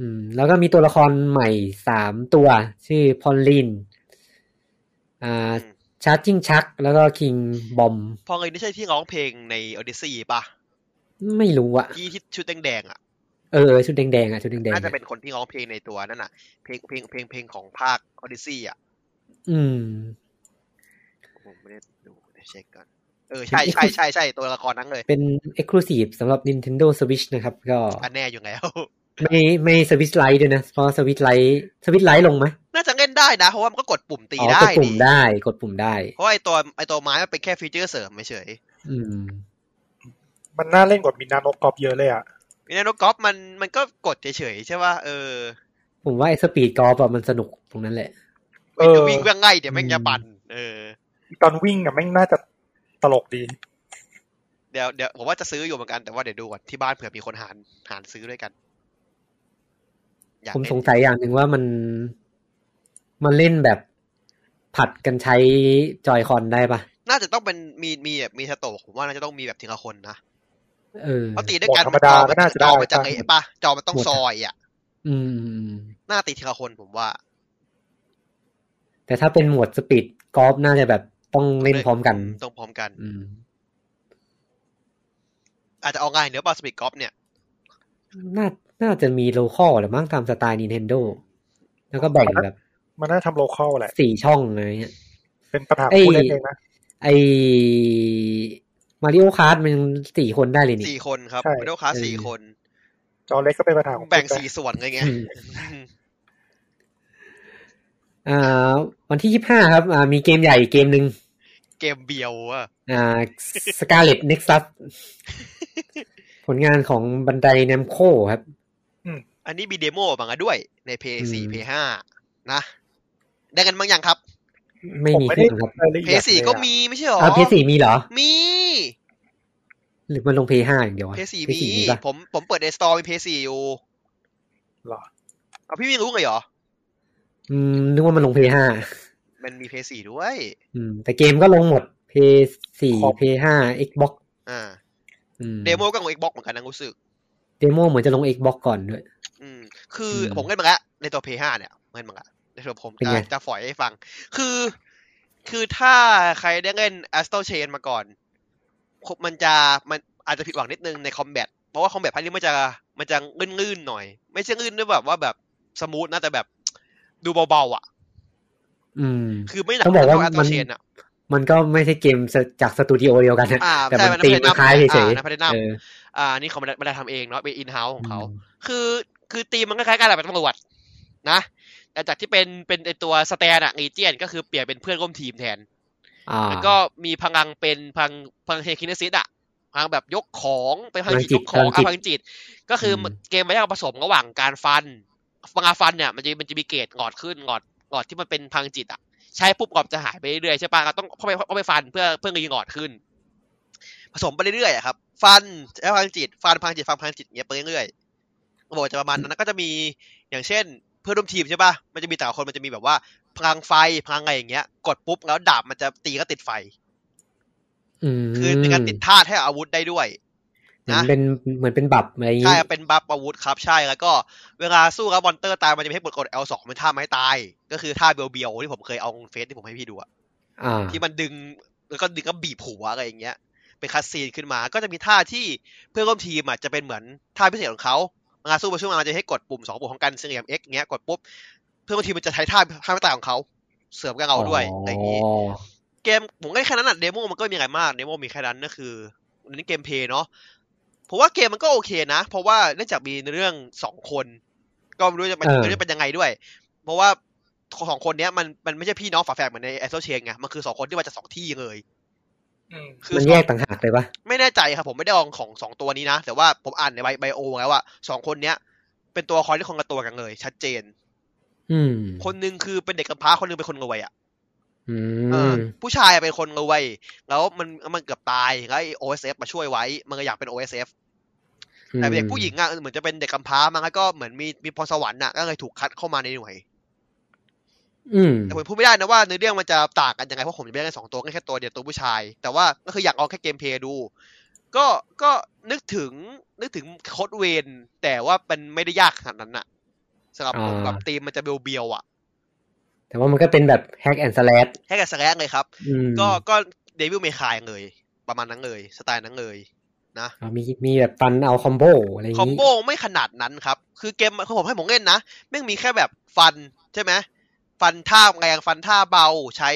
[SPEAKER 1] อืม แล้วก็มีตัวละครใหม่สามตัว ชื่อพอลลินอ่า
[SPEAKER 2] อืม
[SPEAKER 1] ชาร์จิงชัก แล้วก็คิงบอม
[SPEAKER 2] พอเลยนี่ใช่ที่ร้องเพลงในออดิซีป่ะ
[SPEAKER 1] ไม่รู้อะ
[SPEAKER 2] ที่ที่ชุดแดงๆอะ
[SPEAKER 1] เออชุดแดงๆอ่ะชุดแดงๆ
[SPEAKER 2] น่าจะ
[SPEAKER 1] อะ
[SPEAKER 2] เป็นคนที่ร้องเพลงในตัวนั่นน่ะ เพลงเพลงเพลงเพลงของภาคออดิซี่อ่ะ
[SPEAKER 1] อืม
[SPEAKER 2] ผมไม่ได้ดูเดี๋ยวเช็คก่อน เออ ใช่ใช่ใช่ใช่ตัวละครนั้นเลย
[SPEAKER 1] เป็น Exclusive สำหรับ Nintendo Switch นะครับ ก็
[SPEAKER 2] อันแน่อยู่แล้ว
[SPEAKER 1] ไม่ไม่ Switch Lite ด้วยนะ เพราะ Switch Lite Switch Lite ลงไหม
[SPEAKER 2] น่าจะเล่นได้นะ เพราะว่ามันก็กดปุ่มตี
[SPEAKER 1] อ๋อ
[SPEAKER 2] ได้
[SPEAKER 1] กดปุ่
[SPEAKER 2] ดิ
[SPEAKER 1] มได้กดปุ่มได้
[SPEAKER 2] เพราะไอตัวไอตัวไม้มันเป็นแค่ฟีเจอร์เสริมเฉย
[SPEAKER 1] อืม
[SPEAKER 3] มันน่าเล่นกว่ามินานกกอบเยอะเลยอ่ะ
[SPEAKER 2] ๆมินาโนกอล์ฟมันมันก็กดเฉยๆใช่ป่ะ เออ
[SPEAKER 1] ผมว่าไอ้สปีดกอล์ฟอะมันสนุกตรงนั้นแหละ
[SPEAKER 3] เอ
[SPEAKER 2] มัน
[SPEAKER 3] อ
[SPEAKER 2] จะวิ่งเพื่อง่ายเดี๋ยวแม่งจะปั่น เออ
[SPEAKER 3] ตอนวิ่งอ่ะแม่งน่าจะตลกดี
[SPEAKER 2] เดี๋ยวเดี๋ยวผมว่าจะซื้ออยู่เหมือนกัน แต่ว่าเดี๋ยวดูก่อนที่บ้านเผื่อมีคนหารหารซื้อด้วยกันอยาก
[SPEAKER 1] ผม
[SPEAKER 2] เล่น
[SPEAKER 1] สงสัยอย่างหนึ่งว่ามันมันเล่นแบบผัดกันใช้จอยคอนได้ปะ
[SPEAKER 2] น่าจะต้องเป็นมีมีแบบมีสโตกผมว่าน่าจะต้องมีแบบทีละคนนะ
[SPEAKER 1] เออ
[SPEAKER 2] เพราะตีด้วยกัน
[SPEAKER 3] โหมดธรรมดาก็น่าจะได้
[SPEAKER 2] จอมันจะเละปะจอมันต้อง
[SPEAKER 1] โหมด
[SPEAKER 2] ซอยอ่ะ
[SPEAKER 1] อืมอืมอืม
[SPEAKER 2] หน้าตีทีละคนผมว่า
[SPEAKER 1] แต่ถ้าเป็นหมวดสปีดกอล์ฟน่าจะแบบต้องเล่นพร้อมกัน
[SPEAKER 2] ต้องพร้อมกัน
[SPEAKER 1] อืม
[SPEAKER 2] อาจจะเอาง่ายเนื้อปลาสปีดกอล์ฟเนี่ย
[SPEAKER 1] น่า น่าจะมีโลคอลแหรือมั้งตามสไตล์ Nintendo แล้วก็แบ่งแบบ
[SPEAKER 3] มันน่าทำโลเคอลแหละ
[SPEAKER 1] สี่ช่องอะไรเงี้ย
[SPEAKER 3] เป็นปัญหา
[SPEAKER 1] เอ้ย
[SPEAKER 3] ผู้เล่นเองนะ
[SPEAKER 1] ไอมาริโอคาร์ดมันสี่คนได้เลยนี่
[SPEAKER 2] สี่คนครับ
[SPEAKER 3] ใช่
[SPEAKER 2] มิดเดิลคลาส
[SPEAKER 1] เออ
[SPEAKER 2] สี่คน
[SPEAKER 3] จอเล็กก็เป็นปัญหาของ
[SPEAKER 2] แบ่ง
[SPEAKER 3] ผู้เล่น
[SPEAKER 2] สี่ส่วนเลยไง
[SPEAKER 1] อืมอ่า วันที่ยี่ห้าครับ อ่า มีเกมใหญ่อีกเกมหนึ่ง
[SPEAKER 2] เกมเบียวอะ
[SPEAKER 1] อ่าสกาเลตเน็กซั สผลงานของบันไดแนมโคครับ
[SPEAKER 2] อันนี้มีเดโมบางอะด้วย ใน p พ
[SPEAKER 1] อืม
[SPEAKER 2] 4 p 5นะ ได้กันบ้างยังครับ
[SPEAKER 1] ไม่
[SPEAKER 3] ผม
[SPEAKER 1] มี
[SPEAKER 3] ไม่ได้
[SPEAKER 1] ขึ้นครับ
[SPEAKER 3] รายละเอี
[SPEAKER 2] p
[SPEAKER 3] ยดเล
[SPEAKER 2] 4
[SPEAKER 3] ยอะ
[SPEAKER 2] ก็มีไม่ใช่หรอ
[SPEAKER 1] อ่าเพยสี่มีเหรอ
[SPEAKER 2] มี
[SPEAKER 1] หรือมันลงเพยห้าอย่างเดียววะ
[SPEAKER 2] p 4
[SPEAKER 1] PS4
[SPEAKER 2] มี
[SPEAKER 1] มีปะ
[SPEAKER 2] ผมผมเปิดในสตอร์มี p 4อยู่
[SPEAKER 3] เหรอ
[SPEAKER 2] เอาพี่ไมีรู้ไงเหรอ
[SPEAKER 1] อืมนึกว่ามันลงเพยห้า
[SPEAKER 2] มันมี p 4ด้วย
[SPEAKER 1] อืมแต่เกมก็ลงหมด PS4 PS5 Xbox
[SPEAKER 2] อ่า
[SPEAKER 1] อื
[SPEAKER 2] เดโมก็ลง Xbox เหมือนกันนะรู้สึก
[SPEAKER 1] เดโมเหมือนจะลง Xbox ก่อนด้วย
[SPEAKER 2] อืมคืออ
[SPEAKER 1] ม
[SPEAKER 2] ผมเล่นมาแล้วในตัว Play 5เนี่ยผมเล่นมาแล้วในตัวผม
[SPEAKER 1] เป็น
[SPEAKER 2] จะ
[SPEAKER 1] ไง
[SPEAKER 2] จะฝอยให้ฟัง คือ คือถ้าใครได้เล่น Astral Chain มาก่อน มันจะมันอาจจะผิดหวังนิดนึงในคอมแบทเพราะว่าคอมแบทภาคนี้มันจะมันจะลื่นๆหน่อย ไม่ใช่ลื่นด้วยแบบว่าแบบสมูทนะแต่แบบดูเบาๆอ่ะ
[SPEAKER 1] อืม
[SPEAKER 2] คือไม่หนัก
[SPEAKER 1] ต้องบอกว่า
[SPEAKER 2] เท่ Astral
[SPEAKER 1] มัน
[SPEAKER 2] Chain อ่ะ
[SPEAKER 1] มันก็ไม่ใช่เกมจากสตูดิโอเดียวกันนะ
[SPEAKER 2] อ่า
[SPEAKER 1] แต่
[SPEAKER 2] ใช่
[SPEAKER 1] มัน
[SPEAKER 2] มัน
[SPEAKER 1] ตี
[SPEAKER 2] เป็น
[SPEAKER 1] มาคล้ายเฉย
[SPEAKER 2] อ่านะพัฒนา
[SPEAKER 1] ๆเออ
[SPEAKER 2] อ่านี่เขาไม่ได้ไม่ได้ทำเองเนาะเป็นอินเฮ้าส์ของเขา
[SPEAKER 1] อืม
[SPEAKER 2] คือคือตีมมันคล้ายๆกันแหละเป็นตำรวจนะ แต่จากที่เป็นเป็นไอตัวสแตนอะเอเจนก็คือเปลี่ยนเป็นเพื่อนร่วมทีมแทน
[SPEAKER 1] อ่า
[SPEAKER 2] แล้วก็มีพลังเป็นพลังพลังเทคินซิสอะพลังแบบยกของเป็นพลังจิตยกของอ่ะพลังจิต ก็คือเกมมันจะผสมระหว่างการฟันพลังฟันเนี่ยมันจะมันจะมีเกรดหงอดขึ้นหงอดหงอดที่มันเป็นพลังจิตอะใช้ปุ๊บหงอดจะหายไปเรื่อยๆใช่ปะก็ต้องเข้าไปเข้าไปฟันเพื่อเพื่อรีหงอดขึ้น ผสมไปเรื่อยๆอะครับ ฟันใช้พลังจิต ฟันพลังจิตฟันพลังจิตเงี้ยไปเรื่อยๆระบบจะประมาณนั้นแล้วก็จะมีอย่างเช่น เพื่อนร่วมทีมใช่ปะมันจะมีแต่ละคนมันจะมีแบบว่าพลังไฟพลังอะไรอย่างเงี้ย กดปุ๊บแล้วดาบมันจะตีก็ติดไฟ
[SPEAKER 1] ม
[SPEAKER 2] คือในการติดธาตุให้อาวุธได้ด้วย
[SPEAKER 1] เหมือนเป็นเหมือนเป็นบับอะไรอย่าง
[SPEAKER 2] ใช่
[SPEAKER 1] งี้
[SPEAKER 2] เป็นบัฟอาวุธครับใช่แล้วก็เวลาสู้กับบอนเตอร์ตายมันจะไม่ให้กดกด L2 เป็นท่าไม้ตาย ก็คือท่าเบียวเบียวๆที่ผมเคยเอาเฟซที่ผมให้พี่ดูอะ
[SPEAKER 1] อ่า
[SPEAKER 2] ที่มันดึงแล้วก็ดึงก็บีบหัวอะไรอย่างเงี้ย เป็นคัสซีนขึ้นมาก็จะมีท่าที่เพื่อนร่วมทีมอะจะเป็นเหมือนท่าพิเศษของเขาเวลาสู้ไปสู้มาจะให้กดปุ่มสองปุ่มของกันเสงี่ยม X เงี้ยกดปุ๊บเพื่อนร่วมทีมมันจะใช้ท่าท่าไม้ตายของเขาเสริมกับเราด้วยอะไรอย่างงี้ เกมผมก็แค่นั้นอะเดโมมันก็ไม่มีอะไรมากเดโมมีแค่นั้นก็คืออันนี้เกมเพลย์เนาะผมว่าเกมมันก็โอเคนะ เพราะว่าเนื่องจากมีเรื่องสองคน ก็ไม่รู้จะมัน
[SPEAKER 1] เออ
[SPEAKER 2] ไม่รู้จะเป็นยังไงด้วย เพราะว่าสองคนเนี้ยมันมันไม่ใช่พี่น้องฝาแฝดเหมือนในแอสโซเชนไงมันคือสองคนที่มาจากสองที่เลย
[SPEAKER 3] อืม
[SPEAKER 2] คือ
[SPEAKER 1] มัน
[SPEAKER 2] สอง
[SPEAKER 1] แยกต่างหากเลยปะ
[SPEAKER 2] ไม่แน่ใจครับผมไม่ได้ลองของสองตัวนี้นะ แต่ว่าผมอ่านในไบไบโอแล้วว่าสองคนเนี้ย เป็นตัวละคอยที่คนละตัวกันเลย ชัดเจน
[SPEAKER 1] อืม
[SPEAKER 2] คนหนึงคือเป็นเด็กกำพร้าคนหนึงเป็นคนรวยอะ
[SPEAKER 1] อื
[SPEAKER 2] เออ
[SPEAKER 1] ม
[SPEAKER 2] ผู้ชายเป็นคนรวยแล้วมันมันเกือบตายแล้วไอ้ OSF มาช่วยไว้มันก็อยากเป็น OSF แต่เด็กผู้หญิงอ่ะเหมือนจะเป็นเด็กกำพร้ามั้งแล้วก็เหมือนมีมีพรสวรรค์อ่ะก็เลยถูกคัดเข้ามาในหน่วย
[SPEAKER 1] อืม
[SPEAKER 2] แต่ผมพูดไม่ได้นะว่าในเรื่องมันจะต่างกันยังไงเพราะผมยังไม่ได้เล่นสองตัวก็แค่ตัวเดียวตัวผู้ชาย แต่ว่าก็คืออยากลองแค่เกมเพลย์ดู ก็ก็นึกถึงนึกถึงโคดเวนแต่ว่ามันไม่ได้ยากขนาดนั้นอ่ะสำหรับผมแบบตีมมันจะเบียวๆอ่ะ
[SPEAKER 1] แต่ว่ามันก็เป็นแบบแฮกแอนด์สแลด
[SPEAKER 2] แค่กับสแลกเลยครับ ก็ก็เดวิลเมคายเลย ประมาณนั้นเลยสไตล์นั้นเลย
[SPEAKER 1] มีมีแบบฟันเอาคอมโบอะไรอย่าง
[SPEAKER 2] คอม
[SPEAKER 1] งี้
[SPEAKER 2] โบไม่ขนาดนั้นครับ คือเกมคือผมให้ผมเล่นนะแม่งมีแค่แบบฟันใช่ไหมฟันท่าแรงฟันท่าเบาใช้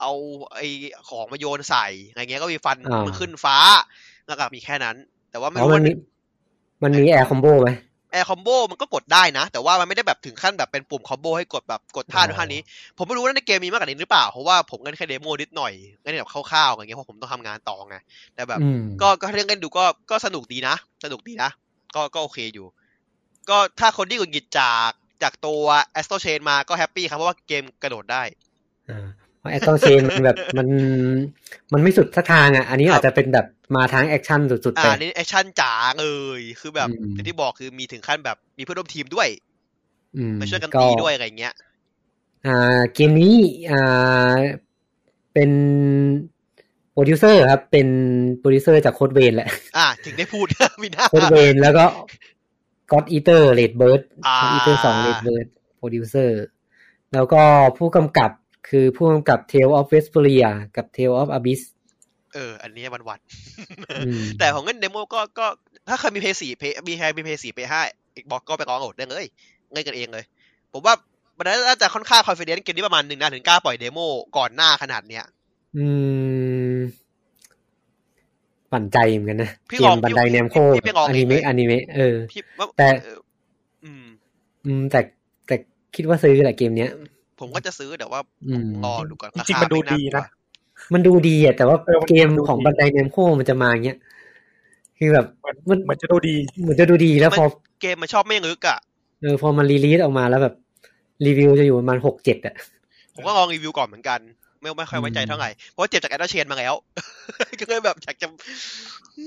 [SPEAKER 2] เอาไอของมาโยนใส่อะไรเงี้ยก็มีฟันมันขึ้นฟ้าแล้วก็มีแค่นั้น แต่ว่าไม่
[SPEAKER 1] อ๋อมั
[SPEAKER 2] รู้ว่าน
[SPEAKER 1] มีมันมีแอร์คอมโบไหม
[SPEAKER 2] แอร์คอมโบมันก็กดได้นะ แต่ว่ามันไม่ได้แบบถึงขั้นแบบเป็นปุ่มคอมโบให้กดแบบกดท่าด้วยท่านี้ ผมไม่รู้ว่าในเกมมีมากกว่านี้หรือเปล่า เพราะว่าผมเล่นแค่เดโมนิดหน่อยเล่นแบบคร่าวๆอะไรเงี้ยเพราะผมต้องทำงานต่อไงแต่แบบ
[SPEAKER 1] อืม
[SPEAKER 2] ก็ก็เรื่องเล่นดูก็ก็สนุกดีนะ สนุกดีนะ ก็ก็โอเคอยู่ ก็ถ้าคนที่หงุดหงิดจากจากตัว Astro Chain มาก็แฮปปี้ครับ เพราะว่าเกมกระโดดได้
[SPEAKER 1] แอคต้องเชนมันแบบ มันมันไม่สุดท่าทางอ่ะ อันนี้อาจจะเป็นแบบมาทางแอคชั่นสุดๆ
[SPEAKER 2] อ่า
[SPEAKER 1] ไป
[SPEAKER 2] นี่แอคชั่นจ๋าเลยคือแบบ
[SPEAKER 1] อืม
[SPEAKER 2] อย่างที่บอกคือมีถึงขั้นแบบมีเพื่อนร่วมทีมด้วย
[SPEAKER 1] อืม
[SPEAKER 2] มาช่วยกัน
[SPEAKER 1] ก็
[SPEAKER 2] ตีด้วยอะไรเงี้ย
[SPEAKER 1] อ่าเกมนี้อ่าเป็นโปรดิวเซอร์ครับ เป็นโปรดิวเซอร์จากโคดเวนแหละ
[SPEAKER 2] อ่า ถึงได้ พูด มีหน้า
[SPEAKER 1] โคดเวนแล้วก็ God Eater Red Bird
[SPEAKER 2] อ่า
[SPEAKER 1] God Eater สอง Red Bird โปรดิวเซอร์ แล้วก็ผู้กำกับคือผู้กำกับ Tale of Vesperia กับ Tale of Abyss
[SPEAKER 2] เออ อันนี้วันวันๆ
[SPEAKER 1] อืม
[SPEAKER 2] แต่ของเงินเดโมก็ก็ถ้าเคยมีเพย์สี่เพย์มีแฮร์มีเพย์สี่เพย์ห้าอีกบอกก็ไปลองโหลดได้เลยเล่นกันเองเลย ผมว่ามันน่าจะค่อนข้างคอนเฟเดนซ์เกมนี้ประมาณหนึ่งนะถึงกล้าปล่อยเดโมก่อนหน้าขนาดเนี้ย
[SPEAKER 1] อืมปั่นใจเหมือนกันนะ
[SPEAKER 2] พี่
[SPEAKER 1] เก
[SPEAKER 2] ลอ
[SPEAKER 1] ม
[SPEAKER 2] ง
[SPEAKER 1] บันได
[SPEAKER 2] พี่
[SPEAKER 1] เนมโค
[SPEAKER 2] พี่ไปลอง
[SPEAKER 1] อ
[SPEAKER 2] เอ
[SPEAKER 1] นิ
[SPEAKER 2] งไหม
[SPEAKER 1] เมะอนิเมะเออ
[SPEAKER 2] พี่ว่า
[SPEAKER 1] แต่
[SPEAKER 2] เอ่ออืม
[SPEAKER 1] อืมแต่แต่คิดว่าซื้อแหละเกมเนี้ย
[SPEAKER 2] ผมก็จะซื้อแต่ว่า
[SPEAKER 1] อืม
[SPEAKER 2] รอดูก่อน
[SPEAKER 3] จ
[SPEAKER 2] รา
[SPEAKER 3] ริง
[SPEAKER 2] คา
[SPEAKER 3] ๆมันดู
[SPEAKER 2] ไาก
[SPEAKER 3] ดี
[SPEAKER 2] ลัว
[SPEAKER 3] นะ
[SPEAKER 1] มันดูดีอะแต่ว่า
[SPEAKER 3] เออมัน
[SPEAKER 1] เกม
[SPEAKER 3] มันดูดี
[SPEAKER 1] ของบันไดเนมโคมันจะมาอย่างเงี้ยคือแบบมัน
[SPEAKER 3] เหมือนจะดูดี
[SPEAKER 1] เหมือนจะดูดีแล้วพอ
[SPEAKER 2] เกมมันชอบไม่งึกอ่ะ
[SPEAKER 1] เออพอมันรีลีสออกมาแล้วแบบ รีวิวจะอยู่ประมาณหกเจ็ดอะ
[SPEAKER 2] ผมก็ลองรีวิวก่อนเหมือนกัน ไม่ไม่ค่อยไว้ใจ
[SPEAKER 1] อืม
[SPEAKER 2] เท่าไหร่ เพราะว่าเจ็บจากแอดเชนมาแล้ว ก็เลยแบบอยากจะ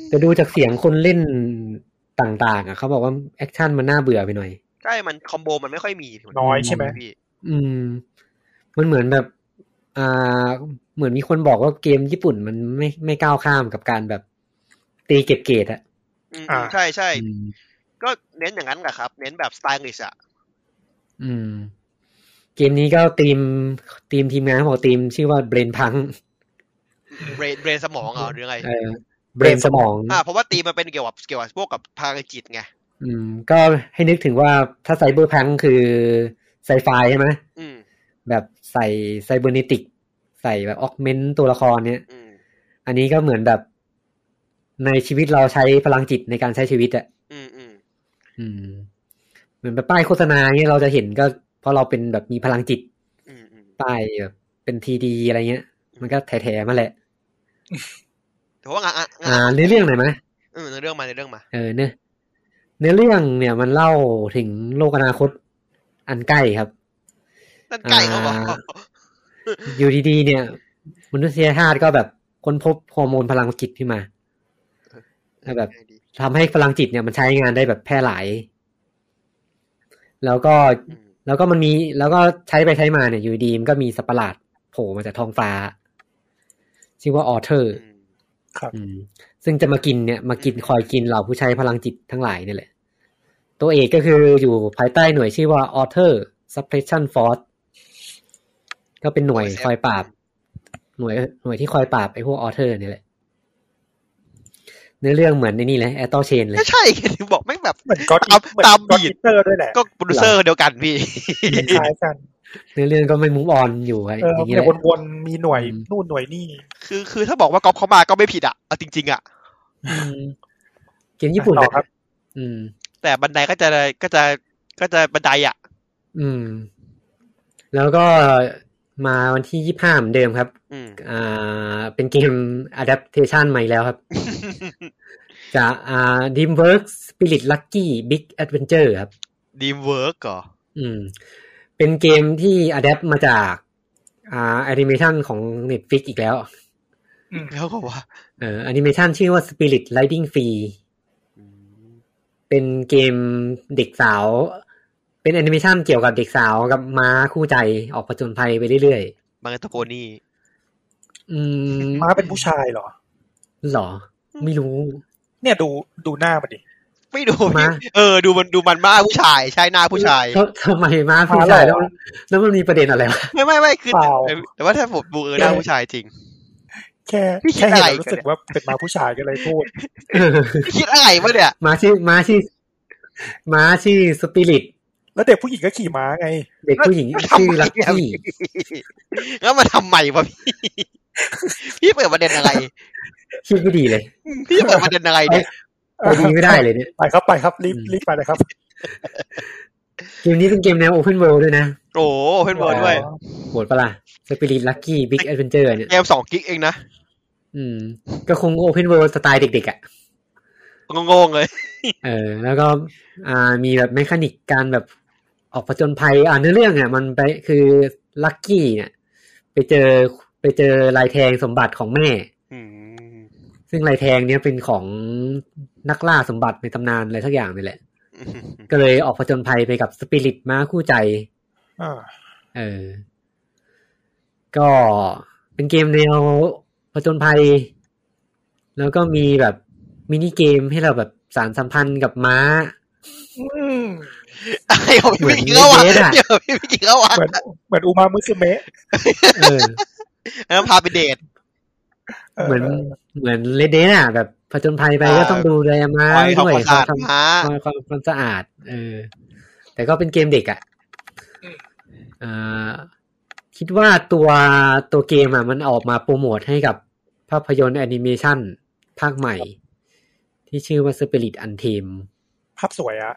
[SPEAKER 1] แต่ดูจากเสียงคนเล่นต่างๆอะเขาบอกว่าแอคชั่นมันน่าเบื่อไปหน่อย
[SPEAKER 2] ใช่มันคอมโบมันไม่ค่อยมีผม
[SPEAKER 3] น้อยใช่ไหม
[SPEAKER 2] พี่
[SPEAKER 1] อืม มันเหมือนแบบ อ่า เหมือนมีคนบอกว่าเกมญี่ปุ่นมันไม่ไม่ก้าวข้ามกับการแบบ ตีเกตเกตๆอะ
[SPEAKER 2] อืม
[SPEAKER 3] อ่า
[SPEAKER 2] ใช่ใช่
[SPEAKER 1] อืม
[SPEAKER 2] ก็เน้นอย่างนั้นแหละครับ เน้นแบบสไตล์อังกฤษอ่ะ
[SPEAKER 1] อืม เก มนี้ก็ทีมทีมทีมงานเขาบอกทีมชื่อว่าเบรนพัง
[SPEAKER 2] เบรนเบรนสมองเหรอหรือไง
[SPEAKER 1] เออเบรนสมอง
[SPEAKER 2] อ่าเพราะว่าตีมมันเป็นเกี่ยวกับเกี่ยวกับพวกกับพลังจิตไง
[SPEAKER 1] อืม ก็ให้นึกถึงว่าถ้าไซเบอร์พังคือไซไฟใช่ไหม
[SPEAKER 2] อืม
[SPEAKER 1] แบบใส่ไซเบอร์เนติก ใส่แบบออกเมนต์ตัวละครเนี่ย
[SPEAKER 2] อืม
[SPEAKER 1] อันนี้ก็เหมือนแบบ ในชีวิตเราใช้พลังจิตในการใช้ชีวิตอะ
[SPEAKER 2] อืมอืม
[SPEAKER 1] อืม เหมือนแบบป้ายโฆษณาเนี่ยเราจะเห็นก็เพราะเราเป็นแบบมีพลังจิต
[SPEAKER 2] อืมอืม
[SPEAKER 1] ป้ายแบบเป็นทีดีอะไรเงี้ย มันก็แถๆมาแหละ
[SPEAKER 2] แต่ว่างานงา
[SPEAKER 1] อ่าน ในเรื่องหน่อยไหม
[SPEAKER 2] เออในเรื่องมาในเรื่องมา
[SPEAKER 1] เออเนื้อเนื้อเรื่องเนี่ยมันเล่าถึงโลกอนาคต อันใกล้ครับ
[SPEAKER 2] นั่นไก่เขาบอก
[SPEAKER 1] อ่า อยู่ดีๆเนี่ย มนุษยชาติก็แบบค้นพบฮอร์โมนพลังจิตขึ้นมา แล้วแบบ ทำให้พลังจิตเนี่ยมันใช้งานได้แบบแพร่หลาย แล้วก็
[SPEAKER 2] อืม
[SPEAKER 1] แล้วก็มันมีแล้วก็ใช้ไปใช้มาเนี่ยอยู่ดีมันก็มีสัตว์ประหลาดโผล่มาจากท้องฟ้า ชื่อว่าออเทอร์
[SPEAKER 2] อืม
[SPEAKER 1] อืมซึ่งจะมากินเนี่ยมากินคอยกินเหล่าผู้ใช้พลังจิตทั้งหลายเนี่ยแหละ ตัวเอกก็คืออยู่ภายใต้หน่วยชื่อว่า Otter Suppression Force ก็เป็นหน่วยคอยปราบ หน่วยหน่วยที่คอยปราบไอ้พวก Otter เนี่ยแหละเนื้อเรื่องเหมือนในนี่เลยแอตโตเชนเลย
[SPEAKER 2] ก็ใช่ ไงถึงบอกแม่งแบบ
[SPEAKER 3] เหมือนก็
[SPEAKER 2] ตามตามบีด
[SPEAKER 3] เตอร์ด้วยแหละ
[SPEAKER 2] ก็โปรดิวเซอร์คนเดียวกันพี่
[SPEAKER 3] คล้ายกัน
[SPEAKER 1] เนื้อเรื่องก็ไม่มุ้งออนอยู่อะไรอ
[SPEAKER 3] เออย่าง
[SPEAKER 1] เงี้ย
[SPEAKER 3] เดี๋ยว
[SPEAKER 1] แหละ
[SPEAKER 3] วนๆมีหน่วย
[SPEAKER 1] อืม
[SPEAKER 3] นู่นหน่วยนี่
[SPEAKER 2] คือคือถ้าบอกว่าก๊อปเขามาก็ไม่ผิดอ่ะเอาจริง ๆอ่ะ
[SPEAKER 1] อืมเกมญี่ปุ่น
[SPEAKER 3] ต่อ
[SPEAKER 1] นะครับ อืม
[SPEAKER 2] แต่บันไดก็จะก็จะก็จะบันไดอ่ะ
[SPEAKER 1] อืม แล้วก็มาวันที่ยี่ห้าเหมือนเดิมครับ
[SPEAKER 2] อื ม
[SPEAKER 1] อ่าเป็นเกม adaptation ใหม่แล้วครับ จากอ่า DreamWorks Spirit Lucky Big Adventure ครับ
[SPEAKER 2] ดีมเวิร์กเหรอ
[SPEAKER 1] อืม เป็นเกมที่ adapt มาจากอ่า animation ของ Netflix อีกแล้ว
[SPEAKER 3] อืม
[SPEAKER 2] แล้วก็ว่า
[SPEAKER 1] เอ่อ animation ชื่อว่า Spirit Riding Free เป็นเกมเด็กสาว เป็นแอนิเมชันเกี่ยวกับเด็กสาวกับม้าคู่ใจออกผจญภัยไปเรื่อย
[SPEAKER 2] บางตะโกนี่
[SPEAKER 1] ๆ อืม
[SPEAKER 3] ม้าเป็นผู้ชายเหรอ
[SPEAKER 1] หรอ ไม่รู้
[SPEAKER 3] เนี่ยดูดูหน้ามันดิ
[SPEAKER 2] ไม่ดู
[SPEAKER 1] มา
[SPEAKER 2] เออ ดูมันดูมันมากผู้ชายใช่หน้าผู้ชาย
[SPEAKER 1] แล้วทำไมม้าผู้ชายแล้ว แล้วมันมีประเด็นอะไรวะ
[SPEAKER 2] ไม่ไม่ไม่คือแต่ว่าถ้าผมดูเออหน้าผู้ชายจริง
[SPEAKER 3] แค่
[SPEAKER 2] พี่คิด
[SPEAKER 3] แค่เห็น
[SPEAKER 2] อะไร
[SPEAKER 3] แล้วรู้สึ
[SPEAKER 2] กั
[SPEAKER 3] ก
[SPEAKER 2] นเนี่ย
[SPEAKER 3] ว่าเป็นม้าผู้ชายก็เลยพูด
[SPEAKER 2] คิดอะไรวะเนี่ย
[SPEAKER 1] ม้าชื่อม้าชื่อม้าชื่อสปิริต
[SPEAKER 3] แล้วเด็กผู้หญิงก็ขี่ม้าไง
[SPEAKER 1] เด็กผู้หญิงชื่อลักกี้
[SPEAKER 2] แล้วมาทำใหม่วะพี่พี่เปิดประเด็นอะไร
[SPEAKER 1] ชื่อไม่ดีเลย
[SPEAKER 2] พี่เปิดประเด็นอะไรเนี่ย
[SPEAKER 1] ไปดีไม่ได้เลยเนี่ย
[SPEAKER 3] ไปครับไปครับรีบ
[SPEAKER 1] อืม
[SPEAKER 3] รีบไปเลยครับ
[SPEAKER 1] เกมนี้เป็นเกมแนวโอเพนเวิลด์ด้วยนะ
[SPEAKER 2] โอ้โหเพื่อนเบิร์ดด้วย
[SPEAKER 1] โหดปะล่ะสปิริตลักกี้บิ๊กแอดเวนเจอร์เนี่ย
[SPEAKER 2] เกมสองกิกเองนะ
[SPEAKER 1] อืม ก็คงโอเพนเวิลด์สไตล์เด็กๆอ่ะ
[SPEAKER 2] งงๆเลย
[SPEAKER 1] เออ แล้วก็อ่ามีแบบเมคานิกการแบบออกผจญภัย อ่าเนื้อเรื่องเนี่ยมันไปคือลักกี้เนี่ย ไปเจอไปเจอลายแทงสมบัติของแม่
[SPEAKER 2] อืม
[SPEAKER 1] ซึ่งลายแทงเนี่ยเป็นของนักล่าสมบัติในตำนานอะไรสักอย่างนี่แหละ ก็เลยออกผจญภัยไปกับสปิริตม้าคู่ใจ
[SPEAKER 3] อ่า
[SPEAKER 1] เออ ก็เป็นเกมแนวผจญภัย แล้วก็มีแบบมินิเกมให้เราแบบสารสัมพันธ์กับม้า
[SPEAKER 3] อืม
[SPEAKER 2] ไอ้ผมพี่กินแล้วอ่ะเดี๋ยวพี่กินแล้วอ่ะ
[SPEAKER 3] เหมือนเหมือนอูมามุสเมะ
[SPEAKER 1] เออ
[SPEAKER 2] แล้วพาไปเดท
[SPEAKER 1] เหมือนเหมือนเลดเดนอ่ะ แบบผจญภัยไป
[SPEAKER 2] อ่า
[SPEAKER 1] ก็ต้องดูแลม้า
[SPEAKER 2] คอย
[SPEAKER 1] ด้
[SPEAKER 2] ทำค
[SPEAKER 1] วย
[SPEAKER 2] วามสะอาด
[SPEAKER 1] ทำ
[SPEAKER 2] ม้า
[SPEAKER 1] ความความสะอาด เออ แต่ก็เป็นเกมเด็กอ่ะเอ่อคิดว่าตัวตัวเกมอ่ะมันออกมาโปรโมทให้กับภาพยนตร์แอนิเมชันภาคใหม่ ที่ชื่อว่า Spirit Untamed
[SPEAKER 3] ภาพสวยอะ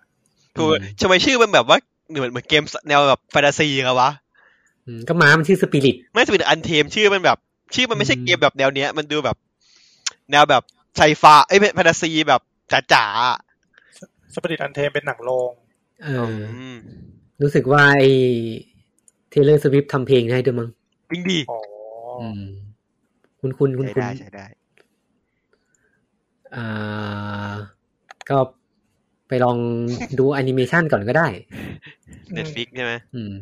[SPEAKER 2] คือทำไมชื่อมันแบบว่าเหมือนเหมือนเกมแนวแบบแฟนตาซีครับวะ
[SPEAKER 1] อืมก็ม้ามันชื่อ Spirit
[SPEAKER 2] ไม่ใช่เป็นอันเทมชื่อมันแบบ ชื่อมันไม่ใช่เกมแบบแนวเนี้ย มันดูแบบ แนวแบบไซไฟเอ้ยแฟนตาซีแบบจ๋าๆอะ
[SPEAKER 3] สปิริตอันเทมเป็นหนังโรง
[SPEAKER 1] เอออ
[SPEAKER 2] อืม
[SPEAKER 1] รู้สึกว่าไอ้เทเลอร์สวิฟทำเพลงให้ด้วยมั้ง
[SPEAKER 2] จริงดี
[SPEAKER 3] อ๋ออ
[SPEAKER 1] มคุณคุณคุณ
[SPEAKER 2] ใช้
[SPEAKER 1] คุณ
[SPEAKER 2] ได้ใช้ได้
[SPEAKER 1] อ่าก็ไปลองดูแอนิเมชันก่อนก็ได้
[SPEAKER 2] เน็ตฟิกใช่ไหม
[SPEAKER 1] อืม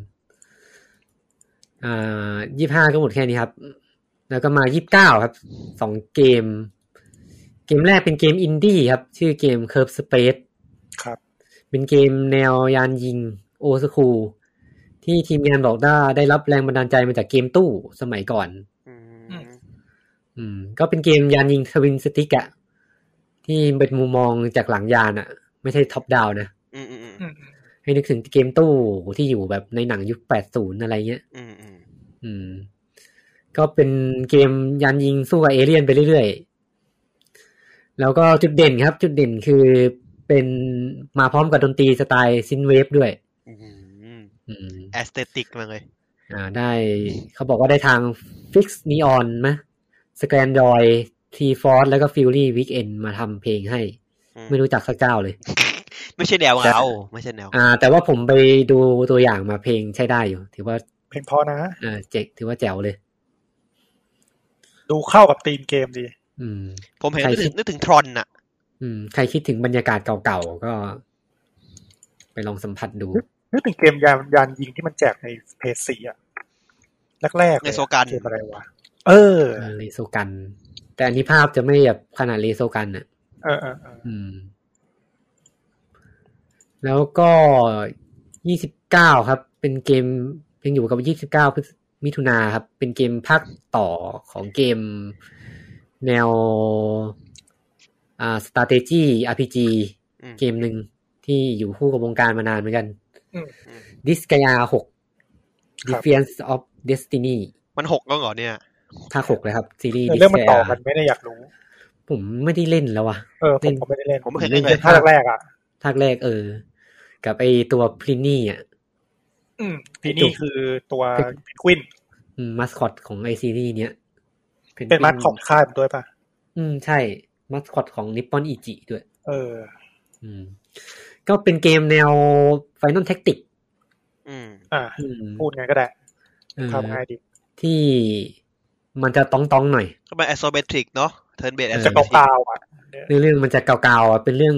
[SPEAKER 1] อ่ายี่ห้าก็หมดแค่นี้ครับ แล้วก็มายี่บเก้าครับ สองเกม เกมแรกเป็นเกมอินดี้ครับ ชื่อเกม Curve Space
[SPEAKER 3] ครับ
[SPEAKER 1] เป็นเกมแนวยานยิงโอสคู ที่ทีมงานบอกได้ได้รับแรงบันดาลใจมาจากเกมตู้สมัยก่อน
[SPEAKER 2] อืม
[SPEAKER 1] อืม ก็เป็นเกมยานยิงทวินสติกอะที่เป็นมุมมองจากหลังยานอะไม่ใช่ท็อปดาวนะ
[SPEAKER 2] อืมอืมอืม
[SPEAKER 3] อืม
[SPEAKER 1] ให้นึกถึงเกมตู้ที่อยู่แบบในหนังยุค 80 อะไรเงี้ย
[SPEAKER 2] อืมอืม
[SPEAKER 1] อืม ก็เป็นเกมยานยิงสู้กับเอเลี่ยนไปเรื่อยๆ แล้วก็จุดเด่นครับ จุดเด่นคือเป็นมาพร้อมกับดนตรีสไตล์ซินเวฟด้วย
[SPEAKER 2] อืม
[SPEAKER 1] อืม
[SPEAKER 2] แอสเตติกมาเลย
[SPEAKER 1] อ่าได้เขาบอกว่าได้ทาง Fix Neon มะ s c a n d r o i t f o r c e แล้วก็ Fury Weekend มาทำเพลงให้
[SPEAKER 2] อืม
[SPEAKER 1] ไม่รู้จักสักเจ้าเลย
[SPEAKER 2] ไม่ใช่แนวเราไม่ใช่แนว
[SPEAKER 1] อ่า แต่ว่าผมไปดูตัวอย่างมาเพลงใช้ได้อยู่ ถือว่า
[SPEAKER 3] เพลงเพอนะ
[SPEAKER 1] อ่าเจ๋งถือว่าแจ๋วเลย
[SPEAKER 3] ดูเข้ากับธีมเกมดี
[SPEAKER 1] อืม
[SPEAKER 2] ผมเห็น
[SPEAKER 1] ใคร
[SPEAKER 2] นึก
[SPEAKER 1] คิ
[SPEAKER 2] ถึ
[SPEAKER 1] ด
[SPEAKER 2] งนึกถึงทรอนน่ะ
[SPEAKER 1] อืม ใครคิดถึงบรรยากาศเก่าๆ ก็ ไปลองสัมผัสดู
[SPEAKER 3] นึกถึงเกมยานยานยิงที่มันแจกในเพจสี่อะแรกๆเลยอะ
[SPEAKER 2] ในโซกัน
[SPEAKER 3] เกมอะไรวะเออ
[SPEAKER 1] เออเลโซกัน แต่อันนี้ภาพจะไม่แบบขนาดเลโซกันอะ
[SPEAKER 3] เออเออเออ
[SPEAKER 1] อืม แล้วก็ยี่สิบเก้าครับ เป็นเกมยังอยู่กับยี่สิบเก้ามิถุนาครับ เป็นเกมภาคต่อของเกมแนว อ่า strategy RPG
[SPEAKER 2] อืม
[SPEAKER 1] เกมหนึ่งที่อยู่คู่กับวงการมานานเหมือนกัน
[SPEAKER 3] อืม
[SPEAKER 1] Disgaea 6
[SPEAKER 3] ครับ
[SPEAKER 1] Defiance of Destiny
[SPEAKER 2] มันหกแล้วเหรอเนี่ย
[SPEAKER 1] ภาค6เลยครับ ซีรีส์
[SPEAKER 3] เออเรื่องมันต่อ
[SPEAKER 1] Disgaea
[SPEAKER 3] กันไม่ได้อยากรู้
[SPEAKER 1] ผมไม่ได้เล่นแล้วว่ะ
[SPEAKER 3] เออ ผ
[SPEAKER 1] เล่
[SPEAKER 3] ม
[SPEAKER 1] น
[SPEAKER 3] ก็ไม่ได้เล่น
[SPEAKER 2] ผมไม่เคย
[SPEAKER 1] เล่
[SPEAKER 2] เล่
[SPEAKER 1] น
[SPEAKER 2] น
[SPEAKER 1] แค่
[SPEAKER 2] เลย
[SPEAKER 3] ภาคแรกอ่ะ
[SPEAKER 1] ภาคแรกเออ กับไอตัวพลินี่อ่ะ
[SPEAKER 3] อืมทีนี่คือตัวเพนกวิน
[SPEAKER 1] มัสคอตของไอซีรีส์เนี้ย
[SPEAKER 3] เป็นมัดของค่ายมันด้วยป่ะ
[SPEAKER 1] อืม ใช่ มัสคอตของนิปปอนอีจิด้วย
[SPEAKER 3] เออ
[SPEAKER 1] อืม ก็เป็นเกมแนวไฟนอลแท็กติก
[SPEAKER 2] อืม
[SPEAKER 3] อ่า
[SPEAKER 1] อืม
[SPEAKER 3] พูดไงก็ได้
[SPEAKER 1] เออ
[SPEAKER 3] ทำง่ายดี
[SPEAKER 1] ที่มันจะต้องตองๆหน่อย
[SPEAKER 2] ก็เป็นแอสโซเบทริกเนาะเทิร์นเบดแอสโซ
[SPEAKER 3] จะ
[SPEAKER 2] เบ
[SPEAKER 3] ต
[SPEAKER 2] ท
[SPEAKER 3] ก
[SPEAKER 2] ริก
[SPEAKER 3] ตาวอ่ะ
[SPEAKER 1] เรื่องเรื่องมันจะเก่าๆอ่ะเป็นเรื่อง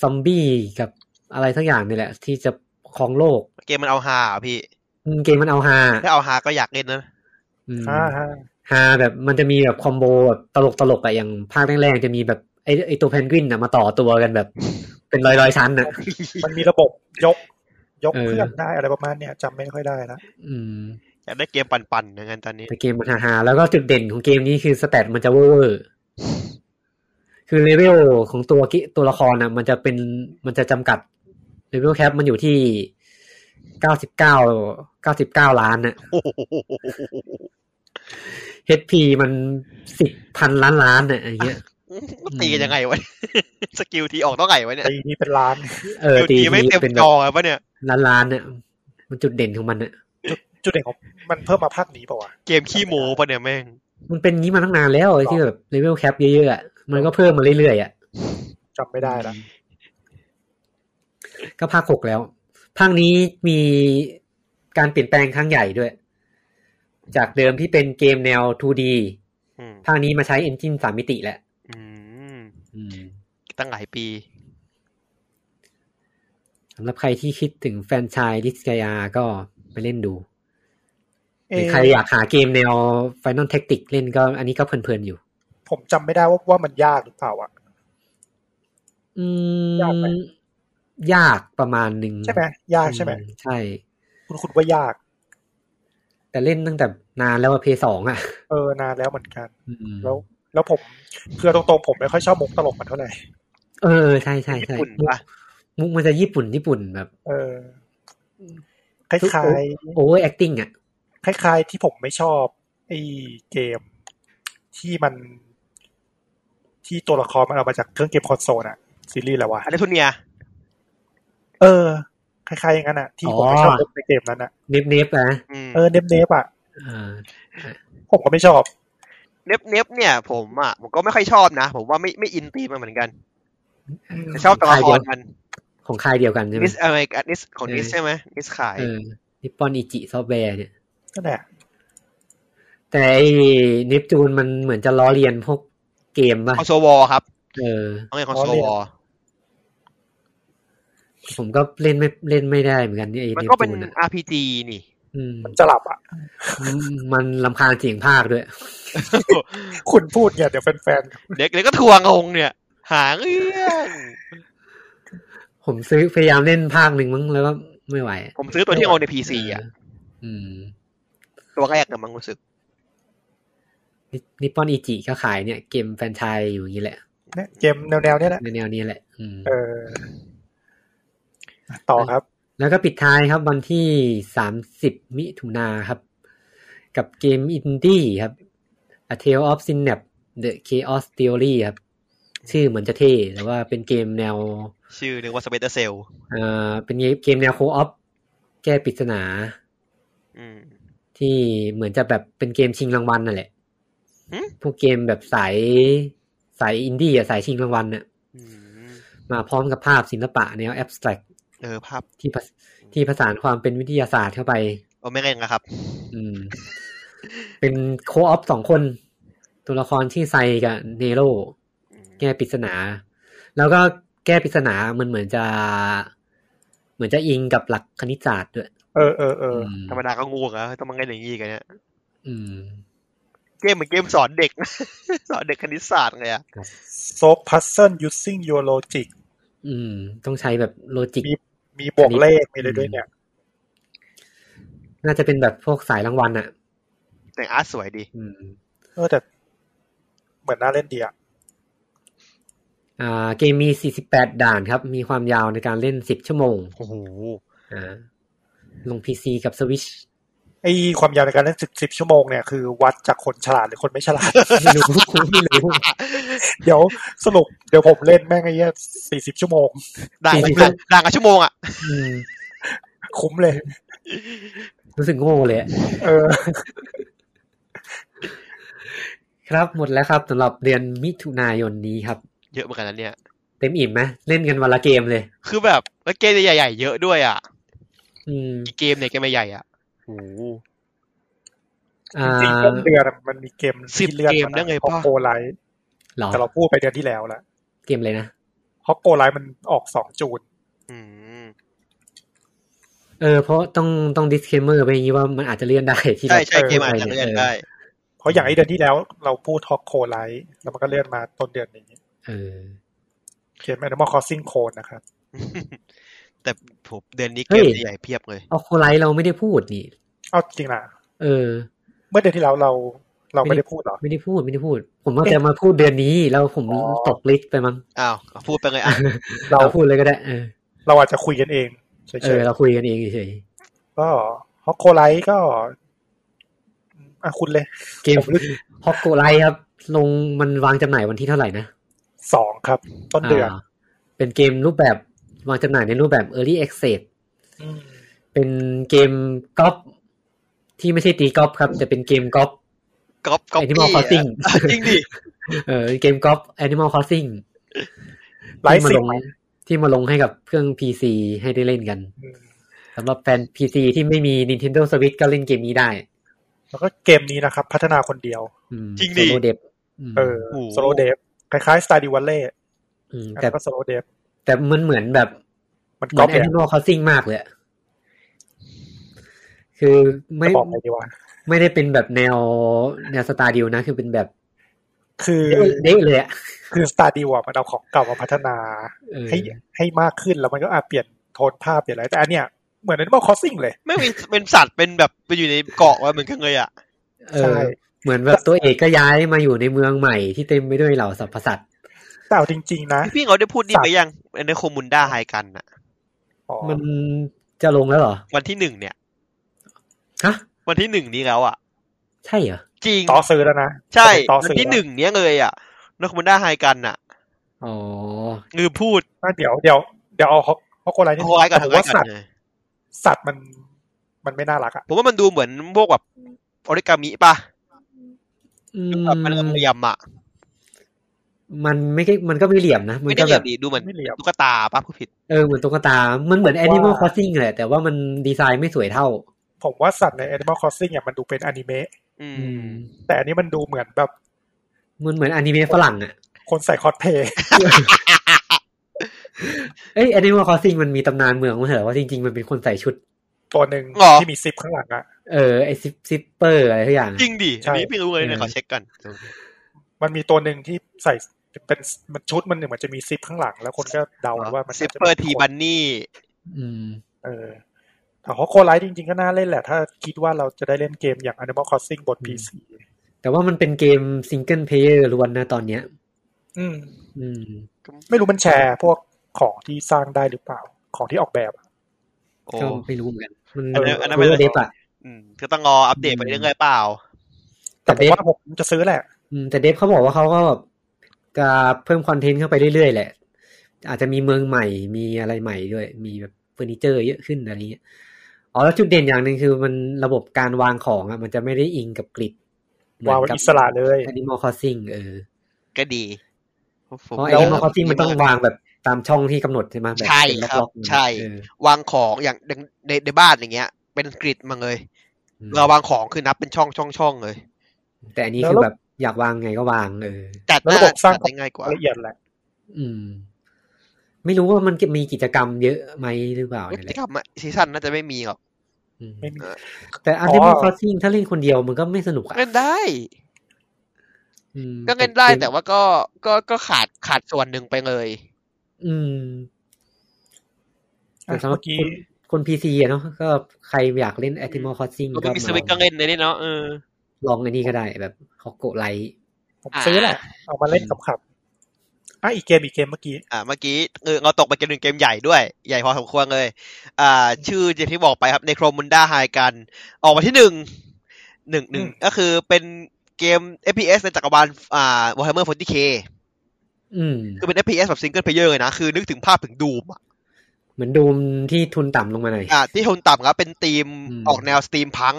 [SPEAKER 1] ซอมบี้กับอะไรทั้งอย่างนี่แหละ ที่จะครองโลก
[SPEAKER 2] เกมมันเอาฮาอะพี่
[SPEAKER 1] อืมเกมมันเอาฮา
[SPEAKER 2] ถ้าเอาฮาก็อยากเล่นนะ
[SPEAKER 1] อืม
[SPEAKER 3] อ่าฮะ
[SPEAKER 1] ฮาแบบมันจะมีแบบคอมโบแบบตลกตลกๆอะอย่างภาคแรกๆจะมีแบบไอไอตัวเพนกวินอะมาต่อตัวกันแบบ เป็นรอยรอยๆชั้นอะ
[SPEAKER 3] มันมีระบบยก ยก
[SPEAKER 1] เออ
[SPEAKER 3] เครื่องได้อะไรประมาณเนี้ยจำไม่ค่อยได้นะ
[SPEAKER 1] อืม
[SPEAKER 2] อยากได้เกมปั่นๆอย่างนั้นตอนนี้
[SPEAKER 1] แต่เกมมันฮาๆแล้วก็จุดเด่นของเกมนี้คือสเตตมันจะเวอร์ๆคือเลเวลของตัวกิตัวละครอะมันจะเป็นมันจะจำกัดเลเวลแคปมันอยู่ที่เก้าสิบเก้าเก้าสิบเก้าล้านอะ
[SPEAKER 2] โอ้โห
[SPEAKER 1] HP มันสิบพันล้านล้านอะอย่างเงี้ย
[SPEAKER 2] ตีกันยังไงว ะ สกิลทีออกเท่าไหร่วะเนี่ย
[SPEAKER 3] ตีนี้เป็นล้าน
[SPEAKER 1] เออ
[SPEAKER 2] สกิล
[SPEAKER 1] ตี
[SPEAKER 2] ทีไม่
[SPEAKER 1] นี้
[SPEAKER 2] เต็ม
[SPEAKER 1] เป็น
[SPEAKER 2] จ
[SPEAKER 1] แบ
[SPEAKER 2] อบ เลยวะเนี่ย
[SPEAKER 1] ล้านล้านอะมันจุดเด่นของมันอะ
[SPEAKER 3] จุดเด่นของมันเพิ่มมาภาคนี้ป่าวะ
[SPEAKER 2] เกมขี้โมปะเนี่ยแม่ง
[SPEAKER 1] มันเป็นงี้มาตั้งนานแล้วไอ้ที่แบบเลเวลแคปเยอะๆอะมันก็เพิ่มมาเรื่อยๆอ่ะ
[SPEAKER 3] จำไม่ได้ละ
[SPEAKER 1] ก็ภาคหกแล้ว ภาคนี้มีการเปลี่ยนแปลงครั้งใหญ่ด้วย จากเดิมที่เป็นเกมแนว 2D
[SPEAKER 2] อืม
[SPEAKER 1] ภาคนี้มาใช้เอนจินสามมิติแหละ
[SPEAKER 2] อืมตั้งหลายปี
[SPEAKER 1] สำหรับใครที่คิดถึงแฟรนไชายดิสกายาก็ไปเล่นดูห
[SPEAKER 3] เอ
[SPEAKER 1] รือใครอยากหาเกมแนว Final Tactic เล่นก็ อันนี้ก็เพลินๆอยู่
[SPEAKER 3] ผมจำไม่ได้ว่าว่ามันยากหรือเปล่าอ่ะ
[SPEAKER 1] อื
[SPEAKER 3] ยากไหม
[SPEAKER 1] มยากประมาณหนึ่ง
[SPEAKER 3] ใช่ไหมยากใช่ไหม
[SPEAKER 1] อืใช่
[SPEAKER 3] คุณคุณว่ายาก
[SPEAKER 1] แต่เล่นตั้งแต่นานแล้วอะเพย์สองอะ
[SPEAKER 3] เออนานแล้วเหมือนกัน
[SPEAKER 1] อืม
[SPEAKER 3] แล้ว แล้วผมคือตรงๆผมไม่ค่อยชอบมุกตลกมันเท่าไหร่
[SPEAKER 1] เออ ใช่ใช่ใช่
[SPEAKER 2] ญี่ปุ่น
[SPEAKER 1] มุก
[SPEAKER 2] ปะ
[SPEAKER 1] มุกมันจะญี่ปุ่นญี่ปุ่นแบบ
[SPEAKER 3] เออ คล้าย
[SPEAKER 1] โอเวอร์แอคติ้งอ่ะ
[SPEAKER 3] ๆคล้าย ๆ ที่ผมไม่ชอบไอ้เกม ที่มัน ที่ตัวละครมันเอามาจากเครื่องเกมคอนโซลอะซีรีส์แล้ววะ
[SPEAKER 2] อันนี้ทุนเนีย
[SPEAKER 3] เออ คล้ายๆอย่างนั้นอะที่ผมไม่ชอบมุกในเกมนั้นอะ
[SPEAKER 1] เนฟเนฟนะ
[SPEAKER 2] อืม
[SPEAKER 3] เออเนฟเนฟอะ
[SPEAKER 1] อ่า
[SPEAKER 3] ผมก็ไม่ชอบ
[SPEAKER 2] เนบเนบเนี่ย ผมอ่ะผมก็ไม่ค่อยชอบนะ ผมว่าไม่ไม่อินตีมมันเหมือนกันแต่ชอบตัวละครมัน
[SPEAKER 1] ของค่ายเดียวกันใช่ไหม
[SPEAKER 2] นิสอะไรกันนิสของ
[SPEAKER 1] เออ
[SPEAKER 2] นิสใช่ไหมนิสขาย
[SPEAKER 1] เออนิปปอนอิจิซอฟต์แวร์เนี่ย
[SPEAKER 3] นั่นแหละ
[SPEAKER 1] แต่ไอ้เนปจูนมันเหมือนจะล้อเลียนพวกเกมป่ะ
[SPEAKER 2] คอนโซลวอลครับ
[SPEAKER 1] เออ
[SPEAKER 2] เอาไงคอนโซลวอล
[SPEAKER 1] ผมก็เล่นไม่เล่นไม่ได้เหมือนกันไอ้
[SPEAKER 2] มัน
[SPEAKER 1] เนป
[SPEAKER 2] ก็เป็น
[SPEAKER 1] จูนอ่ะ
[SPEAKER 2] RPG นี่
[SPEAKER 1] อืม
[SPEAKER 3] มันจะหลับอะ
[SPEAKER 1] มันลำคาญเสียงภาคด้วย
[SPEAKER 3] คุณพูดเนี่ยเดี๋ยวแฟน
[SPEAKER 2] เด็กเด็กก็ทวงงงเนี่ย หาเรื่อง
[SPEAKER 1] ผมซื้อพยายามเล่นภาคหนึ่งมั้งแล้วก็ไม่ไหวอะ
[SPEAKER 2] ผมซื้อตัวที่เอาในพีซีอ่ะ
[SPEAKER 1] เ
[SPEAKER 4] อืม
[SPEAKER 2] ตัวแรกนะมั้งรู้สึก
[SPEAKER 1] นิปปอนอีจิก็ขายเนี่ยเกมแฟรนไชส์อยู่อย่างนี้แหละ
[SPEAKER 3] เนี่ยเกมแนวๆเนี้ยแหละ
[SPEAKER 1] ในแนวนี้แหละ
[SPEAKER 4] อืม
[SPEAKER 3] เออต่อครับ
[SPEAKER 1] แล้วก็ปิดท้ายครับวันที่สามสิบมิถุนาครับ กับเกมอินดี้ครับ A Tale of Synapse The Chaos Theory ครับ ชื่อเหมือนจะเท่แต่ว่าเป็นเกมแนว
[SPEAKER 2] ชื่อนึงว่าสเปเดอร์เซล
[SPEAKER 1] เอ่อเป็นเกมแนวโคออฟแก้ปริศนา
[SPEAKER 2] อืม
[SPEAKER 1] ที่เหมือนจะแบบเป็นเกมชิงรางวัลนั่นแหละ
[SPEAKER 2] หึ
[SPEAKER 1] พวกเกมแบบสายสายอินดี้อะสายชิงรางวัลน่ะ
[SPEAKER 2] อืม
[SPEAKER 1] มาพร้อมกับภาพศิลปะแนวแอบสแตรก
[SPEAKER 2] เออภาพ
[SPEAKER 1] ที่ผสที่ผสานความเป็นวิทยาศาสตร์เข้าไป
[SPEAKER 2] เอาไม่เร่งนะครับ
[SPEAKER 1] อืม เป็นโคออฟสองคน ตัวละครชื่อไซกับเนโร แก้ปริศนา แล้วก็แก้ปริศนามันเหมือนจะ เหมือนจะอิงกับหลักคณิตศาสตร์ด้วย
[SPEAKER 3] เออเออเออ
[SPEAKER 4] ม
[SPEAKER 2] ธรรมดาก็ง่วงแล้วต้องมาเล่นอย่างนี้กันเนี่ย
[SPEAKER 1] อืม
[SPEAKER 2] เกมเหมือนเกมสอนเด็กนะ สอนเด็กคณิตศาสตร์เลยอะ
[SPEAKER 3] โซกพัซเซิล using your logic
[SPEAKER 1] อืม ต้องใช้แบบโลจิก
[SPEAKER 3] มีบวกเลขมีอะไรด้วยเนี่ย
[SPEAKER 1] น่าจะเป็นแบบพวกสายรางวัลอ่ะ
[SPEAKER 2] แต่อาร์ตสวยดี
[SPEAKER 1] อืม
[SPEAKER 3] เออแต่เหมือนน่าเล่นดีอ่ะ
[SPEAKER 1] อ่า เกมมี 48 ด่านครับ มีความยาวในการเล่น 10 ชั่วโมง
[SPEAKER 2] โอ้โห
[SPEAKER 1] อ่า ลง PC กับ Switch
[SPEAKER 3] ไอความยาวในการเล่นสิบสิบชั่วโมงเนี่ยคือวัดจากคนฉลาดหรือคนไม่ฉลาด
[SPEAKER 1] ไม่รู้ ไม่รู้
[SPEAKER 3] เดี๋ยวสรุปเดี๋ยวผมเล่นแม่งไอ้เนี้ยสี่สิบชั่วโมง
[SPEAKER 2] ด่าง
[SPEAKER 1] สี่สิบ
[SPEAKER 2] ด่างด่างกับชั่วโมงอ่ะ
[SPEAKER 1] อืม
[SPEAKER 3] คุ้มเลย
[SPEAKER 1] รู้สึกโง่เลยอะ
[SPEAKER 3] เออ
[SPEAKER 1] ครับ หมดแล้วครับสำหรับเดือนมิถุนายนนี้ครับ
[SPEAKER 2] เยอะเหมือนกันนะเนี่ย
[SPEAKER 1] เต็มอิ่มไหมเล่นกันวันละเกมเลย
[SPEAKER 2] คือแบบแล้วเกมใหญ่ๆเยอะด้วยอ่ะ
[SPEAKER 1] อืม
[SPEAKER 2] อีกเกมเนี่ยเกมใหญ่ๆอ่ะโอ้โห
[SPEAKER 1] อ่า
[SPEAKER 3] จริงๆต้นเดือนมันมีเกม
[SPEAKER 2] สิบ
[SPEAKER 3] ที่เลื่อน
[SPEAKER 2] เกมได้ไง
[SPEAKER 3] ฮอก
[SPEAKER 2] ป่ะ
[SPEAKER 3] โกไลท์
[SPEAKER 1] เหรอ
[SPEAKER 3] แต่เราพูดไปเดือนที่แล้วแล้ว
[SPEAKER 1] เกมเลยนะ
[SPEAKER 3] ฮอกโกไลท์มันออกสองจูน
[SPEAKER 2] อืม
[SPEAKER 1] เออ เพราะต้องต้อง disclaimer ไปอย่างนี้ว่ามันอาจจะเลื่อนได้ที่
[SPEAKER 2] ใช่
[SPEAKER 1] เรา
[SPEAKER 2] ใช่
[SPEAKER 3] เออ
[SPEAKER 2] เกมอาจจะเลื่อนได้
[SPEAKER 3] เพราะอย่างไอเดือนที่แล้วเราพูดฮอกโกไลท์แล้วมันก็เลื่อนมาต้นเดือนนี้
[SPEAKER 1] เออ
[SPEAKER 3] เกม Animal Crossing Code นะครับ
[SPEAKER 2] แต่ผมเดือนนี้
[SPEAKER 1] เฮ้
[SPEAKER 2] เก
[SPEAKER 1] ย
[SPEAKER 2] มใหญ่ๆเพียบเลย
[SPEAKER 1] เอาโคไลเราไม่ได้พูดนี่
[SPEAKER 3] เอาจริงนะ
[SPEAKER 1] เออ
[SPEAKER 3] เมื่อเดือนที่แล้วเราเราไม่ได้พูดเหรอ
[SPEAKER 1] ไม่ได้พูดไม่ได้พูด ผมว่าจะมาพูดเดือนนี้ แล้วผม
[SPEAKER 3] อ๋อ
[SPEAKER 1] ตกลิสต์ไปมั้ง
[SPEAKER 2] อ้าวพูดไปเลยอ่ะ
[SPEAKER 3] เรา
[SPEAKER 1] เราพูดเลยก็ได้ เออ
[SPEAKER 3] เราอาจจะคุยกันเองเฉ
[SPEAKER 1] เออย เราคุยกันเองเฉย
[SPEAKER 3] ๆก็ฮอกโกไลท์ก็อ่ะคุณเลย
[SPEAKER 1] ๆเกม
[SPEAKER 3] ผมรู้
[SPEAKER 1] ฮอกโกไลครับ ลงมันวางจำหน่ายวันที่เท่าไหร่นะ
[SPEAKER 3] สองครับ ต้นเดือน
[SPEAKER 1] อ่าเป็นเกมรูปแบบวางจำหน่ายในรูปแบบ Early Access
[SPEAKER 3] อืม
[SPEAKER 1] เป็นเกมกอล์ฟที่ไม่ใช่ตีกอล์ฟครับ แต่เป็นเกมกอล์ฟ
[SPEAKER 2] ก๊อปก๊อป
[SPEAKER 1] Animal Crossing
[SPEAKER 2] จริงดิ
[SPEAKER 1] เออเกมกอล์ฟ Animal Crossing
[SPEAKER 3] ไล
[SPEAKER 1] ที่
[SPEAKER 3] ฟ์
[SPEAKER 1] มา
[SPEAKER 3] สิ
[SPEAKER 1] ลงที่มาลงให้กับเครื่อง PC ให้ได้เล่นกันสำหรับแฟน PC ที่ไม่มี Nintendo Switch ก็เล่นเกมนี้ได้
[SPEAKER 3] แล้วก็เกมนี้นะครับ พัฒนาคนเดียว
[SPEAKER 1] อืม
[SPEAKER 2] จริงดิ
[SPEAKER 1] โซโลเดบม
[SPEAKER 3] เออ
[SPEAKER 2] โอ้โห
[SPEAKER 3] โซโลเดฟคล้ายๆสไตล์ดิวัลเล่
[SPEAKER 1] ม
[SPEAKER 3] แต่
[SPEAKER 1] แต่
[SPEAKER 3] ก็โซโลเดฟ
[SPEAKER 1] แต่มันเหมือนแบบ
[SPEAKER 3] มัน
[SPEAKER 1] เหมื
[SPEAKER 3] ก๊
[SPEAKER 1] อ
[SPEAKER 3] อน ป
[SPEAKER 1] แอ
[SPEAKER 3] เนี่ย
[SPEAKER 1] นิมอลคอสซิ่งมากเลยอะคือไม่
[SPEAKER 3] จะบอกไงดีวะ
[SPEAKER 1] ไม่ได้เป็นแบบแนวแนวสตาร์ดิวนะ คือเป็นแบบ
[SPEAKER 3] คือ
[SPEAKER 1] เด็กเลยอะ
[SPEAKER 3] คือสตาร์ดิวอะมันเอาของเก่ามาพัฒนา
[SPEAKER 1] เออ
[SPEAKER 3] ให้ให้มากขึ้นแล้วมันก็อาจเปลี่ยนโทนภาพเปลี่ยนอะไรแต่อันเนี้ยเหมือนในมอคอสซิ่งเลย
[SPEAKER 2] ไม่มีเป็นสัตว์เป็นแบบไปอยู่ในเกาะว่าเหมือนกันเลยอ่ะ
[SPEAKER 1] เอ
[SPEAKER 3] ใช่
[SPEAKER 1] อ เหมือนแบบตัวเอกก็ย้ายมาอยู่ในเมืองใหม่ที่เต็มไปด้วยเหล่าสรรพสัตว์
[SPEAKER 3] แต่เอาจริง ๆ นะ
[SPEAKER 2] พี่เขาได้พูดนี่ไปยังในโคมุนด้าไฮกันอ่ะ
[SPEAKER 3] อ๋อ
[SPEAKER 1] มันจะลงแล้วเหรอ
[SPEAKER 2] วันที่หนึ่งเนี่ย
[SPEAKER 1] ฮะ
[SPEAKER 2] วันที่หนึ่งนี้แล้วอ่ะ
[SPEAKER 1] ใช่เหรอ
[SPEAKER 2] จริง
[SPEAKER 3] ต่อซื้อแล้วนะ
[SPEAKER 2] ใช่
[SPEAKER 3] ต่อ
[SPEAKER 2] วัน
[SPEAKER 3] ซื้อ
[SPEAKER 2] ที่หนึ่งเนี้ยเลยอ่ะนกมันได้ไฮกันอ่ะ
[SPEAKER 1] อ๋อ
[SPEAKER 2] งือพูด
[SPEAKER 3] แล้วเดี๋ยวเดี๋ยวเดี๋ยวเอาฮอกฮอกโกไลท์นี่
[SPEAKER 2] เอาไว้กัน
[SPEAKER 3] แต่
[SPEAKER 2] เอา
[SPEAKER 3] ผม
[SPEAKER 2] ไว้
[SPEAKER 3] ว่า
[SPEAKER 2] กั
[SPEAKER 3] สั
[SPEAKER 2] น
[SPEAKER 3] ตว์
[SPEAKER 2] เลย
[SPEAKER 3] สัตว์มันมันไม่น่ารักอ่ะ
[SPEAKER 2] ผมว่ามันดูเหมือนพวกแบบออริกามิป่ะ
[SPEAKER 1] อืม
[SPEAKER 2] แบบมันเหลี่ยมอ่ะ
[SPEAKER 1] มันไม่ใช่มันก็ไม่เหลี่ยมนะ มัน
[SPEAKER 2] ไม่ได้
[SPEAKER 1] ก็
[SPEAKER 2] เห
[SPEAKER 1] แบ
[SPEAKER 2] ลี่ย
[SPEAKER 1] บ
[SPEAKER 2] มดีดูเหมือน
[SPEAKER 3] ไม่เหลี่ยม
[SPEAKER 2] ตุ๊กตาป่ะผู้ผิด
[SPEAKER 1] เออเหมือนตุ๊กตา มันเหมือน Animal
[SPEAKER 3] ว่า
[SPEAKER 1] Crossing แหละ แต่ว่ามันดีไซน์ไม่สวยเท่า
[SPEAKER 3] ผมว่าสัตว์ใน Animal Crossing เนี่ยมันดูเป็นอนิเมะ
[SPEAKER 2] อื
[SPEAKER 1] อื
[SPEAKER 2] ม
[SPEAKER 1] ม
[SPEAKER 3] แต่อันนี้มันดูเหมือนแบบ
[SPEAKER 1] มันเหมือนอนิเมะฝรั่งอ่ะ
[SPEAKER 3] คนใส่คอสเพลย์
[SPEAKER 1] เอ้ย Animal Crossing มันมีตำนานเมืองมาเหรอว่าจริง ๆ มันเป็นคนใส่ชุด
[SPEAKER 3] ตัวหนึ่ง
[SPEAKER 2] หรอ
[SPEAKER 3] ที่มีซิปข้างหลังอ่ะ
[SPEAKER 1] เออไอซิปซิปเปอร์อะไรทุกอย่างอะ
[SPEAKER 2] จริงดิ
[SPEAKER 3] ใช่
[SPEAKER 2] อันนี้ไม่รู้เลยเนี่ย
[SPEAKER 1] เออ
[SPEAKER 2] ขอเช็คกัน
[SPEAKER 3] มันมีตัวหนึ่งที่ใส่เป็นมันชุดมันเหมือนจะมีซิปข้างหลัง แล้วคนก็เดาว่ามัน
[SPEAKER 2] ซิป
[SPEAKER 3] น่าจะ
[SPEAKER 2] เปอร์ที
[SPEAKER 3] คน
[SPEAKER 2] บันนี่
[SPEAKER 1] อืม
[SPEAKER 3] เออ แต่ว่าโคไลท์จริงๆ ก็น่าเล่นแหละ ถ้าคิดว่าเราจะได้เล่นเกมอย่าง Animal Crossing บน PC
[SPEAKER 1] แต่ว่ามันเป็นเกมซิงเกิลเพลเยอร์ล้วนนะตอนเนี้ย
[SPEAKER 3] อืม
[SPEAKER 1] อืม
[SPEAKER 3] ไม่รู้มันแชร์พวกของที่สร้างได้หรือเปล่า ของที่ออกแบบอะ
[SPEAKER 2] โอ้
[SPEAKER 1] ก็ไม่รู้เหมือนกัน มัน
[SPEAKER 2] อันนั้นอันนั้นเป็
[SPEAKER 1] เป็น นเดฟอะ
[SPEAKER 2] อืมก็ต้องรออัปเดตไปเรื่อยๆเปล่า
[SPEAKER 3] แต่
[SPEAKER 1] แต่เดฟ
[SPEAKER 3] ผมว่าผมจะซื้อแหละ
[SPEAKER 1] อืมแต่เดฟเขาบอกว่าเขาก็แบบจะเพิ่มคอนเทนต์เข้าไปเรื่อยๆแหละ อาจจะมีเมืองใหม่ มีอะไรใหม่ด้วย มีแบบเฟอร์นิเจอร์เยอะขึ้นอะไรเงี้ย อ๋อแล้วจุดเด่นอย่างหนึ่งคือมันระบบการวางของอ่ะ มันจะไม่ได้อิงกับกริด
[SPEAKER 3] วางไว้อิสระเลย
[SPEAKER 1] แอนิมอลคอสซิงเออ
[SPEAKER 2] ก็ดี
[SPEAKER 1] เพราะ
[SPEAKER 2] แล้
[SPEAKER 1] แอ
[SPEAKER 2] ว
[SPEAKER 1] นิมอลคอสซิงมันต้องวางแบบตามช่องที่กำหนดใช่ไหมแบบ
[SPEAKER 2] ใช่
[SPEAKER 1] เป็น
[SPEAKER 2] ครับ
[SPEAKER 1] ล็อกๆเนี่ย
[SPEAKER 2] ใช่
[SPEAKER 1] เออ
[SPEAKER 2] วางของอย่างในในในบ้านอย่างเงี้ย เป็นกริดมาเลย
[SPEAKER 1] อืม
[SPEAKER 2] เราวางของคือนับเป็นช่องช่องช่องเลย
[SPEAKER 1] แต่อันนี้คือแบบอยากวางไงก็วางเออ
[SPEAKER 2] จัดห
[SPEAKER 3] แล้ว
[SPEAKER 2] น้า
[SPEAKER 3] ระบบสร้าง
[SPEAKER 2] จัดได้ง่ายกว่า
[SPEAKER 3] ละเอียดแหละ
[SPEAKER 1] อืม ไม่รู้ว่ามันจะมีกิจกรรมเยอะไหมหรือเปล่า
[SPEAKER 2] กิ
[SPEAKER 1] เนี่ยแห
[SPEAKER 2] จ
[SPEAKER 1] ละ
[SPEAKER 2] กรรมอะซีซั่นน่าจะไม่มีหรอก
[SPEAKER 1] อืม
[SPEAKER 3] ไม่มี
[SPEAKER 1] แต่ Animal
[SPEAKER 3] อ๋อ
[SPEAKER 1] Crossing ถ้าเล่นคนเดียวมันก็ไม่สนุกอะ
[SPEAKER 2] เล่นได้
[SPEAKER 1] อืม
[SPEAKER 2] ก็เล่นได้แต่ว่าก็ก็ก็ขาดขาดส่วนหนึ่งไปเลย
[SPEAKER 1] อืม
[SPEAKER 3] อ่ะ
[SPEAKER 1] แต่สำหรั
[SPEAKER 3] เมื่
[SPEAKER 1] บ
[SPEAKER 3] อกี้
[SPEAKER 1] คนคนพีซีอะเนาะก็ใครอยากเล่น Animal Crossing
[SPEAKER 2] มัน
[SPEAKER 1] ก็
[SPEAKER 2] ก็มีสวิตช์ก็เล่นในนี้เนาะเออ
[SPEAKER 1] ลองอันนี้ก็ได้แบบฮอกโกไลท์
[SPEAKER 3] ผมซื้อแหละ เอามาเล่นขับๆอ่ะอีกเกมอีกเกมเมื่อกี้
[SPEAKER 2] อ่าเมื่อกี้เออเราตกไปเกมหนึ่งเกมใหญ่ด้วย ใหญ่พอสมควรเลย อ่า ชื่ออย่างที่บอกไปครับในโครมุนด้าไฮกัน ออกมาที่หนึ่งหนึ่งหนึ่ง
[SPEAKER 3] อืม
[SPEAKER 2] ก็คือเป็นเกม FPS ในจักรวาลอ่า Warhammer 40k
[SPEAKER 1] อืม
[SPEAKER 2] คือเป็น FPS แบบซิงเกิลเพลเยอร์เลยนะ คือนึกถึงภาพถึงดูมอะ
[SPEAKER 1] เหมือนดูมที่ทุนต่ำลงมาหน่อย
[SPEAKER 2] อ่าที่โทนต่ำครับเป็นธีม
[SPEAKER 1] อืม
[SPEAKER 2] ออกแนวสตรีมพัง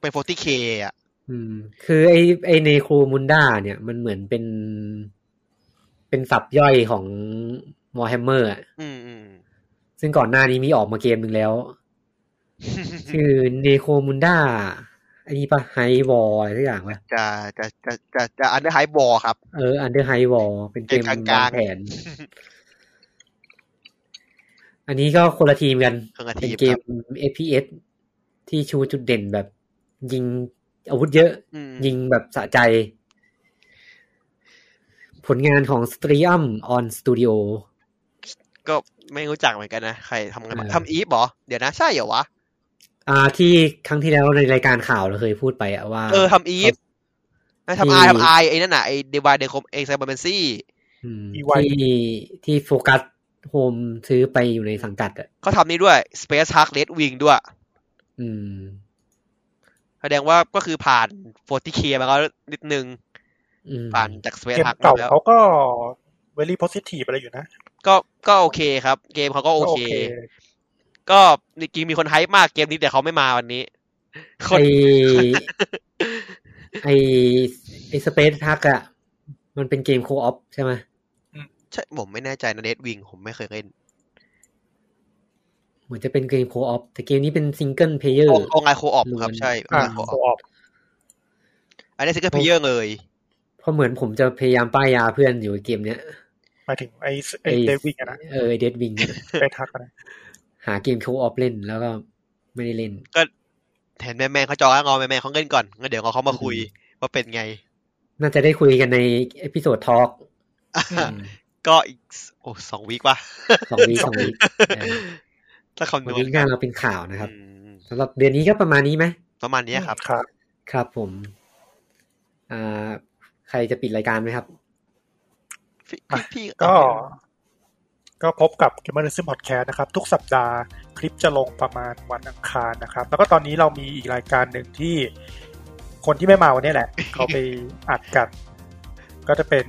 [SPEAKER 2] เป็น 40k อ่ะ
[SPEAKER 1] อืม คือไอไอเนโครมุนด้าเนี่ยมันเหมือนเป็น เป็นสับย่อยของมอ r h แฮมเมอร์อะ
[SPEAKER 2] อืมอื ม
[SPEAKER 1] ซึ่งก่อนหน้านี้มีออกมาเกมหนึ่งแล้ว คือเนโคมุนดาอันนี้ปะไฮวอลอะไรสักอย่างปะ
[SPEAKER 2] จะจะจะจะจะอันเดอร์ไฮบอลครับ
[SPEAKER 1] เอออันเดอร์ไฮวอลเป็นเกม
[SPEAKER 2] เกมกลางๆ
[SPEAKER 1] วางแผน อันนี้ก็คนละทีมกัน
[SPEAKER 2] เครื่องอา
[SPEAKER 1] เป็
[SPEAKER 2] ที
[SPEAKER 1] น
[SPEAKER 2] พ
[SPEAKER 1] เก
[SPEAKER 2] ค
[SPEAKER 1] ม
[SPEAKER 2] รับ
[SPEAKER 1] FPS ที่ชูจุดเด่นแบบ ยิงอาวุธเยอะ
[SPEAKER 2] อืม
[SPEAKER 1] ยิงแบบสะใจ ผลงานของ s t r e a m on Studio
[SPEAKER 2] ก็ไม่รู้จักเหมือนกันนะ ใครทำกันมา
[SPEAKER 1] เออ
[SPEAKER 2] ทำอีฟเหรอ เดี๋ยวนะ ใช่เหรอวะ
[SPEAKER 1] อ่าที่ครั้งที่แล้วในรายการข่าวเราเคยพูดไปอะว่า
[SPEAKER 2] เออทำอีฟนะทำ
[SPEAKER 1] ที่
[SPEAKER 2] ไอทำไอไอ้นั่นน่ะไอ้เดวายเดคอมเอ็กซ์ไซเบอร์เบนซี่
[SPEAKER 1] อืม
[SPEAKER 3] อีไว
[SPEAKER 1] ที่ที่โฟกัสโฮมซื้อไปอยู่ในสังกัดอ่ะ
[SPEAKER 2] เขาทำนี่ด้วย Space Hulk Red Wing ด้วย
[SPEAKER 1] อืม
[SPEAKER 2] แสดงว่าก็คือผ่าน 40k มาแล้วนิดนึง
[SPEAKER 1] อืม
[SPEAKER 2] ผ่านจาก
[SPEAKER 3] เก
[SPEAKER 2] Space
[SPEAKER 3] ม
[SPEAKER 2] Hulk
[SPEAKER 3] เก่า
[SPEAKER 2] มาแล้ว
[SPEAKER 3] เขาก็ very positive อะไรอยู่นะ
[SPEAKER 2] ก็ก็โอเคครับ เกมเขาก็โอ
[SPEAKER 3] ก็
[SPEAKER 2] เค ก็จริงๆมีคนไฮป์มากเกมนี้แต่เขาไม่มาวันนี้ค
[SPEAKER 1] ไอน ไอไอสเปซทักอ่ะ มันเป็นเกมโคออฟใช่ไหม
[SPEAKER 2] ใช่ผมไม่แน่ใจนะเดดวิงผมไม่เคยเล่น
[SPEAKER 1] เหมือนจะเป็นเกมโคออฟแต่เกมนี้เป็นซิงเกิลเพลเยอ
[SPEAKER 2] ออ
[SPEAKER 1] ร์
[SPEAKER 2] กออนไลน์โคออปครับ
[SPEAKER 1] ล้วน
[SPEAKER 2] ใช่ออน
[SPEAKER 3] อ่า
[SPEAKER 2] ไลน์โคอ
[SPEAKER 3] โค
[SPEAKER 2] อป
[SPEAKER 3] ออก
[SPEAKER 2] อันนี้ซิงเกิลเพลเยอร์เลย
[SPEAKER 1] เพราะเหมือนผมจะพยายามป้ายยาเพื่อนอยู่เกมเนี้ย
[SPEAKER 3] หมายถึงไอ้ไอ้เดวิงอะนะ
[SPEAKER 1] เออเดดวิง
[SPEAKER 3] ไปทักอะนะ
[SPEAKER 1] หาเกมโคออฟเล่นแล้วก็ไม่ได้เล่น
[SPEAKER 2] ก็เห็นแม่แม่เขาจองแล้วงอแม่แม่เขาเล่นก่อนงั้นเดี๋ยวเขามาคุยว่าเป็นไง
[SPEAKER 1] น่าจะได้คุยกันในเอพิโซดทอล์ก
[SPEAKER 2] ก็อีกสโอ้สองวีกว่ะ
[SPEAKER 1] สองวีคสองวีคเออ
[SPEAKER 2] ถ้าคำน
[SPEAKER 1] วัน
[SPEAKER 2] วณ
[SPEAKER 1] นี้งานเราเป็นข่าวนะครับ
[SPEAKER 2] อืม
[SPEAKER 1] สำหรับเดือนนี้ก็ประมาณนี้ไหม
[SPEAKER 2] ประมาณเนี้ยครับ
[SPEAKER 3] ครับ
[SPEAKER 1] ครับผม อ่า ใครจะปิดรายการไหมครับ
[SPEAKER 2] พี่
[SPEAKER 3] อ่ะ
[SPEAKER 2] พี่
[SPEAKER 3] ก็ ก็พบกับ g a m e r i s m Podcast นะครับ ทุกสัปดาห์คลิปจะลงประมาณวันอังคารนะครับ แล้วก็ตอนนี้เรามีอีกรายการหนึ่งที่คนที่ไม่มาวันนี้ แหละ เขาไปอัดกันก็จะเป็น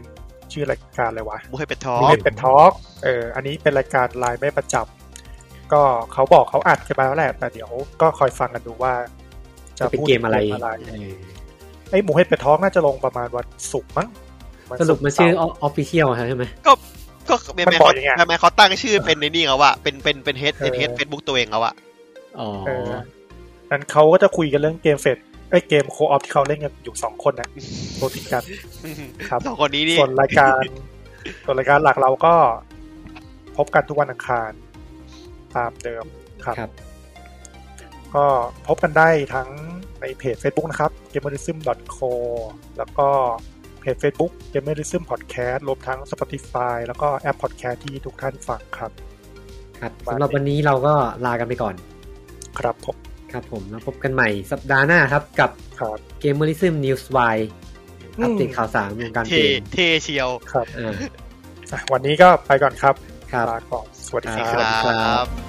[SPEAKER 3] ชื่อรายการอะไรวะ
[SPEAKER 2] มูให้เป็นทอ
[SPEAKER 1] อ๋
[SPEAKER 2] ง
[SPEAKER 1] อ
[SPEAKER 3] มีเป็นเป็นทอล์กเออ อันนี้เป็นรายการไลน์ไม่ประจำก็เขาบอกเขาอัดกันมาแล้วแหละ แต่เดี๋ยวก็คอยฟังกันดูว่า จะ
[SPEAKER 1] จะเป็น
[SPEAKER 3] พูด
[SPEAKER 1] เกมอะไร
[SPEAKER 3] ถึงอะไร
[SPEAKER 1] เออ
[SPEAKER 3] ไอ้หมูเห็ดเป็ดทอล์กน่าจะลงประมาณวันศุกร์มั้งวัน
[SPEAKER 1] สรุปมันชื่อ
[SPEAKER 3] เสา
[SPEAKER 1] ออฟฟิเชียลใช่ไหม
[SPEAKER 2] ก็แม่
[SPEAKER 3] มัน
[SPEAKER 2] แม่
[SPEAKER 3] บอก
[SPEAKER 2] เขา
[SPEAKER 3] อย่างเงี้ย
[SPEAKER 2] แม่แม่เขาตั้งชื่อเป็นในนี่เขาอะเป็นเป็นเป็นเฮด
[SPEAKER 3] เออ
[SPEAKER 2] เฮดเฟซบุ๊กตัวเองเขาอะ
[SPEAKER 1] อ๋อ
[SPEAKER 3] เออนั้นเขาก็จะคุยกันเรื่องเกมเฟดไอ้ยเกมโคออฟที่เขาเล่นกันอยู่สองคนนะโรติดกันครับ
[SPEAKER 2] สองคนนี้นี่
[SPEAKER 3] ส่วนรายการ ส่วนรายการหลักเราก็พบกันทุกวันอังคารตามเดิมครับ
[SPEAKER 1] ครับ
[SPEAKER 3] ก็พบกันได้ทั้งในเพจ Facebook นะครับ g a m e r i s m c o แล้วก็เพจ Facebook g a m e r i s m Podcast รวมทั้ง Spotify แล้วก็แอป Podcast ที่ทุกท่านฟังครับ
[SPEAKER 1] ครับสำหรับวันนี้เราก็ลากันไปก่อน
[SPEAKER 3] ครับผม
[SPEAKER 1] ครับผมแล้วพบกันใหม่สัปดาห์หน้าครับ กับ
[SPEAKER 3] ครับ
[SPEAKER 1] เกมเมอริซึมนิวส์วายอัปเดตข่าวสารวงการ
[SPEAKER 2] เท
[SPEAKER 1] เกม
[SPEAKER 2] เทเชียว
[SPEAKER 3] ครับ
[SPEAKER 1] อ่า
[SPEAKER 3] อ่ะวันนี้ก็ไปก่อนครับ
[SPEAKER 1] ครับ
[SPEAKER 3] ลาก่อนสวัสดี
[SPEAKER 1] อ่า
[SPEAKER 3] ครั
[SPEAKER 2] ค
[SPEAKER 3] บ
[SPEAKER 2] รับ